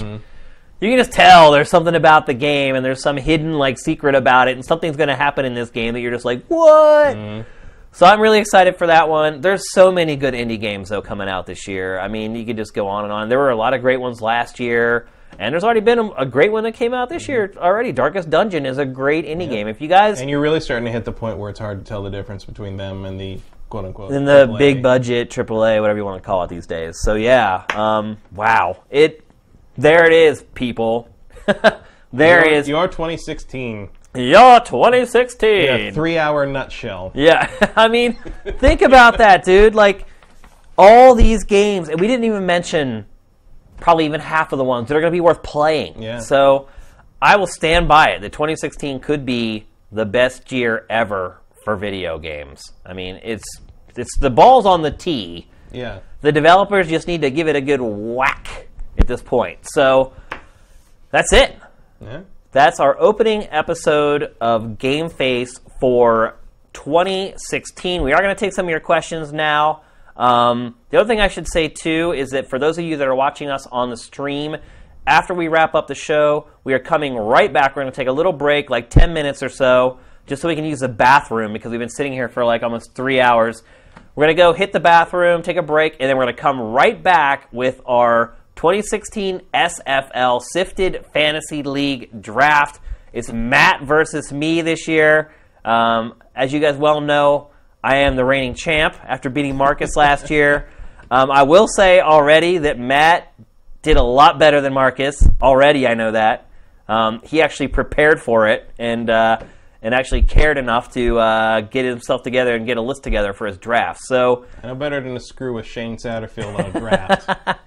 Speaker 1: You can just tell there's something about the game, and there's some hidden like secret about it, and something's going to happen in this game that you're just like, what? So I'm really excited for that one. There's so many good indie games though coming out this year. I mean, you could just go on and on. There were a lot of great ones last year, and there's already been a, a great one that came out this year already. Darkest Dungeon is a great indie game. If you guys
Speaker 2: And you're really starting to hit the point where it's hard to tell the difference between them and the quote unquote.
Speaker 1: in the
Speaker 2: AAA.
Speaker 1: big budget AAA, whatever you want to call it these days. So yeah, um, wow, it there it is, people. [laughs]
Speaker 2: Your-
Speaker 1: there it is. Your,
Speaker 2: Your 2016.
Speaker 1: 2016.
Speaker 2: A three hour nutshell.
Speaker 1: Yeah, [laughs] I mean, think about that, dude. Like all these games, and we didn't even mention probably even half of the ones that are going to be worth playing.
Speaker 2: Yeah.
Speaker 1: So I will stand by it. The 2016 could be the best year ever for video games. I mean, it's it's the balls on the tee.
Speaker 2: Yeah.
Speaker 1: The developers just need to give it a good whack at this point. So that's it.
Speaker 2: Yeah.
Speaker 1: That's our opening episode of Game Face for 2016. We are going to take some of your questions now. Um, the other thing I should say, too, is that for those of you that are watching us on the stream, after we wrap up the show, we are coming right back. We're going to take a little break, like 10 minutes or so, just so we can use the bathroom because we've been sitting here for like almost three hours. We're going to go hit the bathroom, take a break, and then we're going to come right back with our 2016 SFL Sifted Fantasy League draft. It's Matt versus me this year. Um, as you guys well know, I am the reigning champ after beating Marcus last year. Um, I will say already that Matt did a lot better than Marcus. Already, I know that. Um, he actually prepared for it and uh, and actually cared enough to uh, get himself together and get a list together for his draft. So.
Speaker 2: I know better than to screw with Shane Satterfield on a draft.
Speaker 1: [laughs]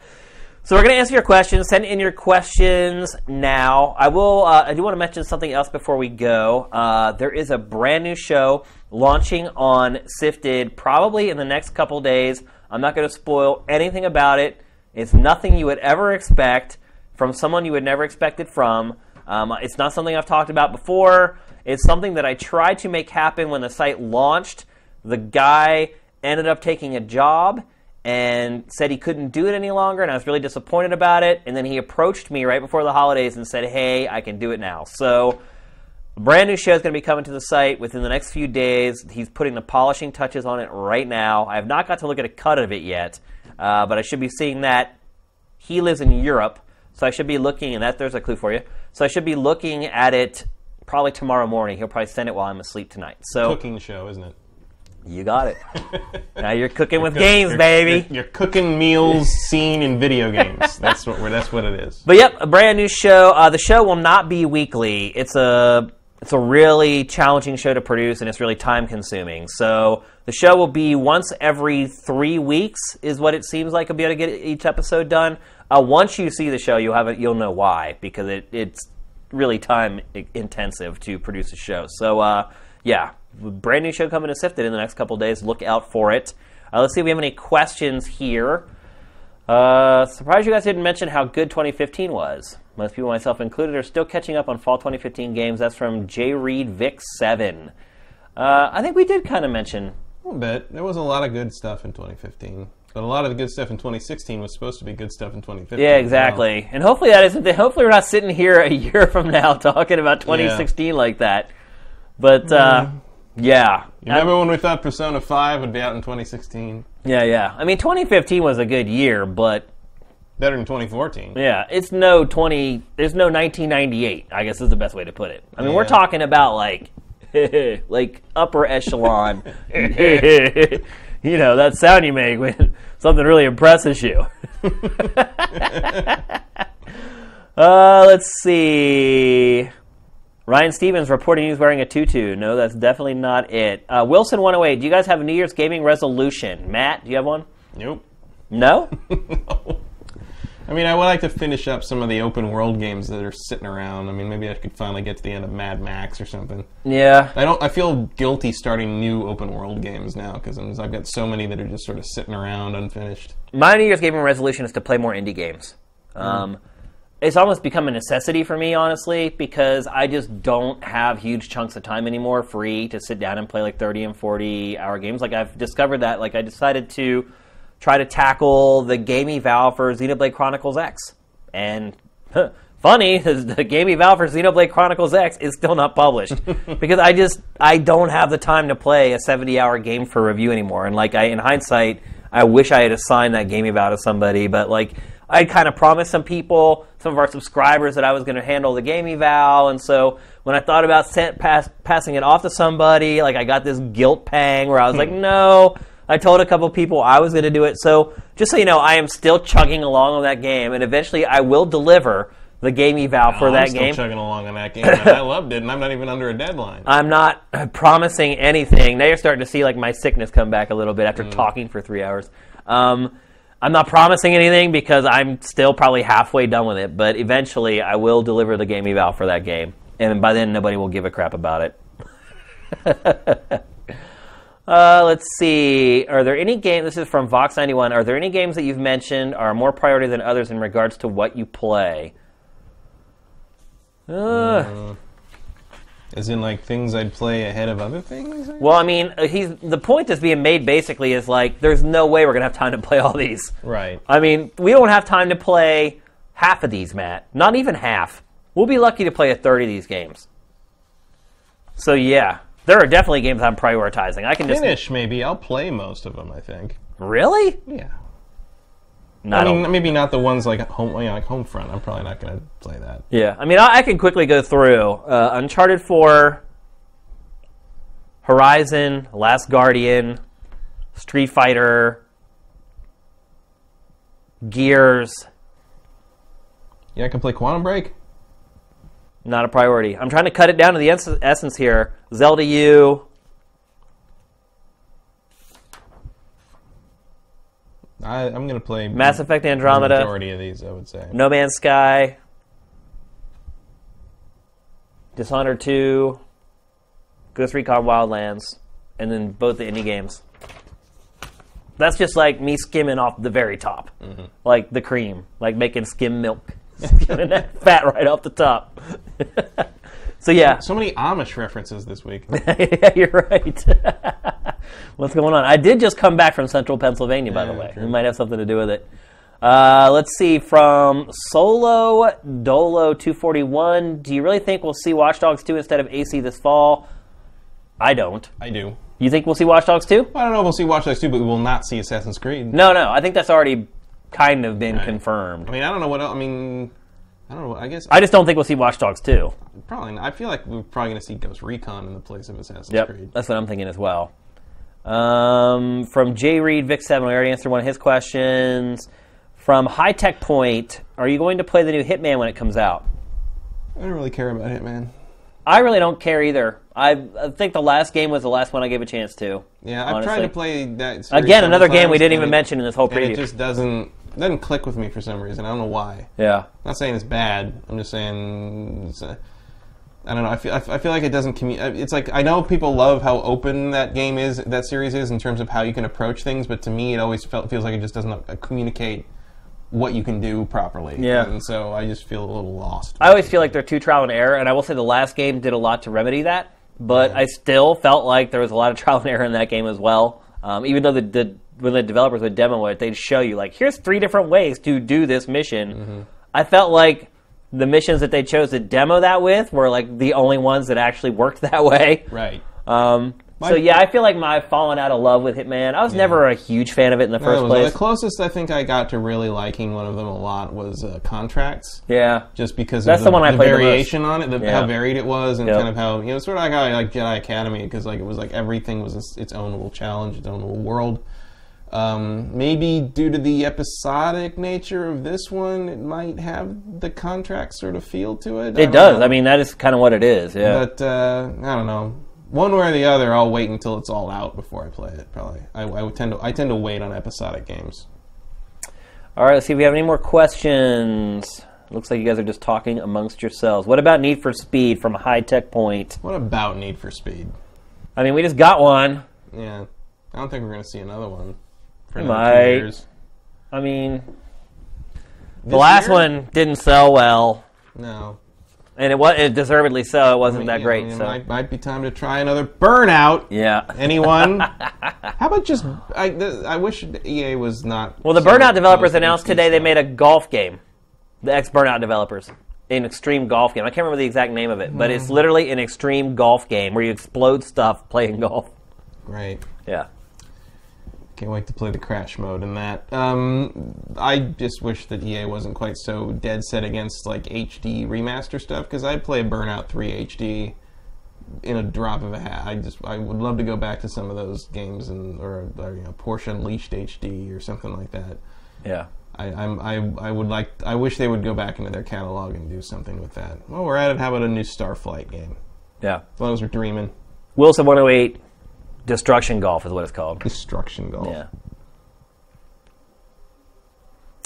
Speaker 1: So we're going to answer your questions. Send in your questions now. I will. Uh, I do want to mention something else before we go. Uh, there is a brand new show launching on Sifted probably in the next couple days. I'm not going to spoil anything about it. It's nothing you would ever expect from someone you would never expect it from. Um, it's not something I've talked about before. It's something that I tried to make happen when the site launched. The guy ended up taking a job and said he couldn't do it any longer, and I was really disappointed about it. And then he approached me right before the holidays and said, "Hey, I can do it now." So, a brand new show is going to be coming to the site within the next few days. He's putting the polishing touches on it right now. I have not got to look at a cut of it yet, uh, but I should be seeing that. He lives in Europe, so I should be looking, and that there's a clue for you. So I should be looking at it probably tomorrow morning. He'll probably send it while I'm asleep tonight. So
Speaker 2: Cooking show, isn't it?
Speaker 1: you [laughs] got it. now you're cooking with
Speaker 2: Cook-
Speaker 1: games,
Speaker 2: you're-
Speaker 1: baby.
Speaker 2: You're, you're cooking meals seen in video games. That's what we're, that's what it is.
Speaker 1: But yep, a brand new show. Uh, the show will not be weekly. It's a it's a really challenging show to produce, and it's really time consuming. So the show will be once every three weeks, is what it seems like. I'll be able to get each episode done. Uh, once you see the show, you'll have it. You'll know why because it, it's really time i- intensive to produce a show. So uh, yeah, brand new show coming to Sifted in the next couple days. Look out for it. Uh, let's see if we have any questions here. Uh, surprised you guys didn't mention how good 2015 was. Most people, myself included, are still catching up on fall 2015 games. That's from J. Reed Vic Seven. Uh, I think we did kind of mention.
Speaker 2: A little bit. There was a lot of good stuff in 2015, but a lot of the good stuff in 2016 was supposed to be good stuff in 2015.
Speaker 1: Yeah, exactly. And hopefully that isn't. [laughs] Hopefully we're not sitting here a [laughs] year from now talking about 2016 like that. But uh, yeah,
Speaker 2: You remember when we thought Persona 5 would be out in 2016?
Speaker 1: yeah, yeah. I mean, 2015 was a good year, but
Speaker 2: Better than 2014.
Speaker 1: Yeah, it's no twenty. There's no 1998. I guess is the best way to put it. I mean, we're
Speaker 2: Yeah.
Speaker 1: talking about like, [laughs] like upper echelon. [laughs] you know that sound you make when [laughs] something really impresses you. [laughs] uh, let's see. Ryan Stevens reporting he's wearing a tutu. No, that's definitely not it. Uh, Wilson 108. Do you guys have a New Year's gaming resolution? Matt, do you have one?
Speaker 2: Nope.
Speaker 1: No.
Speaker 2: I mean, I would like to finish up some of the open world games that are sitting around. I mean, maybe I could finally get to the end of Mad Max or something.
Speaker 1: yeah.
Speaker 2: I don't. I feel guilty starting new open world games now because I've got so many that are just sort of sitting around unfinished.
Speaker 1: my New Year's gaming resolution is to play more indie games. Um, It's almost become a necessity for me, honestly, because I just don't have huge chunks of time anymore free to sit down and play like 30 and 40 hour games. Like, I've discovered that. Like, I decided to try to tackle the gamey vow for Xenoblade Chronicles X. And funny, [laughs] is the gamey vow for Xenoblade Chronicles X is still not published because I just I don't have the time to play a 70 hour game for review anymore. And like I, in hindsight, I wish I had assigned that gamey vow to somebody, but like I kind of promised some people, some of our subscribers, that I was going to handle the gamey vow, and so when I thought about sent, pass, passing it off to somebody, like I got this guilt pang where I was like, no. I told a couple people I was going to do it. So just so you know, I am still chugging along on that game, and eventually I will deliver the gamey vow for
Speaker 2: I'm
Speaker 1: that
Speaker 2: still
Speaker 1: game.
Speaker 2: chugging along on that game. and I loved it, and I'm not even under a deadline.
Speaker 1: I'm not [clears throat] promising anything. Now you're starting to see like my sickness come back a little bit after talking for three hours. Um, I'm not promising anything because I'm still probably halfway done with it, but eventually I will deliver the game eval for that game, and by then nobody will give a crap about it. [laughs] Uh, let's see. Are there any games? This is from Vox ninety one. Are there any games that you've mentioned are more priority than others in regards to what you play? Uh,
Speaker 2: As in, like things I'd play ahead of other things.
Speaker 1: Well, I mean, uh, he's the point that's being made basically is like there's no way we're gonna have time to play all these.
Speaker 2: Right.
Speaker 1: I mean, we don't have time to play half of these, Matt. Not even half. We'll be lucky to play a third of these games. So yeah, there are definitely games I'm prioritizing. I can just
Speaker 2: Finish maybe. I'll play most of them. I think.
Speaker 1: really.
Speaker 2: Yeah.
Speaker 1: No,
Speaker 2: I,
Speaker 1: I don't-
Speaker 2: mean, maybe not the ones like home, you know, like Homefront. I'm probably not gonna play that.
Speaker 1: Yeah, I mean, I, I can quickly go through uh, Uncharted 4, Horizon, Last Guardian, Street Fighter, Gears.
Speaker 2: Yeah, I can play Quantum Break.
Speaker 1: Not a priority. I'm trying to cut it down to the ess- essence here. Zelda U.
Speaker 2: I, I'm gonna play
Speaker 1: Mass Effect
Speaker 2: the
Speaker 1: Andromeda,
Speaker 2: majority of these. I would say.
Speaker 1: No Man's Sky, Dishonored 2, Ghost Recon Wildlands, and then both the indie games. That's just like me skimming off the very top, like the cream, like making skim milk, [laughs] skimming that fat right off the top. [laughs] so yeah,
Speaker 2: So many Amish references this week. [laughs]
Speaker 1: [laughs] yeah, you're right. [laughs] What's going on? I did just come back from central Pennsylvania, by the
Speaker 2: Yeah,
Speaker 1: way.
Speaker 2: true.
Speaker 1: It might have something to do with it. Uh, let's see. From Solo Dolo 241, do you really think we'll see Watch Dogs 2 instead of AC this fall? I don't.
Speaker 2: I do.
Speaker 1: You think we'll see Watch Dogs 2?
Speaker 2: I don't know if we'll see Watch Dogs 2, but we will not see Assassin's Creed.
Speaker 1: No, no. I think that's already kind of been confirmed.
Speaker 2: I mean, I don't know what else. I mean, I don't know. I guess
Speaker 1: I just don't think we'll see Watch Dogs 2.
Speaker 2: probably. I feel like we're probably going to see Ghost Recon in the place of Assassin's Creed.
Speaker 1: Yep, that's what I'm thinking as well. Um, from J. Reed, Vic Seven, we already answered one of his questions. From High Tech Point, are you going to play the new Hitman when it comes out?
Speaker 2: I don't really care about Hitman.
Speaker 1: I really don't care either. I, I think the last game was the last one I gave a chance to.
Speaker 2: Yeah, I've tried
Speaker 1: Honestly.
Speaker 2: to play that series
Speaker 1: Again,
Speaker 2: several
Speaker 1: another game
Speaker 2: times,
Speaker 1: we didn't
Speaker 2: and
Speaker 1: even
Speaker 2: it-
Speaker 1: mention in this whole
Speaker 2: And it
Speaker 1: preview.
Speaker 2: just doesn't doesn't click with me for some reason. I don't know why.
Speaker 1: yeah,
Speaker 2: I'm not saying it's bad. I'm just saying it's, uh, I don't know. I feel I f- I feel like it doesn't commu- uh, It's like I know people love how open that game is, that series is in terms of how you can approach things, but to me, it always felt feels like it just doesn't uh, communicate what you can do properly.
Speaker 1: Yeah.
Speaker 2: and so I just feel a little lost.
Speaker 1: I always feel like they're too trial and error, and I will say the last game did a lot to remedy that. But I still felt like there was a lot of [laughs] trial and error in that game as well. Um, even though the, the when the developers would demo it, they'd show you like here's three different ways to do this mission.
Speaker 2: Mm-hmm.
Speaker 1: I felt like the missions that they chose to demo that with were like the only ones that actually worked [laughs] that way.
Speaker 2: right.
Speaker 1: Um,
Speaker 2: My-
Speaker 1: so yeah, I feel like my fallen out of love with Hitman. I was never a huge fan of it in the
Speaker 2: That
Speaker 1: first
Speaker 2: was-
Speaker 1: place.
Speaker 2: The closest I think I got to really liking one of them a lot was uh, Contracts.
Speaker 1: yeah,
Speaker 2: just because
Speaker 1: That's
Speaker 2: of
Speaker 1: the
Speaker 2: the,
Speaker 1: one I
Speaker 2: the
Speaker 1: played the most.
Speaker 2: variation on it, the,
Speaker 1: Yeah.
Speaker 2: how varied it was, and
Speaker 1: Yep.
Speaker 2: kind of how you know, sort of like how I like Jedi Academy because like it was like everything was its, its own little challenge, its own little world. Um, maybe due to the episodic nature of this one, it might have the contract sort of feel to it.
Speaker 1: it does. I mean, that is kind of what it is. Yeah.
Speaker 2: but uh, I don't know. One way or the other, I'll wait until it's all out before I play it. Probably, I, I would tend to I tend to wait on episodic games.
Speaker 1: All right, let's see if we have any more questions. Looks like you guys are just talking amongst yourselves. What about Need for Speed from High Tech Point?
Speaker 2: What about Need for Speed?
Speaker 1: I mean, we just got one.
Speaker 2: Yeah, I don't think we're gonna see another one for
Speaker 1: We
Speaker 2: another two
Speaker 1: might.
Speaker 2: years.
Speaker 1: I mean, the
Speaker 2: This
Speaker 1: last
Speaker 2: year?
Speaker 1: one didn't sell well,
Speaker 2: No.
Speaker 1: and it was it deservedly so. It wasn't that
Speaker 2: Yeah,
Speaker 1: great.
Speaker 2: It
Speaker 1: so
Speaker 2: might, might be time to try another burnout.
Speaker 1: yeah. [laughs]
Speaker 2: Anyone? How about just? I, th- I wish EA was not.
Speaker 1: Well, the
Speaker 2: so
Speaker 1: Burnout developers
Speaker 2: close to
Speaker 1: announced
Speaker 2: HD
Speaker 1: today they
Speaker 2: stuff.
Speaker 1: made a golf game. The ex Burnout developers, an extreme golf game. I can't remember the exact name of it, but
Speaker 2: Hmm.
Speaker 1: it's literally an extreme golf game where you explode stuff playing [laughs] golf.
Speaker 2: Great.
Speaker 1: Yeah.
Speaker 2: Can't wait to play the crash mode in that. Um, I just wish that EA wasn't quite so dead set against like HD remaster stuff because I play Burnout 3 HD in a drop of a hat. I just I would love to go back to some of those games and or, or you know Porsche Unleashed HD or something like that.
Speaker 1: Yeah.
Speaker 2: I, I'm, I, I would like. I wish they would go back into their catalog and do something with that. While we're at it, how about a new Starflight game?
Speaker 1: Yeah.
Speaker 2: As long as we're dreaming,
Speaker 1: Wilson 108 Destruction Golf is what it's called.
Speaker 2: destruction golf.
Speaker 1: Yeah.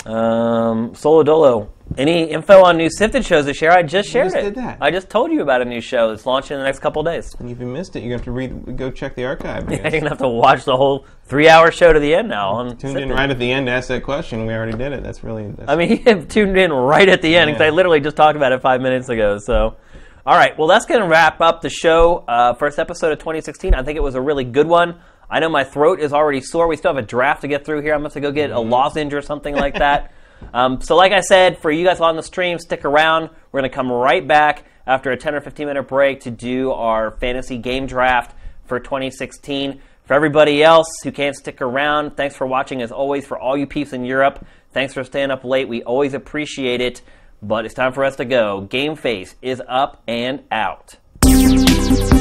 Speaker 1: Um, Solo Dolo. Any info on new Sifted shows to share? I just shared
Speaker 2: just
Speaker 1: it.
Speaker 2: did that.
Speaker 1: I just told you about a new show that's launching in the next couple days. [laughs]
Speaker 2: And if you missed it, you're going to have to read, go check the archive. I
Speaker 1: You're
Speaker 2: guess.
Speaker 1: gonna have to watch the whole three-hour show to the end now. On
Speaker 2: Tuned in
Speaker 1: Sifted.
Speaker 2: right at the end to ask that question. We already did it. That's really. That's,
Speaker 1: I mean, he tuned in right at the end because
Speaker 2: Yeah.
Speaker 1: I literally just talked about it five minutes ago. So, all right, well, that's going to wrap up the show. Uh, first episode of 2016. I think it was a really good one. I know my throat is already sore. We still have a draft to get through here. I'm going to go get a
Speaker 2: Mm-hmm.
Speaker 1: lozenge or something
Speaker 2: [laughs]
Speaker 1: like that. um, so, like I said, for you guys on the stream, stick around. We're going to come right back after a 10 or 15 minute break to do our fantasy game draft for 2016. For everybody else who can't stick around, thanks for watching as always. For all you peeps in Europe, thanks for staying up late. We always appreciate it. But it's time for us to go. Game Face is up and out.
Speaker 4: Thank you.